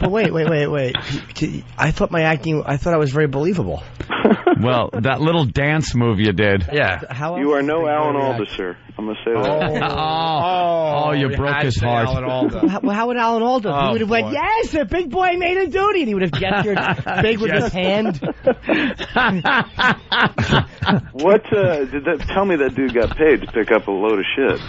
Speaker 2: but wait, wait, wait, wait. T- I thought my acting. I thought I was very believable.
Speaker 3: *laughs* Well, that little dance move you did.
Speaker 1: Yeah. Oh.
Speaker 2: How
Speaker 17: You are no Alan
Speaker 2: react?
Speaker 17: Alda, sir. I'm gonna
Speaker 1: *laughs*
Speaker 17: say that.
Speaker 3: Oh, you broke his heart.
Speaker 2: Well, how- well, how would Alan Alda?
Speaker 3: Oh,
Speaker 2: he would have went,
Speaker 3: boy.
Speaker 2: yes, the big boy made a duty, and he would
Speaker 3: *laughs*
Speaker 2: have gestured big with his hand.
Speaker 17: What uh, did that? Tell me that dude got paid to pick up a load of shit.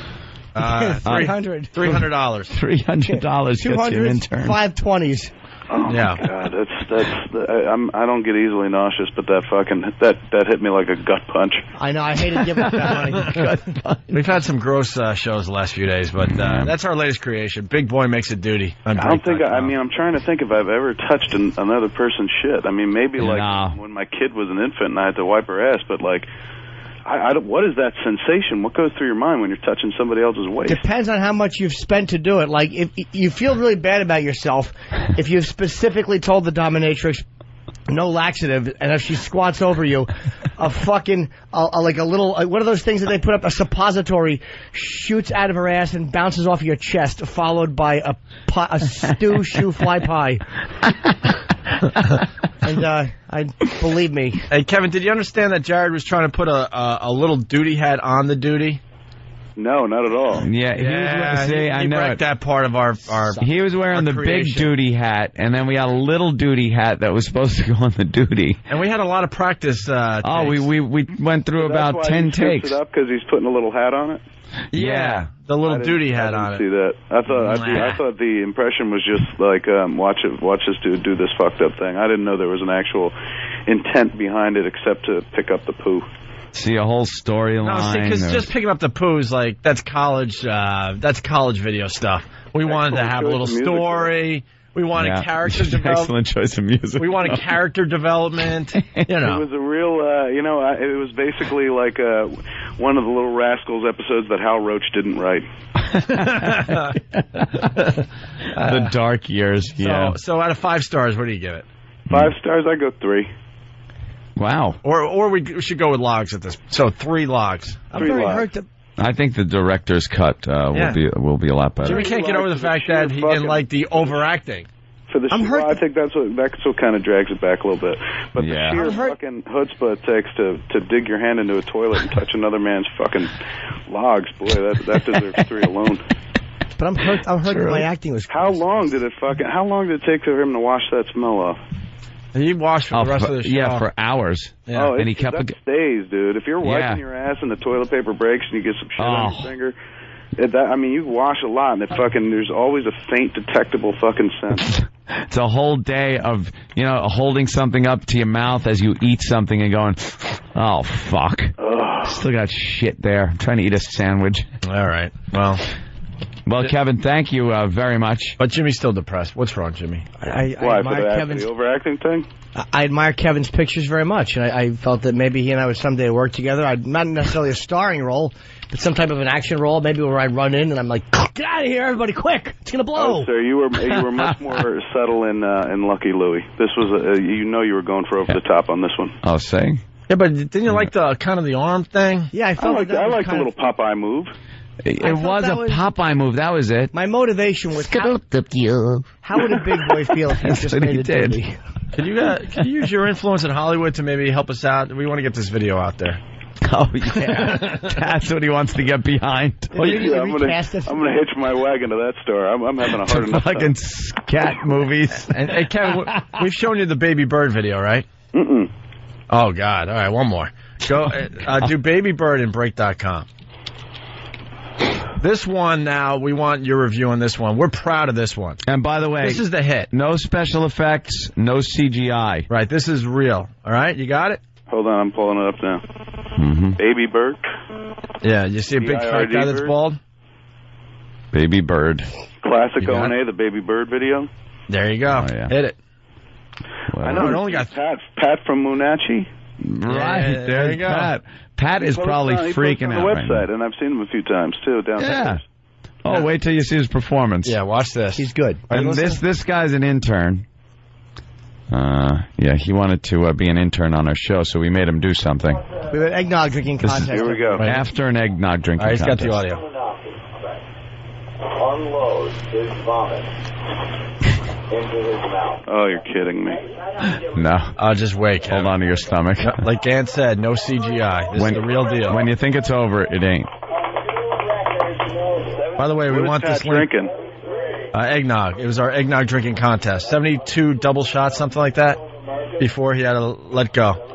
Speaker 1: Uh, *laughs*
Speaker 3: Three
Speaker 1: $300.
Speaker 2: *laughs*
Speaker 3: hundred dollars gets you an intern.
Speaker 2: five twenties.
Speaker 17: Oh yeah. God, that's that's I, I'm I don't get easily nauseous, but that fucking that that hit me like a gut punch.
Speaker 2: I know. I hate to give up that money.
Speaker 3: *laughs*
Speaker 1: We've had some gross uh, shows the last few days, but uh, that's our latest creation. Big Boy makes a duty. on
Speaker 17: I don't
Speaker 1: Break
Speaker 17: think. I, I mean, I'm trying to think if I've ever touched an, another person's shit. I mean, maybe like when my kid was an infant and I had to wipe her ass, but like, I, I don't, what is that sensation? What goes through your mind when you're touching somebody else's waist?
Speaker 2: Depends on how much you've spent to do it. Like, if you feel really bad about yourself, if you've specifically told the dominatrix no laxative, and if she squats over you, a fucking, a, a- like a little, uh, one of those things that they put up, a suppository shoots out of her ass and bounces off your chest, followed by a, pi- a stew shoe fly pie. and uh, I believe me.
Speaker 1: Hey Kevin, did you understand that Jared was trying to put a a, a little duty hat on the duty?
Speaker 17: No, not at all.
Speaker 3: Yeah, he was about to say,
Speaker 1: he,
Speaker 3: I
Speaker 1: he
Speaker 3: know
Speaker 1: wrecked
Speaker 3: it.
Speaker 1: that part of our our.
Speaker 3: He was
Speaker 1: our
Speaker 3: wearing the big
Speaker 1: creation.
Speaker 3: duty hat, and then we had a little duty hat that was supposed to go on the duty.
Speaker 1: and we had a lot of practice. Uh,
Speaker 3: Oh, we, we, we went through about
Speaker 17: That's why
Speaker 3: 10
Speaker 17: he scoops
Speaker 3: takes.
Speaker 17: it up because he's putting a little hat on it.
Speaker 1: Yeah, the little
Speaker 17: I didn't-
Speaker 1: duty
Speaker 17: I
Speaker 1: hat
Speaker 17: didn't
Speaker 1: on
Speaker 17: See
Speaker 1: it.
Speaker 17: that? I thought I, the, I thought the impression was just like um, watch it, watch this dude do this fucked up thing. I didn't know there was an actual intent behind it except to pick up the poo.
Speaker 3: See a whole
Speaker 1: No, see,
Speaker 3: storyline.
Speaker 1: because
Speaker 3: or-
Speaker 1: just picking up the poo is like that's college. Uh, that's college video stuff. We wanted to have a
Speaker 3: choice
Speaker 1: little
Speaker 3: of music,
Speaker 1: story. We wanted
Speaker 3: Yeah. *laughs*
Speaker 1: character development.
Speaker 6: Excellent choice of music.
Speaker 1: We *laughs* wanted character development. You know.
Speaker 17: It was a real, uh, you know, I, it was basically like uh, one of the Little Rascals episodes that Hal Roach didn't write.
Speaker 3: the dark years. yeah.
Speaker 1: So, so out of five stars, what do you give it?
Speaker 17: Five stars, I go three.
Speaker 3: Wow.
Speaker 1: Or or we should go with logs at this. So three logs.
Speaker 17: I'm Three very logs. hurt
Speaker 2: that
Speaker 3: I think the director's cut uh,
Speaker 1: Yeah.
Speaker 3: will be will be a lot better.
Speaker 1: Jimmy can't get over the fact that he didn't like the overacting.
Speaker 17: For the sheer, well, I think that's what that's what kind of drags it back a little bit. But
Speaker 3: Yeah.
Speaker 17: the sheer
Speaker 3: I'm
Speaker 17: fucking chutzpah it takes to to dig your hand into a toilet and touch another man's fucking logs, boy, that that deserves three alone.
Speaker 2: But I'm hurt. I'm hurt that my acting was.
Speaker 17: How long did it fucking? How long did it take for him to wash that smell off?
Speaker 1: He washed for
Speaker 3: Oh,
Speaker 1: the rest
Speaker 3: for-
Speaker 1: of the show.
Speaker 3: yeah, for hours.
Speaker 17: Oh,
Speaker 3: and
Speaker 17: it,
Speaker 3: he kept.
Speaker 17: that stays, dude. If you're wiping
Speaker 3: Uh, Yeah.
Speaker 17: your ass and the toilet paper breaks and you get some shit on
Speaker 3: Oh.
Speaker 17: your finger, it, that, I mean, you wash a lot and it fucking there's always a faint detectable fucking scent.
Speaker 3: It's a whole day of you know holding something up to your mouth as you eat something and going, oh fuck, still got shit there. I'm trying to eat a sandwich.
Speaker 1: All right. Well.
Speaker 3: Well, Kevin, thank you uh, very much.
Speaker 1: But Jimmy's still depressed. What's wrong, Jimmy?
Speaker 2: I, I
Speaker 17: Why for
Speaker 2: admire
Speaker 17: the, act-
Speaker 2: Kevin's-
Speaker 17: the overacting thing?
Speaker 2: I admire Kevin's pictures very much, and I, I felt that maybe he and I would someday work together. I'd not necessarily a starring role, but some type of an action role, maybe where I run in and I'm like, "Get out of here, everybody, quick! It's gonna blow."
Speaker 17: Oh, sir, you were you were much more subtle in uh, in Lucky Louie. This was a, you know you were going for over the top on this one.
Speaker 3: I was saying.
Speaker 1: Yeah, but didn't you like the kind of the arm thing?
Speaker 2: Yeah, I
Speaker 17: I
Speaker 2: felt
Speaker 17: like
Speaker 2: Oh, that
Speaker 17: I
Speaker 2: was
Speaker 17: like the
Speaker 2: kind
Speaker 17: little
Speaker 2: of-
Speaker 17: Popeye move.
Speaker 3: It
Speaker 2: I felt
Speaker 3: was
Speaker 2: that
Speaker 3: a
Speaker 2: was-
Speaker 3: Popeye move. That was it.
Speaker 2: My motivation was how, how would a big boy feel if he
Speaker 3: That's
Speaker 2: just
Speaker 3: what
Speaker 2: made
Speaker 3: he
Speaker 2: a
Speaker 3: did.
Speaker 2: movie?
Speaker 1: Can you uh, can you use your influence in Hollywood to maybe help us out? We want to get this video out there.
Speaker 3: *laughs* Oh yeah, that's what he wants to get behind.
Speaker 2: Oh,
Speaker 17: Well, yeah, I'm gonna I'm gonna hitch my wagon to that star. I'm I'm having a
Speaker 3: *laughs*
Speaker 17: hard enough time.
Speaker 3: fucking scat movies.
Speaker 1: *laughs* And hey, Kevin, w- we've shown you the baby bird video, right?
Speaker 17: Mm-mm.
Speaker 1: Oh God! All right, one more. Go uh, uh, do baby bird and break.com. This one now, we want your review on this one. We're proud of this one.
Speaker 3: And by the way,
Speaker 1: This is the hit.
Speaker 3: No special effects, no CGI.
Speaker 1: Right, this is real. All right, you got it.
Speaker 17: Hold on, I'm pulling it up now. Baby Burke.
Speaker 1: Yeah, you see a big fat
Speaker 17: B.I.R.D.
Speaker 1: guy that's
Speaker 17: bird?
Speaker 1: bald.
Speaker 3: Baby bird.
Speaker 17: Classic
Speaker 1: You got
Speaker 17: O&A, the Baby Bird video.
Speaker 1: There you go. Hit it.
Speaker 17: I know.
Speaker 1: it
Speaker 17: It
Speaker 1: only got
Speaker 17: Pat. Pat from Munachi.
Speaker 3: Right
Speaker 1: Yeah,
Speaker 3: there's
Speaker 1: there you go.
Speaker 3: Pat. Pat
Speaker 17: He
Speaker 3: is
Speaker 17: posts
Speaker 3: probably
Speaker 17: on- he posts
Speaker 3: freaking
Speaker 17: on
Speaker 3: out
Speaker 17: the
Speaker 3: right now.
Speaker 17: website, and I've seen him a few times too. Down
Speaker 3: Yeah. Oh, wait till you see his performance.
Speaker 1: Yeah, watch this.
Speaker 2: He's good.
Speaker 3: And this this guy's an intern. Uh, yeah, he wanted to uh, be an intern on our show, so we made him do something.
Speaker 2: We have an eggnog drinking
Speaker 3: This
Speaker 2: contest.
Speaker 3: is- After an eggnog drinking
Speaker 1: All right, he's got the
Speaker 3: contest.
Speaker 1: audio.
Speaker 18: Unload his vomit into his mouth.
Speaker 17: Oh, you're kidding me.
Speaker 3: No.
Speaker 1: I'll just wait.
Speaker 3: Hold on to your stomach.
Speaker 1: Like Dan said, no CGI. This
Speaker 3: when,
Speaker 1: is the real deal.
Speaker 3: When you think it's over, it ain't.
Speaker 1: By the way, we
Speaker 3: What is
Speaker 1: want
Speaker 3: Pat
Speaker 1: this link.
Speaker 17: drinking? *laughs*
Speaker 1: Uh, eggnog. It was our eggnog drinking contest. 72 double shots, something like that, before he had to let go.
Speaker 18: 75.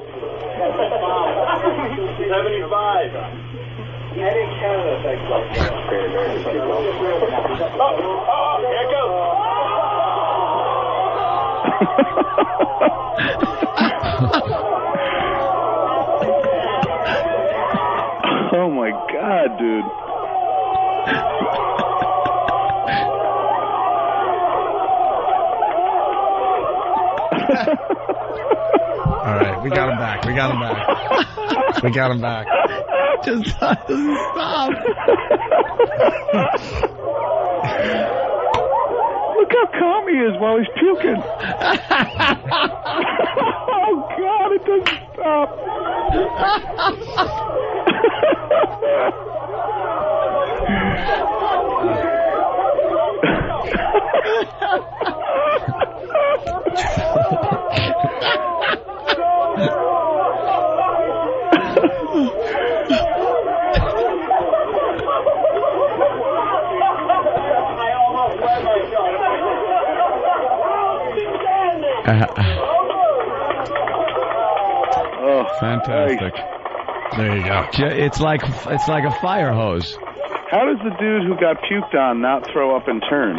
Speaker 18: Any Canada things like that. Great American people. Oh, oh, here it goes.
Speaker 17: oh my god, dude.
Speaker 1: All right, we got him back. We got him back. We got him back.
Speaker 13: Just doesn't stop.
Speaker 17: Look how calm he is while he's
Speaker 3: *laughs*
Speaker 17: puking. oh god, it doesn't stop. oh,
Speaker 3: *laughs* Fantastic. There you go. It's like it's like a fire hose.
Speaker 17: How does the dude who got puked on not throw up and turn?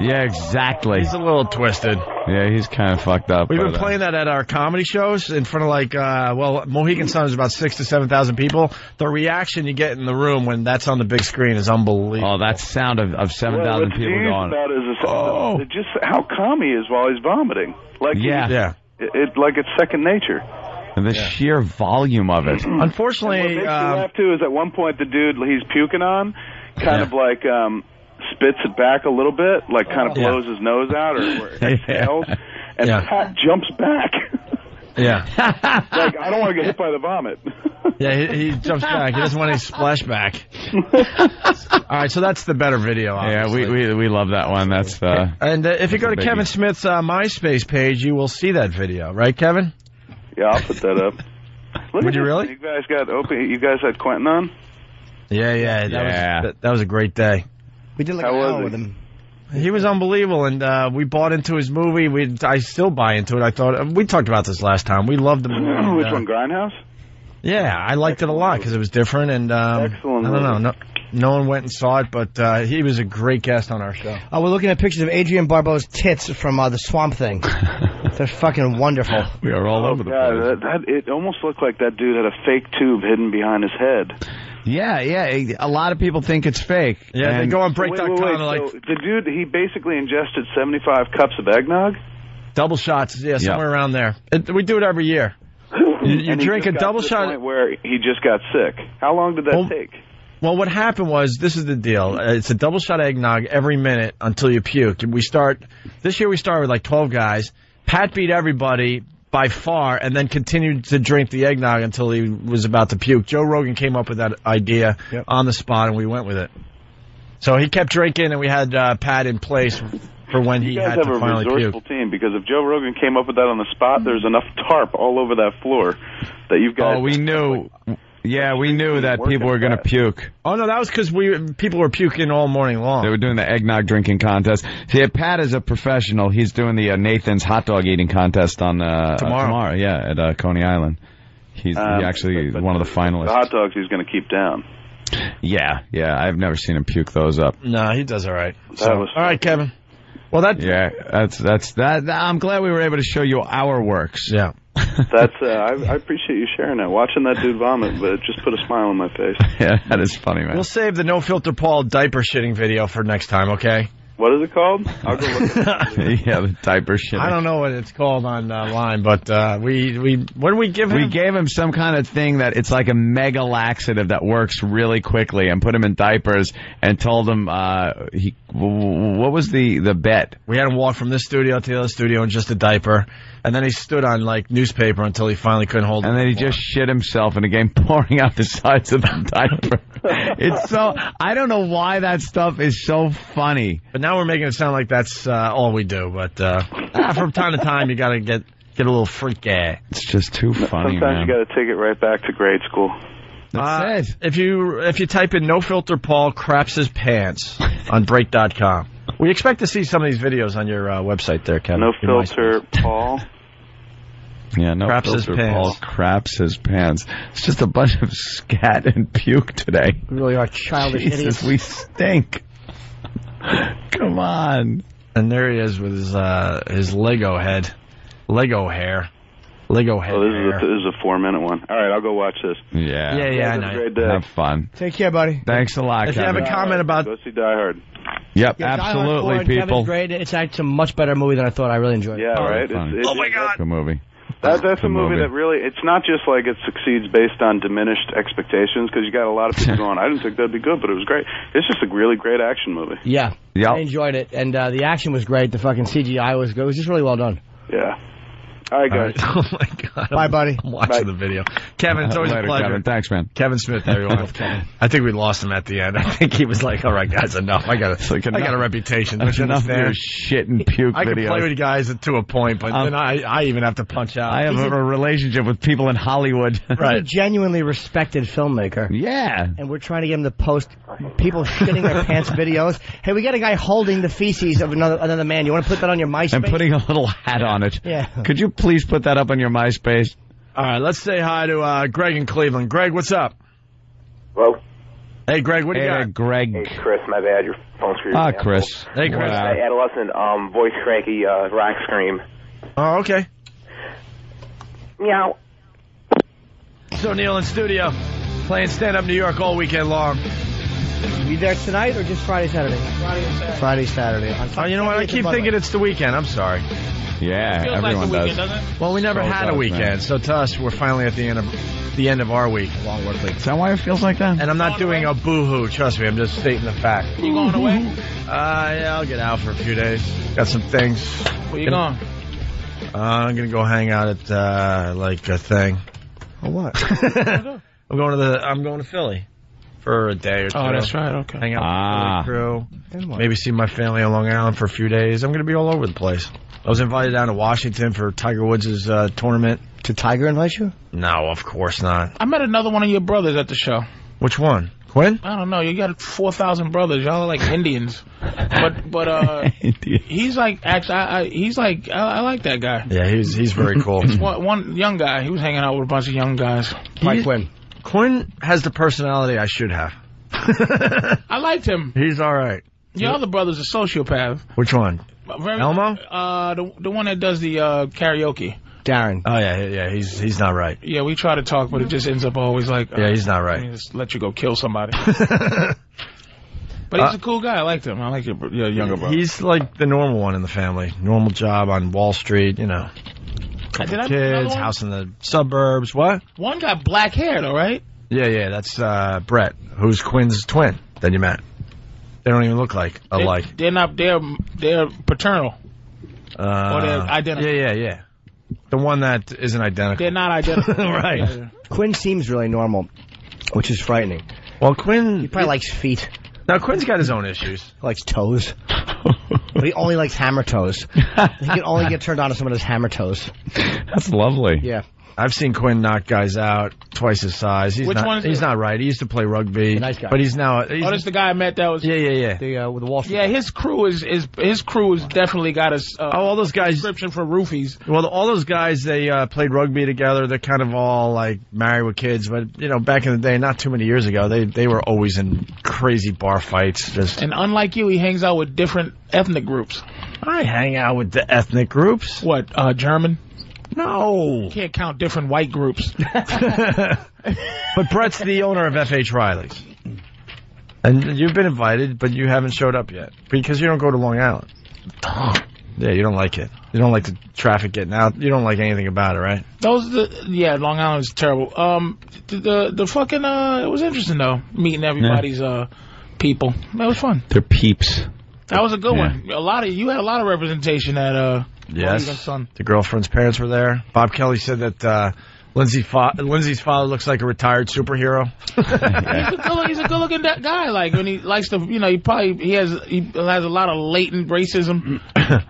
Speaker 3: Yeah, exactly. He's
Speaker 1: a little twisted.
Speaker 3: Yeah, he's kind of fucked up.
Speaker 1: We've been
Speaker 3: but, uh,
Speaker 1: playing that at our comedy shows in front of like, uh, well, Mohegan Sun is about six to seven thousand people. The reaction you get in the room when that's on the big screen is unbelievable.
Speaker 3: Oh, that sound of, of seven
Speaker 17: Well,
Speaker 3: thousand
Speaker 17: what's
Speaker 3: people
Speaker 17: deep
Speaker 3: going.
Speaker 17: about is this- it's just how calm he is while he's vomiting. Like
Speaker 3: Yeah. Yeah.
Speaker 17: he's- It, it- like it's second nature.
Speaker 3: And the sheer volume of it.
Speaker 17: And what
Speaker 1: Unfortunately,
Speaker 17: makes me laugh too is at one point the dude he's puking on, kind of like um, spits it back a little bit, like kind of
Speaker 1: Oh. Yeah.
Speaker 17: blows his nose
Speaker 1: *laughs*
Speaker 17: out or, or exhales, and
Speaker 1: Yeah.
Speaker 17: Pat jumps back. *laughs*
Speaker 1: yeah,
Speaker 17: like I don't want to get hit by the vomit.
Speaker 1: um,
Speaker 17: *laughs*
Speaker 1: yeah, he, he jumps back. He doesn't want any splashback. All right, so that's the better video.
Speaker 3: Yeah, we, we we love that one. That's
Speaker 1: *laughs*
Speaker 3: uh,
Speaker 1: And uh, if you go to
Speaker 3: That's a biggie.
Speaker 1: Kevin Smith's uh, MySpace page, you will see that video, right, Kevin?
Speaker 17: Yeah, I'll put that up. Look
Speaker 1: Would
Speaker 17: at
Speaker 1: you
Speaker 17: this.
Speaker 1: really?
Speaker 17: You guys got open. You guys had Quentin on.
Speaker 1: Yeah, yeah, that
Speaker 3: Yeah.
Speaker 1: was that, that was a great day.
Speaker 2: We did like
Speaker 17: How
Speaker 2: an
Speaker 17: was
Speaker 2: hour
Speaker 17: it?
Speaker 2: with him.
Speaker 1: He was unbelievable, and uh, we bought into his movie. We I still buy into it. I thought uh, we talked about this last time. We loved the movie. and,
Speaker 17: *laughs* Which
Speaker 1: uh,
Speaker 17: one, Grindhouse?
Speaker 1: Yeah, I liked it a lot because it was different, and um, I don't know. No, no one went and saw it, but uh, he was a great guest on our show.
Speaker 2: Uh, we're looking at pictures of Adrian Barbeau's tits from uh, the
Speaker 3: *laughs*
Speaker 2: Swamp Thing. They're fucking wonderful.
Speaker 3: we are all over
Speaker 17: Yeah, that, that it almost looked like that dude had a fake tube hidden behind his head.
Speaker 3: Yeah, yeah. A lot of people think it's fake.
Speaker 1: Yeah, they
Speaker 3: And-
Speaker 1: go on
Speaker 17: Wait, wait, wait,
Speaker 1: break.com and like
Speaker 17: so the dude, he basically ingested seventy-five cups of eggnog.
Speaker 1: double shots, yeah, somewhere around there. It, we do it every year. You, you
Speaker 17: *laughs* And he
Speaker 1: drink
Speaker 17: just
Speaker 1: a
Speaker 17: got
Speaker 1: double
Speaker 17: to the
Speaker 1: shot.
Speaker 17: point where he just got sick. How long did that
Speaker 1: Well-
Speaker 17: take?
Speaker 1: Well, what happened was this is the deal. Uh, It's a double shot eggnog every minute until you puke. And We start this year. We started with like twelve guys. Pat beat everybody by far, and then continued to drink the eggnog until he was about to puke. Joe Rogan came up with that idea on the spot, and we went with it. So he kept drinking, and we had uh, Pat in place for when he
Speaker 17: You guys
Speaker 1: had
Speaker 17: have
Speaker 1: to
Speaker 17: a
Speaker 1: finally puke. Mm-hmm.
Speaker 17: resourceful team because if Joe Rogan came up with that on the spot, there's enough tarp all over that floor that you've got.
Speaker 3: Oh, we knew. Yeah, we knew that people were going to puke.
Speaker 1: Oh no, that was because we people were puking all morning long.
Speaker 3: They were doing the eggnog drinking contest. See, if Pat is a professional. He's doing the uh, Nathan's hot dog eating contest on uh,
Speaker 17: Tomorrow.
Speaker 3: Uh, tomorrow, yeah, at uh, Coney Island. He's
Speaker 17: Um,
Speaker 3: he actually one of the finalists.
Speaker 17: the hot dogs he's going to keep down.
Speaker 3: Yeah, yeah. I've never seen him puke those up.
Speaker 1: No, he does all right.
Speaker 3: So-
Speaker 1: all right, Kevin. Well, that
Speaker 3: yeah, that's that's that. I'm glad we were able to show you our works.
Speaker 1: Yeah.
Speaker 17: That's uh, I, I appreciate you sharing that. Watching that dude vomit, but it just put a smile on my face.
Speaker 3: *laughs* Yeah, that is funny, man.
Speaker 1: We'll save the no filter Paul diaper shitting video for next time, okay?
Speaker 17: What is it called?
Speaker 1: *laughs*
Speaker 17: I'll go look. it up.
Speaker 3: *laughs* yeah, the diaper shit.
Speaker 1: I don't know what it's called online, but uh, we we what did we give him?
Speaker 3: We gave him some kind of thing that it's like a mega laxative that works really quickly, and put him in diapers and told him uh, he w- w- what was the the bet?
Speaker 1: we had him walk from this studio to the other studio in just a diaper, and then he stood on like newspaper until he finally couldn't hold.
Speaker 3: And then he just shit himself in a game, *laughs* pouring out the sides of the
Speaker 17: *laughs*
Speaker 3: diaper. It's so I don't know why that stuff is so funny.
Speaker 1: But now we're making it sound like that's uh, all we do. But uh, ah, from time to time, you gotta get get a little freak out.
Speaker 3: It's just too funny,
Speaker 17: Sometimes
Speaker 3: man.
Speaker 17: you got to take it right back to grade school.
Speaker 1: Uh, If you if you type in no filter Paul craps his pants on break.com. We expect to see some of these videos on your uh, website there, Kevin.
Speaker 17: No
Speaker 1: Your MySpace.
Speaker 17: filter, Paul.
Speaker 3: yeah, no
Speaker 1: Craps his
Speaker 3: filter, Paul
Speaker 1: pants.
Speaker 3: craps his pants. It's just a bunch of *laughs* scat and puke today.
Speaker 2: We really are childish
Speaker 3: Jesus,
Speaker 2: idiots.
Speaker 3: we stink. Come on.
Speaker 1: And there he is with his uh, his Lego head, Lego hair, Lego head.
Speaker 17: Oh, this is
Speaker 1: hair.
Speaker 17: a, this is a four minute one. All right, I'll go watch this.
Speaker 3: Yeah.
Speaker 1: Yeah, yeah, I
Speaker 17: Have a
Speaker 1: know.
Speaker 17: great day.
Speaker 3: Have fun.
Speaker 2: Take care, buddy.
Speaker 3: Thanks a lot,
Speaker 1: If you have a
Speaker 3: Kevin.
Speaker 1: comment about
Speaker 17: Go see Die Hard.
Speaker 3: Yep,
Speaker 2: Yeah, Die Hard
Speaker 3: absolutely,
Speaker 2: 4 and
Speaker 3: people.
Speaker 2: Kevin's great. It's actually a much better movie than I thought. I really enjoyed it.
Speaker 17: Yeah, right. It's, it's, oh my god.
Speaker 3: Good movie.
Speaker 17: That, that's
Speaker 3: Good
Speaker 17: a movie,
Speaker 3: movie.
Speaker 17: that really, it's not just like it succeeds based on diminished expectations because you got a lot of people going, I didn't think that'd be good, but it was great. It's just a really great action movie.
Speaker 2: Yeah.
Speaker 3: Yeah.
Speaker 2: I enjoyed it. And uh, the action was great. The fucking CGI was good. It was just really well done.
Speaker 17: Yeah. All right, guys.
Speaker 1: *laughs* Oh my god.
Speaker 2: Bye, buddy.
Speaker 1: I'm watching the video. Kevin, it's always
Speaker 3: Later,
Speaker 1: a pleasure.
Speaker 3: Kevin. Thanks, man.
Speaker 1: Kevin Smith,
Speaker 3: *laughs*
Speaker 1: everyone. I think we lost him at the end. I think he was like, "All right, guys, enough. I got, a, I
Speaker 3: enough-
Speaker 1: got a reputation. Don't
Speaker 3: That's
Speaker 1: you
Speaker 3: enough of your
Speaker 1: understand?"
Speaker 3: shit and puke
Speaker 1: I can
Speaker 3: videos.
Speaker 1: play with guys to a point, but
Speaker 3: Um,
Speaker 1: then I, I even have to punch out.
Speaker 3: I have a, a relationship with people in Hollywood.
Speaker 2: He's a
Speaker 3: *laughs*
Speaker 2: genuinely respected filmmaker.
Speaker 3: Yeah.
Speaker 2: And we're trying to get him to post people shitting their pants videos. Hey, we got a guy holding the feces of another another man. You want to put that on your MySpace?
Speaker 3: and putting a little hat on it.
Speaker 2: Yeah.
Speaker 3: *laughs* Could you please put that up on your MySpace?
Speaker 1: All right, let's say hi to uh, Greg in Cleveland. Greg, what's up?
Speaker 19: Hello?
Speaker 1: Hey, Greg, what do you
Speaker 3: Hey,
Speaker 1: got?
Speaker 3: Greg.
Speaker 19: Hey, Chris, my bad. Your phone screwed.
Speaker 3: Ah,
Speaker 19: me up.
Speaker 3: Chris.
Speaker 1: Hey, Chris.
Speaker 19: Uh, adolescent, um, voice cranky, uh, rock scream.
Speaker 1: Oh, okay.
Speaker 19: Meow.
Speaker 1: So Neil in studio, playing stand up New York all weekend long.
Speaker 2: Be there tonight or just Friday, Saturday? Friday, Saturday. Friday, Saturday.
Speaker 1: Oh, you know what? I
Speaker 2: It's
Speaker 1: keep
Speaker 2: above
Speaker 1: thinking it's the weekend. I'm sorry.
Speaker 3: Yeah,
Speaker 4: Feels like the
Speaker 3: everyone
Speaker 4: weekend,
Speaker 3: does.
Speaker 4: doesn't it?
Speaker 1: Well, we never
Speaker 3: So
Speaker 1: had
Speaker 3: does,
Speaker 1: a
Speaker 3: man.
Speaker 1: weekend, so to us, we're finally at the end of the end of our week, long work week.
Speaker 3: Is that why it feels like that?
Speaker 1: And I'm not doing a boo-hoo. Trust me, I'm just stating the fact.
Speaker 4: You going away?
Speaker 1: Uh, yeah, I'll get out for a few days. Got some things.
Speaker 4: Where you
Speaker 1: Gonna-
Speaker 4: going?
Speaker 1: Uh, I'm gonna go hang out at uh, like a thing.
Speaker 2: Oh, what?
Speaker 1: *laughs* I'm going to the. I'm going to Philly for a day or two.
Speaker 4: Oh, that's right. Okay.
Speaker 1: Hang out
Speaker 3: Ah.
Speaker 1: with the Philly
Speaker 2: Then
Speaker 1: crew.
Speaker 2: what?
Speaker 1: Maybe see my family on Long Island for a few days. I'm gonna be all over the place. I was invited down to Washington for Tiger Woods' uh, tournament.
Speaker 2: Did Tiger invite you?
Speaker 1: No, of course not.
Speaker 4: I met another one of your brothers at the show.
Speaker 1: Which one?
Speaker 2: *laughs*
Speaker 1: Quinn?
Speaker 4: I don't know. You got four thousand brothers. Y'all are like Indians. But
Speaker 1: *laughs*
Speaker 4: but uh, he's like actually, I, I, he's like I, I like that guy.
Speaker 1: Yeah, he's he's
Speaker 4: *laughs*
Speaker 1: very cool.
Speaker 4: One, one young guy. He was hanging out with a bunch of young guys.
Speaker 1: Mike Quinn. Quinn has the personality I should
Speaker 4: *laughs*
Speaker 1: have.
Speaker 4: I liked him.
Speaker 1: he's all right.
Speaker 4: Your other brother's a sociopath.
Speaker 1: Which one?
Speaker 4: Very,
Speaker 1: Elmo?
Speaker 4: Uh, the the one that does the uh, karaoke.
Speaker 2: Darren.
Speaker 1: Oh yeah, yeah. He's he's not right.
Speaker 4: Yeah, we try to talk, but it just ends up always like. uh,
Speaker 1: Yeah, he's not
Speaker 4: let me *laughs*
Speaker 1: right. *laughs*
Speaker 4: Just let you go kill somebody. But
Speaker 1: Uh,
Speaker 4: he's a cool guy. I liked him. I like your, br- your younger brother.
Speaker 1: He's like the normal one in the family. Normal job on Wall Street, you know.
Speaker 4: Did I- another
Speaker 1: Kids,
Speaker 4: one?
Speaker 1: house in the suburbs. What?
Speaker 4: One got black hair, though, right?
Speaker 1: Yeah, yeah, that's uh, Brett, who's Quinn's twin that you met. They don't even look like
Speaker 4: They-
Speaker 1: alike.
Speaker 4: They're not. They're they're paternal.
Speaker 1: Uh,
Speaker 4: or Oh, they're identical.
Speaker 1: Yeah, yeah, yeah. The one that isn't identical. *laughs*
Speaker 4: They're not identical.
Speaker 1: Right.
Speaker 4: Yeah, yeah.
Speaker 2: Quinn seems really normal, which is frightening.
Speaker 1: Well, Quinn.
Speaker 2: He probably likes feet.
Speaker 1: Now, Quinn's got his own issues.
Speaker 2: likes toes. but he only likes hammer toes. He can only get turned on if someone has hammer toes.
Speaker 3: That's lovely.
Speaker 2: Yeah.
Speaker 1: I've seen Quinn knock guys out twice his size. He's
Speaker 4: Which
Speaker 1: not,
Speaker 4: one is
Speaker 1: He's
Speaker 4: it?
Speaker 1: not right. He used to play rugby.
Speaker 2: Nice guy.
Speaker 1: But he's now.
Speaker 4: Oh,
Speaker 1: He's,
Speaker 4: that's the guy I met. That was.
Speaker 1: yeah, yeah, yeah.
Speaker 2: The, uh, with the Wall Street.
Speaker 4: Yeah, his crew is is his crew has definitely got a s- uh,
Speaker 1: Oh, all those guys.
Speaker 4: prescription for roofies.
Speaker 1: Well, all those guys, they uh, played rugby together. They're kind of all like married with kids, but you know, back in the day, not too many years ago, they they were always in crazy bar fights. Just
Speaker 4: And unlike you, he hangs out with different ethnic groups.
Speaker 1: I hang out with the ethnic groups.
Speaker 4: What? Uh, German?
Speaker 1: No,
Speaker 4: Can't count different white groups.
Speaker 1: *laughs* but Brett's the owner of FH Riley's, and you've been invited, but you haven't showed up yet because you don't go to Long Island. Yeah, you don't like it. You don't like the traffic getting out. You don't like anything about it, right?
Speaker 4: Those the yeah, Long Island is terrible. Um, the the, the fucking uh, it was interesting though meeting everybody's uh people. That was fun.
Speaker 3: They're peeps.
Speaker 4: That was a good
Speaker 3: Yeah.
Speaker 4: one. A lot of you had a lot of representation at uh. Mohegan Sun.
Speaker 1: The girlfriend's parents were there. Bob Kelly said that uh, Lindsay fa- Lindsay's father looks like a retired superhero.
Speaker 4: He's a good, he's a good looking guy. Like when he likes to, you know, he probably he has he has a lot of
Speaker 1: *laughs*
Speaker 4: latent racism.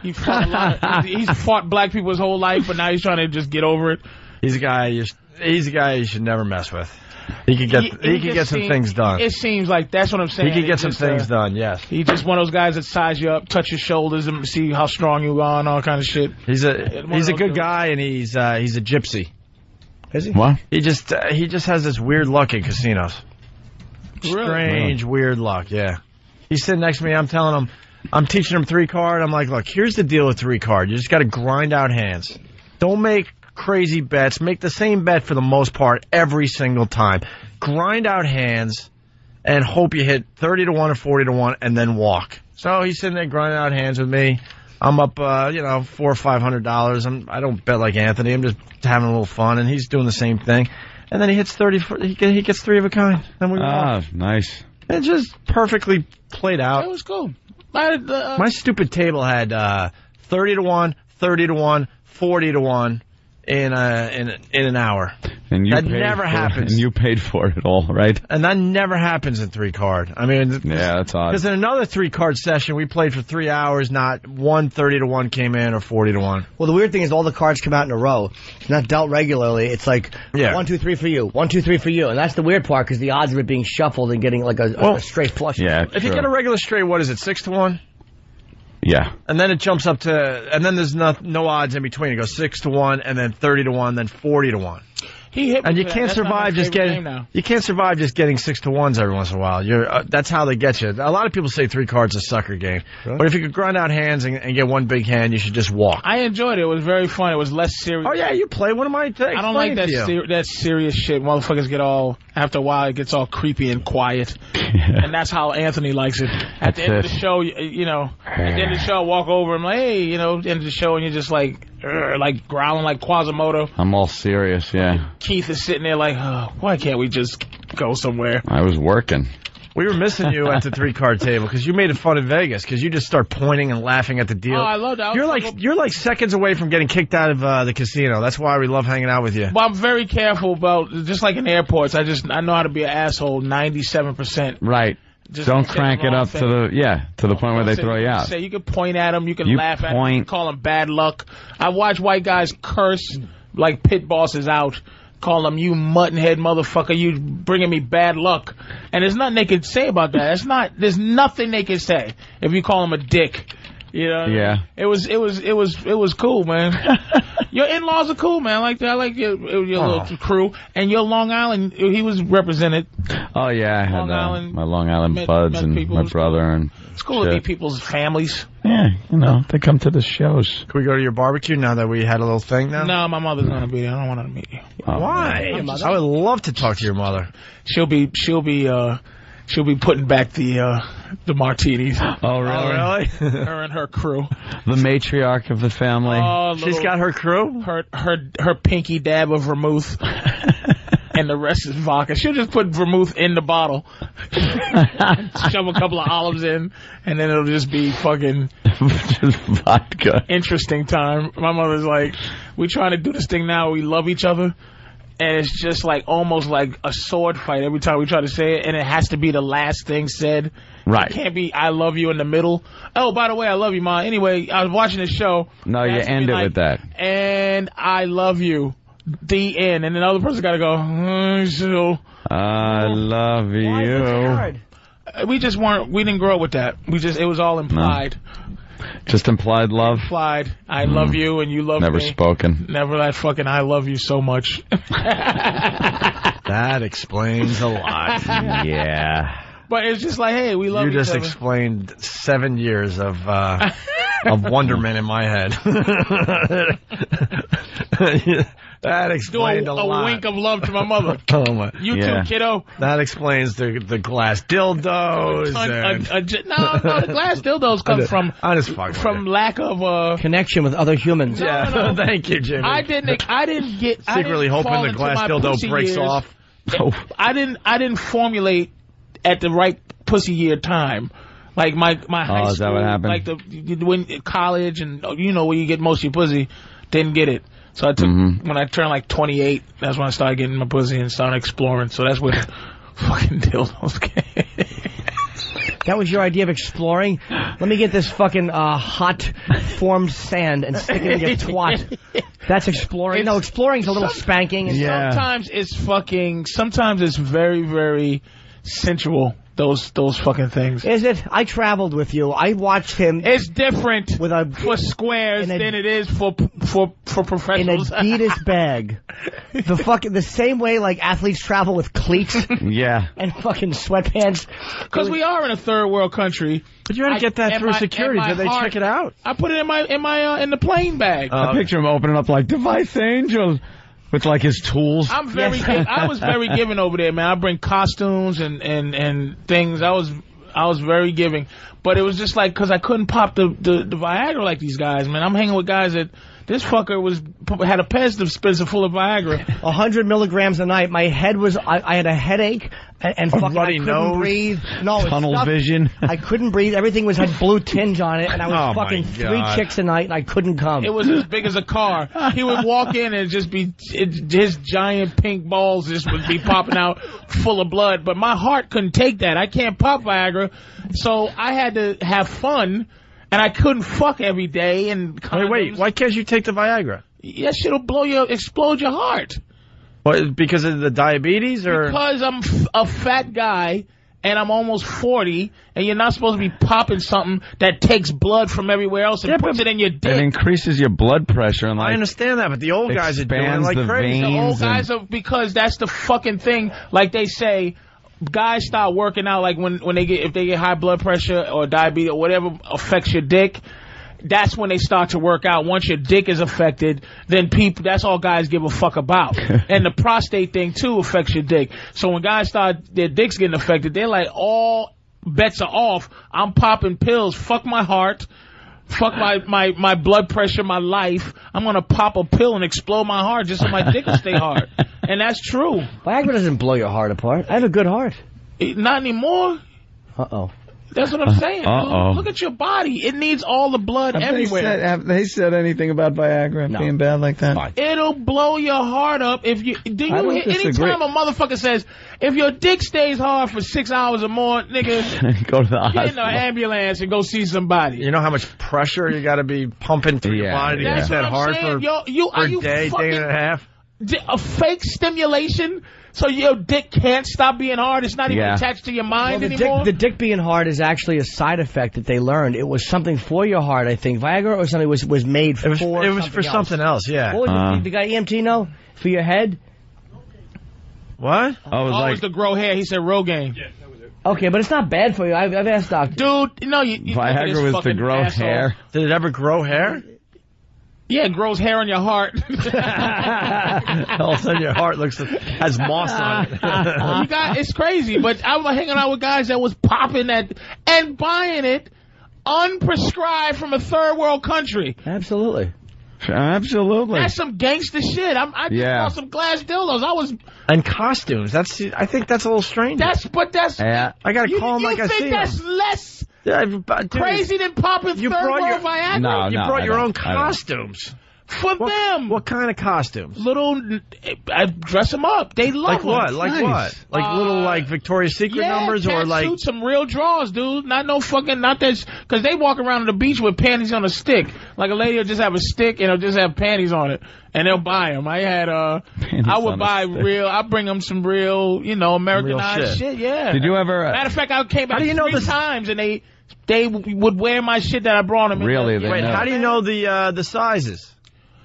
Speaker 4: He fought a lot. Of, he's fought black people his whole life, but now he's trying to just get over it.
Speaker 1: He's a guy. You sh- he's a guy you should never mess with. He could get he,
Speaker 4: It-
Speaker 1: could
Speaker 4: it just
Speaker 1: get some
Speaker 4: seem-
Speaker 1: things done.
Speaker 4: It seems like that's what I'm
Speaker 1: Uh, He
Speaker 4: saying.
Speaker 1: could get
Speaker 4: It's
Speaker 1: some
Speaker 4: just,
Speaker 1: things
Speaker 4: uh,
Speaker 1: done. Yes,
Speaker 4: He's just one of those guys that size you up, touch your shoulders, and see how strong you are, and all kind of shit.
Speaker 1: he's a
Speaker 4: of
Speaker 1: he's a good
Speaker 4: those dudes.
Speaker 1: guy, and he's uh, he's a gypsy.
Speaker 2: Is he?
Speaker 3: What?
Speaker 1: He just uh, he just has this weird luck in casinos.
Speaker 4: Really?
Speaker 1: Strange, weird luck. Yeah. He's sitting next to me. I'm telling him, I'm teaching them three card. I'm like, look, here's the deal with three card. You just got to grind out hands. Don't make crazy bets. Make the same bet for the most part every single time. Grind out hands and hope you hit 30 to 1 or 40 to 1 and then walk. So he's sitting there grinding out hands with me. I'm up, uh, you know, four or five hundred dollars. I'm, I don't bet like Anthony. I'm just having a little fun and he's doing the same thing. And then he hits 30, for- he get- he gets three of a kind. And we walk.
Speaker 3: Ah, nice.
Speaker 1: It just perfectly played out. It
Speaker 4: was cool. I, uh,
Speaker 1: My stupid table had uh, 30 to 1, 30 to 1, 40 to 1 in a, in, a- in an hour.
Speaker 3: And you
Speaker 1: that
Speaker 3: paid
Speaker 1: never
Speaker 3: for-
Speaker 1: happens.
Speaker 3: And you paid for it all, right?
Speaker 1: And that never happens in three card. I mean, yeah,
Speaker 3: that's odd.
Speaker 1: Because in another three card session, we played for three hours. Not one thirty to one came in or forty to one.
Speaker 2: Well, the weird thing is all the cards come out in a row. It's not dealt regularly. It's like one, two, three for you, one, two, three for you, and that's the weird part because the odds of it being shuffled and getting like a, a- a straight flush.
Speaker 3: Yeah,
Speaker 1: If you get a regular straight, what is it? Six to one.
Speaker 3: Yeah.
Speaker 1: And then it jumps up to, and then there's no, no odds in between. It goes six to one, and then thirty to one, then forty to one.
Speaker 4: He hit me
Speaker 1: and you
Speaker 4: for that.
Speaker 1: can't
Speaker 4: That's not my
Speaker 1: survive just
Speaker 4: favorite
Speaker 1: getting
Speaker 4: game now.
Speaker 1: you can't survive just getting six to ones every once in a while. You're uh, that's how they get you. A lot of people say three cards is a sucker game, but if you could grind out hands and, and get one big hand, you should just walk.
Speaker 4: I enjoyed it. It was very fun. It was less serious.
Speaker 1: Oh yeah, you play one of my things.
Speaker 4: I don't like that
Speaker 1: Explain it to you.
Speaker 4: ser- that serious shit. Motherfuckers get all after a while. It gets all creepy
Speaker 1: *laughs*
Speaker 4: and quiet, and that's how Anthony likes it. At the end of the
Speaker 3: That's it.
Speaker 4: show, you, you know, at the end of the show, I walk over. I'm like, hey, you know, end of the show, and you're just like, "Ugh," like growling like Quasimodo.
Speaker 3: I'm all serious, yeah.
Speaker 4: Keith is sitting there like, oh, why can't we just go somewhere?
Speaker 3: I was working.
Speaker 1: We were missing you at the three card table because you made it fun in Vegas because you just start pointing and laughing at the deal.
Speaker 4: Oh, I love that. I was
Speaker 1: You're like
Speaker 4: talking-
Speaker 1: you're like seconds away from getting kicked out of uh, the casino. That's why we love hanging out with you.
Speaker 4: Well, I'm very careful about just like in airports. I just I know how to be an asshole 97 percent.
Speaker 3: Right.
Speaker 4: Just
Speaker 3: Don't
Speaker 4: say the
Speaker 3: crank it
Speaker 4: wrong
Speaker 3: up to
Speaker 4: thing.
Speaker 3: the yeah to the point where they throw you out.
Speaker 4: Say you can point at them, you can
Speaker 3: You
Speaker 4: laugh at 'em, you can
Speaker 3: point-
Speaker 4: call them bad luck. I watch white guys curse like pit bosses out, call them you muttonhead motherfucker, you bringing me bad luck, and there's nothing they can say about that. It's not. There's nothing they can say if you call them a dick. You know.
Speaker 3: Yeah.
Speaker 4: It was it was it was it was cool, man.
Speaker 3: *laughs*
Speaker 4: your in laws are cool, man. I like that. I like your your little crew and your Long Island. He was represented.
Speaker 3: Oh yeah, I had
Speaker 4: Long
Speaker 3: uh,
Speaker 4: Island-
Speaker 3: my Long Island
Speaker 4: met-
Speaker 3: buds
Speaker 4: met
Speaker 3: and
Speaker 4: people.
Speaker 3: my brother
Speaker 4: *laughs*
Speaker 3: and
Speaker 4: It's cool to
Speaker 3: shit.
Speaker 4: meet people's families.
Speaker 3: Yeah, you know they come to the shows.
Speaker 1: Can we go to your barbecue now that we had a little thing now?
Speaker 4: No, my mother's gonna be there. I don't want her to meet you.
Speaker 1: Why?
Speaker 4: Hey, mother.
Speaker 1: I would love to talk to your mother.
Speaker 4: She'll be she'll be uh she'll be putting back the uh the *laughs* martinis.
Speaker 3: Oh
Speaker 1: *laughs*
Speaker 3: really?
Speaker 4: her and her crew.
Speaker 3: the matriarch of the family.
Speaker 4: Oh,
Speaker 1: She's got her crew.
Speaker 4: Her her her pinky dab of *laughs* vermouth. And the rest is vodka. She'll just put vermouth in the *laughs* bottle, shove a couple of olives in, and then it'll just be fucking
Speaker 3: Just vodka.
Speaker 4: interesting time. My mother's like, we trying to do this thing now. We love each other. And it's just like almost like a sword fight every time we try to say it. And it has to be the last thing said.
Speaker 3: Right.
Speaker 4: It can't be, I love you in the middle. Oh, by the way, I love you, Ma. Anyway, I was watching this show.
Speaker 3: No,
Speaker 4: It
Speaker 3: you
Speaker 4: has to be
Speaker 3: Oh, end it
Speaker 4: like,
Speaker 3: with that.
Speaker 4: And I love you. The end. And then the other person got to go, mm, so. Oh,
Speaker 3: I love you.
Speaker 4: Uh, We just weren't, we didn't grow up with that. We just, it was all implied.
Speaker 3: Just implied love.
Speaker 4: Implied. I love you and you love
Speaker 3: Never
Speaker 4: me. *laughs*
Speaker 3: spoken.
Speaker 4: Never that fucking I love you so much. *laughs*
Speaker 1: That explains a lot.
Speaker 4: *laughs*
Speaker 3: yeah.
Speaker 4: But it's just like, hey, we love
Speaker 1: You
Speaker 4: each
Speaker 1: just
Speaker 4: other.
Speaker 1: explained seven years of
Speaker 4: *laughs*
Speaker 1: uh, of wonderment in my head. *laughs* that
Speaker 4: Do a,
Speaker 1: explained a,
Speaker 4: a
Speaker 1: lot.
Speaker 4: wink of love to
Speaker 1: *laughs*
Speaker 4: my mother.
Speaker 1: Oh my!
Speaker 4: You too, kiddo.
Speaker 1: That explains the the glass dildos.
Speaker 4: A- a-
Speaker 1: and-
Speaker 4: a j- no, no, the glass dildos come from
Speaker 1: I just fucked with
Speaker 4: *laughs* from lack of uh.
Speaker 2: Connection with other humans.
Speaker 1: Yeah, *laughs*
Speaker 4: no, no.
Speaker 1: thank you, Jimmy.
Speaker 4: I didn't. I didn't get I didn't
Speaker 1: Secretly hoping
Speaker 4: fall
Speaker 1: the
Speaker 4: into
Speaker 1: glass
Speaker 4: my
Speaker 1: dildo
Speaker 4: pussy
Speaker 1: breaks
Speaker 4: years. *laughs*
Speaker 1: off. Oh,
Speaker 4: I didn't. I didn't formulate at the right pussy year time. Like my my high
Speaker 3: Oh, is that
Speaker 4: school,
Speaker 3: what happened?
Speaker 4: like the you- when college and you know where you get most of your pussy, didn't get it. So I took
Speaker 1: Mm-hmm.
Speaker 4: when I turned like 28. That's when I started getting my pussy and started exploring. So that's when *laughs* fucking dildos came.
Speaker 2: That was your idea of exploring. Let me get this fucking uh, hot formed sand and stick it in your twat. That's exploring. no, exploring's a little spanking. And
Speaker 4: Sometimes it's fucking. Sometimes it's very very sensual. those those fucking things.
Speaker 2: Is it? I traveled with you. I watched him.
Speaker 4: It's different
Speaker 2: with a
Speaker 4: for squares
Speaker 2: in a-
Speaker 4: than it is for for for
Speaker 2: an
Speaker 4: professionals.
Speaker 2: Adidas bag. The fucking the same way like athletes travel with cleats
Speaker 3: Yeah.
Speaker 2: and fucking sweatpants.
Speaker 4: Because we are in a third world country. But
Speaker 1: you're gonna get that through security. Do they check it out?
Speaker 4: I put it in my in my uh, in the plane bag.
Speaker 3: I picture him opening up like Device Angel with like his tools.
Speaker 4: I'm very. gi- I was
Speaker 2: *laughs*
Speaker 4: very giving over there, man. I bring costumes and and and things. I was I was very giving, but it was just like because I couldn't pop the, the the Viagra like these guys, man. I'm hanging with guys that this fucker was had a pez dispenser full of Viagra.
Speaker 2: A hundred milligrams a night. My head was. I, I had a headache and, and fucking I
Speaker 3: ruddy
Speaker 2: couldn't
Speaker 3: nose,
Speaker 2: breathe. No,
Speaker 1: Oh,
Speaker 2: it
Speaker 3: tunnel
Speaker 1: *laughs*
Speaker 2: stuffed-
Speaker 3: vision.
Speaker 2: I couldn't breathe. Everything was had blue tinge on it, and I
Speaker 3: Oh,
Speaker 2: was
Speaker 3: my
Speaker 2: fucking three
Speaker 3: God.
Speaker 2: chicks a night, and I couldn't come.
Speaker 4: It was as big as a car. He would walk in and just be it, his giant pink balls just would be popping out full of blood. But my heart couldn't take that. I can't pop Viagra, so I had to have fun, and I couldn't fuck every day. And wait, wait, why
Speaker 1: can't you take the Viagra?
Speaker 4: That shit'll blow your explode your heart
Speaker 1: What, because of the diabetes or?
Speaker 4: because I'm f- a fat guy. And I'm almost 40, and you're not supposed to be popping something that takes blood from everywhere else and puts it in your dick.
Speaker 3: It increases your blood pressure and like
Speaker 1: I understand that, but the old guys are doing it
Speaker 3: expands
Speaker 1: like
Speaker 3: the
Speaker 1: crazy.
Speaker 3: veins
Speaker 4: The old guys are because that's the fucking thing. Like they say, guys start working out like when when they get if they get high blood pressure or diabetes or whatever affects your dick. That's when they start to work out. Once your dick is affected, then people, that's all guys give a fuck about. and the prostate thing too affects your dick. So when guys start, their dicks getting affected, they're like, all bets are off. I'm popping pills. Fuck my heart. Fuck my, my, my blood pressure, my life. I'm gonna pop a pill and explode my heart just so my dick will stay hard. And that's true.
Speaker 2: Viagra doesn't blow your heart apart. I have a good heart.
Speaker 4: Eh, Not anymore.
Speaker 2: Uh oh.
Speaker 4: That's what I'm saying.
Speaker 2: Uh-oh.
Speaker 4: Look at your body. It needs all the blood everywhere.
Speaker 9: They said, have they said anything about Viagra being bad like that?
Speaker 3: *laughs*
Speaker 4: It'll blow your heart up if you. Do
Speaker 9: I
Speaker 4: you
Speaker 9: don't
Speaker 4: hear,
Speaker 9: disagree.
Speaker 4: anytime a motherfucker says, if your dick stays hard for six hours or more, nigga,
Speaker 3: go to the
Speaker 4: get in
Speaker 1: hospital.
Speaker 4: the ambulance and go see somebody.
Speaker 1: You know how much pressure you got to be pumping through your body to
Speaker 4: That's
Speaker 1: get that
Speaker 4: what I'm
Speaker 1: hard
Speaker 4: saying.
Speaker 1: for,
Speaker 4: Yo, you-
Speaker 1: for
Speaker 4: are
Speaker 1: a
Speaker 4: you
Speaker 1: day, day and a
Speaker 4: fucking-
Speaker 1: half.
Speaker 4: D- A fake stimulation so your dick can't stop being hard. It's not even
Speaker 2: Yeah.
Speaker 4: attached to your mind
Speaker 2: Well, the,
Speaker 4: anymore.
Speaker 2: dick, the dick being hard is actually a side effect that they learned. It was something for your heart, I think. Viagra or something was, was Uh-huh. made for
Speaker 1: It was for something else, yeah.
Speaker 2: What was it? the guy EMT know? For your head?
Speaker 1: What?
Speaker 3: I was
Speaker 4: Always to grow hair. He said Rogaine.
Speaker 2: Okay, but it's not bad for you. I've, I've asked doctors.
Speaker 4: Dude, no, you, you look at this fucking asshole.
Speaker 1: Did it ever grow hair? *laughs*
Speaker 4: Yeah, it grows hair on your heart. *laughs*
Speaker 1: All of a sudden, your heart looks has moss on
Speaker 4: *laughs*
Speaker 1: it.
Speaker 4: you got it's crazy. But I was hanging out with guys that was popping that and buying it unprescribed from a third world country.
Speaker 2: Absolutely.
Speaker 3: Absolutely.
Speaker 4: That's some gangster shit. I'm, I just
Speaker 1: Yeah.
Speaker 4: bought some glass dildos. I was
Speaker 1: and costumes. That's I think that's a little strange.
Speaker 4: that's but that's
Speaker 3: Yeah.
Speaker 1: I gotta
Speaker 4: you,
Speaker 1: call him
Speaker 4: you
Speaker 1: like I
Speaker 4: think
Speaker 1: see
Speaker 4: that's
Speaker 1: him.
Speaker 4: less
Speaker 1: Yeah, but, dude,
Speaker 4: crazy than popping
Speaker 1: you
Speaker 4: third
Speaker 1: brought
Speaker 4: world
Speaker 1: your-
Speaker 4: Viagra?
Speaker 1: No, you
Speaker 3: no,
Speaker 1: brought
Speaker 3: I
Speaker 1: your
Speaker 3: don't.
Speaker 1: own
Speaker 3: I don't.
Speaker 1: costumes
Speaker 4: for them.
Speaker 1: What kind of costumes?
Speaker 4: Little, I dress them up. They love
Speaker 1: Like what?
Speaker 4: them.
Speaker 1: Like what? Like little like Victoria's Secret
Speaker 4: Uh, yeah,
Speaker 1: numbers or like
Speaker 4: shoot some real draws, dude. Not no fucking not that because they walk around on the beach with panties on a stick. Like a lady will just have a stick and it'll just have panties on it, and they'll buy them. I had uh,
Speaker 3: Panties
Speaker 4: I
Speaker 3: on
Speaker 4: would
Speaker 3: a
Speaker 4: buy
Speaker 3: stick.
Speaker 4: real. I bring them some real, you know, Americanized
Speaker 3: Real shit.
Speaker 4: shit. Yeah.
Speaker 3: Did you ever-
Speaker 4: Matter of fact, I came back
Speaker 1: How do you know
Speaker 4: three
Speaker 1: this-
Speaker 4: times and they they w- would wear my shit that I brought them.
Speaker 3: Really? They
Speaker 4: Wait,
Speaker 3: know.
Speaker 1: How do you know the uh, the sizes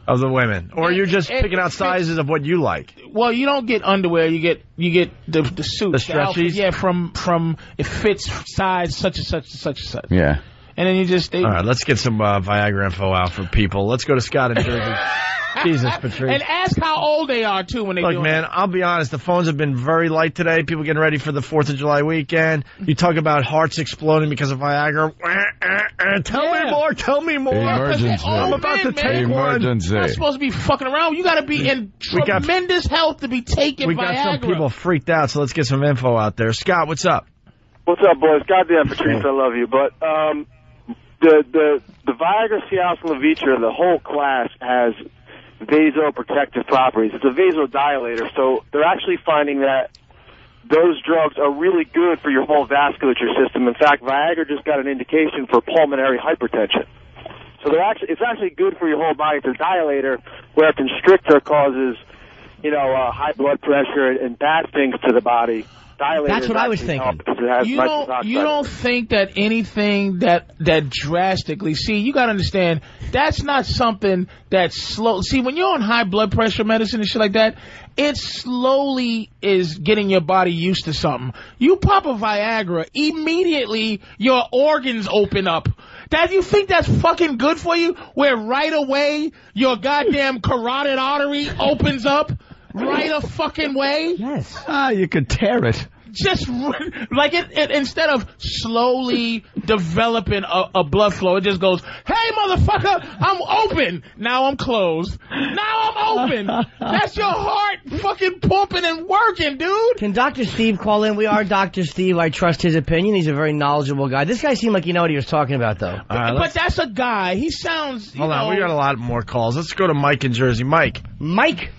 Speaker 1: of the women, or you're just
Speaker 4: it
Speaker 1: picking out
Speaker 4: fits-
Speaker 1: sizes of what you like?
Speaker 4: Well, you don't get underwear. You get you get the the suit,
Speaker 1: The stretchies?
Speaker 4: outfit, yeah, from from it fits size such and such and such and such.
Speaker 3: Yeah.
Speaker 4: And then you just they,
Speaker 1: All right, let's get some uh, Viagra info out for people. Let's go to Scott and
Speaker 4: *laughs*
Speaker 1: Jersey. Jesus, Patrice.
Speaker 4: and ask how old they are too when they
Speaker 1: Look,
Speaker 4: doing
Speaker 1: man, I'll be honest. The phones have been very light today. People getting ready for the Fourth of July weekend. You talk about hearts exploding because of Viagra. *laughs* Tell me more. Tell me more.
Speaker 3: Emergency.
Speaker 1: I'm about to
Speaker 4: men, man.
Speaker 1: take one.
Speaker 3: Emergency.
Speaker 4: You're not supposed to be fucking around. You got to be in
Speaker 1: We got-
Speaker 4: tremendous health to be taking
Speaker 1: We got
Speaker 4: Viagra.
Speaker 1: some people freaked out, so let's get some info out there. Scott, what's up?
Speaker 18: What's up, boys? Goddamn, Patrice, I love you. But um, the the the Viagra Cialis and Levitra, the whole class has vasoprotective properties. It's a vasodilator, so they're actually finding that those drugs are really good for your whole vasculature system. In fact, Viagra just got an indication for pulmonary hypertension. So they're actually it's actually good for your whole body. It's a dilator, where a constrictor causes you know uh, high blood pressure and bad things to the body. dilator.
Speaker 2: That's what I was
Speaker 18: actually
Speaker 2: thinking.
Speaker 18: helps. It has
Speaker 4: you
Speaker 18: nitrous
Speaker 4: don't you
Speaker 18: oxide.
Speaker 4: don't think that anything that that drastically see you got to understand that's not something that's slow see when you're on high blood pressure medicine and shit like that it slowly is getting your body used to something you pop a viagra immediately your organs open up that you think that's fucking good for you where right away your goddamn carotid artery opens up right a fucking way yes
Speaker 3: Ah, you could tear it.
Speaker 4: just r- like it, it instead of slowly developing a, a blood flow, it just goes, "Hey, motherfucker, I'm open. Now I'm closed. Now I'm open. That's your heart fucking pumping and working, dude."
Speaker 2: Can Dr. Steve call in? We are Dr. Steve. I trust his opinion. He's a very knowledgeable guy. This guy seemed like he know what he was talking about, though.
Speaker 4: But that's a guy. He sounds. You
Speaker 1: Hold
Speaker 4: know,
Speaker 1: on, we got a lot more calls. Let's go to Mike in Jersey. Mike.
Speaker 2: Mike.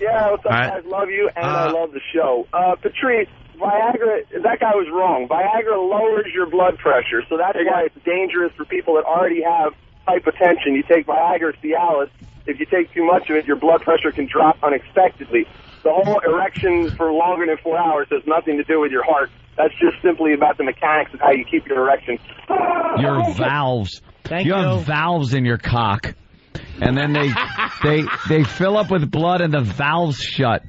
Speaker 20: Yeah, what's up,
Speaker 1: All right.
Speaker 20: guys? Love you, and I love the show. Uh, Patrice, Viagra, that guy was wrong. Viagra lowers your blood pressure, so that's why it's dangerous for people that already have hypertension. You take Viagra or Cialis, if you take too much of it, your blood pressure can drop unexpectedly. The whole erection for longer than four hours has nothing to do with your heart. That's just simply about the mechanics of how you keep your erection.
Speaker 3: Your valves. you, have valves in your cock. And then
Speaker 4: *laughs*
Speaker 3: they they they fill up with blood and the valves shut.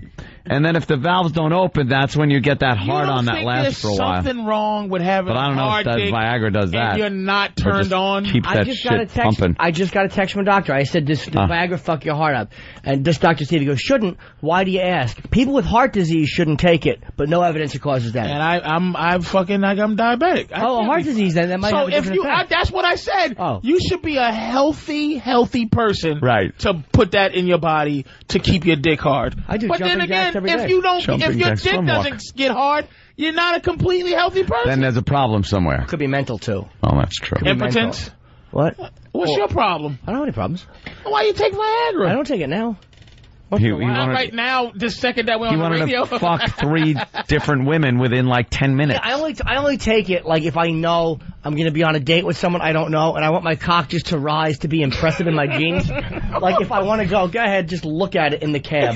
Speaker 3: And then if the valves don't open, that's when you get that
Speaker 4: you
Speaker 3: hard
Speaker 4: don't
Speaker 3: on that
Speaker 4: think
Speaker 3: lasts
Speaker 4: there's
Speaker 3: for a while.
Speaker 4: Something wrong with having
Speaker 3: But I don't
Speaker 4: a
Speaker 3: know if
Speaker 4: hard
Speaker 3: that
Speaker 4: dick
Speaker 3: Viagra does
Speaker 4: and
Speaker 3: that.
Speaker 4: you're not
Speaker 3: Or
Speaker 4: turned
Speaker 3: just
Speaker 4: on.
Speaker 3: keep
Speaker 2: I
Speaker 3: that
Speaker 2: just got a
Speaker 3: shit
Speaker 2: text.
Speaker 3: pumping. Ah.
Speaker 2: I just got a text from a doctor. I said, "Does does
Speaker 3: Huh.
Speaker 2: Viagra fuck your heart up?" And this Dr. Steve goes, "Shouldn't. Why do you ask? People with heart disease shouldn't take it, but no evidence it causes that."
Speaker 4: And I, I'm, I'm fucking like I'm diabetic. I
Speaker 2: oh,
Speaker 4: can't
Speaker 2: heart
Speaker 4: be-
Speaker 2: disease. Then that might.
Speaker 4: so
Speaker 2: have a
Speaker 4: if
Speaker 2: different
Speaker 4: you,
Speaker 2: effect. Oh.
Speaker 4: I, that's what I said. You should be a healthy, healthy person,
Speaker 3: right?
Speaker 4: To put that in your body to keep your dick hard. I
Speaker 2: do
Speaker 4: But then
Speaker 2: jumping jacks
Speaker 4: again,
Speaker 2: every
Speaker 4: if
Speaker 2: day.
Speaker 4: you don't, if
Speaker 3: Jumping
Speaker 4: your
Speaker 3: jacks,
Speaker 4: dick
Speaker 3: swim walk.
Speaker 4: doesn't get hard, you're not a completely healthy person.
Speaker 3: Then there's a problem somewhere.
Speaker 2: Could be mental too.
Speaker 3: Oh, that's true.
Speaker 4: Impotence.
Speaker 2: What?
Speaker 4: What's your problem?
Speaker 2: I don't have any problems.
Speaker 4: Why you take Viagra?
Speaker 2: I don't take it now.
Speaker 3: He, he
Speaker 4: Not
Speaker 3: wanted,
Speaker 4: right now, this second that we're
Speaker 3: he
Speaker 4: on
Speaker 3: wanted
Speaker 4: the radio. *laughs*
Speaker 3: to fuck three different women within like ten minutes.
Speaker 2: I only I only take it like if I know I'm gonna be on a date with someone I don't know, and I want my cock just to rise to be impressive in my
Speaker 4: *laughs*
Speaker 2: jeans. Like if I want to go, go ahead, just look at it in the cab,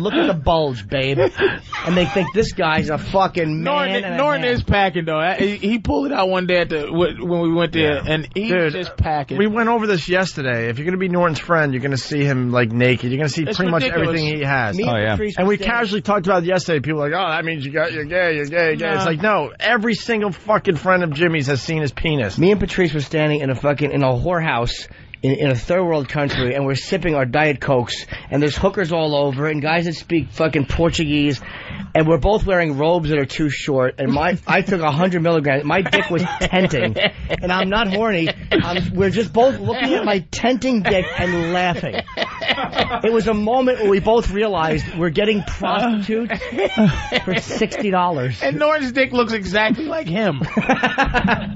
Speaker 2: look at the bulge, babe, and they think this guy's a fucking man.
Speaker 4: Norton,
Speaker 2: and a
Speaker 4: Norton
Speaker 2: half.
Speaker 4: is packing though. I- He, he pulled it out one day at the wh- when we went there, and he was just packing.
Speaker 1: We went over this yesterday. If you're going to be Norton's friend, you're going to see him like naked. You're going to see
Speaker 4: It's
Speaker 1: pretty much
Speaker 4: ridiculous.
Speaker 1: everything he has.
Speaker 4: Me and Oh, yeah. Patrice
Speaker 1: And we
Speaker 4: was dating-
Speaker 1: casually talked about it yesterday. People were like, oh, that means you got you're gay, you're gay, you're gay. It's
Speaker 2: Nah.
Speaker 1: like, no, every single fucking friend of Jimmy's has seen his penis.
Speaker 2: Me and Patrice were standing in a fucking in a whorehouse in, in a third world country, and we're sipping our diet cokes, and there's hookers all over, and guys that speak fucking Portuguese, and we're both wearing robes that are too short.
Speaker 4: *laughs*
Speaker 2: And my I took hundred milligrams. My dick was tenting, and I'm not horny. I'm, we're just both looking at my tenting dick and laughing. It was a moment where we both realized we're getting prostitutes for sixty dollars.
Speaker 4: And Norton's dick looks exactly like him.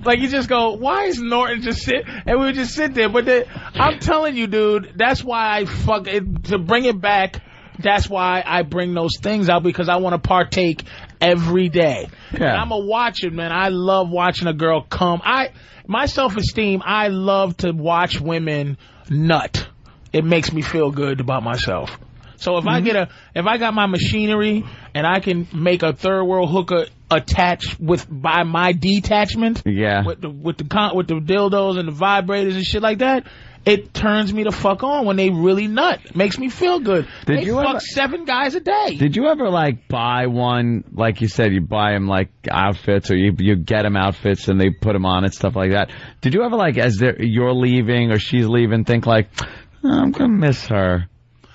Speaker 4: like you just go, why is Norton just sit? And we would just sit there. But the, I'm telling you, dude, that's why I fuck it, to bring it back. That's why I bring those things out because I want to partake every day. And
Speaker 13: Yeah.
Speaker 4: I'm a watcher, man. I love watching a girl come. I my self esteem. I love to watch women nut. It makes me feel good about myself. So if I
Speaker 3: Mm-hmm.
Speaker 4: get a, if I got my machinery and I can make a third world hooker attached with by my detachment,
Speaker 3: Yeah.
Speaker 4: with the with the con, with the dildos and the vibrators and shit like that, it turns me the fuck on when they really nut. Makes me feel good.
Speaker 3: Did
Speaker 4: they
Speaker 3: you
Speaker 4: fuck
Speaker 3: ever-
Speaker 4: seven guys a day.
Speaker 3: Did you ever like buy one? Like you said, you buy them like outfits, or you you get them outfits and they put them on and stuff like that. Did you ever like as they're, you're leaving or she's leaving, think like "Oh, I'm gonna miss her?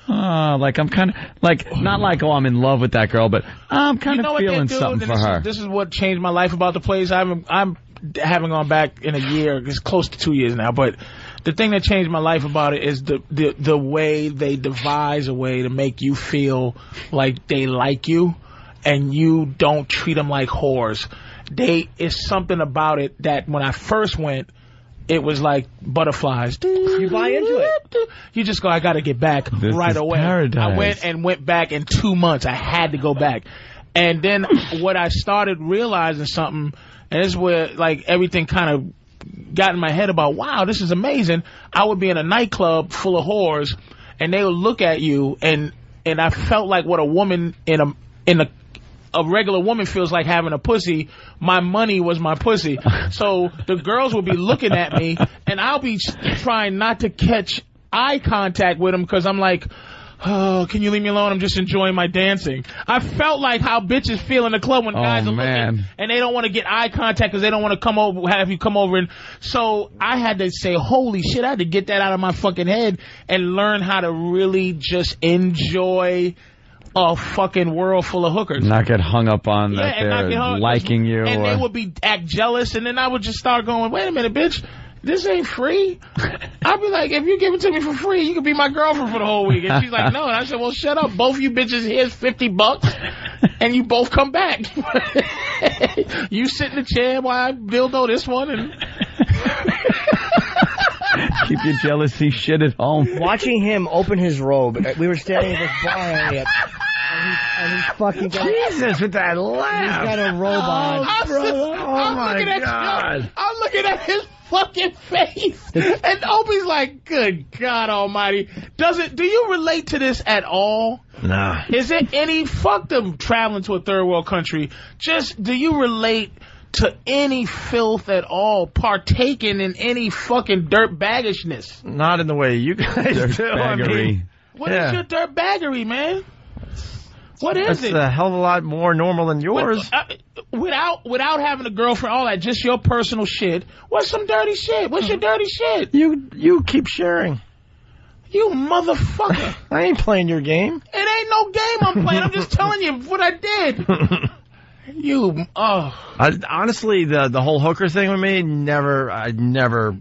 Speaker 3: Oh, like I'm kind of like not like oh I'm in love with that girl, but oh, I'm kind
Speaker 4: you know
Speaker 3: of
Speaker 4: what they
Speaker 3: feeling
Speaker 4: do?
Speaker 3: something
Speaker 4: And
Speaker 3: for
Speaker 4: this
Speaker 3: her.
Speaker 4: Is, this is what changed my life about the place. I'm I'm haven't gone back in a year. It's close to two years now, but. The thing that changed my life about it is the, the the way they devise a way to make you feel like they like you, and you don't treat them like whores. They it's something about it that when I first went, it was like butterflies. You
Speaker 2: buy into
Speaker 4: it. You just go, I got to get back right
Speaker 3: is
Speaker 4: away. I
Speaker 3: paradise.
Speaker 4: went and went back in two months. I had to go back. And then
Speaker 3: *clears throat*
Speaker 4: what I started realizing something, and this is where like everything kind of got in my head about, wow, this is amazing. I would be in a nightclub full of whores, and they would look at you, and and I felt like what a woman in a in a a regular woman feels like having a pussy, my money was my pussy. So the girls will be looking at me, and I'll be trying not to catch eye contact with them because I'm like, oh, can you leave me alone? I'm just enjoying my dancing. I felt like how bitches feel in the club when guys are looking and they don't want to get eye contact because they don't want to come over, have you come over. And so I had to say, holy shit, I had to get that out of my fucking head and learn how to really just enjoy a fucking world full of hookers.
Speaker 3: Not get hung up on that
Speaker 4: and not
Speaker 3: they're
Speaker 4: get hung-
Speaker 3: liking you.
Speaker 4: And
Speaker 3: or-
Speaker 4: they would be act jealous, and then I would just start going, wait a minute, bitch. This ain't free. *laughs* I'd be like, if you give it to me for free, you could be my girlfriend for the whole week. And she's like, no. And I said, well, shut up. Both you bitches, here's 50 bucks, and you both come back. *laughs* you sit in the chair while I dildo this one, and
Speaker 3: Keep your jealousy shit at home.
Speaker 2: Watching him open his robe, uh, we were standing at this bar area. and he- And he's fucking got,
Speaker 1: Jesus with that laugh.
Speaker 2: He's got a robe on.
Speaker 4: I'm, just- I'm
Speaker 1: Oh, my
Speaker 4: looking at
Speaker 1: God.
Speaker 4: I'm looking at his fucking face, and Opie's like, "Good God Almighty!" Does it? Do you relate to this at all?
Speaker 1: Nah.
Speaker 4: Is there any fuck them traveling to a third world country? Just do you relate to any filth at all? Partaking in any fucking dirt baggishness?
Speaker 1: Not in the way you guys do. I mean,
Speaker 4: What is
Speaker 1: yeah.
Speaker 4: your dirt baggery, man? What is
Speaker 1: That's
Speaker 4: it?
Speaker 1: a hell of a lot more normal than yours.
Speaker 4: Uh, without without having a girlfriend, all that, just your personal shit. What's some dirty shit? What's your dirty shit?
Speaker 1: You you keep sharing.
Speaker 4: You motherfucker!
Speaker 1: I ain't playing your game.
Speaker 4: it ain't no game I'm playing. I'm just telling you what I
Speaker 1: *laughs*
Speaker 4: did. You oh
Speaker 1: I, honestly, the the whole hooker thing with me never, I never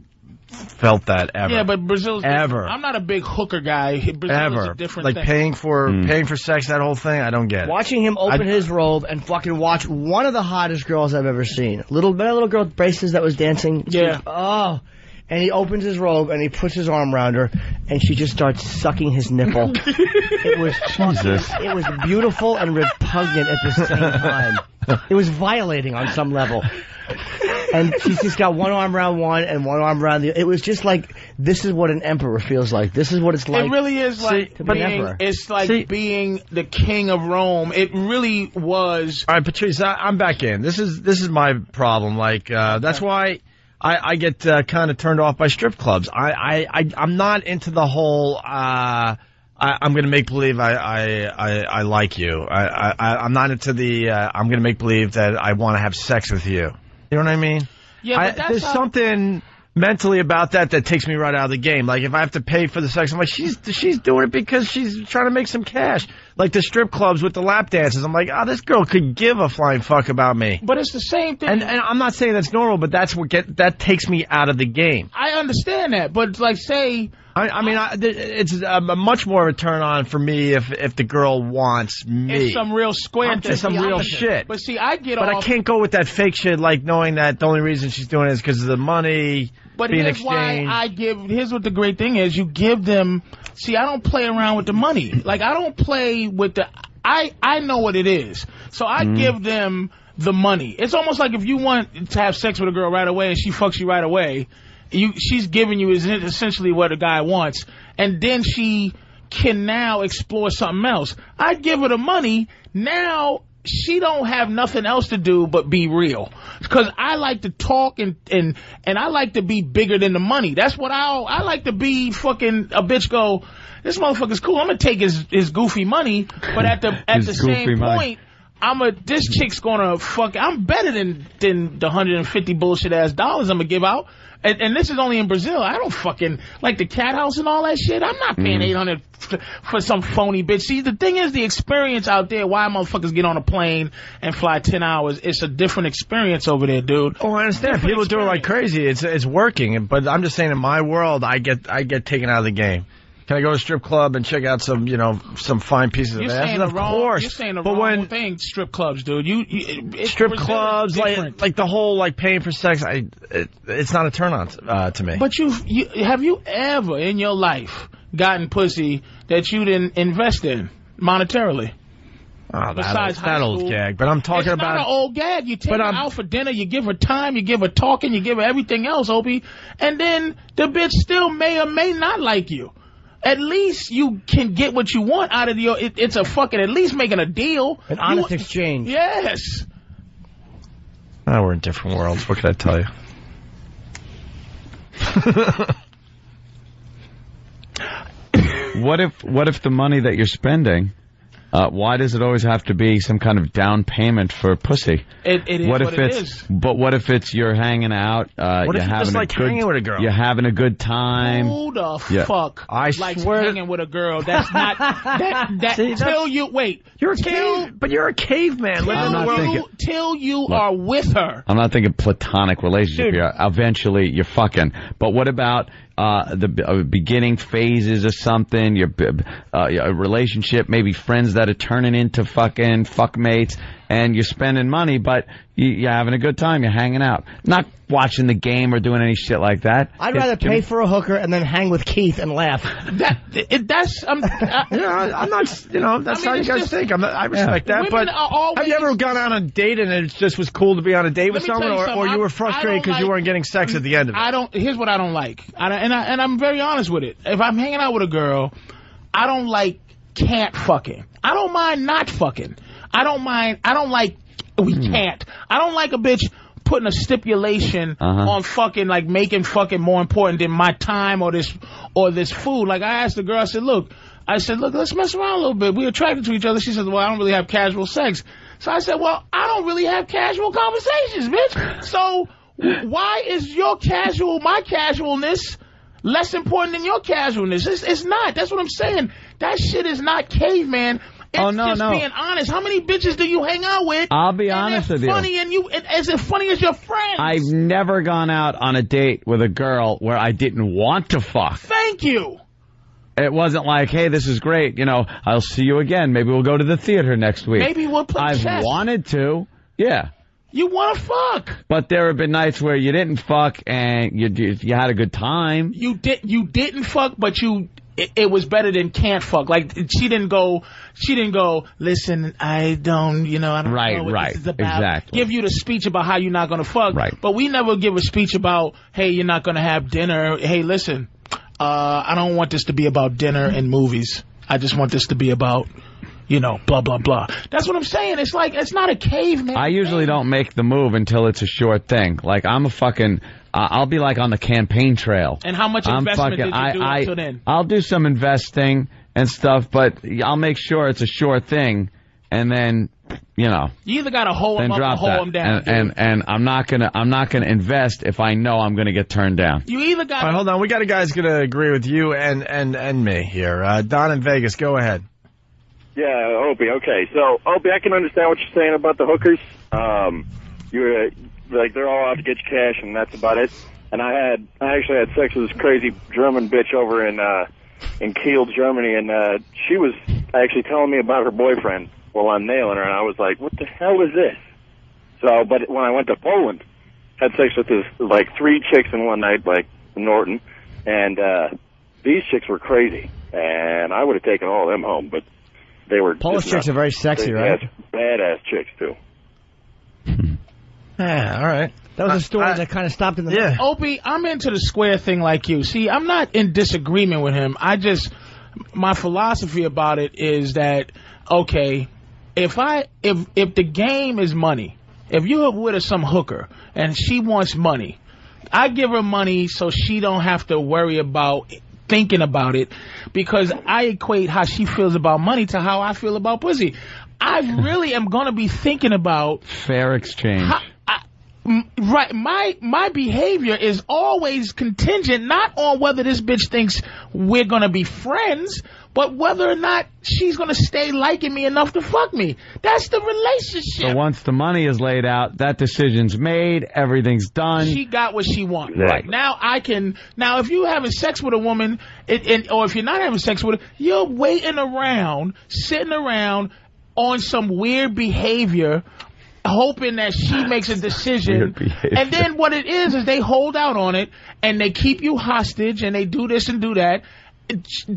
Speaker 1: felt that ever.
Speaker 4: yeah, but Brazil's
Speaker 1: Ever.
Speaker 4: I'm not a big hooker guy. Brazil is
Speaker 1: ever
Speaker 4: a different
Speaker 1: like
Speaker 4: thing.
Speaker 1: paying for paying for sex, that whole thing. I don't get. it.
Speaker 2: Watching him open
Speaker 1: I-
Speaker 2: his robe and fucking watch one of the hottest girls I've ever seen. Little that little girl with braces that was dancing. She-
Speaker 4: Yeah.
Speaker 2: oh. And he opens his robe and he puts his arm around her and she just starts sucking
Speaker 4: *laughs*
Speaker 2: his nipple. it was
Speaker 3: Jesus.
Speaker 2: It was beautiful and repugnant at the same time. It was violating on some level. And she's just got one arm around one and one arm around the. It was just like this is what an emperor feels like. This is what it's like.
Speaker 4: it really is like
Speaker 2: to be an
Speaker 4: being.
Speaker 2: emperor.
Speaker 4: It's like
Speaker 2: See-
Speaker 4: being the king of Rome. It really was.
Speaker 1: All right, Patrice, I, I'm back in. This is this is my problem. Like uh, that's why I, I get uh, kind of turned off by strip clubs. I I, I I'm not into the whole. Uh, I, I'm gonna make believe I I, I, I like you. I, I I- I'm not into the. Uh, I'm gonna make believe that I want to have sex with you. You know what I mean?
Speaker 4: Yeah, but
Speaker 1: I-
Speaker 4: that's
Speaker 1: there's
Speaker 4: how-
Speaker 1: something mentally about that that takes me right out of the game. Like if I have to pay for the sex, I'm like she's she's doing it because she's trying to make some cash. Like the strip clubs with the lap dances, I'm like, oh, this girl could give a flying fuck about me.
Speaker 4: But it's the same thing.
Speaker 1: And and I'm not saying that's normal, but that's what get that takes me out of the game.
Speaker 4: I understand that, but like say.
Speaker 1: I, I mean, I, th- it's a, a much more of a turn on for me if if the girl wants me.
Speaker 4: It's some real square
Speaker 1: I'm
Speaker 4: thing.
Speaker 1: just some
Speaker 4: The
Speaker 1: real
Speaker 4: opposite.
Speaker 1: shit.
Speaker 4: But see, I get
Speaker 1: but
Speaker 4: off.
Speaker 1: I can't go with that fake shit, like knowing that the only reason she's doing it is because of the money
Speaker 4: But
Speaker 1: being
Speaker 4: here's
Speaker 1: exchanged.
Speaker 4: why I give. Here's what the great thing is: you give them. See, I don't play around with the money. Like I don't play with the. I I know what it is, so I give them the money. It's almost like if you want to have sex with a girl right away and she fucks you right away, you she's giving you is essentially what a guy wants, and then she can now explore something else. I give her the money now. She don't have nothing else to do but be real, because I like to talk and and and I like to be bigger than the money. That's what I I like to be. Fucking a bitch go. This motherfucker's cool. I'm gonna take his his goofy money, but at the at the
Speaker 3: His goofy
Speaker 4: same
Speaker 3: money.
Speaker 4: point, I'm a this chick's gonna fuck. I'm better than than the 150 bullshit ass dollars I'm gonna give out. And, and this is only in Brazil. I don't fucking like the cat house and all that shit. I'm not paying
Speaker 1: Mm-hmm.
Speaker 3: Mm.
Speaker 4: 800 f- for some phony bitch. See, the thing is, the experience out there. Why motherfuckers get on a plane and fly 10 hours? It's a different experience over there, dude.
Speaker 1: Oh, I understand. People do it like crazy. It's it's working, but I'm just saying in my world, I get I get taken out of the game. Can I go to a strip club and check out some you know some fine pieces
Speaker 4: You're
Speaker 1: of ass?
Speaker 4: saying,
Speaker 1: of
Speaker 4: the wrong,
Speaker 1: course.
Speaker 4: you're saying the
Speaker 1: but
Speaker 4: wrong
Speaker 1: when
Speaker 4: thing, strip clubs, dude. You, you it-
Speaker 1: strip
Speaker 4: Brazil is
Speaker 1: clubs,
Speaker 4: different.
Speaker 1: like like the whole like paying for sex, I it, it's not a turn on uh, to me.
Speaker 4: But you've, you have you ever in your life gotten pussy that you didn't invest in monetarily?
Speaker 1: Oh, that,
Speaker 4: Besides
Speaker 1: old,
Speaker 4: high
Speaker 1: that old
Speaker 4: school.
Speaker 1: gag. But I'm talking
Speaker 4: it's
Speaker 1: about
Speaker 4: not an old gag. You take
Speaker 1: But
Speaker 4: her
Speaker 1: I'm-
Speaker 4: out for dinner, you give her time, you give her talking, you give her everything else, Opie, and then the bitch still may or may not like you. at least you can get what you want out of the. It, it's a fucking at least making a deal.
Speaker 2: An honest
Speaker 4: You-
Speaker 2: exchange.
Speaker 4: Yes.
Speaker 1: Now Ah, we're in different worlds. What can I *laughs* tell you?
Speaker 3: What if what if the money that you're spending? Uh, why does it always have to be some kind of down payment for pussy?
Speaker 4: It, it is what, it
Speaker 3: it's
Speaker 4: is.
Speaker 3: but what if it's you're hanging out? Uh,
Speaker 4: What
Speaker 3: you're
Speaker 4: if you
Speaker 3: having
Speaker 4: just
Speaker 3: a
Speaker 4: like
Speaker 3: good,
Speaker 4: hanging with a girl?
Speaker 3: You're having a good time.
Speaker 4: Who the
Speaker 3: Yeah.
Speaker 4: fuck
Speaker 3: I
Speaker 4: likes
Speaker 3: swear-
Speaker 4: hanging with a girl?
Speaker 1: *laughs*
Speaker 4: That's not that that
Speaker 1: See, that's-
Speaker 4: till you wait.
Speaker 1: You're a
Speaker 4: till,
Speaker 1: cave, but you're a caveman.
Speaker 4: Till,
Speaker 3: I'm not
Speaker 4: you-
Speaker 3: thinking-
Speaker 4: till you are with her.
Speaker 3: I'm not thinking platonic relationship here. Eventually, you're fucking. But what about uh, the b- uh, beginning phases or something? Your b- uh, your relationship, maybe friends that are turning into fucking fuckmates, and you're spending money, but you, you're having a good time. You're hanging out, not watching the game or doing any shit like that.
Speaker 2: I'd
Speaker 3: It's-
Speaker 2: rather
Speaker 3: give
Speaker 2: pay
Speaker 3: me-
Speaker 2: for a hooker and then hang with Keith
Speaker 4: *laughs*
Speaker 2: and laugh.
Speaker 4: That it, that's I'm.
Speaker 1: *laughs*
Speaker 4: I,
Speaker 1: I'm not. You know, that's
Speaker 4: I mean,
Speaker 1: how you
Speaker 4: it's
Speaker 1: guys
Speaker 4: just-
Speaker 1: think. I'm not, I respect
Speaker 4: Yeah.
Speaker 1: that,
Speaker 4: Women
Speaker 1: but
Speaker 4: are always-
Speaker 1: I've never gone on a date and it just was cool to be on a date with
Speaker 4: Let me
Speaker 1: someone,
Speaker 4: tell you
Speaker 1: or, or
Speaker 4: something.
Speaker 1: you were
Speaker 4: I- I
Speaker 1: frustrated
Speaker 4: don't
Speaker 1: because you
Speaker 4: like-
Speaker 1: weren't getting sex at the end of it.
Speaker 4: I don't. Here's what I don't like, I, don't- and I and I'm very honest with it. If I'm hanging out with a girl, I don't like can't fucking. I don't mind not fucking. I don't mind. I don't like we can't. I don't like a bitch putting a stipulation
Speaker 13: Uh-huh.
Speaker 4: on fucking like making fucking more important than my time or this or this food. Like I asked the girl, I said, look, I said, look, let's mess around a little bit. We're attracted to each other. She said, well, I don't really have casual sex. So I said, well, I don't really have casual conversations, bitch. So why is your casual, my casualness less important than your casualness? It's, it's not. That's what I'm saying. That shit is not caveman. It's
Speaker 3: Oh, no,
Speaker 4: just
Speaker 3: no.
Speaker 4: being honest. How many bitches do you hang out with?
Speaker 3: I'll be honest with you.
Speaker 4: funny and you and as funny as your friend.
Speaker 3: I've never gone out on a date with a girl where I didn't want to fuck.
Speaker 4: Thank you.
Speaker 3: It wasn't like, hey, this is great. You know, I'll see you again. Maybe we'll go to the theater next week.
Speaker 4: Maybe we'll play
Speaker 3: I've
Speaker 4: chess.
Speaker 3: wanted to. Yeah.
Speaker 4: You want to fuck.
Speaker 3: But there have been nights where you didn't fuck and you you you had a good time.
Speaker 4: You did. You didn't fuck, but you. It, it was better than can't fuck. Like she didn't go. She didn't go. Listen, I don't. You know, I don't
Speaker 3: Right,
Speaker 4: know what
Speaker 3: right,
Speaker 4: this is about.
Speaker 3: exactly.
Speaker 4: Give you the speech about how you're not gonna fuck. Right. But we never give a speech about. Hey, you're not gonna have dinner. Hey, listen. Uh, I don't want this to be about dinner and movies. I just want this to be about. You know, blah blah blah. That's what I'm saying. It's like it's not a caveman.
Speaker 3: I usually don't make the move until it's a short thing. Like I'm a fucking, uh, I'll be like on the campaign trail.
Speaker 4: And how much
Speaker 3: I'm
Speaker 4: investment
Speaker 3: fucking-
Speaker 4: did you
Speaker 3: I,
Speaker 4: do
Speaker 3: I,
Speaker 4: until then?
Speaker 3: I'll do some investing and stuff, but I'll make sure it's a short thing, and then, you know,
Speaker 4: You either gotta hold
Speaker 3: then
Speaker 4: him up or
Speaker 3: drop
Speaker 4: hold
Speaker 3: that.
Speaker 4: him down.
Speaker 3: and, and and I'm not gonna I'm not gonna invest if I know I'm gonna get turned down.
Speaker 4: You either got.
Speaker 1: All right, hold on. We got a guy's going to agree with you and and and me here. Uh, Don in Vegas, go ahead.
Speaker 21: Yeah, Opie. Okay, so Opie, I can understand what you're saying about the hookers. Um, you're uh, like they're all out to get you cash, and that's about it. And I had I actually had sex with this crazy German bitch over in uh, in Kiel, Germany, and uh, she was actually telling me about her boyfriend while I'm nailing her, and I was like, what the hell is this? So, but when I went to Poland, had sex with this like three chicks in one night, like Norton, and uh, these chicks were crazy, and I would have taken all of them home, but they were
Speaker 2: Polish
Speaker 21: just not-
Speaker 2: chicks are very sexy,
Speaker 21: they-
Speaker 2: right?
Speaker 21: yes, badass chicks too.
Speaker 1: Yeah, all right. Uh,
Speaker 2: That was a story that kind of stopped in the middle.
Speaker 1: Oh.
Speaker 4: Opie, I'm into the square thing like you. See, I'm not in disagreement with him. I just my philosophy about it is that okay, if I if if the game is money, if you're with some hooker and she wants money, I give her money so she don't have to worry about thinking about it because I equate how she feels about money to how I feel about pussy. I really am gonna be thinking about
Speaker 3: Fair exchange.
Speaker 4: M- Right, my my behavior is always contingent not on whether this bitch thinks we're gonna be friends, but whether or not she's gonna stay liking me enough to fuck me. That's the relationship.
Speaker 3: So once the money is laid out, that decision's made, everything's done.
Speaker 4: She got what she wanted.
Speaker 3: Exactly.
Speaker 4: Now I can. Now if you having sex with a woman, it, and or if you're not having sex with her, you're waiting around, sitting around on some weird behavior, hoping that she makes a decision. And then what it is is they hold out on it and they keep you hostage and they do this and do that,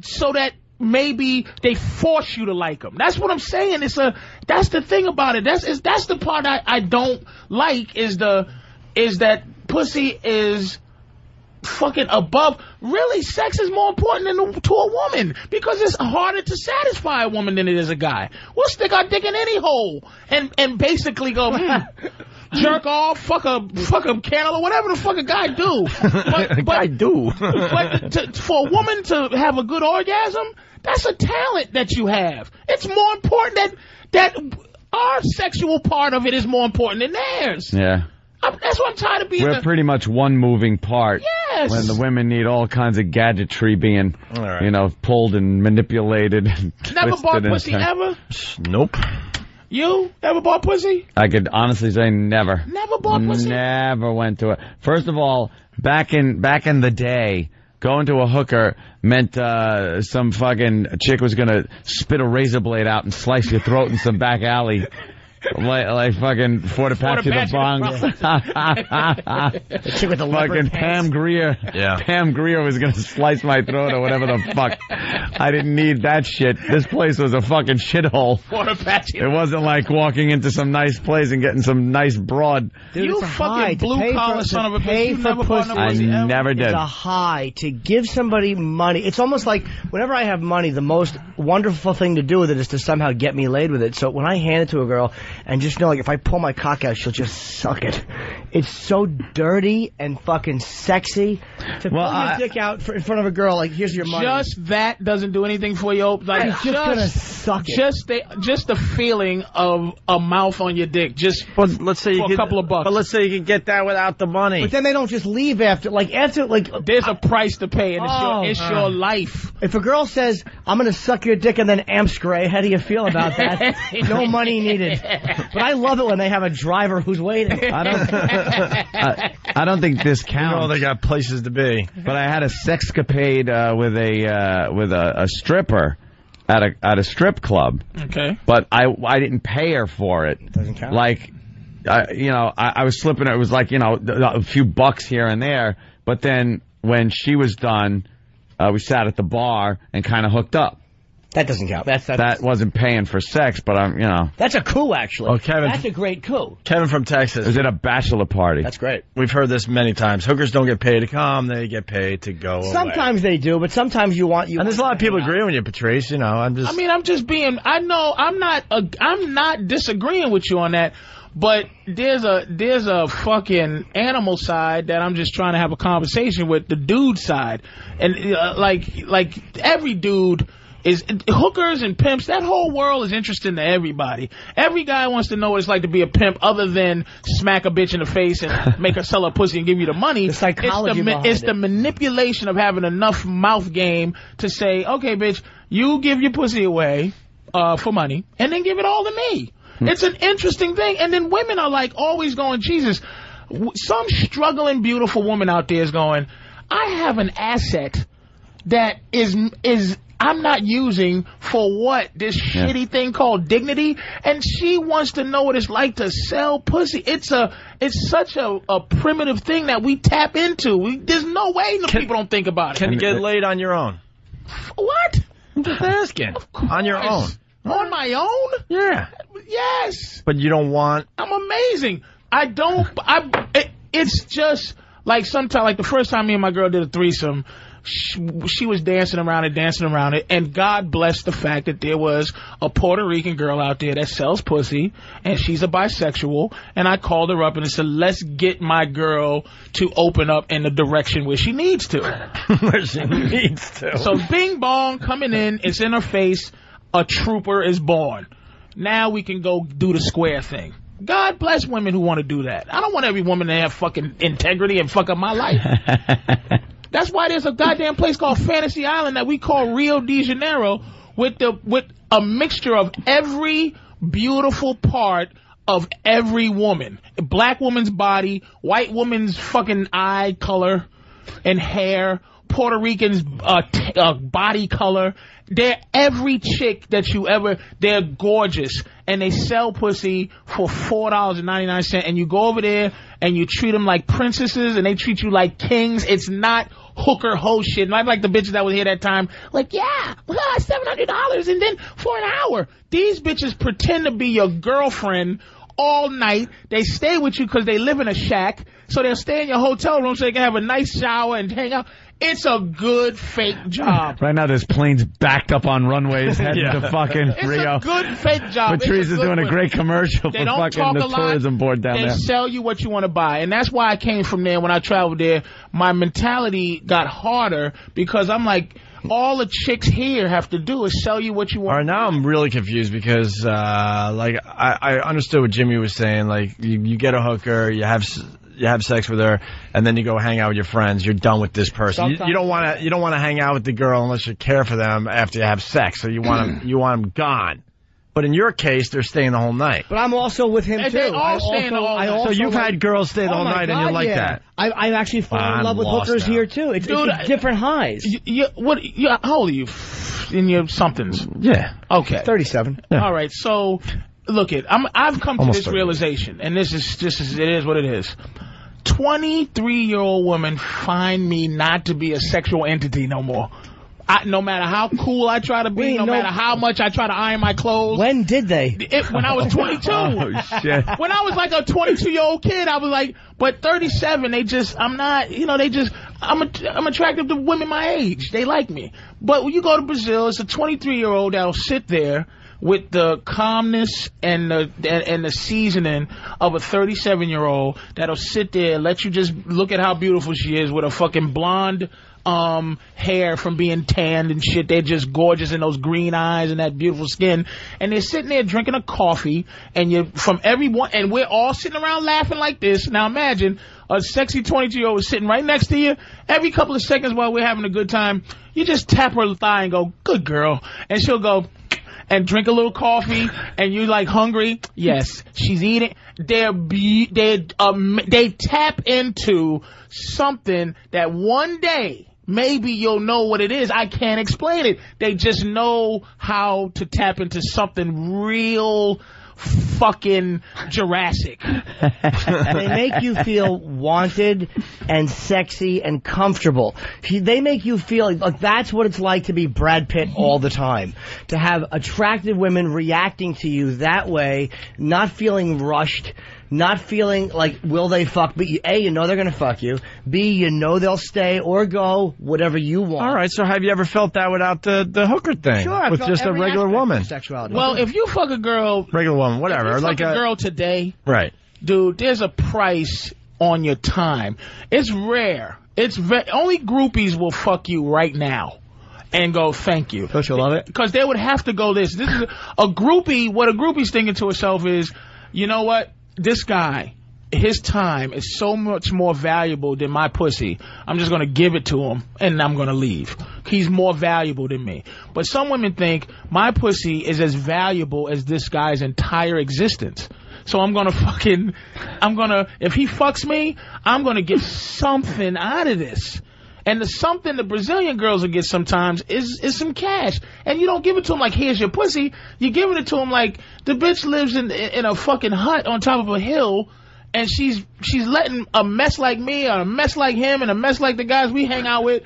Speaker 4: so that. Maybe they force you to like them. That's what I'm saying. It's a that's the thing about it. That's is that's the part I, I don't like is the is that pussy is fucking above. Really, sex is more important than to a woman because it's harder to satisfy a woman than it is a guy. We'll stick our dick in any hole and and basically go.
Speaker 3: *laughs*
Speaker 4: hmm, Jerk off, fuck a fuck a candle or whatever the fuck a
Speaker 3: *laughs*
Speaker 4: guy do. But, but I do. *laughs* but to, for a woman to have a good orgasm, that's a talent that you have. It's more important that that our sexual part of it is more important than theirs.
Speaker 3: Yeah.
Speaker 4: I'm, that's why I'm tired of being
Speaker 3: We're
Speaker 4: the,
Speaker 3: pretty much one moving part.
Speaker 4: Yes.
Speaker 3: When the women need all kinds of gadgetry being, you know, pulled and manipulated. And
Speaker 4: Never
Speaker 3: twisted
Speaker 4: bought
Speaker 3: and
Speaker 4: pussy
Speaker 3: turned.
Speaker 4: ever?
Speaker 3: Nope.
Speaker 4: You ever bought pussy?
Speaker 3: I could honestly say never.
Speaker 4: Never bought pussy?
Speaker 2: *laughs*
Speaker 3: Never went to it. First of all, back in back in the day, going to a hooker meant uh, some fucking chick was gonna spit a razor blade out and slice your throat in some back alley. Like, like fucking for the patch of the bong.
Speaker 2: The chick with the
Speaker 3: fucking
Speaker 2: leopard
Speaker 3: Pam Greer.
Speaker 1: Yeah.
Speaker 3: Pam Greer was gonna slice my throat or whatever the fuck. I didn't need that shit. This place was a fucking shithole.
Speaker 4: What a patch.
Speaker 3: It wasn't like walking into some nice place and getting some nice broad.
Speaker 2: Dude, it's a high to
Speaker 4: blue
Speaker 2: pay
Speaker 4: collar
Speaker 2: for-
Speaker 4: son
Speaker 2: to
Speaker 4: of a bitch.
Speaker 2: pay
Speaker 4: You
Speaker 2: for
Speaker 4: never bought no
Speaker 2: pussy.
Speaker 3: pussy I ever. never did.
Speaker 2: It's a high to give somebody money. It's almost like whenever I have money, the most wonderful thing to do with it is to somehow get me laid with it. So when I hand it to a girl and just know, like, if I pull my cock out, she'll just suck it. It's so dirty and fucking sexy to pull
Speaker 3: I-
Speaker 2: your dick out for, in front of a girl. Like, here's your money.
Speaker 4: Just that doesn't do anything for you. Like
Speaker 2: It's just gonna suck it.
Speaker 4: Just the just the feeling of a mouth on your dick. Just
Speaker 1: but let's say
Speaker 4: for
Speaker 1: you
Speaker 4: a
Speaker 1: could-
Speaker 4: couple of bucks.
Speaker 1: But let's say you could get that without the money.
Speaker 2: But then they don't just leave after, like, after, like.
Speaker 4: There's a price to pay, and it's
Speaker 2: Oh.
Speaker 4: your it's
Speaker 2: Uh.
Speaker 4: your life.
Speaker 2: If a girl says, I'm gonna suck your dick and then amps gray, how do you feel
Speaker 4: *laughs*
Speaker 2: about that? no money needed. But I love it when they have a driver who's waiting.
Speaker 3: I
Speaker 4: *laughs*
Speaker 3: don't- I, I don't think this counts.
Speaker 1: know they got places to be.
Speaker 3: But I had a sexcapade uh, with a uh, with a, a stripper at a at a strip club.
Speaker 4: Okay.
Speaker 3: But I I didn't pay her for it.
Speaker 2: Doesn't count.
Speaker 3: Like, I, you know, I, I was slipping. It was like you know th- th- a few bucks here and there. But then when she was done, uh, we sat at the bar and kind of hooked up.
Speaker 2: That doesn't count. That's that's,
Speaker 3: That wasn't paying for sex, but I'm you know.
Speaker 2: that's a coup actually.
Speaker 1: Oh, Kevin.
Speaker 2: That's a great coup.
Speaker 1: Kevin from Texas.
Speaker 3: Is it a bachelor party?
Speaker 2: That's great.
Speaker 1: We've heard this many times. Hookers don't get paid to come; they get paid to go. away.
Speaker 2: Sometimes they do, but sometimes you want you.
Speaker 1: and there's a lot of people agreeing with you, Patrice. You know, I'm just.
Speaker 4: I mean, I'm just being. I know I'm not. A, I'm not disagreeing with you on that. But there's a there's a fucking animal side that I'm just trying to have a conversation with the dude side, and uh, like like every dude is hookers and pimps. That whole world is interesting to everybody. Every guy wants to know what it's like to be a pimp, other than smack a bitch in the face and make her sell her pussy and give you the money. The
Speaker 2: psychology
Speaker 4: It's the, ma-
Speaker 2: behind
Speaker 4: it's
Speaker 2: it.
Speaker 4: the manipulation of having enough mouth game to say, okay, bitch, you give your pussy away uh, for money and then give it all to me.
Speaker 2: Hmm.
Speaker 4: It's an interesting thing. And then women are like always going, Jesus, w- some struggling, beautiful woman out there is going, I have an asset that is is I'm not using for what this
Speaker 13: Yeah.
Speaker 4: shitty thing called dignity, and she wants to know what it's like to sell pussy. It's a it's such a, a primitive thing that we tap into. We, there's no way the people don't think about it.
Speaker 1: can you get laid on your own?
Speaker 4: What?
Speaker 1: I'm just asking. On your own.
Speaker 4: On my own?
Speaker 1: Yeah.
Speaker 4: Yes.
Speaker 1: But you don't want. *laughs*
Speaker 4: I'm amazing. I don't. I. It, it's just like sometimes, like the first time me and my girl did a threesome, she, she was dancing around it, dancing around it, and God bless the fact that there was a Puerto Rican girl out there that sells pussy, and she's a bisexual, and I called her up and I said, "Let's get my girl to open up in the direction where she needs to."
Speaker 1: where she needs to.
Speaker 4: So bing bong coming in, it's in her face. A trooper is born. Now we can go do the square thing. God bless women who want to do that. I don't want every woman to have fucking integrity and fuck up my life. That's why there's a goddamn place called Fantasy Island that we call Rio de Janeiro with the with a mixture of every beautiful part of every woman. A Black woman's body, white woman's fucking eye color and hair, Puerto Rican's uh, t- uh, body color. They're every chick that you ever. They're gorgeous, and they sell pussy for four dollars and ninety nine cent. And you go over there and you treat them like princesses, and they treat you like kings. It's not hooker hoe shit. Not like the bitches that was here that time. Like yeah, seven hundred dollars, and then for an hour, these bitches pretend to be your girlfriend all night. They stay with you because they live in a shack, so they'll stay in your hotel room so they can have a nice shower and hang out. It's a good fake job.
Speaker 3: Right now, there's planes backed up on runways heading
Speaker 4: Yeah.
Speaker 3: to fucking
Speaker 4: It's
Speaker 3: Rio.
Speaker 4: a good fake job. It's
Speaker 3: Patrice is
Speaker 4: good
Speaker 3: doing a
Speaker 4: one.
Speaker 3: great commercial
Speaker 4: They
Speaker 3: for
Speaker 4: don't
Speaker 3: fucking
Speaker 4: talk
Speaker 3: the
Speaker 4: a lot.
Speaker 3: tourism board down
Speaker 4: they
Speaker 3: there.
Speaker 4: sell you what you want to buy, and that's why I came from there. When I traveled there, my mentality got harder because I'm like, all the chicks here have to do is sell you what you want.
Speaker 1: All right, now I'm really confused because, uh, like, I, I understood what Jimmy was saying. Like, you, you get a hooker, you have s- you have sex with her, and then you go hang out with your friends. You're done with this person. You, you don't want to you don't want to hang out with the girl unless you care for them after you have sex. So you
Speaker 2: Mm.
Speaker 1: want them you want them gone. But in your case, they're staying the whole night.
Speaker 2: But I'm also with him
Speaker 4: And
Speaker 2: too.
Speaker 4: they all
Speaker 2: I
Speaker 4: stay in the
Speaker 2: also-
Speaker 4: whole
Speaker 2: I
Speaker 4: night. So
Speaker 2: also
Speaker 1: you've had girls stay the
Speaker 2: Oh
Speaker 1: whole
Speaker 2: my
Speaker 1: night and you
Speaker 2: God,
Speaker 1: like
Speaker 2: yeah.
Speaker 1: that.
Speaker 2: I, I've actually fallen in
Speaker 1: I'm
Speaker 2: love with
Speaker 1: lost
Speaker 2: hookers
Speaker 1: now.
Speaker 2: here too. It's,
Speaker 4: Dude,
Speaker 2: it's different highs.
Speaker 4: You, you, what? You, how old are you? In your somethings?
Speaker 1: Yeah.
Speaker 4: Okay.
Speaker 2: Thirty-seven.
Speaker 4: All right. So, look it. I'm. I've come
Speaker 2: Almost
Speaker 4: to this
Speaker 2: 30.
Speaker 4: realization, and this is this is it is what it is. Twenty-three-year-old women find me not to be a sexual entity no more. I, no matter how cool I try to be,
Speaker 2: Wait,
Speaker 4: no,
Speaker 2: no-
Speaker 4: matter how much I try to iron my clothes.
Speaker 2: When did they?
Speaker 4: It, when I was 22. When I was like a 22 year old kid, I was like, but 37, they just, I'm not, you know, they just, I'm, a, I'm attractive to women my age. They like me. But when you go to Brazil, it's a 23 year old that'll sit there with the calmness and the and, and the seasoning of a 37 year old that'll sit there and let you just look at how beautiful she is with a fucking blonde um hair from being tanned and shit. They're just gorgeous in those green eyes and that beautiful skin. And they're sitting there drinking a coffee and you're from everyone and we're all sitting around laughing like this. Now imagine a sexy 22 year old sitting right next to you. Every couple of seconds while we're having a good time, you just tap her thigh and go, good girl. And she'll go, and drink a little coffee and you like hungry, yes, she's eating. They're be, they um, they tap into something that one day maybe you'll know what it is. I can't explain it. They just know how to tap into something real fucking Jurassic.
Speaker 2: they make you feel wanted and sexy and comfortable. He- They make you feel like that's what it's like to be Brad Pitt all the time. To have attractive women reacting to you that way, not feeling rushed, not feeling like will they fuck, but you, A, you know they're gonna fuck you. B, you know they'll stay or go, whatever you want. All
Speaker 1: right, so have you ever felt that without the, the hooker thing?
Speaker 2: Sure, I
Speaker 1: with
Speaker 2: felt
Speaker 1: just a
Speaker 2: every
Speaker 1: regular
Speaker 2: aspect of
Speaker 1: woman.
Speaker 2: Sexuality.
Speaker 4: Well, if you fuck a girl,
Speaker 1: regular woman,
Speaker 4: if
Speaker 1: whatever.
Speaker 4: you
Speaker 1: like
Speaker 4: fuck
Speaker 1: a
Speaker 4: a girl today,
Speaker 1: right.
Speaker 4: dude, there's a price on your time. It's rare. It's ve- only groupies will fuck you right now and go thank you. Don't you love it? Because they would have to go this. This is a groupie. What a groupie's thinking to herself is, you know what? This guy, his time is so much more valuable than my pussy. I'm just gonna give it to him and I'm gonna leave. He's more valuable than me. But some women think my pussy is as valuable as this guy's entire existence. So I'm gonna *laughs* fucking, I'm gonna, if he fucks me, I'm gonna get something out of this. And the something the Brazilian girls will get sometimes is is some cash, and you don't give it to them like here's your pussy. You're giving it to them like the bitch lives in in a fucking hut on top of a hill, and she's she's letting a mess like me, or a mess like him, and a mess like the guys we hang out with,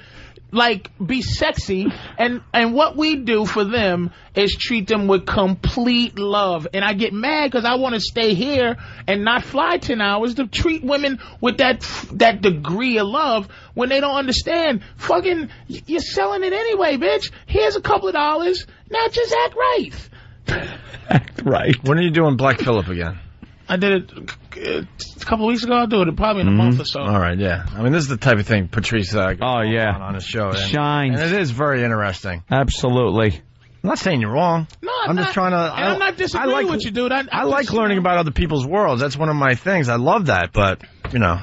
Speaker 4: like be sexy. And and what we do for them is treat them with complete love. And I get mad because I want to stay here and not fly ten hours to treat women with that that degree of love when they don't understand. Fucking, y- you're selling it anyway, bitch. Here's a couple of dollars. Now just act right.
Speaker 1: Right. When are you doing Black Phillip again?
Speaker 4: I did it uh, a couple of weeks ago. I'll do it probably
Speaker 1: Mm-hmm.
Speaker 4: in a month or so.
Speaker 1: All right, yeah. I mean, this is the type of thing Patrice. Uh, oh yeah, on, on his show. And,
Speaker 3: Shines.
Speaker 1: and it is very interesting.
Speaker 3: Absolutely.
Speaker 1: I'm not saying you're wrong. No, I'm, just trying to.
Speaker 4: And I'm not disagreeing
Speaker 1: I like,
Speaker 4: with you, dude. I,
Speaker 1: I like learning about other people's worlds. That's one of my things. I love that, but you know,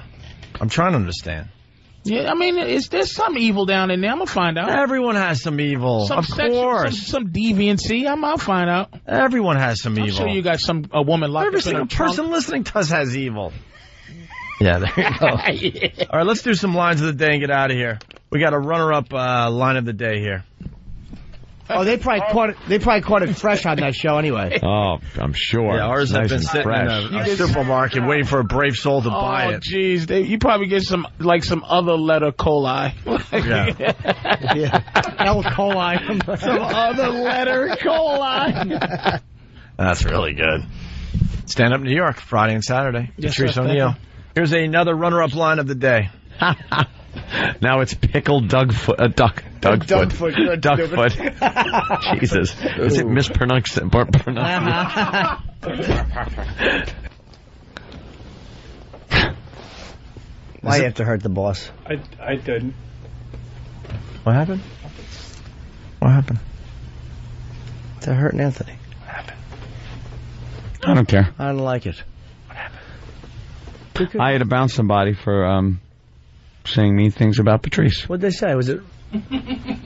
Speaker 1: I'm trying to understand.
Speaker 4: Yeah, I mean, is there's some evil down in there? I'm gonna find out.
Speaker 1: Everyone has some evil,
Speaker 4: Some
Speaker 1: of
Speaker 4: sexual-
Speaker 1: course.
Speaker 4: some, some deviancy. I'm, I'll find out.
Speaker 1: Everyone has some
Speaker 4: I'm
Speaker 1: evil.
Speaker 4: sure you got some a woman locked
Speaker 1: Every
Speaker 4: up in
Speaker 1: single
Speaker 4: a trunk.
Speaker 1: person listening to us has evil. Yeah, there you
Speaker 4: *laughs*
Speaker 1: go. All right, let's do some lines of the day and get out of here. We got a runner-up uh, line of the day here.
Speaker 2: Oh, they probably caught it. They probably caught it fresh on that show anyway.
Speaker 3: Oh, I'm sure.
Speaker 1: Yeah, ours
Speaker 3: It's
Speaker 1: have
Speaker 3: nice
Speaker 1: been
Speaker 3: and
Speaker 1: sitting
Speaker 3: fresh.
Speaker 1: in a, a supermarket waiting for a brave soul to buy
Speaker 4: Oh,
Speaker 1: it.
Speaker 4: jeez, they- you probably get some like some other
Speaker 1: *laughs*
Speaker 4: letter coli. *laughs*
Speaker 2: *laughs*
Speaker 1: Yeah.
Speaker 2: L coli. *laughs*
Speaker 4: some other letter coli.
Speaker 1: That's really good. Stand Up New York, Friday and Saturday.
Speaker 22: Yes,
Speaker 1: Patrice
Speaker 22: sir. Thank
Speaker 1: O'Neill. Here's another runner-up line of the day.
Speaker 22: now it's pickled Doug Foot. Uh, duck. Doug
Speaker 1: Doug
Speaker 22: Foot.
Speaker 1: Foot, good
Speaker 22: Duck
Speaker 1: stupid.
Speaker 22: Foot.
Speaker 1: *laughs*
Speaker 22: Jesus. Is it mispronounced? pr- pronounced-
Speaker 2: Why you have to hurt the boss?
Speaker 5: I, I didn't.
Speaker 2: What happened? What happened? To hurt Anthony.
Speaker 3: I don't care.
Speaker 2: I don't like it.
Speaker 3: I had to bounce somebody for um, saying mean things about Patrice.
Speaker 2: What'd they say? Was it?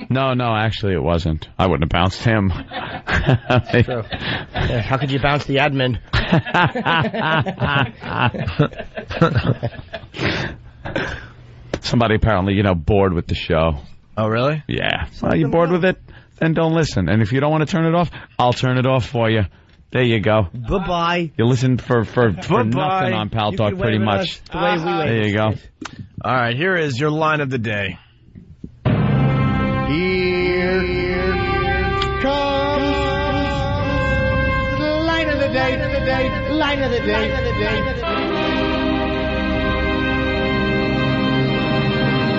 Speaker 3: No, no, actually, it wasn't. I wouldn't have bounced him.
Speaker 2: Yeah, how could you bounce the admin?
Speaker 3: Somebody apparently, you know, bored with the show.
Speaker 1: Oh, really?
Speaker 3: Yeah. Well, you're bored with it, then don't listen. And if you don't want to turn it off, I'll turn it off for you. There you go.
Speaker 2: Bye bye.
Speaker 3: You listen for for, for
Speaker 1: Bye-bye.
Speaker 3: nothing on Pal
Speaker 1: You
Speaker 3: Talk,
Speaker 1: can
Speaker 3: pretty
Speaker 1: wave at
Speaker 3: much.
Speaker 1: us the way we wave.
Speaker 3: there you go.
Speaker 1: All right, here is your line of the day.
Speaker 2: Line of the day, of the day, line of the day, of the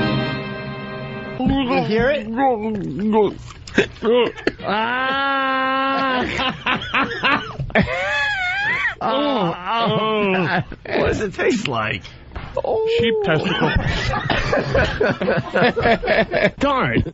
Speaker 2: day. You hear it?
Speaker 1: Oh, what does it taste like?
Speaker 2: Oh.
Speaker 1: Sheep
Speaker 2: *laughs*
Speaker 1: *laughs* testicle. Darn.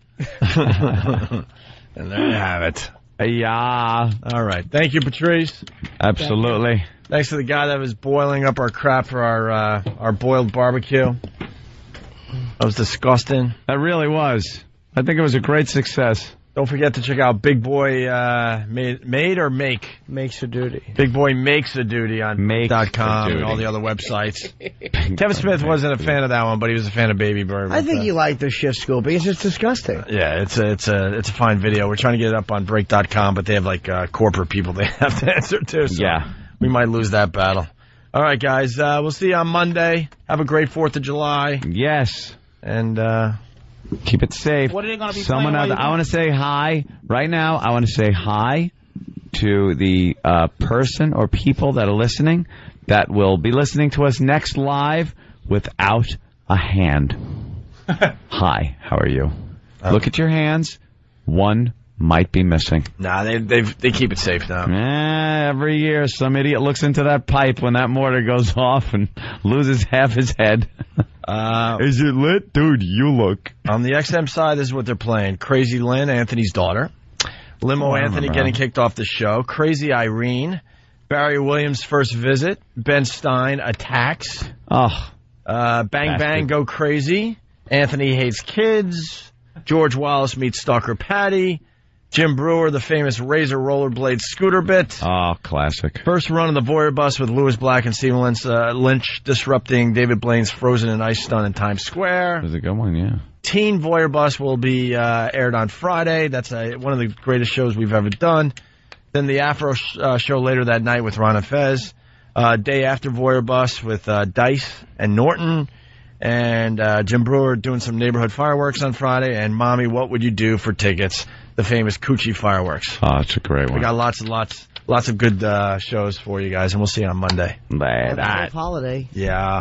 Speaker 1: and there you have it.
Speaker 3: Yeah.
Speaker 1: All right. Thank you, Patrice.
Speaker 3: Absolutely.
Speaker 1: Thanks to the guy that was boiling up our crap for our uh, our boiled barbecue. That was disgusting.
Speaker 3: That really was. I think it was a great success.
Speaker 1: Don't forget to check out Big Boy uh, made, made or Make.
Speaker 2: Makes a duty.
Speaker 1: Big Boy Makes a Duty on dot com and all the other websites. Kevin Smith wasn't a fan of that one, but he was a fan of Baby Bird. uh,
Speaker 2: I think you like the shift school because it's disgusting.
Speaker 1: Yeah, it's a it's a it's a fine video. We're trying to get it up on break.com, but they have like uh, corporate people *laughs* they have to answer to. So
Speaker 3: Yeah.
Speaker 1: we might lose that battle. All right, guys. Uh, we'll see you on Monday. Have a great Fourth of July.
Speaker 3: Yes.
Speaker 1: And uh,
Speaker 3: keep it safe.
Speaker 23: What are they gonna be
Speaker 3: Someone
Speaker 23: playing
Speaker 3: out
Speaker 23: while
Speaker 3: there-
Speaker 23: you-
Speaker 3: I want to say hi right now. I want to say hi to the uh, person or people that are listening that will be listening to us next live without
Speaker 23: *laughs*
Speaker 3: a hand. hi, how are you? Look at your hands. One might be missing.
Speaker 1: Nah, they they they keep it safe now.
Speaker 3: Eh, every year, some idiot looks into that pipe when that mortar goes *laughs* off and loses half his head.
Speaker 1: Uh,
Speaker 3: Is it lit, dude? You look.
Speaker 1: On the XM side, this is what they're playing: Crazy Lynn, Anthony's daughter, Limo
Speaker 3: Oh, I
Speaker 1: Anthony
Speaker 3: remember
Speaker 1: getting
Speaker 3: her.
Speaker 1: kicked off the show, Crazy Irene, Barry Williams' first visit, Ben Stein attacks,
Speaker 3: Oh,
Speaker 1: uh, Bang
Speaker 3: Bastard.
Speaker 1: Bang Go Crazy, Anthony hates kids, George Wallace meets Stalker Patty, Jim Brewer, the famous razor rollerblade scooter bit.
Speaker 3: Oh, classic.
Speaker 1: First run of the Voyeur bus with Lewis Black and Stephen Lynch, uh, Lynch disrupting David Blaine's Frozen and Ice stunt in Times Square.
Speaker 3: There's a good one, yeah.
Speaker 1: Teen Voyeur Bus will be uh, aired on Friday. That's uh one of the greatest shows we've ever done. Then the Afro sh- uh, show later that night with Ron and Fez. Uh, day after Voyeur Bus with uh, Dice and Norton. And uh, Jim Brewer doing some neighborhood fireworks on Friday. And Mommy, what would you do for tickets? The famous Coochie fireworks.
Speaker 3: Oh, it's a great
Speaker 1: We
Speaker 3: one.
Speaker 1: got lots and lots, lots of good uh, shows for you guys, and we'll see you on Monday.
Speaker 3: Bad.
Speaker 2: Holiday.
Speaker 1: Yeah.